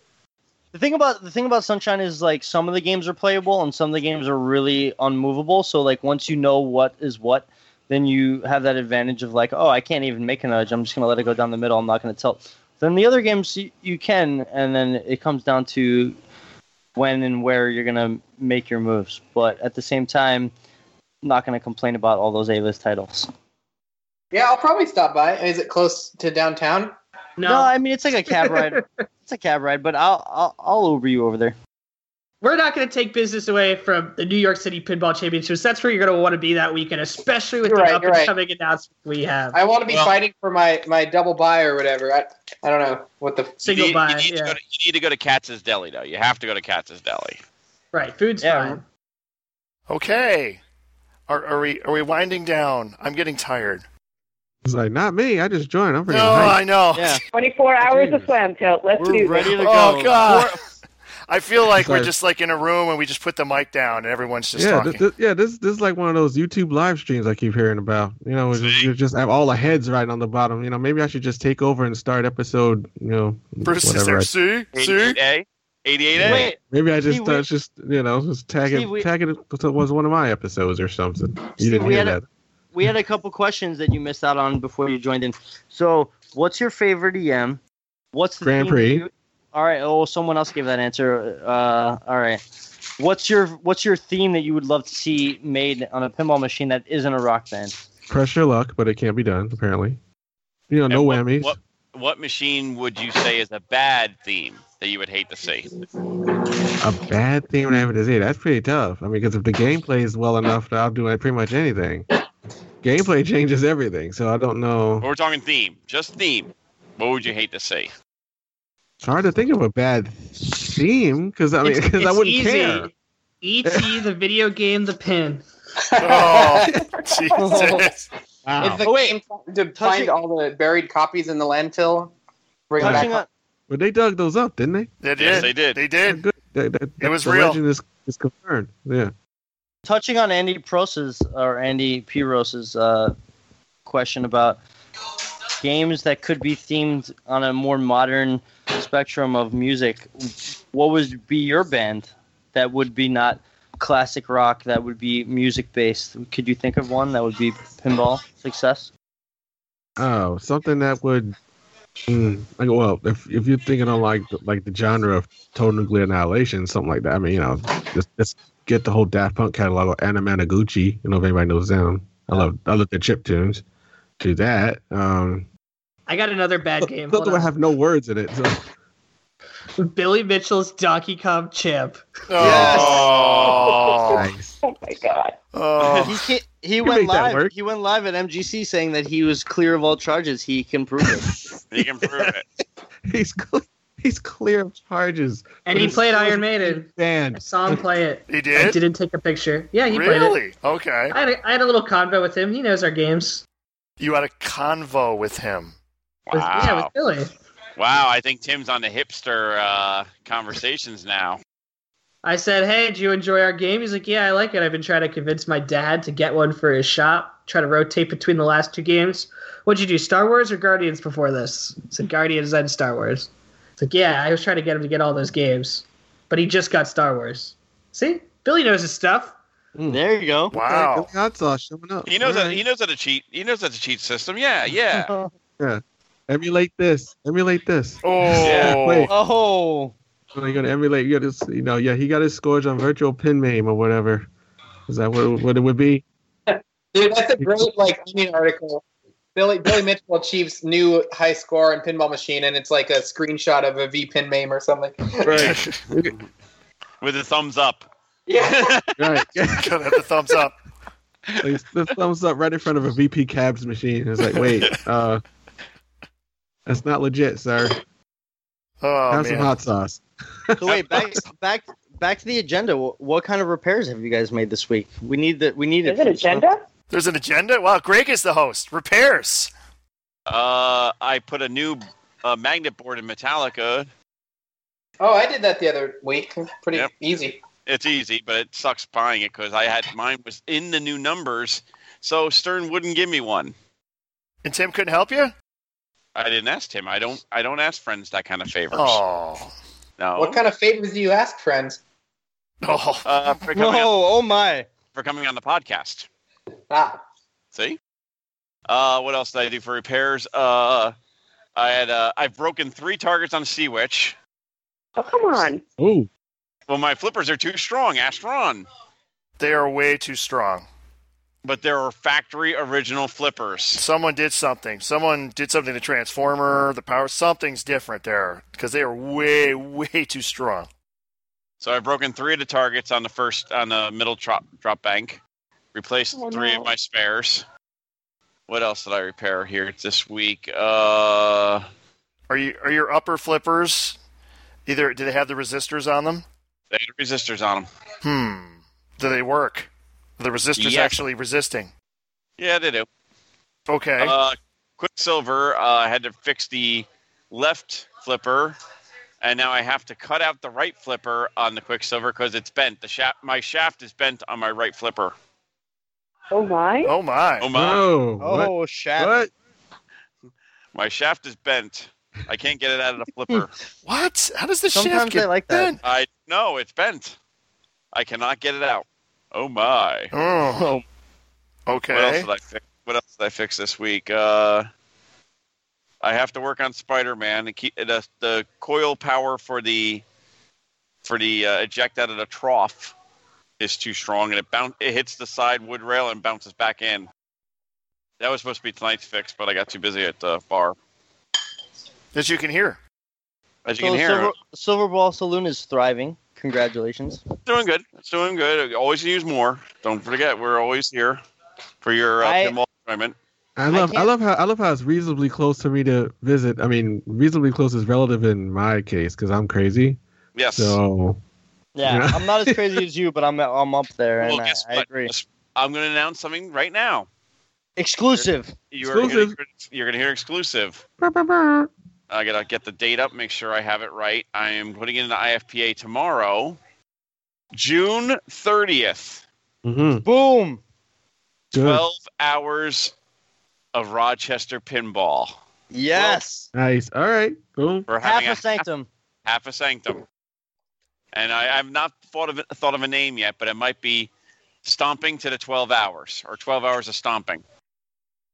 [SPEAKER 6] The thing about the thing about Sunshine is like some of the games are playable and some of the games are really unmovable. So like once you know what is what, then you have that advantage of like, oh, I can't even make a nudge. I'm just gonna let it go down the middle. I'm not gonna tilt. Then the other games you, you can, and then it comes down to when and where you're gonna make your moves. But at the same time, I'm not gonna complain about all those A-list titles.
[SPEAKER 7] Yeah, I'll probably stop by. Is it close to downtown?
[SPEAKER 6] No, I mean it's like a cab ride. it's a cab ride, but I'll I'll, I'll Uber you over there.
[SPEAKER 5] we're not going to take business away from the New York City Pinball Championships. That's where you're going to want to be that weekend, especially with
[SPEAKER 7] You're
[SPEAKER 5] the
[SPEAKER 7] right,
[SPEAKER 5] up
[SPEAKER 7] you're
[SPEAKER 5] and
[SPEAKER 7] right.
[SPEAKER 5] coming announcement we have.
[SPEAKER 7] I want to be fighting for my my double buy or whatever. I, I don't know what the
[SPEAKER 5] Single
[SPEAKER 4] you,
[SPEAKER 5] buy,
[SPEAKER 4] You need, to go to, you need to go to Katz's Deli, though. You have to go to Katz's Deli.
[SPEAKER 5] Right, food's fine.
[SPEAKER 3] Okay. Are, are we are we winding down? I'm getting tired.
[SPEAKER 14] It's like not me. I just joined. I'm
[SPEAKER 3] No,
[SPEAKER 14] pretty hyped.
[SPEAKER 3] I know.
[SPEAKER 13] 24 hours of slam tilt. Let's do this.
[SPEAKER 3] Oh God. I feel like we're
[SPEAKER 14] Sorry.
[SPEAKER 3] just like in a room and we just put the mic down and everyone's just
[SPEAKER 14] yeah,
[SPEAKER 3] talking.
[SPEAKER 14] this, this- yeah. This this is like one of those YouTube live streams I keep hearing about. You know, just, you just have all the heads right on the bottom. You know, maybe I should just take over and start episode. You know,
[SPEAKER 3] Bruce is
[SPEAKER 14] whatever.
[SPEAKER 3] there.
[SPEAKER 14] I-
[SPEAKER 3] See, see.
[SPEAKER 4] 88A? 88A?
[SPEAKER 6] Wait.
[SPEAKER 14] Maybe I just
[SPEAKER 6] Steve,
[SPEAKER 14] uh,
[SPEAKER 6] we-
[SPEAKER 14] just you know just tag
[SPEAKER 6] Steve,
[SPEAKER 14] it
[SPEAKER 6] we-
[SPEAKER 14] tag it to- was one of my episodes or something. You
[SPEAKER 6] Steve,
[SPEAKER 14] didn't
[SPEAKER 6] we
[SPEAKER 14] hear
[SPEAKER 6] had a-
[SPEAKER 14] that.
[SPEAKER 6] we had a couple questions that you missed out on before you joined in. So, what's your favorite EM? What's the
[SPEAKER 14] Grand
[SPEAKER 6] theme that
[SPEAKER 14] Prix.
[SPEAKER 6] you- all right. Oh, someone else gave that answer. Uh, all right. What's your What's your theme that you would love to see made on a pinball machine that isn't a rock band?
[SPEAKER 14] Press your luck, but it can't be done apparently. You know, no whammies.
[SPEAKER 4] What what machine would you say is a bad theme that you would hate to see?
[SPEAKER 14] A bad thing would happen to see. That's pretty tough. I mean, because if the gameplay is well enough, I'll do pretty much anything. Gameplay changes everything, so I don't know.
[SPEAKER 4] But we're talking theme, just theme. What would you hate to see?
[SPEAKER 14] It's hard to think of a bad theme because I mean,
[SPEAKER 5] It's-
[SPEAKER 14] because I
[SPEAKER 5] it's
[SPEAKER 14] wouldn't
[SPEAKER 5] easy.
[SPEAKER 14] care.
[SPEAKER 5] E.T. the video game, the pin.
[SPEAKER 3] Oh,
[SPEAKER 7] Oh, Jesus.
[SPEAKER 14] Wow.
[SPEAKER 7] If the game to find all the buried copies in the landfill, bring them
[SPEAKER 14] Touching
[SPEAKER 7] back.
[SPEAKER 14] But they dug those up, didn't they?
[SPEAKER 3] They
[SPEAKER 4] Yes, did. they did.
[SPEAKER 3] They did.
[SPEAKER 14] They- they-
[SPEAKER 3] It was
[SPEAKER 14] the
[SPEAKER 3] real.
[SPEAKER 14] Legend is, is confirmed. Yeah.
[SPEAKER 6] Touching on Andy Pros's or Andy P. Rose's uh, question about games that could be themed on a more modern spectrum of music, what would be your band that would be not classic rock, that would be music based? Could you think of one that would be pinball success?
[SPEAKER 14] Oh, something that would. Mm, like, well, if if you're thinking on like the, like the genre of total nuclear annihilation, something like that. I mean, you know, just just get the whole Daft Punk catalog or Anna Managuchi. You know, if anybody knows them, I love I love their chip tunes. Do that. Um,
[SPEAKER 5] I got another bad game. Hold
[SPEAKER 14] something
[SPEAKER 5] on.
[SPEAKER 14] I have no words in it. So.
[SPEAKER 5] Billy Mitchell's Donkey Kong Champ.
[SPEAKER 3] Oh.
[SPEAKER 14] Nice.
[SPEAKER 13] Oh my god.
[SPEAKER 3] Oh.
[SPEAKER 6] He ca- he
[SPEAKER 14] You
[SPEAKER 6] went
[SPEAKER 14] make that
[SPEAKER 6] live.
[SPEAKER 14] work.
[SPEAKER 6] He went live at MGC saying that he was clear of all charges. He can prove it.
[SPEAKER 4] You can prove it.
[SPEAKER 14] He's cl- he's clear of charges.
[SPEAKER 5] And he
[SPEAKER 14] But
[SPEAKER 5] played
[SPEAKER 14] it's
[SPEAKER 5] Iron Maiden. I
[SPEAKER 14] Band.
[SPEAKER 5] saw him play it.
[SPEAKER 3] He did?
[SPEAKER 5] I didn't take a picture. Yeah, he played it.
[SPEAKER 3] Really? Okay.
[SPEAKER 5] I had, a, I had a little convo with him. He knows our games.
[SPEAKER 3] You had a convo with him.
[SPEAKER 5] With- yeah,
[SPEAKER 4] Wow.
[SPEAKER 5] with Billy.
[SPEAKER 4] Wow, I think Tim's on the hipster uh, conversations now.
[SPEAKER 5] I said, "Hey, did you enjoy our game?" He's like, "Yeah, I like it. I've been trying to convince my dad to get one for his shop. Try to rotate between the last two games. What'd you do, Star Wars or Guardians before this?" I said, "Guardians then Star Wars." It's like, "Yeah, I was trying to get him to get all those games, but he just got Star Wars. See, Billy knows his stuff.
[SPEAKER 6] There you go.
[SPEAKER 3] Wow.
[SPEAKER 14] I saw showing up.
[SPEAKER 4] He knows
[SPEAKER 14] All
[SPEAKER 4] that he knows how to cheat. He knows how to cheat system. Yeah, yeah.
[SPEAKER 14] Yeah. Emulate this. Emulate this.
[SPEAKER 3] Oh.
[SPEAKER 14] Wait.
[SPEAKER 6] Oh,
[SPEAKER 14] You're gonna emulate. You got his, you know, yeah. He got his scores on virtual pin meme or whatever. Is that what, what it would be?
[SPEAKER 7] Dude, that's a great like onion article. Billy Billy Mitchell achieves new high score in pinball machine, and it's like a screenshot of a V pin meme or something.
[SPEAKER 4] Right. With a thumbs up.
[SPEAKER 7] Yeah.
[SPEAKER 14] Right.
[SPEAKER 3] Gotta have the thumbs up.
[SPEAKER 14] Like, the thumbs up right in front of a VP cabs machine. It's like, wait, uh, that's not legit, sir.
[SPEAKER 3] Oh,
[SPEAKER 14] Have some
[SPEAKER 3] man.
[SPEAKER 14] hot sauce.
[SPEAKER 6] So wait, back back back to the agenda. What, what kind of repairs have you guys made this week? We need the we need
[SPEAKER 3] There's
[SPEAKER 6] it.
[SPEAKER 3] an agenda? There's an agenda? Wow, Greg is the host. Repairs.
[SPEAKER 4] Uh, I put a new uh, magnet board in Metallica.
[SPEAKER 7] Oh, I did that the other week. Pretty easy.
[SPEAKER 4] It's easy, but it sucks buying it because I had mine was in the new numbers, so Stern wouldn't give me one.
[SPEAKER 3] And Tim couldn't help you?
[SPEAKER 4] I didn't ask him. I don't. I don't ask friends that kind of favors.
[SPEAKER 3] Oh.
[SPEAKER 4] No.
[SPEAKER 7] What kind of favors do you ask friends?
[SPEAKER 3] Oh.
[SPEAKER 4] Uh, for coming on,
[SPEAKER 6] Whoa! Oh my!
[SPEAKER 4] for coming on the podcast.
[SPEAKER 7] Ah.
[SPEAKER 4] See. Uh, what else did I do for repairs? Uh, I had. Uh, I've broken three targets on Sea Witch.
[SPEAKER 13] Oh, come on.
[SPEAKER 14] Ooh.
[SPEAKER 4] Well, my flippers are too strong. Ask Ron.
[SPEAKER 3] They are way too strong.
[SPEAKER 4] But there are factory original flippers.
[SPEAKER 3] Someone did something. Someone did something to Transformer, the power. Something's different there because they are way, way too strong.
[SPEAKER 4] So I've broken three of the targets on the first on the middle drop drop bank. Replaced
[SPEAKER 3] Oh,
[SPEAKER 4] three
[SPEAKER 3] no.
[SPEAKER 4] of my spares. What else did I repair here this week? Uh,
[SPEAKER 3] Are you are your upper flippers? Either do they have the resistors on them?
[SPEAKER 4] they had resistors on them.
[SPEAKER 3] Hmm. Do they work? Are the resistors
[SPEAKER 4] Yes.
[SPEAKER 3] actually resisting?
[SPEAKER 4] Yeah, they do.
[SPEAKER 3] Okay.
[SPEAKER 4] Uh, Quicksilver, uh, I had to fix the left flipper, and now I have to cut out the right flipper on the Quicksilver because it's bent. The shaft, my shaft is bent on my right flipper.
[SPEAKER 13] Oh my.
[SPEAKER 3] Oh my.
[SPEAKER 4] Oh my.
[SPEAKER 14] Oh,
[SPEAKER 6] Oh,
[SPEAKER 4] what?
[SPEAKER 6] shaft.
[SPEAKER 4] My shaft is bent. I can't get it out of the flipper.
[SPEAKER 3] What? How does the
[SPEAKER 6] Sometimes
[SPEAKER 3] shaft get
[SPEAKER 6] they like that.
[SPEAKER 3] bent?
[SPEAKER 4] I no, it's bent. I cannot get it out. Oh my.
[SPEAKER 3] Oh.
[SPEAKER 4] What else
[SPEAKER 3] Okay.
[SPEAKER 4] did I fix? What else did I fix this week? Uh, I have to work on Spider-Man and keep the, the coil power for the for the uh, eject out of the trough is too strong, and it boun- it hits the side wood rail and bounces back in. That was supposed to be tonight's fix, but I got too busy at the bar.
[SPEAKER 3] As you can hear.
[SPEAKER 4] As you
[SPEAKER 6] So
[SPEAKER 4] can hear,
[SPEAKER 6] Silver, Silver Ball Saloon is thriving. Congratulations.
[SPEAKER 4] Doing good. It's doing good. Always use more. Don't forget, we're always here for your uh,
[SPEAKER 6] I-
[SPEAKER 4] pinball enjoyment.
[SPEAKER 14] I love I, love how I love how it's reasonably close for me to visit. I mean, reasonably close is relative in my case because I'm crazy.
[SPEAKER 4] Yes.
[SPEAKER 14] So
[SPEAKER 6] Yeah,
[SPEAKER 14] Yeah.
[SPEAKER 6] I'm not as crazy as you, but I'm I'm up there, and
[SPEAKER 4] Well, guess
[SPEAKER 6] I, I
[SPEAKER 4] what?
[SPEAKER 6] agree.
[SPEAKER 4] I'm going to announce something right now.
[SPEAKER 6] Exclusive.
[SPEAKER 4] You're going to you're going to hear exclusive. I got to get the date up, make sure I have it right. I am putting in the IFPA tomorrow, June 30th.
[SPEAKER 6] Mm-hmm. Boom.
[SPEAKER 4] 12 hours of Rochester pinball.
[SPEAKER 6] Yes.
[SPEAKER 14] nice. All right. Boom.
[SPEAKER 4] We're
[SPEAKER 6] Half
[SPEAKER 4] having
[SPEAKER 6] a sanctum.
[SPEAKER 4] half a sanctum. And I, I've not thought of it, thought of a name yet, but it might be stomping to the twelve hours or twelve hours of stomping.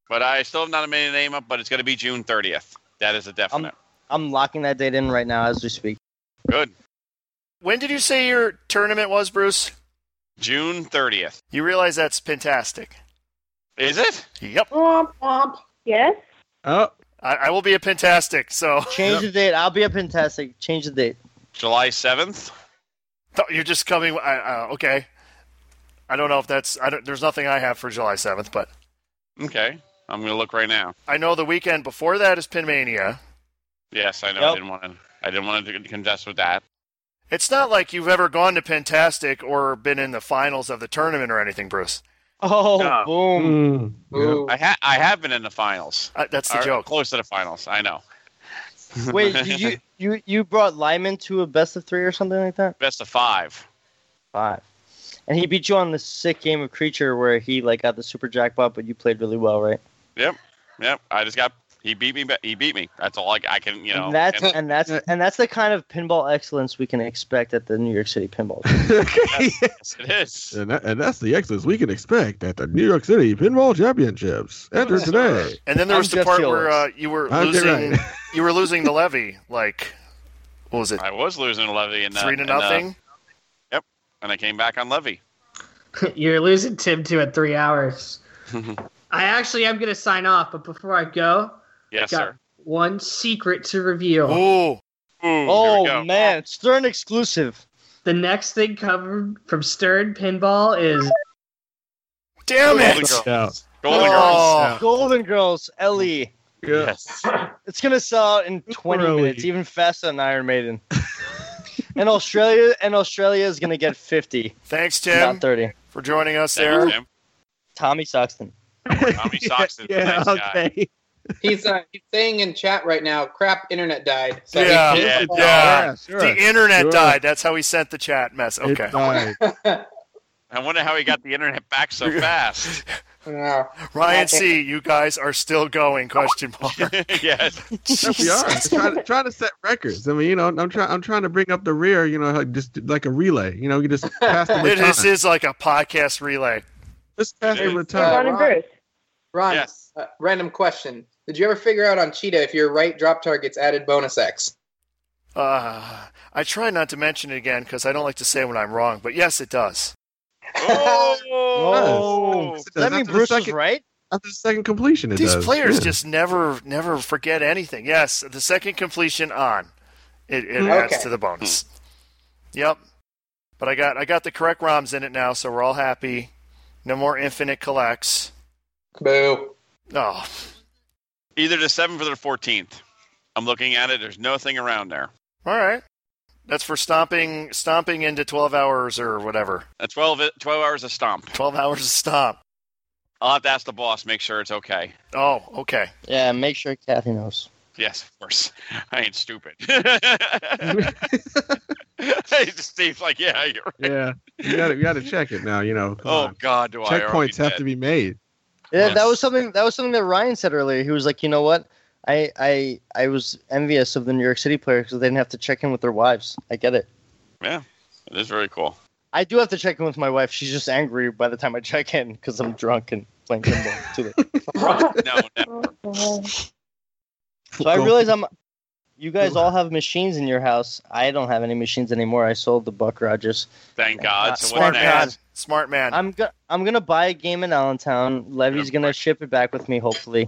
[SPEAKER 4] But I still have not made a name up, but it's going to be June thirtieth. That
[SPEAKER 6] Um,
[SPEAKER 4] is a definite.
[SPEAKER 6] I'm locking that date in right now as we speak.
[SPEAKER 4] Good.
[SPEAKER 3] When did you say your tournament was, Bruce?
[SPEAKER 4] June thirtieth.
[SPEAKER 3] You realize that's fantastic.
[SPEAKER 4] Is it?
[SPEAKER 3] Yep.
[SPEAKER 13] Womp womp. Yes.
[SPEAKER 14] Oh.
[SPEAKER 3] I, I will be a Pentastic, so.
[SPEAKER 6] Change the date. I'll be up in Tastic. Change the date.
[SPEAKER 4] July seventh.
[SPEAKER 3] No, You're just coming. I, uh, okay. I don't know if that's. I don't, there's nothing I have for July 7th, but
[SPEAKER 4] Okay, I'm going to look right now.
[SPEAKER 3] I know the weekend before that is Pinmania.
[SPEAKER 4] Yes, I know. I
[SPEAKER 3] Yep.
[SPEAKER 4] didn't want to. I didn't want to contest with that.
[SPEAKER 3] It's not like you've ever gone to Pentastic or been in the finals of the tournament or anything, Bruce. Hmm.
[SPEAKER 6] Oh,
[SPEAKER 4] No.
[SPEAKER 6] boom.
[SPEAKER 4] I ha- I have been in the finals.
[SPEAKER 3] Uh, that's the
[SPEAKER 4] Or
[SPEAKER 3] joke.
[SPEAKER 4] Close to the finals. I know.
[SPEAKER 6] Wait, did you you you brought Lyman to a best of three or something like that?
[SPEAKER 4] Best of five.
[SPEAKER 6] Five. And he beat you on the sick game of creature where he like got the super jackpot, but you played really well, right?
[SPEAKER 4] Yep. Yep. I just got. He beat me. ba- He beat me. That's all I, I can. You know.
[SPEAKER 6] and that's
[SPEAKER 4] and-
[SPEAKER 6] and that's and that's the kind of pinball excellence we can expect at the New York City Pinball. Tour.
[SPEAKER 4] Yes, it is.
[SPEAKER 14] and, that, and that's the excellence we can expect at the New York City Pinball Championships. Enter today.
[SPEAKER 3] And then there was the part where uh, you were
[SPEAKER 14] Okay,
[SPEAKER 3] losing.
[SPEAKER 14] right.
[SPEAKER 3] you were losing the levy, like what was it?
[SPEAKER 4] I was losing to Levy and uh,
[SPEAKER 3] Three to nothing?
[SPEAKER 4] yep. And I came back on Levy.
[SPEAKER 5] You're losing Tim too at three hours. I actually am going to sign off, but before I go,
[SPEAKER 4] Yes,
[SPEAKER 5] I got
[SPEAKER 4] sir.
[SPEAKER 5] one secret to reveal.
[SPEAKER 4] Ooh.
[SPEAKER 6] oh man, Stern exclusive.
[SPEAKER 5] The next thing covered from Stern Pinball is.
[SPEAKER 3] Damn
[SPEAKER 5] it!
[SPEAKER 6] Golden
[SPEAKER 5] Oh.
[SPEAKER 6] Girls. Golden Girls, Ellie.
[SPEAKER 11] Yes.
[SPEAKER 6] It's gonna sell out in 20
[SPEAKER 11] Really?
[SPEAKER 6] minutes, even faster than Iron Maiden. and Australia and Australia is gonna get 50.
[SPEAKER 3] Thanks, Tim.
[SPEAKER 6] Not 30.
[SPEAKER 3] For joining us there.
[SPEAKER 6] Tommy Soxton.
[SPEAKER 4] Tommy Soxton.
[SPEAKER 6] Yeah,
[SPEAKER 7] nice guy. he's, uh, he's saying in chat right now, crap, internet died. So
[SPEAKER 3] yeah,
[SPEAKER 7] he
[SPEAKER 3] yeah,
[SPEAKER 7] can't-
[SPEAKER 4] sure.
[SPEAKER 3] The internet
[SPEAKER 4] Sure.
[SPEAKER 3] died. That's how he sent the chat mess. Okay.
[SPEAKER 4] I wonder how he got the internet back so fast.
[SPEAKER 3] Ryan C, you guys are still going? Question mark.
[SPEAKER 4] yes.
[SPEAKER 14] Yes, we are. trying, trying to set records. I mean, you know, I'm trying. I'm trying to bring up the rear. You know, like just like a relay. You know, you just pass the baton.
[SPEAKER 3] This is like a podcast relay.
[SPEAKER 14] Let's pass the baton.
[SPEAKER 7] Ron, Ron uh, random question. Did you ever figure out on Cheetah if your right drop target's added bonus X?
[SPEAKER 3] Uh, I try not to mention it again because I don't like to say when I'm wrong, but yes, it does.
[SPEAKER 6] Oh,
[SPEAKER 14] Yes, it does.
[SPEAKER 6] that mean
[SPEAKER 14] After the
[SPEAKER 6] Bruce was
[SPEAKER 14] second-
[SPEAKER 6] right?
[SPEAKER 14] After the second completion, it
[SPEAKER 3] These
[SPEAKER 14] does.
[SPEAKER 3] players
[SPEAKER 14] Yeah.
[SPEAKER 3] just never, never forget anything. Yes, the second completion on, it, it
[SPEAKER 14] Hmm.
[SPEAKER 3] adds
[SPEAKER 14] Okay.
[SPEAKER 3] to the bonus. Yep. But I got I got the correct ROMs in it now, so we're all happy. No more infinite collects.
[SPEAKER 7] Boo.
[SPEAKER 3] Oh,
[SPEAKER 4] Either the seventh or the fourteenth. I'm looking at it. There's nothing around there.
[SPEAKER 3] all right. That's for stomping, stomping into twelve hours or whatever.
[SPEAKER 4] A 12, i- 12 hours of stomp.
[SPEAKER 3] Twelve hours of stomp.
[SPEAKER 4] I'll have to ask the boss. Make sure it's okay.
[SPEAKER 3] Oh, okay.
[SPEAKER 6] Yeah, make sure Kathy knows.
[SPEAKER 4] Yes, of course. I ain't stupid. Steve's like, yeah, you're right.
[SPEAKER 14] Yeah, you got to you got to check it now. You know. Come
[SPEAKER 4] Oh
[SPEAKER 14] on.
[SPEAKER 4] God, do I? already
[SPEAKER 14] Checkpoints have
[SPEAKER 4] did.
[SPEAKER 14] to be made.
[SPEAKER 6] Yeah,
[SPEAKER 14] Yes.
[SPEAKER 6] that was something that was something that Ryan said earlier. He was like, you know what? I I I was envious of the New York City players because they didn't have to check in with their wives. I get it.
[SPEAKER 4] Yeah, it is very cool.
[SPEAKER 6] I do have to check in with my wife. She's just angry by the time I check in because I'm drunk and playing pinball too late.
[SPEAKER 4] no, never.
[SPEAKER 6] So I realize I'm. You guys all have machines in your house. I don't have any machines anymore. I sold the Buck Rogers.
[SPEAKER 4] Thank God. So
[SPEAKER 6] uh, Smart
[SPEAKER 4] what's next?
[SPEAKER 3] Smart Uh, man.
[SPEAKER 6] I'm go- I'm gonna buy a game in Allentown. Levy's gonna ship it back with me, hopefully.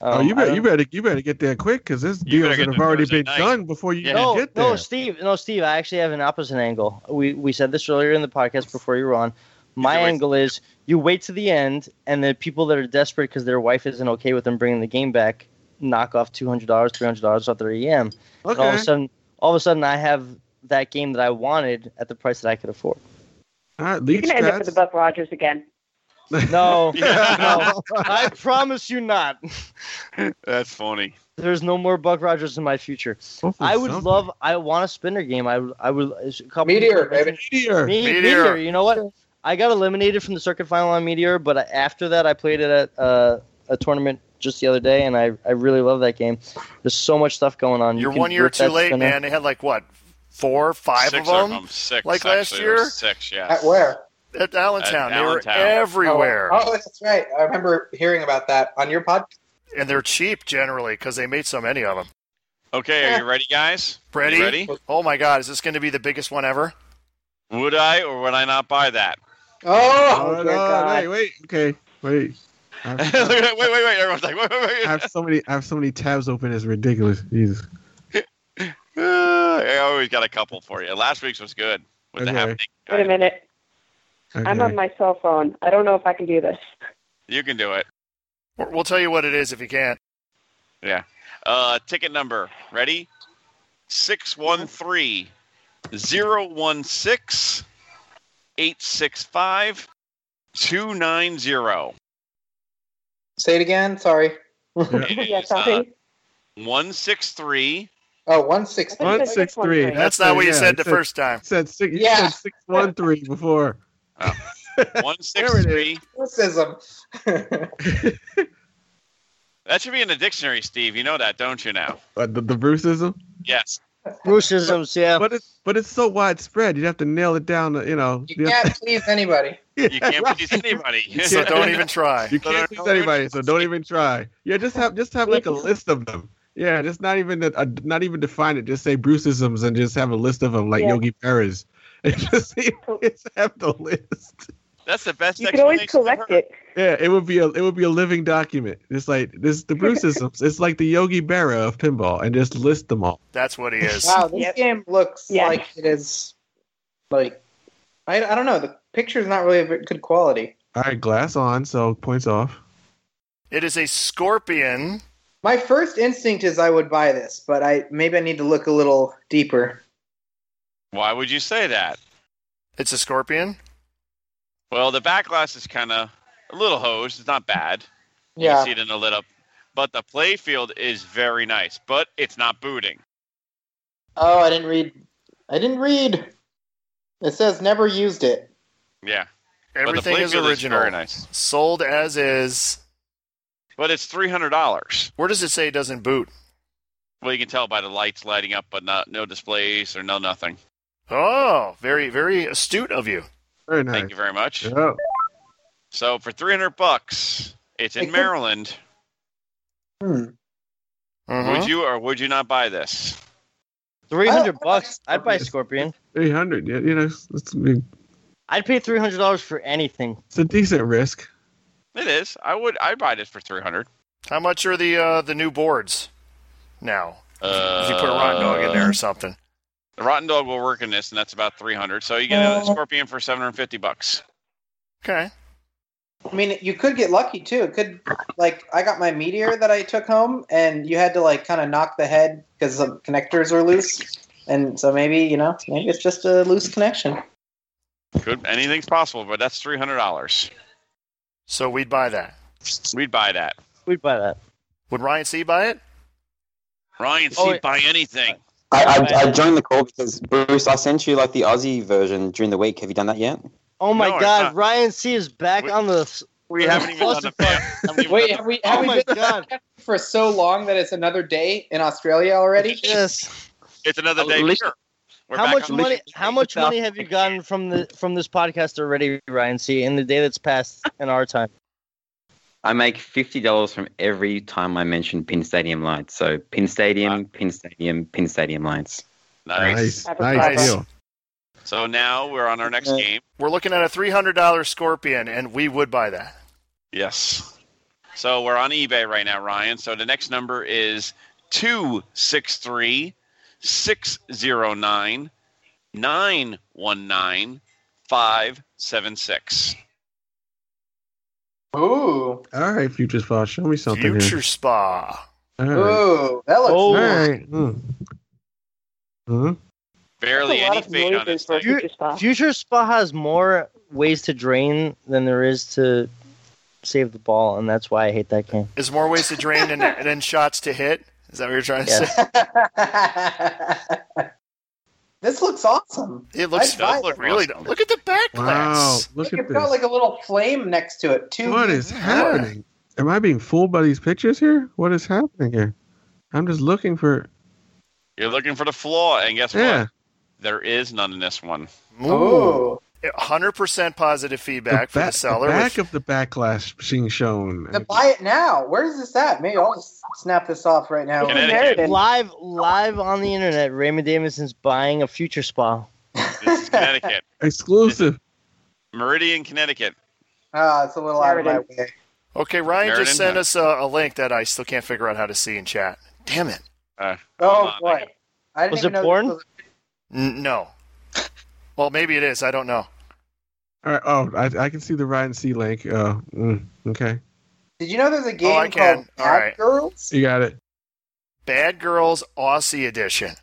[SPEAKER 14] oh,
[SPEAKER 6] Um,
[SPEAKER 14] you
[SPEAKER 6] I
[SPEAKER 14] better
[SPEAKER 6] don't-
[SPEAKER 14] you better you better get there quick because this
[SPEAKER 4] You better
[SPEAKER 14] deals
[SPEAKER 4] get
[SPEAKER 14] that have
[SPEAKER 4] there
[SPEAKER 14] already
[SPEAKER 4] Thursday
[SPEAKER 14] been
[SPEAKER 4] night.
[SPEAKER 14] done before you
[SPEAKER 6] no,
[SPEAKER 14] even get there.
[SPEAKER 6] no, Steve, no, Steve. I actually have an opposite angle. We we said this earlier in the podcast before you were on. My angle is you wait to the end, and the people that are desperate because their wife isn't okay with them bringing the game back knock off two hundred dollars, three hundred dollars off their EM. And all of
[SPEAKER 14] Okay.
[SPEAKER 6] a sudden, all of a sudden, I have that game that I wanted at the price that I could afford.
[SPEAKER 14] All right,
[SPEAKER 13] You're
[SPEAKER 14] leech
[SPEAKER 13] gonna end up
[SPEAKER 14] pads.
[SPEAKER 13] with the Buck Rogers again.
[SPEAKER 6] No, no, I promise you not.
[SPEAKER 4] That's funny.
[SPEAKER 6] There's no more Buck Rogers in my future. I would
[SPEAKER 4] something.
[SPEAKER 6] love. I want a spinner game. I would. I would. it's a couple
[SPEAKER 7] Meteor,
[SPEAKER 6] people mentioned-
[SPEAKER 14] Meteor.
[SPEAKER 6] Me-
[SPEAKER 14] Meteor.
[SPEAKER 6] Meteor. You know what? I got eliminated from the circuit final on Meteor, but I- after that, I played it at uh, a tournament just the other day, and I, I really love that game. There's so much stuff going on. You
[SPEAKER 3] You're
[SPEAKER 6] can
[SPEAKER 3] one year
[SPEAKER 6] rip
[SPEAKER 3] too
[SPEAKER 6] that
[SPEAKER 3] late,
[SPEAKER 6] spinner.
[SPEAKER 3] man. They had like what, four, five
[SPEAKER 4] Six
[SPEAKER 3] of them,
[SPEAKER 4] them. Six.
[SPEAKER 3] like last
[SPEAKER 4] actually, there were
[SPEAKER 3] year
[SPEAKER 4] Six. Yeah.
[SPEAKER 7] At where?
[SPEAKER 3] at Allentown.
[SPEAKER 4] At
[SPEAKER 3] they were
[SPEAKER 4] Allentown.
[SPEAKER 3] everywhere,
[SPEAKER 7] Oh, that's right. I remember hearing about that on your podcast.
[SPEAKER 3] and they're cheap generally because they made so many of them.
[SPEAKER 4] Okay, are you ready, guys?
[SPEAKER 3] Ready?
[SPEAKER 4] You ready?
[SPEAKER 3] Oh my God, is this going to be the biggest one ever?
[SPEAKER 4] Would I or would I not buy that?
[SPEAKER 7] Oh,
[SPEAKER 14] no,
[SPEAKER 7] dear God.
[SPEAKER 14] uh, wait, wait, okay, wait. I
[SPEAKER 4] wait,
[SPEAKER 14] have,
[SPEAKER 4] wait, wait, wait. Everyone's like, wait, wait,
[SPEAKER 14] I
[SPEAKER 4] wait.
[SPEAKER 14] have so many I have so many tabs open. It's ridiculous. Jesus.
[SPEAKER 4] Uh, I always got a couple for you. Last week's was good. With the happening.
[SPEAKER 13] Wait a minute. I'm on my cell phone. I don't know if I can do this.
[SPEAKER 4] You can do it.
[SPEAKER 3] We'll we'll tell you what it is if you can't.
[SPEAKER 4] Yeah. Uh, ticket number. Ready? 613 016 865 290.
[SPEAKER 7] Say it again. Sorry.
[SPEAKER 13] yeah,
[SPEAKER 3] uh,
[SPEAKER 4] copy. 163
[SPEAKER 7] Oh, 163.
[SPEAKER 14] One six three.
[SPEAKER 3] That's not what you said the first
[SPEAKER 14] time. Said six, you
[SPEAKER 7] Yeah.
[SPEAKER 14] said six one three before.
[SPEAKER 3] Oh.
[SPEAKER 4] 163.
[SPEAKER 7] Racism.
[SPEAKER 4] That should be in the dictionary, Steve. You know that, don't you now?
[SPEAKER 14] Uh, the, the Bruceism.
[SPEAKER 4] Yes.
[SPEAKER 6] Bruceisms, yeah.
[SPEAKER 14] But it's but it's so widespread. You'd have to nail it down. To, you know.
[SPEAKER 7] You can't please anybody.
[SPEAKER 4] You can't please anybody.
[SPEAKER 14] So don't even
[SPEAKER 3] try.
[SPEAKER 14] You can't please anybody, so don't even try. Yeah, just have just have like a list of them. Yeah, just not even a, a- not even define it. Just say Bruceisms and just have a list of them, like
[SPEAKER 13] Yeah.
[SPEAKER 14] Yogi Berra's. And just, just have the list.
[SPEAKER 4] That's the best.
[SPEAKER 13] Oh. You could always collect it.
[SPEAKER 14] Yeah, it would be a it would be a living document. It's like this the Bruceisms. it's like the Yogi Berra of pinball, and just list them all.
[SPEAKER 3] That's what he is.
[SPEAKER 7] Wow, this game looks like it is like I, I don't know. The picture's not really of good quality.
[SPEAKER 14] All right, glass on, so points off.
[SPEAKER 3] It is a scorpion.
[SPEAKER 7] My first instinct is I would buy this, but I maybe I need to look a little deeper.
[SPEAKER 4] Why would you say that?
[SPEAKER 3] It's a scorpion.
[SPEAKER 4] Well, the back glass is kind of a little hosed. It's not bad. You
[SPEAKER 7] Yeah.
[SPEAKER 4] can see it in the lit up, but the play field is very nice. But it's not booting.
[SPEAKER 7] Oh, I didn't read. I didn't read. It says never used it.
[SPEAKER 4] Yeah. but the
[SPEAKER 3] Everything
[SPEAKER 4] play
[SPEAKER 3] is
[SPEAKER 4] field
[SPEAKER 3] original.
[SPEAKER 4] Is very nice.
[SPEAKER 3] Sold as is.
[SPEAKER 4] But it's three hundred dollars.
[SPEAKER 3] Where does it say it doesn't boot?
[SPEAKER 4] Well, you can tell by the lights lighting up, but not no displays or no nothing.
[SPEAKER 3] Oh, very very astute of you.
[SPEAKER 14] Very nice.
[SPEAKER 4] Thank you very much.
[SPEAKER 14] Yeah.
[SPEAKER 4] So for three hundred bucks, it's in Maryland.
[SPEAKER 13] Hmm.
[SPEAKER 3] Mm-hmm.
[SPEAKER 4] Would you or would you not buy this?
[SPEAKER 6] Three hundred bucks. I'd buy a scorpion.
[SPEAKER 14] Three hundred. Yeah, you know, it's, it's, it's
[SPEAKER 6] I'd pay three hundred dollars for anything.
[SPEAKER 14] a decent risk.
[SPEAKER 4] It is. I would. I buy this for three hundred.
[SPEAKER 3] How much are the uh, the new boards now?
[SPEAKER 4] Uh,
[SPEAKER 3] If you put a rotten dog in there or something.
[SPEAKER 4] The rotten dog will work in this, and that's about three hundred. So you get a scorpion for seven hundred fifty bucks.
[SPEAKER 3] Okay.
[SPEAKER 7] I mean, you could get lucky too. It could like I got my meteor that I took home, and you had to like kind of knock the head because the connectors were loose, and so maybe you know maybe it's just a loose connection.
[SPEAKER 4] Could anything's possible, but that's three hundred dollars.
[SPEAKER 3] So we'd buy that.
[SPEAKER 4] We'd buy that.
[SPEAKER 6] We'd buy that.
[SPEAKER 3] Would Ryan C buy it?
[SPEAKER 4] Ryan, see,
[SPEAKER 3] Oh, it-
[SPEAKER 4] buy anything.
[SPEAKER 10] I, I, I joined the call because Bruce, I sent you like the Aussie version during the week. Have you done that yet?
[SPEAKER 6] Oh my
[SPEAKER 10] No, it's
[SPEAKER 6] god,
[SPEAKER 10] not.
[SPEAKER 6] Ryan C is back on the.
[SPEAKER 4] We haven't even done
[SPEAKER 7] Wait, have we? Have
[SPEAKER 6] Oh
[SPEAKER 7] we
[SPEAKER 6] my
[SPEAKER 7] been for so long that it's another day in Australia already?
[SPEAKER 6] Yes.
[SPEAKER 4] It's another day here. We're
[SPEAKER 6] how
[SPEAKER 4] back
[SPEAKER 6] much
[SPEAKER 4] on-
[SPEAKER 6] money? How much money have you gotten from the from this podcast already, Ryan C? In the day that's passed in our time.
[SPEAKER 10] I make fifty dollars from every time I mention Pin Stadium Lights. So Pin Stadium, Pin Stadium, Pin Stadium Lights.
[SPEAKER 4] Nice.
[SPEAKER 3] Nice. Nice. Nice.
[SPEAKER 4] So now we're on our next game.
[SPEAKER 3] We're looking at a three hundred dollar scorpion, and we would buy that.
[SPEAKER 4] Yes. So we're on eBay right now, Ryan. So the next number is 263 609 919 576.
[SPEAKER 7] Ooh.
[SPEAKER 14] All right, future spa, show me something. here.
[SPEAKER 3] Future Spa.
[SPEAKER 14] All right.
[SPEAKER 7] Ooh, that looks
[SPEAKER 14] All
[SPEAKER 7] nice.
[SPEAKER 14] right. Mm. Mhm.
[SPEAKER 4] Barely
[SPEAKER 6] That's a
[SPEAKER 4] any fade on this thing.
[SPEAKER 6] Future Spa. has more ways to drain than there is to save the ball, and that's why I hate that game.
[SPEAKER 3] Is more ways to drain and then shots to hit? Is that what you're trying to
[SPEAKER 6] Yes.
[SPEAKER 3] say?
[SPEAKER 7] This looks awesome.
[SPEAKER 3] It looks-
[SPEAKER 7] I'd buy
[SPEAKER 3] does look really- Look at the back
[SPEAKER 14] Wow, look
[SPEAKER 7] It's
[SPEAKER 14] at
[SPEAKER 7] got
[SPEAKER 14] this.
[SPEAKER 7] like a little flame next to it too.
[SPEAKER 14] What is happening? Am I being fooled by these pictures here? What is happening here? I'm just looking for.
[SPEAKER 4] You're looking for the flaw, and guess
[SPEAKER 14] Yeah.
[SPEAKER 4] what? There is none in this one.
[SPEAKER 3] Ooh. 100% positive feedback for
[SPEAKER 14] ba-
[SPEAKER 3] the seller.
[SPEAKER 14] back
[SPEAKER 3] with-
[SPEAKER 14] of the backlash being shown.
[SPEAKER 7] To buy it now. Where is this at? Maybe I'll just snap this off right now.
[SPEAKER 6] Live, live on the internet. Raymond Davidson's buying a future spa.
[SPEAKER 4] This is Connecticut.
[SPEAKER 14] Exclusive.
[SPEAKER 4] Meridian, Connecticut.
[SPEAKER 7] Ah, it's a little out of my way.
[SPEAKER 3] okay, Ryan
[SPEAKER 4] Meriden?
[SPEAKER 3] just sent us a, a link that I still can't figure out how to see in chat. Damn it.
[SPEAKER 4] Uh,
[SPEAKER 7] Oh boy. I didn't
[SPEAKER 3] Was
[SPEAKER 7] even
[SPEAKER 3] it
[SPEAKER 7] know this
[SPEAKER 3] porn?
[SPEAKER 7] was-
[SPEAKER 3] N- no. Well, maybe it is. I don't know.
[SPEAKER 14] All right. Oh, I, I can see the Ryan C link. Uh, mm, okay.
[SPEAKER 7] Did you know there's a game
[SPEAKER 3] Oh, I can.
[SPEAKER 7] called
[SPEAKER 3] All
[SPEAKER 7] Bad
[SPEAKER 3] right.
[SPEAKER 7] Girls?
[SPEAKER 14] You got it.
[SPEAKER 3] Bad Girls Aussie Edition.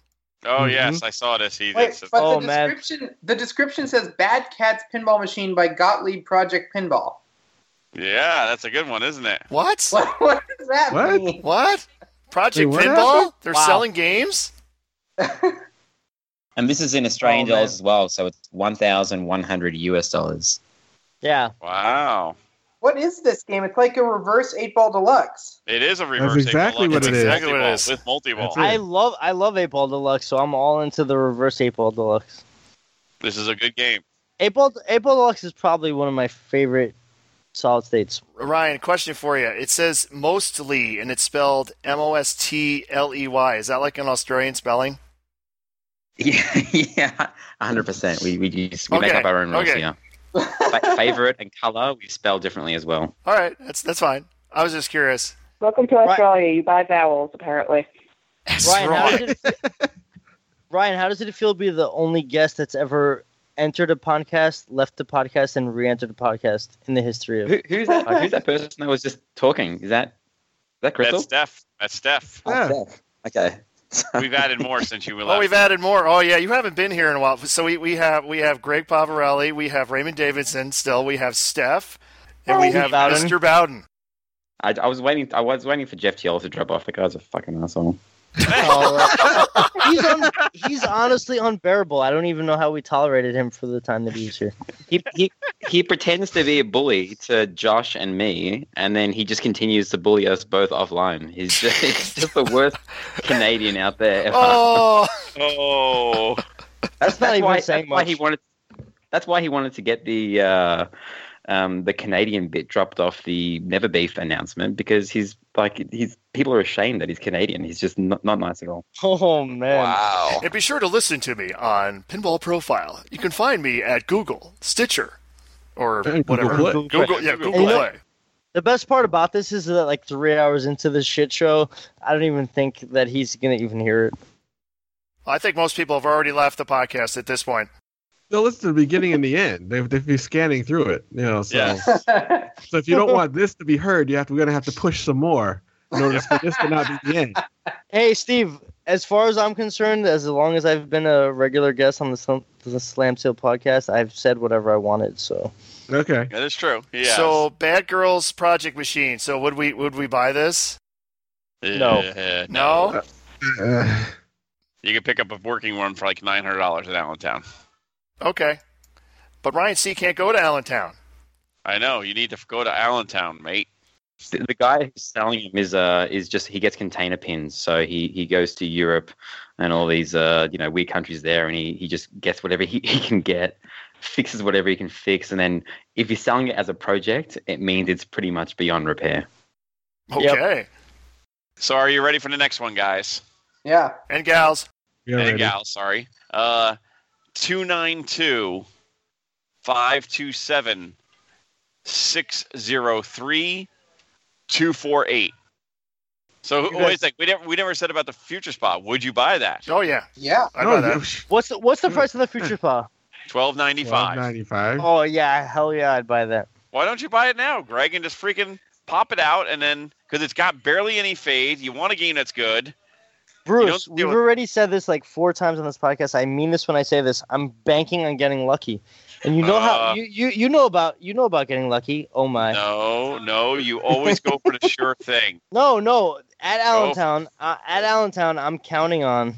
[SPEAKER 4] Oh,
[SPEAKER 14] Mm-hmm.
[SPEAKER 4] yes, I saw this. He
[SPEAKER 7] Wait,
[SPEAKER 4] this-
[SPEAKER 7] but
[SPEAKER 6] Oh,
[SPEAKER 7] the description the description says Bad Cats Pinball Machine by Gottlieb Project Pinball.
[SPEAKER 4] Yeah, that's a good one, isn't it?
[SPEAKER 3] What?
[SPEAKER 7] What, what does that
[SPEAKER 14] What?
[SPEAKER 7] mean?
[SPEAKER 3] What? Project
[SPEAKER 4] Wait, what
[SPEAKER 3] Pinball?
[SPEAKER 4] happened?
[SPEAKER 3] They're
[SPEAKER 4] Wow.
[SPEAKER 3] selling games?
[SPEAKER 10] And this is in
[SPEAKER 4] Oh,
[SPEAKER 10] Australian dollars as well, so it's one thousand one hundred US dollars.
[SPEAKER 6] Yeah.
[SPEAKER 4] Wow.
[SPEAKER 7] What is this game? It's like a reverse eight ball deluxe.
[SPEAKER 4] It is a reverse. eight
[SPEAKER 14] exactly
[SPEAKER 4] ball.
[SPEAKER 14] what
[SPEAKER 4] It's
[SPEAKER 14] it is.
[SPEAKER 4] exactly
[SPEAKER 14] That's
[SPEAKER 4] ball
[SPEAKER 14] it.
[SPEAKER 4] With multi-ball.
[SPEAKER 6] I love, I love eight ball deluxe, so I'm all into the reverse eight ball deluxe.
[SPEAKER 4] This is a good game.
[SPEAKER 6] Eight ball, eight ball deluxe is probably one of my favorite solid states.
[SPEAKER 3] Ryan, question for you. It says mostly, and it's spelled M O S T L E Y. Is that like an Australian spelling?
[SPEAKER 10] Yeah, yeah, hundred percent. We we, use, we make
[SPEAKER 3] Okay,
[SPEAKER 10] up our own rules
[SPEAKER 3] okay.
[SPEAKER 10] here. Fa- favorite and color we spell differently as well.
[SPEAKER 3] All right, that's that's fine. I was just curious.
[SPEAKER 13] Welcome to Australia. You buy vowels, apparently.
[SPEAKER 6] Ryan, how does it, Ryan, how does it feel to be the only guest that's ever entered a podcast, left the podcast, and re-entered a podcast in the history of?
[SPEAKER 10] Who, who's that? who's that person that was just talking? Is that is that Crystal?
[SPEAKER 4] That's Steph. That's Steph.
[SPEAKER 10] Okay.
[SPEAKER 4] We've added more since you were last.
[SPEAKER 3] Oh, we've added more. Oh, yeah, you haven't been here in a while. So we, we have we have Greg Pavarelli, we have Raymond Davidson. Still, we have Steph, and
[SPEAKER 10] Hey,
[SPEAKER 3] we have
[SPEAKER 10] Bowden.
[SPEAKER 3] Mr. Bowden.
[SPEAKER 10] I, I was waiting. I was waiting for Jeff Teal to drop off. That guy's a fucking asshole.
[SPEAKER 6] he's, un- he's honestly unbearable. I don't even know how we tolerated him for the time that he was here.
[SPEAKER 10] He, he, he pretends to be a bully to Josh and me, and then he just continues to bully us both offline. He's just, he's just the worst Canadian out there. Ever.
[SPEAKER 3] Oh,
[SPEAKER 4] oh,
[SPEAKER 10] that's,
[SPEAKER 6] not even
[SPEAKER 10] why,
[SPEAKER 6] saying
[SPEAKER 10] that's why
[SPEAKER 6] much.
[SPEAKER 10] he wanted. That's why he wanted to get the uh, um, the Canadian bit dropped off the Never Beef announcement because he's like he's people are ashamed that he's Canadian. He's just not, not nice at all.
[SPEAKER 6] Oh man!
[SPEAKER 10] Wow.
[SPEAKER 3] And be sure to listen to me on Pinball Profile. You can find me at Google, Stitcher, or
[SPEAKER 14] And Uh, Google
[SPEAKER 3] whatever.
[SPEAKER 14] Play.
[SPEAKER 3] Google, yeah,
[SPEAKER 6] Google
[SPEAKER 3] Google
[SPEAKER 6] Play.
[SPEAKER 3] Play.
[SPEAKER 6] The best part about this is that, like, three hours into this shit show, I don't even think that he's gonna even hear it.
[SPEAKER 3] I think most people have already left the podcast at this point.
[SPEAKER 14] No, listen to the beginning and the end. They they'd be scanning through it, you know. So, so if you don't want this to be heard, you have to, we're gonna have to push some more in order for this to not be the end.
[SPEAKER 6] Hey, Steve. As far as I'm concerned, as long as I've been a regular guest on the, Slam- the Slam Seal podcast, I've said whatever I wanted. So
[SPEAKER 14] Okay.
[SPEAKER 4] That is true. Yeah.
[SPEAKER 3] So, Bad Girls Project Machine. So, would we would we buy this?
[SPEAKER 6] No.
[SPEAKER 4] Uh,
[SPEAKER 3] No.
[SPEAKER 4] You could pick up a working one for like nine hundred dollars in Allentown.
[SPEAKER 3] Okay. But Ryan C can't go to Allentown.
[SPEAKER 4] I know. You need to go to Allentown, mate.
[SPEAKER 10] The, the guy who's selling him is uh is just he gets container pins, so he he goes to Europe and all these uh you know weird countries there, and he he just gets whatever he, he can get, fixes whatever he can fix, and then if you're selling it as a project, it means it's pretty much beyond repair.
[SPEAKER 3] Okay.
[SPEAKER 4] So, are you ready for the next one, guys?
[SPEAKER 7] Yeah.
[SPEAKER 3] And gals.
[SPEAKER 4] Yeah, and gal, sorry. Uh, 292 527 603 248. So,
[SPEAKER 6] You
[SPEAKER 4] wait a
[SPEAKER 6] guys-
[SPEAKER 4] sec. We never, we never said about the future spot. Would you buy that?
[SPEAKER 3] Oh yeah.
[SPEAKER 7] Yeah.
[SPEAKER 3] I
[SPEAKER 4] No,
[SPEAKER 3] know that.
[SPEAKER 6] what's the, what's the price of the future paw?
[SPEAKER 4] 1295.
[SPEAKER 14] Ninety-five.
[SPEAKER 6] Oh yeah, hell yeah, I'd buy that.
[SPEAKER 4] Why don't you buy it now, Greg, and just freaking pop it out and then because it's got barely any fade. You want a game that's good.
[SPEAKER 6] Bruce,
[SPEAKER 4] don't
[SPEAKER 6] we've
[SPEAKER 4] do it.
[SPEAKER 6] already said this like four times on this podcast. I mean this when I say this. I'm banking on getting lucky, and you know how
[SPEAKER 4] Uh.
[SPEAKER 6] you, you you know about you know about getting lucky. Oh my!
[SPEAKER 4] No, no, Oh, you always go for the sure thing.
[SPEAKER 6] No, no. At Allentown, uh, at Allentown, I'm counting on.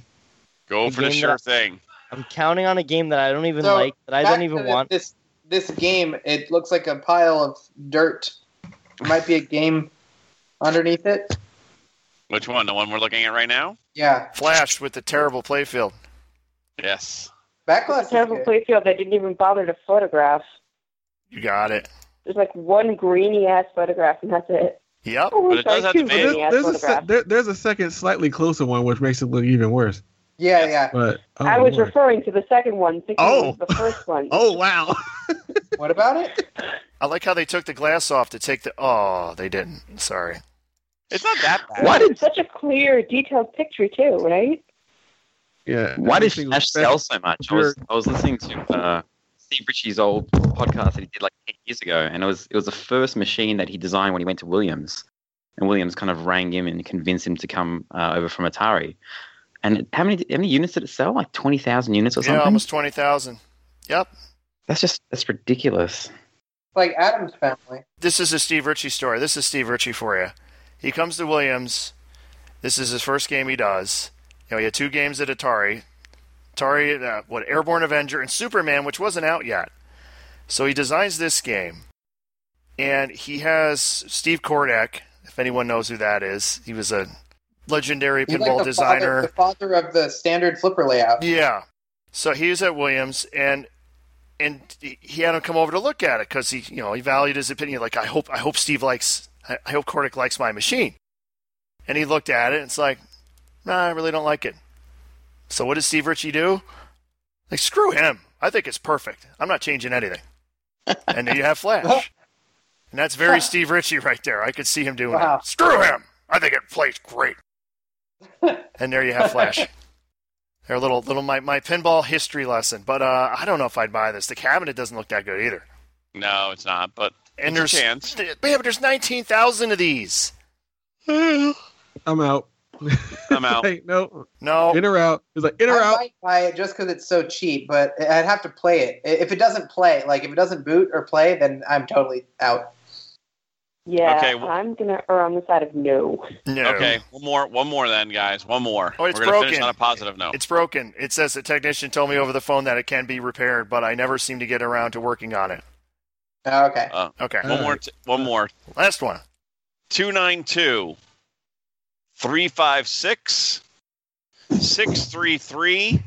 [SPEAKER 4] Go
[SPEAKER 6] A
[SPEAKER 4] for the
[SPEAKER 6] game
[SPEAKER 4] sure
[SPEAKER 6] that-
[SPEAKER 4] thing.
[SPEAKER 6] I'm counting on a game that I don't even
[SPEAKER 7] So,
[SPEAKER 6] like, that I
[SPEAKER 7] back
[SPEAKER 6] don't
[SPEAKER 7] to
[SPEAKER 6] even
[SPEAKER 7] the-
[SPEAKER 6] want.
[SPEAKER 7] This this game, it looks like a pile of dirt. There might be a game underneath it.
[SPEAKER 4] Which one? The one we're looking at right now?
[SPEAKER 7] Yeah.
[SPEAKER 3] Flashed with the terrible playfield.
[SPEAKER 4] Yes.
[SPEAKER 7] Backlash.
[SPEAKER 13] Terrible playfield. They didn't even bother to photograph.
[SPEAKER 3] You got it.
[SPEAKER 13] There's like one greeny ass photograph, and that's it.
[SPEAKER 3] Yep.
[SPEAKER 13] Oh,
[SPEAKER 4] But it does
[SPEAKER 13] sorry,
[SPEAKER 4] have to
[SPEAKER 13] two
[SPEAKER 4] be-
[SPEAKER 13] greeny
[SPEAKER 4] There's-
[SPEAKER 13] ass
[SPEAKER 14] There's a
[SPEAKER 13] photographs.
[SPEAKER 14] se- there, there's a second, slightly closer one, which makes it look even worse.
[SPEAKER 7] Yeah, yeah.
[SPEAKER 14] But oh,
[SPEAKER 13] I was
[SPEAKER 14] Lord.
[SPEAKER 13] referring to the second one, thinking
[SPEAKER 14] Oh.
[SPEAKER 13] it was the first one.
[SPEAKER 14] Oh wow.
[SPEAKER 7] What about it?
[SPEAKER 3] I like how they took the glass off to take the. Oh, they didn't. Sorry.
[SPEAKER 4] It's not that bad.
[SPEAKER 10] Why did
[SPEAKER 13] Such a clear, detailed picture too, right?
[SPEAKER 14] yeah?
[SPEAKER 10] Why did
[SPEAKER 14] everything was
[SPEAKER 10] Ash
[SPEAKER 14] bad.
[SPEAKER 10] sell so much? I was, I was listening to uh, Steve Ritchie's old podcast that he did like ten years ago, and it was it was the first machine that he designed when he went to Williams, and Williams kind of rang him and convinced him to come uh, over from Atari. And how many how many units did it sell? Like twenty thousand units or
[SPEAKER 3] Yeah,
[SPEAKER 10] something.
[SPEAKER 3] almost twenty thousand. Yep.
[SPEAKER 10] That's just that's ridiculous.
[SPEAKER 7] Like Adam's family.
[SPEAKER 3] This is a Steve Ritchie story. This is Steve Ritchie for you. He comes to Williams. This is his first game he does. You know, he had two games at Atari. Atari, uh, what Airborne Avenger and Superman, which wasn't out yet. So he designs this game, and he has Steve Kordak. If anyone knows who that is, he was a legendary
[SPEAKER 7] He's
[SPEAKER 3] pinball
[SPEAKER 7] like the
[SPEAKER 3] designer.
[SPEAKER 7] Father, the father of the standard flipper layout.
[SPEAKER 3] Yeah. So he was at Williams, and and he- he had him come over to look at it because he, you know, he valued his opinion. Like I hope, I hope Steve likes, I I hope Cordick likes my machine. And he looked at it, and it's like, nah, I really don't like it. So what does Steve Ritchie do? Like screw him. I think it's perfect. I'm not changing anything. and then you have Flash. And that's very Steve Ritchie right there. I could see him doing
[SPEAKER 2] Wow.
[SPEAKER 3] it. Screw him! I think it plays great. and there you have Flash. There, little little my, my pinball history lesson. But uh, I don't know if I'd buy this. The cabinet doesn't look that good either.
[SPEAKER 4] No, it's not. But
[SPEAKER 3] And
[SPEAKER 4] it's
[SPEAKER 3] there's
[SPEAKER 4] a chance.
[SPEAKER 3] th- but yeah, but there's nineteen thousand of these.
[SPEAKER 14] I'm out.
[SPEAKER 4] I'm out.
[SPEAKER 14] Hey, no,
[SPEAKER 3] no,
[SPEAKER 14] in or out. It's like in or
[SPEAKER 7] I
[SPEAKER 14] out.
[SPEAKER 7] might buy it just because it's so cheap, but I'd have to play it. I- If it doesn't play, like if it doesn't boot or play, then I'm totally out.
[SPEAKER 13] Yeah,
[SPEAKER 4] Okay, well-
[SPEAKER 13] I'm gonna err on the side of no.
[SPEAKER 4] Okay, one more, one more then, guys. One more.
[SPEAKER 3] Oh, it's
[SPEAKER 4] We're gonna finish
[SPEAKER 3] broken.
[SPEAKER 4] on a positive note.
[SPEAKER 3] It's broken. It says the technician told me over the phone that it can be repaired, but I never seem to get around to working on it.
[SPEAKER 7] Okay.
[SPEAKER 4] Uh,
[SPEAKER 3] Okay.
[SPEAKER 4] One more. T- one more.
[SPEAKER 3] Last one.
[SPEAKER 4] 292 356 633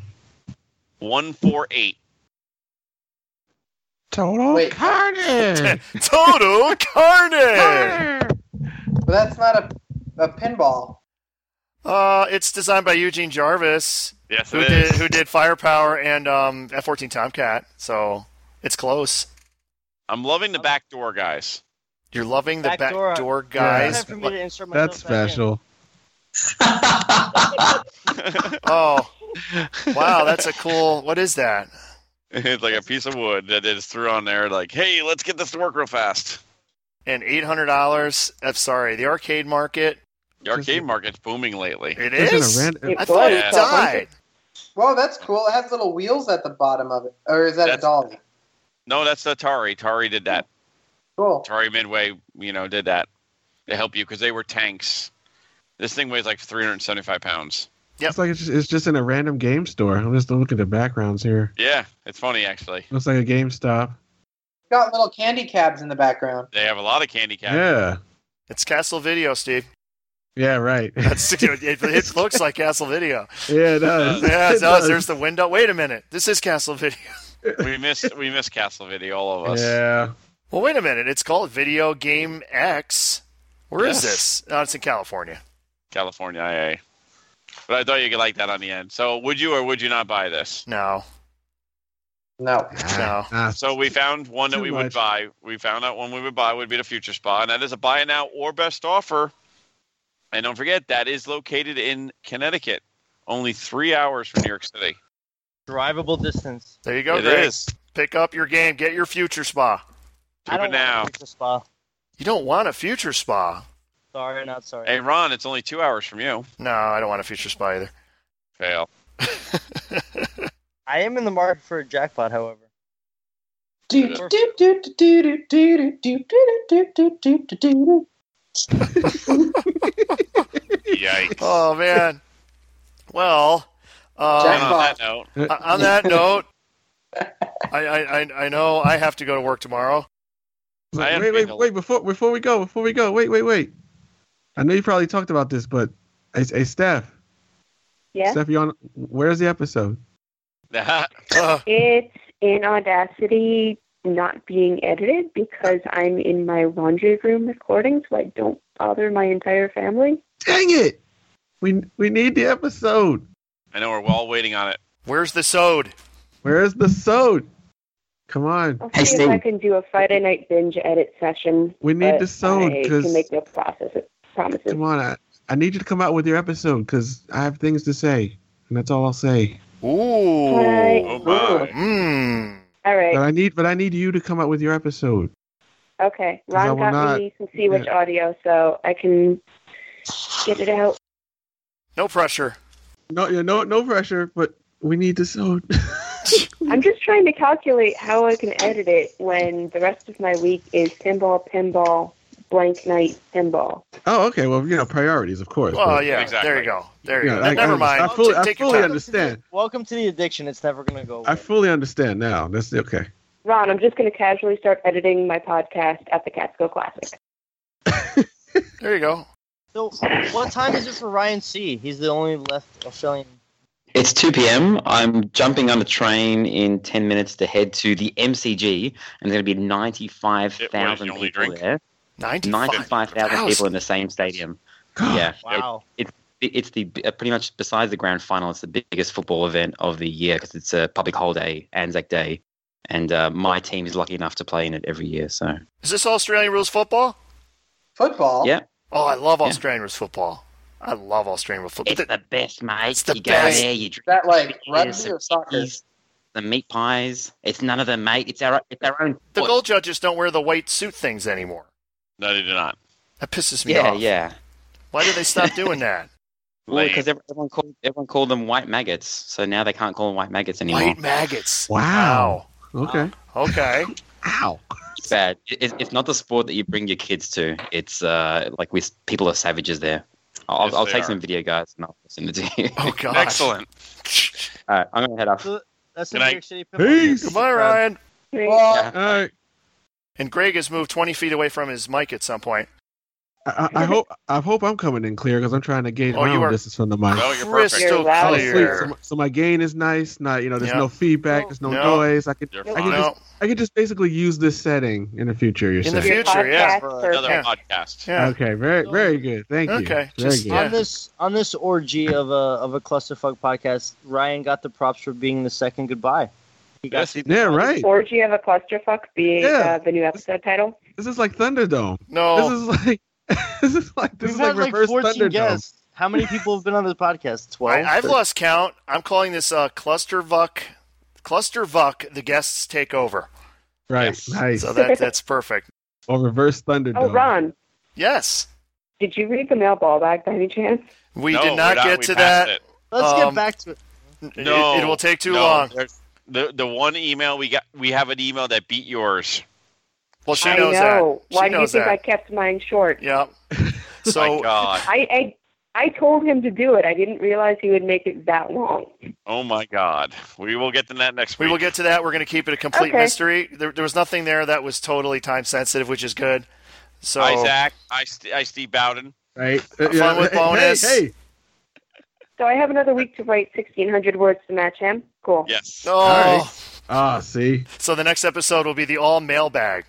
[SPEAKER 4] 148.
[SPEAKER 14] Total
[SPEAKER 7] Wait.
[SPEAKER 14] carnage.
[SPEAKER 3] Total carnage.
[SPEAKER 7] But that's not a, a pinball.
[SPEAKER 3] Uh, it's designed by Eugene Jarvis.
[SPEAKER 4] Yes,
[SPEAKER 3] who
[SPEAKER 4] it
[SPEAKER 3] did
[SPEAKER 4] is.
[SPEAKER 3] who did Firepower and um, F-14 Tomcat. So it's close.
[SPEAKER 4] I'm loving the back door, guys.
[SPEAKER 3] You're loving the
[SPEAKER 6] Back
[SPEAKER 3] back,
[SPEAKER 6] door-
[SPEAKER 3] door,
[SPEAKER 6] Yeah,
[SPEAKER 3] guys.
[SPEAKER 6] for me to insert
[SPEAKER 14] That's
[SPEAKER 6] myself back in.
[SPEAKER 14] special.
[SPEAKER 3] oh, wow, that's a cool. What is that?
[SPEAKER 4] it's like a piece of wood that they just threw on there, like, hey, let's get this to work real fast.
[SPEAKER 3] And eight hundred dollars. I'm sorry, the arcade market.
[SPEAKER 4] The arcade market's booming lately.
[SPEAKER 3] It
[SPEAKER 14] It's in a
[SPEAKER 3] is.
[SPEAKER 14] random-
[SPEAKER 3] I thought it
[SPEAKER 4] Yeah.
[SPEAKER 3] died.
[SPEAKER 7] Whoa, that's cool. It has little wheels at the bottom of it. Or is that a
[SPEAKER 4] That's-
[SPEAKER 7] dolly?
[SPEAKER 4] No, that's the Atari. Atari did that.
[SPEAKER 7] Cool.
[SPEAKER 4] Atari Midway, you know, did that to help you because they were tanks. This thing weighs like 375 pounds.
[SPEAKER 3] Yep.
[SPEAKER 14] It's like it's just, it's just in a random game store. I'm just looking at the backgrounds here.
[SPEAKER 4] Yeah, it's funny actually.
[SPEAKER 14] Looks like a GameStop.
[SPEAKER 7] Got little candy cabs in the background.
[SPEAKER 4] They have a lot of candy
[SPEAKER 14] Yeah.
[SPEAKER 4] caps.
[SPEAKER 14] Yeah,
[SPEAKER 3] It's Castle Video, Steve.
[SPEAKER 14] right.
[SPEAKER 3] That's it, it looks like Castle Video.
[SPEAKER 14] yeah, it does.
[SPEAKER 3] Yeah, it does.
[SPEAKER 14] does.
[SPEAKER 3] There's the window. Wait a minute. This is Castle Video.
[SPEAKER 4] We missed we missed Castlevania, all of us.
[SPEAKER 14] Yeah.
[SPEAKER 3] Well, wait a minute. It's called Video Game X. Where is
[SPEAKER 4] Yes.
[SPEAKER 3] this? Oh, it's in California.
[SPEAKER 4] California IA. But I thought you could like that on the end. So would you or would you not buy this?
[SPEAKER 3] No.
[SPEAKER 7] No.
[SPEAKER 3] No.
[SPEAKER 14] Ah,
[SPEAKER 4] So we found one that
[SPEAKER 14] Too
[SPEAKER 4] we would
[SPEAKER 14] much.
[SPEAKER 4] buy. We found out one we would buy would be the future spot, and that is a buy now or best offer. And don't forget that is located in Connecticut, only three hours from New York City.
[SPEAKER 6] Drivable distance.
[SPEAKER 3] There you go,
[SPEAKER 4] It
[SPEAKER 3] Greg.
[SPEAKER 4] is.
[SPEAKER 3] Pick up your game. Get your future spa.
[SPEAKER 4] Do it now.
[SPEAKER 6] It's a spa.
[SPEAKER 3] You don't want a future spa.
[SPEAKER 6] Sorry, not sorry.
[SPEAKER 4] Hey Ron, it's only two hours from you.
[SPEAKER 3] No, I don't want a future spa either.
[SPEAKER 4] Fail.
[SPEAKER 6] I am in the market for a jackpot, however.
[SPEAKER 7] Do, do, do, do, do, do, do, do, do, do, do, do, do, do, do.
[SPEAKER 4] Yikes.
[SPEAKER 3] Oh man. Well,
[SPEAKER 4] And
[SPEAKER 3] uh,
[SPEAKER 4] on that note,
[SPEAKER 3] on on that note, I, I I- I know I have to go to work tomorrow.
[SPEAKER 4] I had
[SPEAKER 14] wait,
[SPEAKER 4] been
[SPEAKER 14] wait, wait! Before before we go, before we go, wait, wait, wait! I know you probably talked about this, but hey, hey Steph,
[SPEAKER 13] Yeah.
[SPEAKER 14] Steph, you on? Where's the episode?
[SPEAKER 3] Ugh.
[SPEAKER 13] It's in Audacity not being edited because I'm in my laundry room recording, so I don't bother my entire family.
[SPEAKER 14] Dang it! We we need the episode.
[SPEAKER 4] I know we're all waiting on it.
[SPEAKER 3] Where's the sode?
[SPEAKER 14] Where's the sode? Come on,
[SPEAKER 13] I'll see if I can do a Friday night binge edit session.
[SPEAKER 14] We need
[SPEAKER 13] but
[SPEAKER 14] the sound,
[SPEAKER 13] I
[SPEAKER 14] 'cause-
[SPEAKER 13] can make no process promises.
[SPEAKER 14] come on! I, I need you to come out with your episode because I have things to say, and that's all I'll say.
[SPEAKER 3] Ooh.
[SPEAKER 13] Hi.
[SPEAKER 4] Oh my.
[SPEAKER 3] Mmm.
[SPEAKER 13] All right.
[SPEAKER 14] But I need, but I need you to come out with your episode.
[SPEAKER 13] Okay.
[SPEAKER 14] 'Cause I
[SPEAKER 13] Ron
[SPEAKER 14] will
[SPEAKER 13] got
[SPEAKER 14] not-
[SPEAKER 13] me some Sea Witch audio, so I can get it out.
[SPEAKER 3] No pressure.
[SPEAKER 14] No, yeah, no, no pressure, but we need the sode.
[SPEAKER 13] I'm just trying to calculate how I can edit it when the rest of my week is pinball, pinball, blank night, pinball.
[SPEAKER 14] oh, okay. Well, you know, priorities, of course.
[SPEAKER 3] Well,
[SPEAKER 14] but-
[SPEAKER 3] Oh, yeah.
[SPEAKER 4] Exactly.
[SPEAKER 3] There you go. There you
[SPEAKER 14] Yeah,
[SPEAKER 3] go.
[SPEAKER 14] I-
[SPEAKER 3] Never
[SPEAKER 14] I-
[SPEAKER 3] mind.
[SPEAKER 14] I fully- I
[SPEAKER 3] Take your
[SPEAKER 14] fully
[SPEAKER 3] time.
[SPEAKER 14] understand.
[SPEAKER 6] Welcome to the addiction. It's never gonna go away.
[SPEAKER 14] I fully understand now. That's okay.
[SPEAKER 13] Ron, I'm just going to casually start editing my podcast at the Catskill Classic.
[SPEAKER 3] There you go.
[SPEAKER 6] So, what time is it for Ryan C? He's the only left Australian.
[SPEAKER 15] It's 2 p.m. I'm jumping on a train in 10 minutes to head to the MCG, and there's going to be
[SPEAKER 4] It was the
[SPEAKER 15] 95,000
[SPEAKER 4] only
[SPEAKER 15] people
[SPEAKER 4] drink.
[SPEAKER 15] there. 95,000 people in the same stadium. yeah.
[SPEAKER 6] Wow.
[SPEAKER 15] It's it's the uh, pretty much besides the grand final, it's the biggest football event of the year because it's a public holiday, Anzac Day, and uh, my team is lucky enough to play in it every year. So
[SPEAKER 3] Is this Australian rules football? Football?
[SPEAKER 15] yeah,
[SPEAKER 3] Oh, I love Australian rules football. I love Australian rules football.
[SPEAKER 15] It's the best, mate.
[SPEAKER 3] It's the
[SPEAKER 15] You go
[SPEAKER 3] best.
[SPEAKER 15] there, you drink
[SPEAKER 7] that like
[SPEAKER 15] beers,
[SPEAKER 7] rugby
[SPEAKER 15] some
[SPEAKER 7] or soccer?
[SPEAKER 15] cheese, the meat pies. It's none of them, mate. It's our it's our own.
[SPEAKER 3] The goal judges don't wear the white suit things anymore.
[SPEAKER 4] No, they do not.
[SPEAKER 3] That pisses me
[SPEAKER 15] Yeah,
[SPEAKER 3] off.
[SPEAKER 15] yeah.
[SPEAKER 3] Why do they stop doing that?
[SPEAKER 15] Well, because everyone called everyone called them white maggots, so now they can't call them white maggots anymore.
[SPEAKER 3] White maggots.
[SPEAKER 14] Okay.
[SPEAKER 3] Okay.
[SPEAKER 14] Ow.
[SPEAKER 15] It's bad. It, it- it's not the sport that you bring your kids to. It's uh, like we s- people are savages there. I'll,
[SPEAKER 4] Yes,
[SPEAKER 15] I'll
[SPEAKER 4] they
[SPEAKER 15] take
[SPEAKER 4] are.
[SPEAKER 15] some video guys and I'll send it to you.
[SPEAKER 3] Oh
[SPEAKER 4] God. Excellent.
[SPEAKER 15] All right, I'm gonna head off.
[SPEAKER 6] That's
[SPEAKER 15] Good
[SPEAKER 6] the
[SPEAKER 15] night.
[SPEAKER 6] New York City Pinball.
[SPEAKER 3] Peace. Goodbye, Ryan.
[SPEAKER 7] Well,
[SPEAKER 3] And Greg has moved 20 feet away from his mic at some point.
[SPEAKER 14] I, I I hope I hope I'm coming in clear because I'm trying to gauge
[SPEAKER 3] Oh,
[SPEAKER 14] my
[SPEAKER 3] you
[SPEAKER 14] own
[SPEAKER 3] are
[SPEAKER 14] distance from the mic.
[SPEAKER 3] Oh, you're perfect. crystal
[SPEAKER 14] Oh, sweet.
[SPEAKER 3] clear.
[SPEAKER 14] So, my, so my gain is nice. Not you know, there's
[SPEAKER 3] Yeah.
[SPEAKER 14] no feedback, there's no
[SPEAKER 3] No.
[SPEAKER 14] noise. I could,
[SPEAKER 3] You're
[SPEAKER 14] I
[SPEAKER 3] fine.
[SPEAKER 14] could just I could just basically use this setting in the future. You're
[SPEAKER 3] In the
[SPEAKER 14] saying.
[SPEAKER 3] future, yeah.
[SPEAKER 4] Another
[SPEAKER 3] Yeah.
[SPEAKER 4] podcast.
[SPEAKER 3] Yeah.
[SPEAKER 14] Okay, very very good. Thank you.
[SPEAKER 3] Okay,
[SPEAKER 14] very
[SPEAKER 3] just-
[SPEAKER 14] good.
[SPEAKER 3] yeah.
[SPEAKER 6] On this on this orgy of a of a clusterfuck podcast, Ryan got the props for being the second goodbye. He got the-
[SPEAKER 14] Yeah, right.
[SPEAKER 13] Orgy of a clusterfuck being
[SPEAKER 14] Yeah.
[SPEAKER 13] uh, the new episode title.
[SPEAKER 14] This is like Thunderdome.
[SPEAKER 3] No.
[SPEAKER 14] This is like this is like this
[SPEAKER 6] We've
[SPEAKER 14] is like
[SPEAKER 6] had like,
[SPEAKER 14] reverse
[SPEAKER 6] 14
[SPEAKER 14] Thunderdome.
[SPEAKER 6] guests. How many people have been on this podcast? Twelve.
[SPEAKER 3] I, I've lost count. I'm calling this uh, Clustervuck. Clustervuck, the guests take over.
[SPEAKER 14] Right. Nice.
[SPEAKER 3] So that that's perfect.
[SPEAKER 14] or reverse
[SPEAKER 13] Oh,
[SPEAKER 14] Thunderdome.
[SPEAKER 13] Ron,
[SPEAKER 3] Yes.
[SPEAKER 13] did you read the mail ball bag by any chance?
[SPEAKER 3] We
[SPEAKER 4] No,
[SPEAKER 3] did not
[SPEAKER 4] we're not.
[SPEAKER 3] get
[SPEAKER 4] We
[SPEAKER 3] to
[SPEAKER 4] passed
[SPEAKER 3] that.
[SPEAKER 4] it.
[SPEAKER 6] Let's
[SPEAKER 3] Um,
[SPEAKER 6] get back to it.
[SPEAKER 3] It-
[SPEAKER 4] No,
[SPEAKER 3] It, will take too
[SPEAKER 4] no.
[SPEAKER 3] long.
[SPEAKER 4] There's- The the one email we got, we have an email that beat yours.
[SPEAKER 3] Well, she
[SPEAKER 13] I
[SPEAKER 3] knows
[SPEAKER 13] know.
[SPEAKER 3] that.
[SPEAKER 13] Why
[SPEAKER 3] she
[SPEAKER 13] do you
[SPEAKER 3] knows
[SPEAKER 13] think I
[SPEAKER 3] that.
[SPEAKER 13] kept mine short?
[SPEAKER 3] Yeah.
[SPEAKER 4] My
[SPEAKER 3] So
[SPEAKER 4] God.
[SPEAKER 13] I, I I told him to do it. I didn't realize he would make it that long.
[SPEAKER 4] Oh my God. We will get to that next
[SPEAKER 3] we
[SPEAKER 4] week.
[SPEAKER 3] will get to that. We're going to keep it a complete
[SPEAKER 13] Okay.
[SPEAKER 3] mystery. There, there was nothing there that was totally time sensitive, which is good. So
[SPEAKER 4] Isaac, I, St- I Steve Bowden.
[SPEAKER 14] Right.
[SPEAKER 3] Have fun with
[SPEAKER 14] hey,
[SPEAKER 3] bonus.
[SPEAKER 14] Hey, hey.
[SPEAKER 13] So I have another week to write 1,600 words to match him. Cool.
[SPEAKER 4] Yes.
[SPEAKER 3] Oh.
[SPEAKER 14] Ah, see.
[SPEAKER 3] So the next episode will be the all mailbag.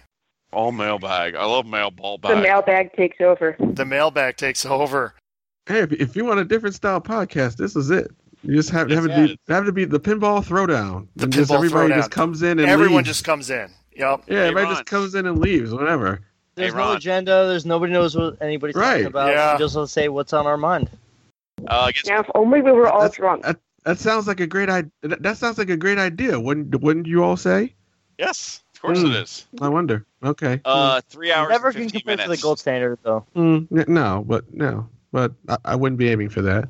[SPEAKER 4] All mailbag. I love mail ball
[SPEAKER 13] The
[SPEAKER 4] bag.
[SPEAKER 13] mailbag takes over.
[SPEAKER 3] The mailbag takes over.
[SPEAKER 14] Hey, if, if you want a different style podcast, this is it. You just have, have to be have to be the pinball throwdown.
[SPEAKER 3] The
[SPEAKER 14] and just
[SPEAKER 3] pinball
[SPEAKER 14] everybody
[SPEAKER 3] throwdown.
[SPEAKER 14] just comes in and
[SPEAKER 3] Everyone
[SPEAKER 14] leaves.
[SPEAKER 3] just comes in. Yep.
[SPEAKER 14] yeah, everybody just comes in and leaves. Whatever.
[SPEAKER 6] There's
[SPEAKER 4] Hey,
[SPEAKER 6] no
[SPEAKER 4] Ron.
[SPEAKER 6] agenda. There's nobody knows what anybody's
[SPEAKER 14] Right.
[SPEAKER 6] talking about.
[SPEAKER 3] Yeah.
[SPEAKER 6] We just want to say what's on our mind.
[SPEAKER 4] Uh, I guess
[SPEAKER 13] Now, if only we were all drunk.
[SPEAKER 14] That, that sounds like a great idea. That sounds like a great idea. Wouldn't wouldn't you all say?
[SPEAKER 4] Yes, of
[SPEAKER 14] Hmm.
[SPEAKER 4] course it is.
[SPEAKER 14] I wonder. Okay.
[SPEAKER 4] Uh, three hours.
[SPEAKER 6] Hmm. Never
[SPEAKER 4] and
[SPEAKER 6] can
[SPEAKER 4] 15
[SPEAKER 6] compare
[SPEAKER 4] minutes.
[SPEAKER 6] to the gold standard though.
[SPEAKER 14] Mm, n- no, but no, but I, I wouldn't be aiming for that.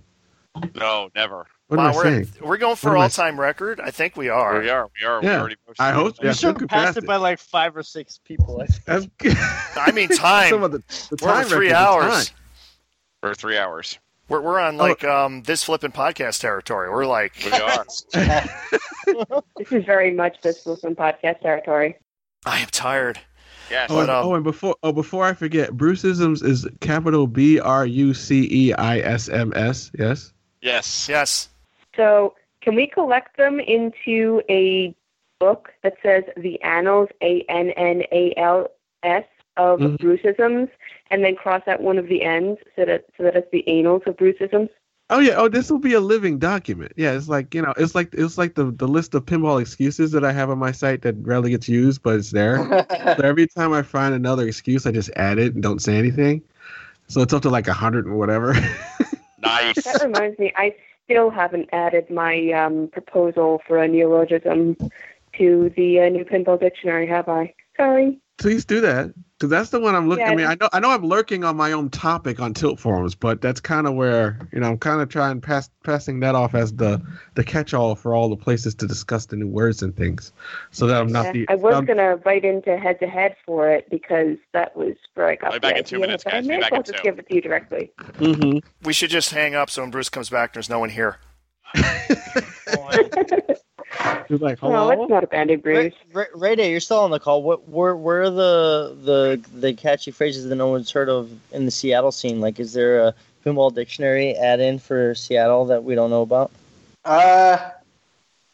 [SPEAKER 4] No, never.
[SPEAKER 14] What
[SPEAKER 3] wow,
[SPEAKER 14] am I
[SPEAKER 3] we're
[SPEAKER 14] saying?
[SPEAKER 3] we're going
[SPEAKER 14] What
[SPEAKER 3] for
[SPEAKER 14] am I
[SPEAKER 3] all time record. I think we are.
[SPEAKER 4] We are. We are. We
[SPEAKER 14] Yeah.
[SPEAKER 4] already posted.
[SPEAKER 14] I hope. Yeah,
[SPEAKER 6] you
[SPEAKER 14] who could pass
[SPEAKER 6] surpassed it by like five or six people. I think.
[SPEAKER 14] That's
[SPEAKER 3] I mean, time.
[SPEAKER 14] Some of the, the
[SPEAKER 3] We're over
[SPEAKER 14] time
[SPEAKER 3] three
[SPEAKER 14] records,
[SPEAKER 3] hours.
[SPEAKER 14] time. Oh.
[SPEAKER 4] For three hours.
[SPEAKER 3] We're, we're on like um, this flipping podcast territory. We're like,
[SPEAKER 4] We are.
[SPEAKER 13] This is very much this Wilson podcast territory.
[SPEAKER 3] I am tired.
[SPEAKER 4] yes.
[SPEAKER 14] Oh, and,
[SPEAKER 3] But, um,
[SPEAKER 14] oh, and before oh, before I forget, Bruceisms is capital B R U C E I S M S. Yes.
[SPEAKER 4] yes.
[SPEAKER 3] Yes.
[SPEAKER 13] So can we collect them into a book that says the Annals, A N N A L S, of
[SPEAKER 14] Mhm.
[SPEAKER 4] Mm-hmm.
[SPEAKER 13] Bruceisms, and then cross out one of the ends so that so that it's the Annals of Bruceisms?
[SPEAKER 14] Oh yeah. Oh, this will be a living document. Yeah, it's like you know, it's like it's like the the list of pinball excuses that I have on my site that rarely gets used, but it's there. so every time I find another excuse, I just add it and don't say anything. So it's up to like a hundred and whatever.
[SPEAKER 4] Nice.
[SPEAKER 13] That reminds me, I still haven't added my um, proposal for a neologism to the uh, new pinball dictionary, have I? Sorry.
[SPEAKER 14] Please do that because that's the one I'm looking. I
[SPEAKER 13] Yeah.
[SPEAKER 14] mean, I know I know I'm lurking on my own topic on tilt forums, but that's kind of where you know I'm kind of trying pass passing that off as the the catch-all for all the places to discuss the new words and things, so that I'm not
[SPEAKER 13] Yeah,
[SPEAKER 14] the.
[SPEAKER 13] I was
[SPEAKER 4] um,
[SPEAKER 14] I'm-
[SPEAKER 13] gonna write into head to head for it because that was where I got
[SPEAKER 4] Be back
[SPEAKER 13] the
[SPEAKER 4] in two
[SPEAKER 13] idea,
[SPEAKER 4] minutes,
[SPEAKER 13] but
[SPEAKER 4] guys.
[SPEAKER 13] I
[SPEAKER 4] Be
[SPEAKER 13] may as
[SPEAKER 4] back
[SPEAKER 13] well
[SPEAKER 4] in
[SPEAKER 13] just
[SPEAKER 4] two.
[SPEAKER 13] give it to you directly.
[SPEAKER 14] Mhm.
[SPEAKER 3] We should just hang up so when Bruce comes back, there's no one here.
[SPEAKER 14] He's like,
[SPEAKER 13] No,
[SPEAKER 14] hello.
[SPEAKER 13] it's not a bandit bruise.
[SPEAKER 6] Ray, Ray Day, you're still on the call. What where where are the the the catchy phrases that no one's heard of in the Seattle scene? Like, is there a pinball dictionary add-in for Seattle that we don't know about?
[SPEAKER 7] Uh,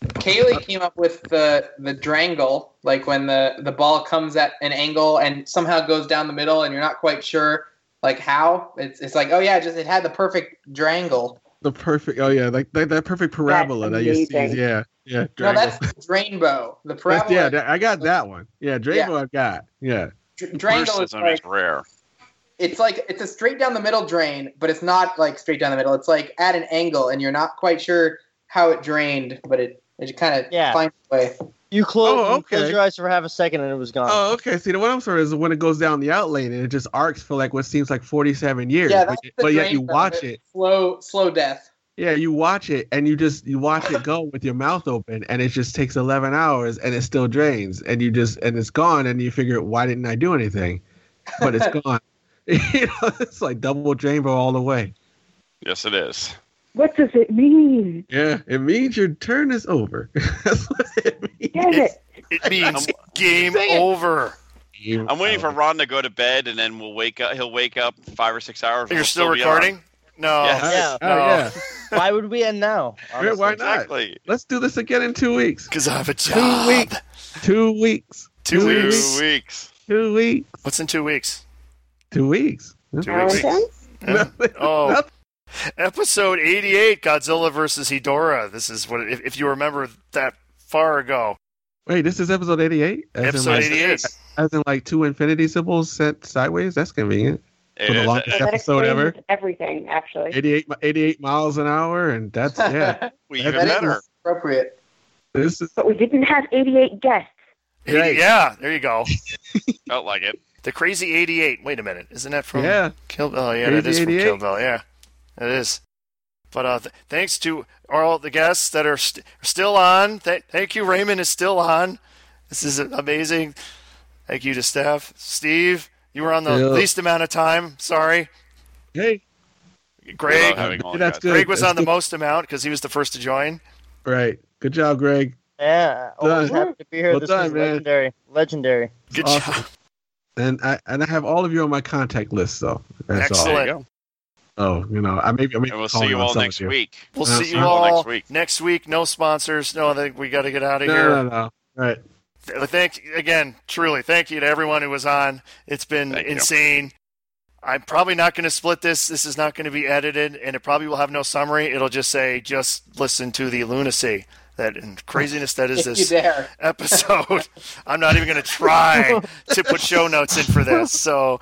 [SPEAKER 7] Kaylee came up with the the drangle, like when the the ball comes at an angle and somehow goes down the middle, and you're not quite sure like how. It's it's like oh yeah, just it had the perfect drangle.
[SPEAKER 14] the perfect. Oh yeah, like that, that perfect parabola that you see.
[SPEAKER 7] amazing.
[SPEAKER 14] Yeah, yeah.
[SPEAKER 7] No,
[SPEAKER 14] Drago.
[SPEAKER 7] that's Drainbow. The
[SPEAKER 14] That's-
[SPEAKER 7] parabola.
[SPEAKER 14] yeah, that- I got that one. Yeah, Drago,
[SPEAKER 7] Yeah.
[SPEAKER 14] I've got. Yeah,
[SPEAKER 7] Dr- Drainbow is like
[SPEAKER 4] rare.
[SPEAKER 7] it's like it's a straight down the middle drain, but it's not like straight down the middle. It's like at an angle, and you're not quite sure how it drained, but it it kind of
[SPEAKER 6] Yeah.
[SPEAKER 7] finds its way.
[SPEAKER 6] You close,
[SPEAKER 14] Oh,
[SPEAKER 6] you closed
[SPEAKER 14] okay.
[SPEAKER 6] your eyes for half a second and it was gone.
[SPEAKER 14] Oh, okay. See, the one I'm sorry is when it goes down the out lane and it just arcs for like what seems like 47 years.
[SPEAKER 7] Yeah,
[SPEAKER 14] but,
[SPEAKER 7] that's the
[SPEAKER 14] but yet
[SPEAKER 7] drain
[SPEAKER 14] you
[SPEAKER 7] from
[SPEAKER 14] watch
[SPEAKER 7] it.
[SPEAKER 14] it.
[SPEAKER 7] Slow slow death.
[SPEAKER 14] Yeah, you watch it and you just you watch it go with your mouth open and it just takes 11 hours and it still drains and you just and it's gone and you figure why didn't I do anything? But it's gone. you know, it's like double Jambo all the way.
[SPEAKER 4] Yes, it is.
[SPEAKER 13] What does it mean?
[SPEAKER 14] Yeah, it means your turn is over.
[SPEAKER 13] Get it.
[SPEAKER 3] It means game over.
[SPEAKER 4] I'm waiting for Ron to go to bed, and then we'll wake up. He'll wake up five or six hours.
[SPEAKER 3] You're
[SPEAKER 4] we'll
[SPEAKER 3] still
[SPEAKER 4] be on.
[SPEAKER 3] recording? No.
[SPEAKER 4] Yes.
[SPEAKER 14] Oh, yeah.
[SPEAKER 6] Why would we end now?
[SPEAKER 14] Yeah, why not?
[SPEAKER 4] Exactly.
[SPEAKER 14] Let's do this again in two weeks.
[SPEAKER 3] Because I have a
[SPEAKER 14] Two
[SPEAKER 3] job.
[SPEAKER 14] weeks. Two weeks.
[SPEAKER 3] Two weeks.
[SPEAKER 14] Two weeks. Two weeks.
[SPEAKER 3] What's in two weeks?
[SPEAKER 14] Two weeks.
[SPEAKER 3] Two weeks. Yeah. Oh. Episode 88 Godzilla versus Hedorah. This is what, if, if you remember that far ago.
[SPEAKER 14] Wait, this is episode 88? As in,
[SPEAKER 3] Episode
[SPEAKER 14] like-
[SPEAKER 3] 88.
[SPEAKER 14] As in, like, two infinity symbols set sideways? That's convenient.
[SPEAKER 4] It
[SPEAKER 14] For the
[SPEAKER 4] is.
[SPEAKER 14] longest
[SPEAKER 13] That
[SPEAKER 14] episode ever.
[SPEAKER 13] explains Everything, actually.
[SPEAKER 14] 88, mi- 88 miles an hour, and that's, yeah.
[SPEAKER 4] we
[SPEAKER 14] That's-
[SPEAKER 7] That is appropriate.
[SPEAKER 14] This is,
[SPEAKER 13] But we didn't have 88 guests.
[SPEAKER 14] Right.
[SPEAKER 3] Yeah, there you go.
[SPEAKER 4] Felt like it.
[SPEAKER 3] The Crazy 88. Wait a minute. Isn't that from
[SPEAKER 14] Yeah.
[SPEAKER 3] Kill Bill? Oh, yeah, that is
[SPEAKER 14] Crazy
[SPEAKER 3] from Kill
[SPEAKER 14] 88.
[SPEAKER 3] Bill. Yeah, it is. But uh, th- thanks to all the guests that are st- still on. Th- thank you, Raymond is still on. This is amazing. Thank you to Steph. Steve, you were on the
[SPEAKER 14] Yeah.
[SPEAKER 3] least amount of time. Sorry.
[SPEAKER 14] hey,
[SPEAKER 3] Greg.
[SPEAKER 4] having all
[SPEAKER 14] That's the guys. good.
[SPEAKER 3] Greg was
[SPEAKER 14] That's
[SPEAKER 3] on the
[SPEAKER 14] good.
[SPEAKER 3] most amount because he was the first to join.
[SPEAKER 14] right. Good job, Greg.
[SPEAKER 6] Yeah, always
[SPEAKER 14] Done.
[SPEAKER 6] happy to be here.
[SPEAKER 14] Well
[SPEAKER 6] this
[SPEAKER 14] done,
[SPEAKER 6] was
[SPEAKER 14] man.
[SPEAKER 6] legendary. Legendary.
[SPEAKER 3] Good
[SPEAKER 14] Awesome.
[SPEAKER 3] job.
[SPEAKER 14] And I and I have all of you on my contact list, so that's all.
[SPEAKER 3] Excellent.
[SPEAKER 4] There you go.
[SPEAKER 14] Oh, you know, I maybe I may
[SPEAKER 4] And we'll
[SPEAKER 14] call
[SPEAKER 4] see you
[SPEAKER 14] on
[SPEAKER 4] all
[SPEAKER 14] some of
[SPEAKER 4] next
[SPEAKER 14] you. Uh,
[SPEAKER 4] week.
[SPEAKER 3] We'll
[SPEAKER 14] Yeah,
[SPEAKER 3] see you
[SPEAKER 14] sure.
[SPEAKER 3] all
[SPEAKER 4] Next
[SPEAKER 3] next
[SPEAKER 4] week.
[SPEAKER 3] week. No sponsors. No, I think we got to get out of
[SPEAKER 14] No,
[SPEAKER 3] here.
[SPEAKER 14] no, no. All right.
[SPEAKER 3] Th- Thank again, truly. Thank you to everyone who was on. It's been
[SPEAKER 4] Thank you.
[SPEAKER 3] insane. I'm probably not going to split this. This is not going to be edited, and it probably will have no summary. It'll just say, "Just listen to the lunacy that and craziness that is
[SPEAKER 7] If
[SPEAKER 3] this."
[SPEAKER 7] you dare.
[SPEAKER 3] episode. I'm not even going to try to put show notes in for this. So,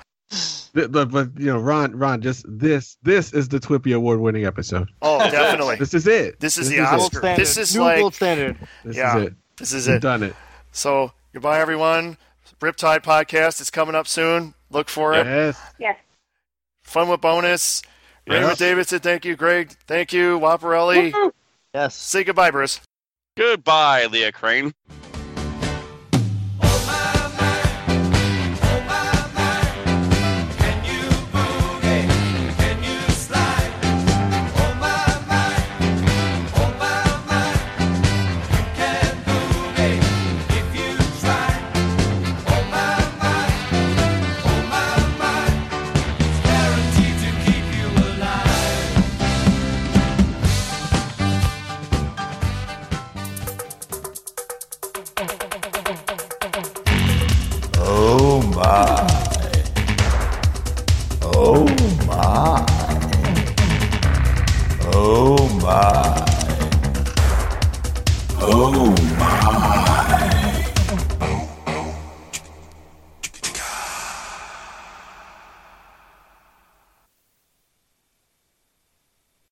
[SPEAKER 14] Th- But, but you know, Ron, Ron, just this, this is the Twippy award-winning episode.
[SPEAKER 3] oh, definitely.
[SPEAKER 14] This is it.
[SPEAKER 3] This is the
[SPEAKER 14] it.
[SPEAKER 3] Oscar. This is like
[SPEAKER 6] standard.
[SPEAKER 14] This
[SPEAKER 3] yeah,
[SPEAKER 14] is it.
[SPEAKER 3] this is
[SPEAKER 14] We've
[SPEAKER 3] it.
[SPEAKER 14] Done it.
[SPEAKER 3] So, goodbye everyone. Riptide podcast is coming up soon. Look for it.
[SPEAKER 14] Yes.
[SPEAKER 13] Yes.
[SPEAKER 3] Fun with bonus. Raymond Davidson, thank you. Greg, thank you. Waparelli,
[SPEAKER 6] Yes.
[SPEAKER 3] say goodbye, Bruce.
[SPEAKER 4] Goodbye, Leah Crane.
[SPEAKER 16] Oh my. Oh my.